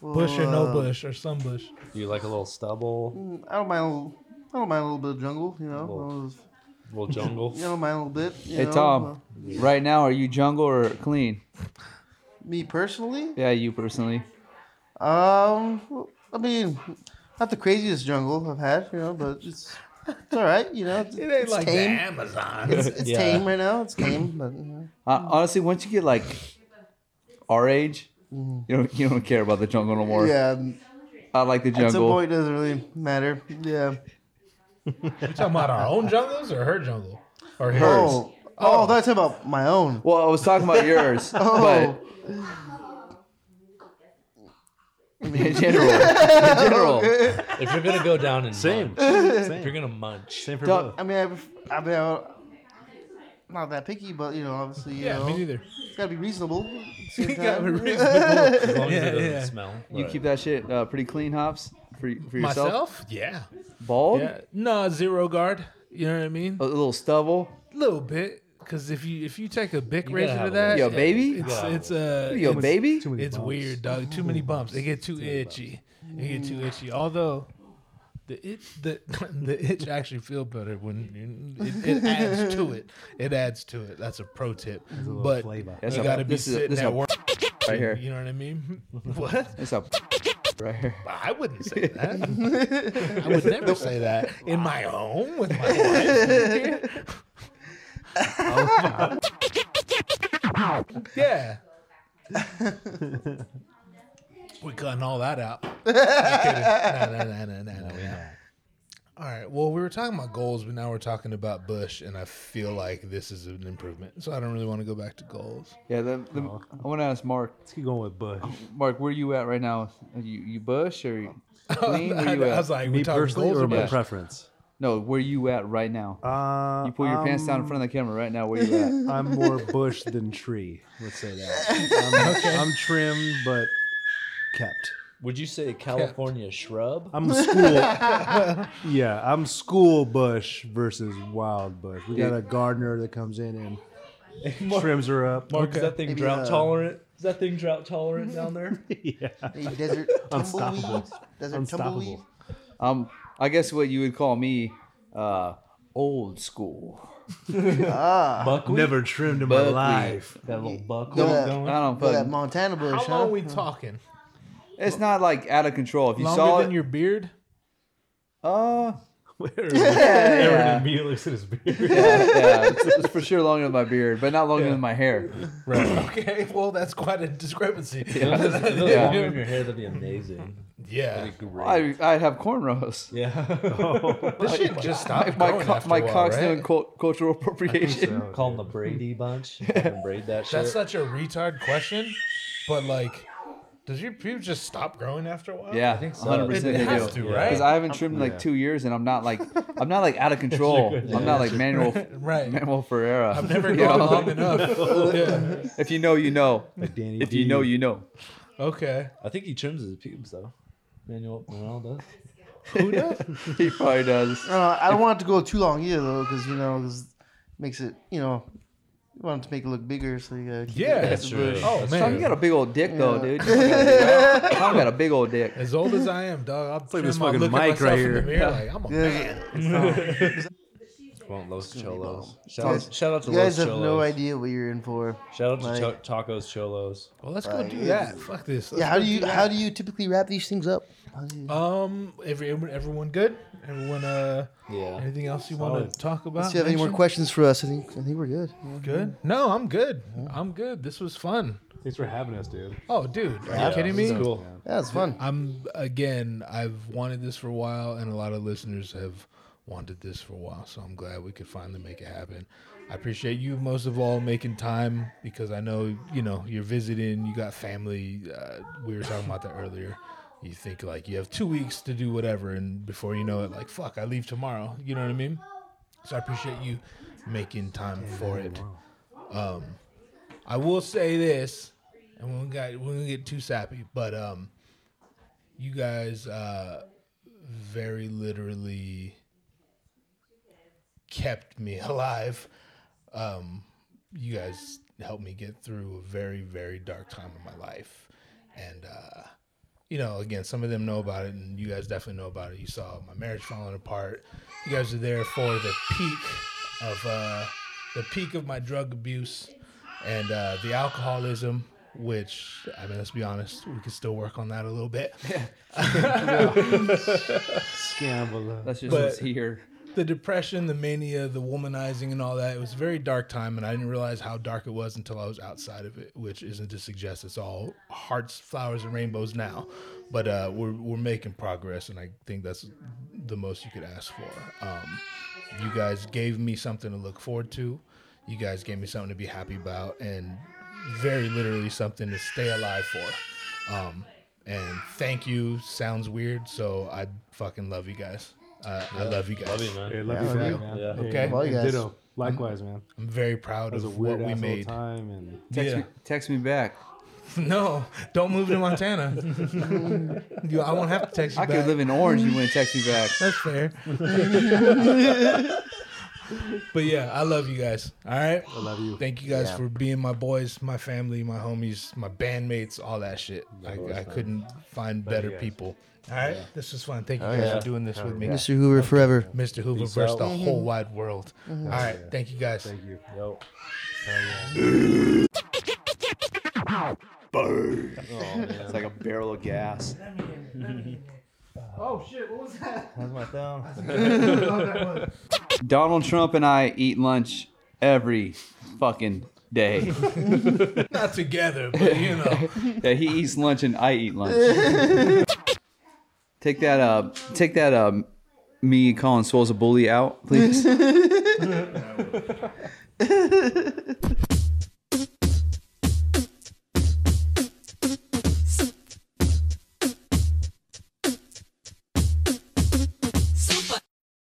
[SPEAKER 1] Bush or no bush or some bush.
[SPEAKER 10] Do you like a little stubble,
[SPEAKER 6] I don't mind. A little, I don't mind a little bit of jungle. You know, those-
[SPEAKER 10] a
[SPEAKER 8] Mm.
[SPEAKER 10] little jungle?
[SPEAKER 6] you don't mind a little bit. you
[SPEAKER 9] Hey,
[SPEAKER 6] know, uh,
[SPEAKER 9] Tom. Right now, are you jungle or clean?
[SPEAKER 6] me personally,
[SPEAKER 9] Yeah, you personally.
[SPEAKER 6] um, I mean, not the craziest jungle I've had. You know, but it's it's all right. You know,
[SPEAKER 1] (laughs)
[SPEAKER 6] it's,
[SPEAKER 1] It ain't
[SPEAKER 6] it's
[SPEAKER 1] like the
[SPEAKER 6] tame.
[SPEAKER 1] Amazon.
[SPEAKER 6] It's, it's
[SPEAKER 10] Yeah.
[SPEAKER 6] tame right now. It's tame, but you know.
[SPEAKER 9] Uh, honestly, once you get like our age, you don't you don't care about the jungle no more.
[SPEAKER 6] Mm. yeah,
[SPEAKER 9] I like the
[SPEAKER 6] at some
[SPEAKER 9] jungle.
[SPEAKER 6] point it doesn't really matter. Yeah.
[SPEAKER 1] You talking about our own jungles or her jungle? Or hers?
[SPEAKER 6] Oh, oh, that's about my own.
[SPEAKER 9] Well, I was talking about yours,
[SPEAKER 6] (laughs) Oh,
[SPEAKER 9] but in general,
[SPEAKER 6] (laughs)
[SPEAKER 9] in general,
[SPEAKER 10] If you're gonna go down and
[SPEAKER 8] Same.
[SPEAKER 10] munch, if
[SPEAKER 8] Same.
[SPEAKER 10] you're gonna munch,
[SPEAKER 8] Same for
[SPEAKER 9] Don't-
[SPEAKER 8] both.
[SPEAKER 6] I mean, I, pref- I mean, I, am not that picky, but you know, obviously, you
[SPEAKER 1] yeah,
[SPEAKER 6] know,
[SPEAKER 1] me neither.
[SPEAKER 6] it's gotta be reasonable. at the
[SPEAKER 1] (laughs)
[SPEAKER 6] same
[SPEAKER 1] You gotta be
[SPEAKER 6] (laughs) time.
[SPEAKER 1] reasonable.
[SPEAKER 10] as long as it
[SPEAKER 1] Yeah,
[SPEAKER 10] doesn't
[SPEAKER 1] yeah.
[SPEAKER 10] smell.
[SPEAKER 9] you keep that shit uh, pretty clean, hops for y- for yourself.
[SPEAKER 1] Myself? Yeah.
[SPEAKER 9] Bald,
[SPEAKER 1] Yeah. No, zero guard. You know what I mean?
[SPEAKER 9] a little stubble.
[SPEAKER 1] A little bit. Cause if you if you take a bic
[SPEAKER 10] You gotta
[SPEAKER 1] razor
[SPEAKER 10] have
[SPEAKER 1] to
[SPEAKER 10] a
[SPEAKER 1] that,
[SPEAKER 9] Yo, baby?
[SPEAKER 1] it's it's a
[SPEAKER 9] Yo, baby.
[SPEAKER 8] Too many
[SPEAKER 1] It's
[SPEAKER 8] bumps.
[SPEAKER 1] weird, dog. Too many bumps. They get too itchy. They get too itchy. Although the itch, the (laughs) the itch actually feel better when you, it, it adds to it. It adds to it. That's a pro tip.
[SPEAKER 8] little
[SPEAKER 1] But
[SPEAKER 8] flavor.
[SPEAKER 9] That's
[SPEAKER 1] you
[SPEAKER 9] a-
[SPEAKER 1] got to be
[SPEAKER 9] this is a-
[SPEAKER 1] sitting
[SPEAKER 9] this is
[SPEAKER 1] at
[SPEAKER 9] a
[SPEAKER 1] work.
[SPEAKER 9] right here.
[SPEAKER 1] You know what I
[SPEAKER 9] (laughs)
[SPEAKER 1] mean? What?
[SPEAKER 9] It's a (laughs) right here.
[SPEAKER 1] I wouldn't say that. (laughs) I would never say that in my home with my wife. (laughs) yeah. (laughs) we cutting all that out. Just kidding. No, no, no, no, no, no. All right. Well, we were talking about goals, but now we're talking about Bush, and I feel like this is an improvement. So I don't really want to go back to goals.
[SPEAKER 9] Yeah, the, the, I want to ask Mark.
[SPEAKER 8] Let's keep going with Bush.
[SPEAKER 9] Mark, where you at right now? Are you you Bush or you clean?
[SPEAKER 1] (laughs)
[SPEAKER 9] Where
[SPEAKER 1] I,
[SPEAKER 9] you at?
[SPEAKER 1] was like, we
[SPEAKER 8] Me
[SPEAKER 1] talking
[SPEAKER 8] personally
[SPEAKER 1] goals
[SPEAKER 8] or
[SPEAKER 1] or
[SPEAKER 8] my
[SPEAKER 9] Yeah.
[SPEAKER 1] Bush?
[SPEAKER 8] preference?
[SPEAKER 9] no, where you at right now?
[SPEAKER 8] Uh,
[SPEAKER 9] you pull your pants down in front of the camera right now. Where you
[SPEAKER 8] (laughs)
[SPEAKER 9] at?
[SPEAKER 8] I'm more bush than tree. Let's say that. I'm, I'm trimmed but kept.
[SPEAKER 10] Would you say California shrub?
[SPEAKER 8] I'm school. yeah, I'm school bush versus wild bush. We got a gardener that comes in and trims her up.
[SPEAKER 10] Mark, is that thing
[SPEAKER 6] Maybe,
[SPEAKER 10] drought
[SPEAKER 6] uh,
[SPEAKER 10] tolerant? Is that thing drought tolerant down there?
[SPEAKER 6] Any desert tumbleweed?
[SPEAKER 8] Unstoppable.
[SPEAKER 6] Desert tumbleweed?
[SPEAKER 8] Unstoppable.
[SPEAKER 9] Um, I guess what you would call me, uh, old school.
[SPEAKER 10] Buckwheat.
[SPEAKER 8] Never trimmed in my
[SPEAKER 9] Buckwheat.
[SPEAKER 8] life.
[SPEAKER 10] that little buckwheat.
[SPEAKER 6] Go
[SPEAKER 9] I
[SPEAKER 6] that, (laughs)
[SPEAKER 9] don't
[SPEAKER 6] go that
[SPEAKER 9] fucking.
[SPEAKER 6] Montana bush,
[SPEAKER 1] How
[SPEAKER 6] huh?
[SPEAKER 1] long are we talking?
[SPEAKER 9] It's not like out of control. If you
[SPEAKER 1] Longer
[SPEAKER 9] saw
[SPEAKER 1] than
[SPEAKER 9] it,
[SPEAKER 1] your beard?
[SPEAKER 9] uh,
[SPEAKER 8] Aaron immediately looks at his beard.
[SPEAKER 9] yeah, it's, it's for sure longer than my beard, but not longer than my hair.
[SPEAKER 1] Right. (coughs) okay. Well, that's quite a discrepancy.
[SPEAKER 10] Those-
[SPEAKER 1] Yeah.
[SPEAKER 10] those longer in your hair, that'd be amazing. (laughs) That'd be great.
[SPEAKER 9] I, I'd have cornrows.
[SPEAKER 10] yeah.
[SPEAKER 1] This shit just stopped
[SPEAKER 9] my
[SPEAKER 1] growing
[SPEAKER 9] co-
[SPEAKER 1] after
[SPEAKER 9] my
[SPEAKER 1] a while,
[SPEAKER 9] cock's
[SPEAKER 1] right?
[SPEAKER 9] doing cult- cultural appropriation.
[SPEAKER 10] Call them the Brady bunch.
[SPEAKER 6] (laughs)
[SPEAKER 10] Fucking braid that shit.
[SPEAKER 1] That's such a retard question, but like, does your pubes just stop growing after a while?
[SPEAKER 9] Yeah,
[SPEAKER 10] think so.
[SPEAKER 9] 100%
[SPEAKER 1] It
[SPEAKER 9] they
[SPEAKER 1] has
[SPEAKER 9] do.
[SPEAKER 1] to, right?
[SPEAKER 9] Because I haven't trimmed in like two years, and I'm
[SPEAKER 1] (laughs)
[SPEAKER 9] not like I'm not like out of control. I'm not like Manuel
[SPEAKER 1] Right.
[SPEAKER 9] Manuel Ferreira.
[SPEAKER 1] I've never
[SPEAKER 9] You
[SPEAKER 1] gone
[SPEAKER 9] know?
[SPEAKER 1] long enough. Yeah.
[SPEAKER 9] If you know,
[SPEAKER 1] (laughs)
[SPEAKER 9] you know.
[SPEAKER 8] Danny
[SPEAKER 9] If you
[SPEAKER 8] D.
[SPEAKER 9] know, you know.
[SPEAKER 1] Okay.
[SPEAKER 10] I think he trims his pubes though. Manuel Morel does.
[SPEAKER 9] He probably does.
[SPEAKER 6] No, no, I don't want it to go too long either, though, because you know, 'cause it makes it, you know, you want it to make it look bigger, so you gotta keep
[SPEAKER 1] Yeah,
[SPEAKER 6] it
[SPEAKER 1] that's
[SPEAKER 6] as a bush.
[SPEAKER 1] Oh
[SPEAKER 9] Tom, you
[SPEAKER 1] man.
[SPEAKER 9] (laughs) got a big old dick though,
[SPEAKER 1] (laughs)
[SPEAKER 9] dude. Tom got a big old dick.
[SPEAKER 1] As old as I am, dog, I'll it's
[SPEAKER 8] like this fucking mic right here.
[SPEAKER 1] like I'm a
[SPEAKER 6] Yeah.
[SPEAKER 10] Won't Los Cholos. Shout
[SPEAKER 6] Guys-
[SPEAKER 10] out, shout out to
[SPEAKER 6] You guys
[SPEAKER 10] Los
[SPEAKER 6] have
[SPEAKER 10] Cholos.
[SPEAKER 6] no idea what you're in for.
[SPEAKER 10] Shout out to
[SPEAKER 6] like-
[SPEAKER 10] Cho- Tacos Cholos.
[SPEAKER 1] Well, let's go
[SPEAKER 6] Like,
[SPEAKER 1] do
[SPEAKER 6] it's-
[SPEAKER 1] that. Fuck this. Let's
[SPEAKER 6] Yeah, how
[SPEAKER 1] go
[SPEAKER 6] do you
[SPEAKER 1] that.
[SPEAKER 6] how do you typically wrap these things up? How do you-
[SPEAKER 1] Um, every everyone good? Everyone, uh,
[SPEAKER 10] Yeah.
[SPEAKER 1] anything else you want to talk about?
[SPEAKER 6] Do you have any more
[SPEAKER 1] mention?
[SPEAKER 6] questions for us? I think I think we're good.
[SPEAKER 1] Good. No, I'm good. I'm good. This was fun.
[SPEAKER 8] Thanks for having us, dude.
[SPEAKER 1] Oh, dude, are you kidding me? Cool.
[SPEAKER 6] Yeah, it's fun.
[SPEAKER 1] I'm again. I've wanted this for a while, and a lot of listeners have wanted this for a while. So I'm glad we could finally make it happen. I appreciate you most of all making time because I know you know you're visiting. You got family. Uh, we were talking about that earlier. You think like you have two weeks to do whatever, and before you know it, like fuck, I leave tomorrow. You know what I mean? So I appreciate you making time for it. Um, I will say this, and we got we don't get too sappy, but um, you guys uh, very literally kept me (laughs) alive. Um, you guys helped me get through a very very dark time in my life, and uh, you know, again, some of them know about it, and you guys definitely know about it. You saw my marriage falling apart. You guys are there for the peak of uh, the peak of my drug abuse and uh, the alcoholism. Which I mean, let's be honest, we could still work on that a little bit. (laughs)
[SPEAKER 8] Scambler.
[SPEAKER 9] That's just
[SPEAKER 1] But-
[SPEAKER 9] what's here.
[SPEAKER 1] the depression, the mania, the womanizing, and all that. It was a very dark time, and I didn't realize how dark it was until I was outside of it, which isn't to suggest it's all hearts, flowers, and rainbows now. But uh, we're, we're making progress, and I think that's the most you could ask for. Um, you guys gave me something to look forward to, you guys gave me something to be happy about, and very literally something to stay alive for. Um, and thank you sounds weird, so I fucking love you guys. Uh, I love you guys.
[SPEAKER 10] Love you, man.
[SPEAKER 8] Hey, love you, back, man.
[SPEAKER 10] Yeah.
[SPEAKER 8] Hey,
[SPEAKER 6] Love you guys.
[SPEAKER 8] Ditto. Likewise, man.
[SPEAKER 1] I'm very proud
[SPEAKER 8] That was
[SPEAKER 1] of
[SPEAKER 8] a weird
[SPEAKER 1] what we
[SPEAKER 8] ass little
[SPEAKER 1] made.
[SPEAKER 8] time and
[SPEAKER 9] Text,
[SPEAKER 1] Yeah.
[SPEAKER 9] me, text me back.
[SPEAKER 1] (laughs) No, don't move to Montana. you, I won't have to text you
[SPEAKER 9] I
[SPEAKER 1] back.
[SPEAKER 9] could live in Orange. You wouldn't text me back.
[SPEAKER 1] That's fair. but yeah, I love you guys. All right. I love you. Thank you guys for being my boys, my family, my homies, my bandmates, all that shit. I, I couldn't find better people. All right. This was fun. Thank you guys for doing this with me.
[SPEAKER 6] Mr. Hoover forever.
[SPEAKER 1] Mr. Hoover versus the whole wide world. All right. Thank you guys.
[SPEAKER 10] Yo.
[SPEAKER 9] It's like a barrel of gas.
[SPEAKER 10] How's my thumb?
[SPEAKER 9] Donald Trump and I eat lunch every fucking day.
[SPEAKER 1] Not together, but you know.
[SPEAKER 9] Yeah, he eats lunch and I eat lunch. take that uh take that um me calling Swole's a bully out, please?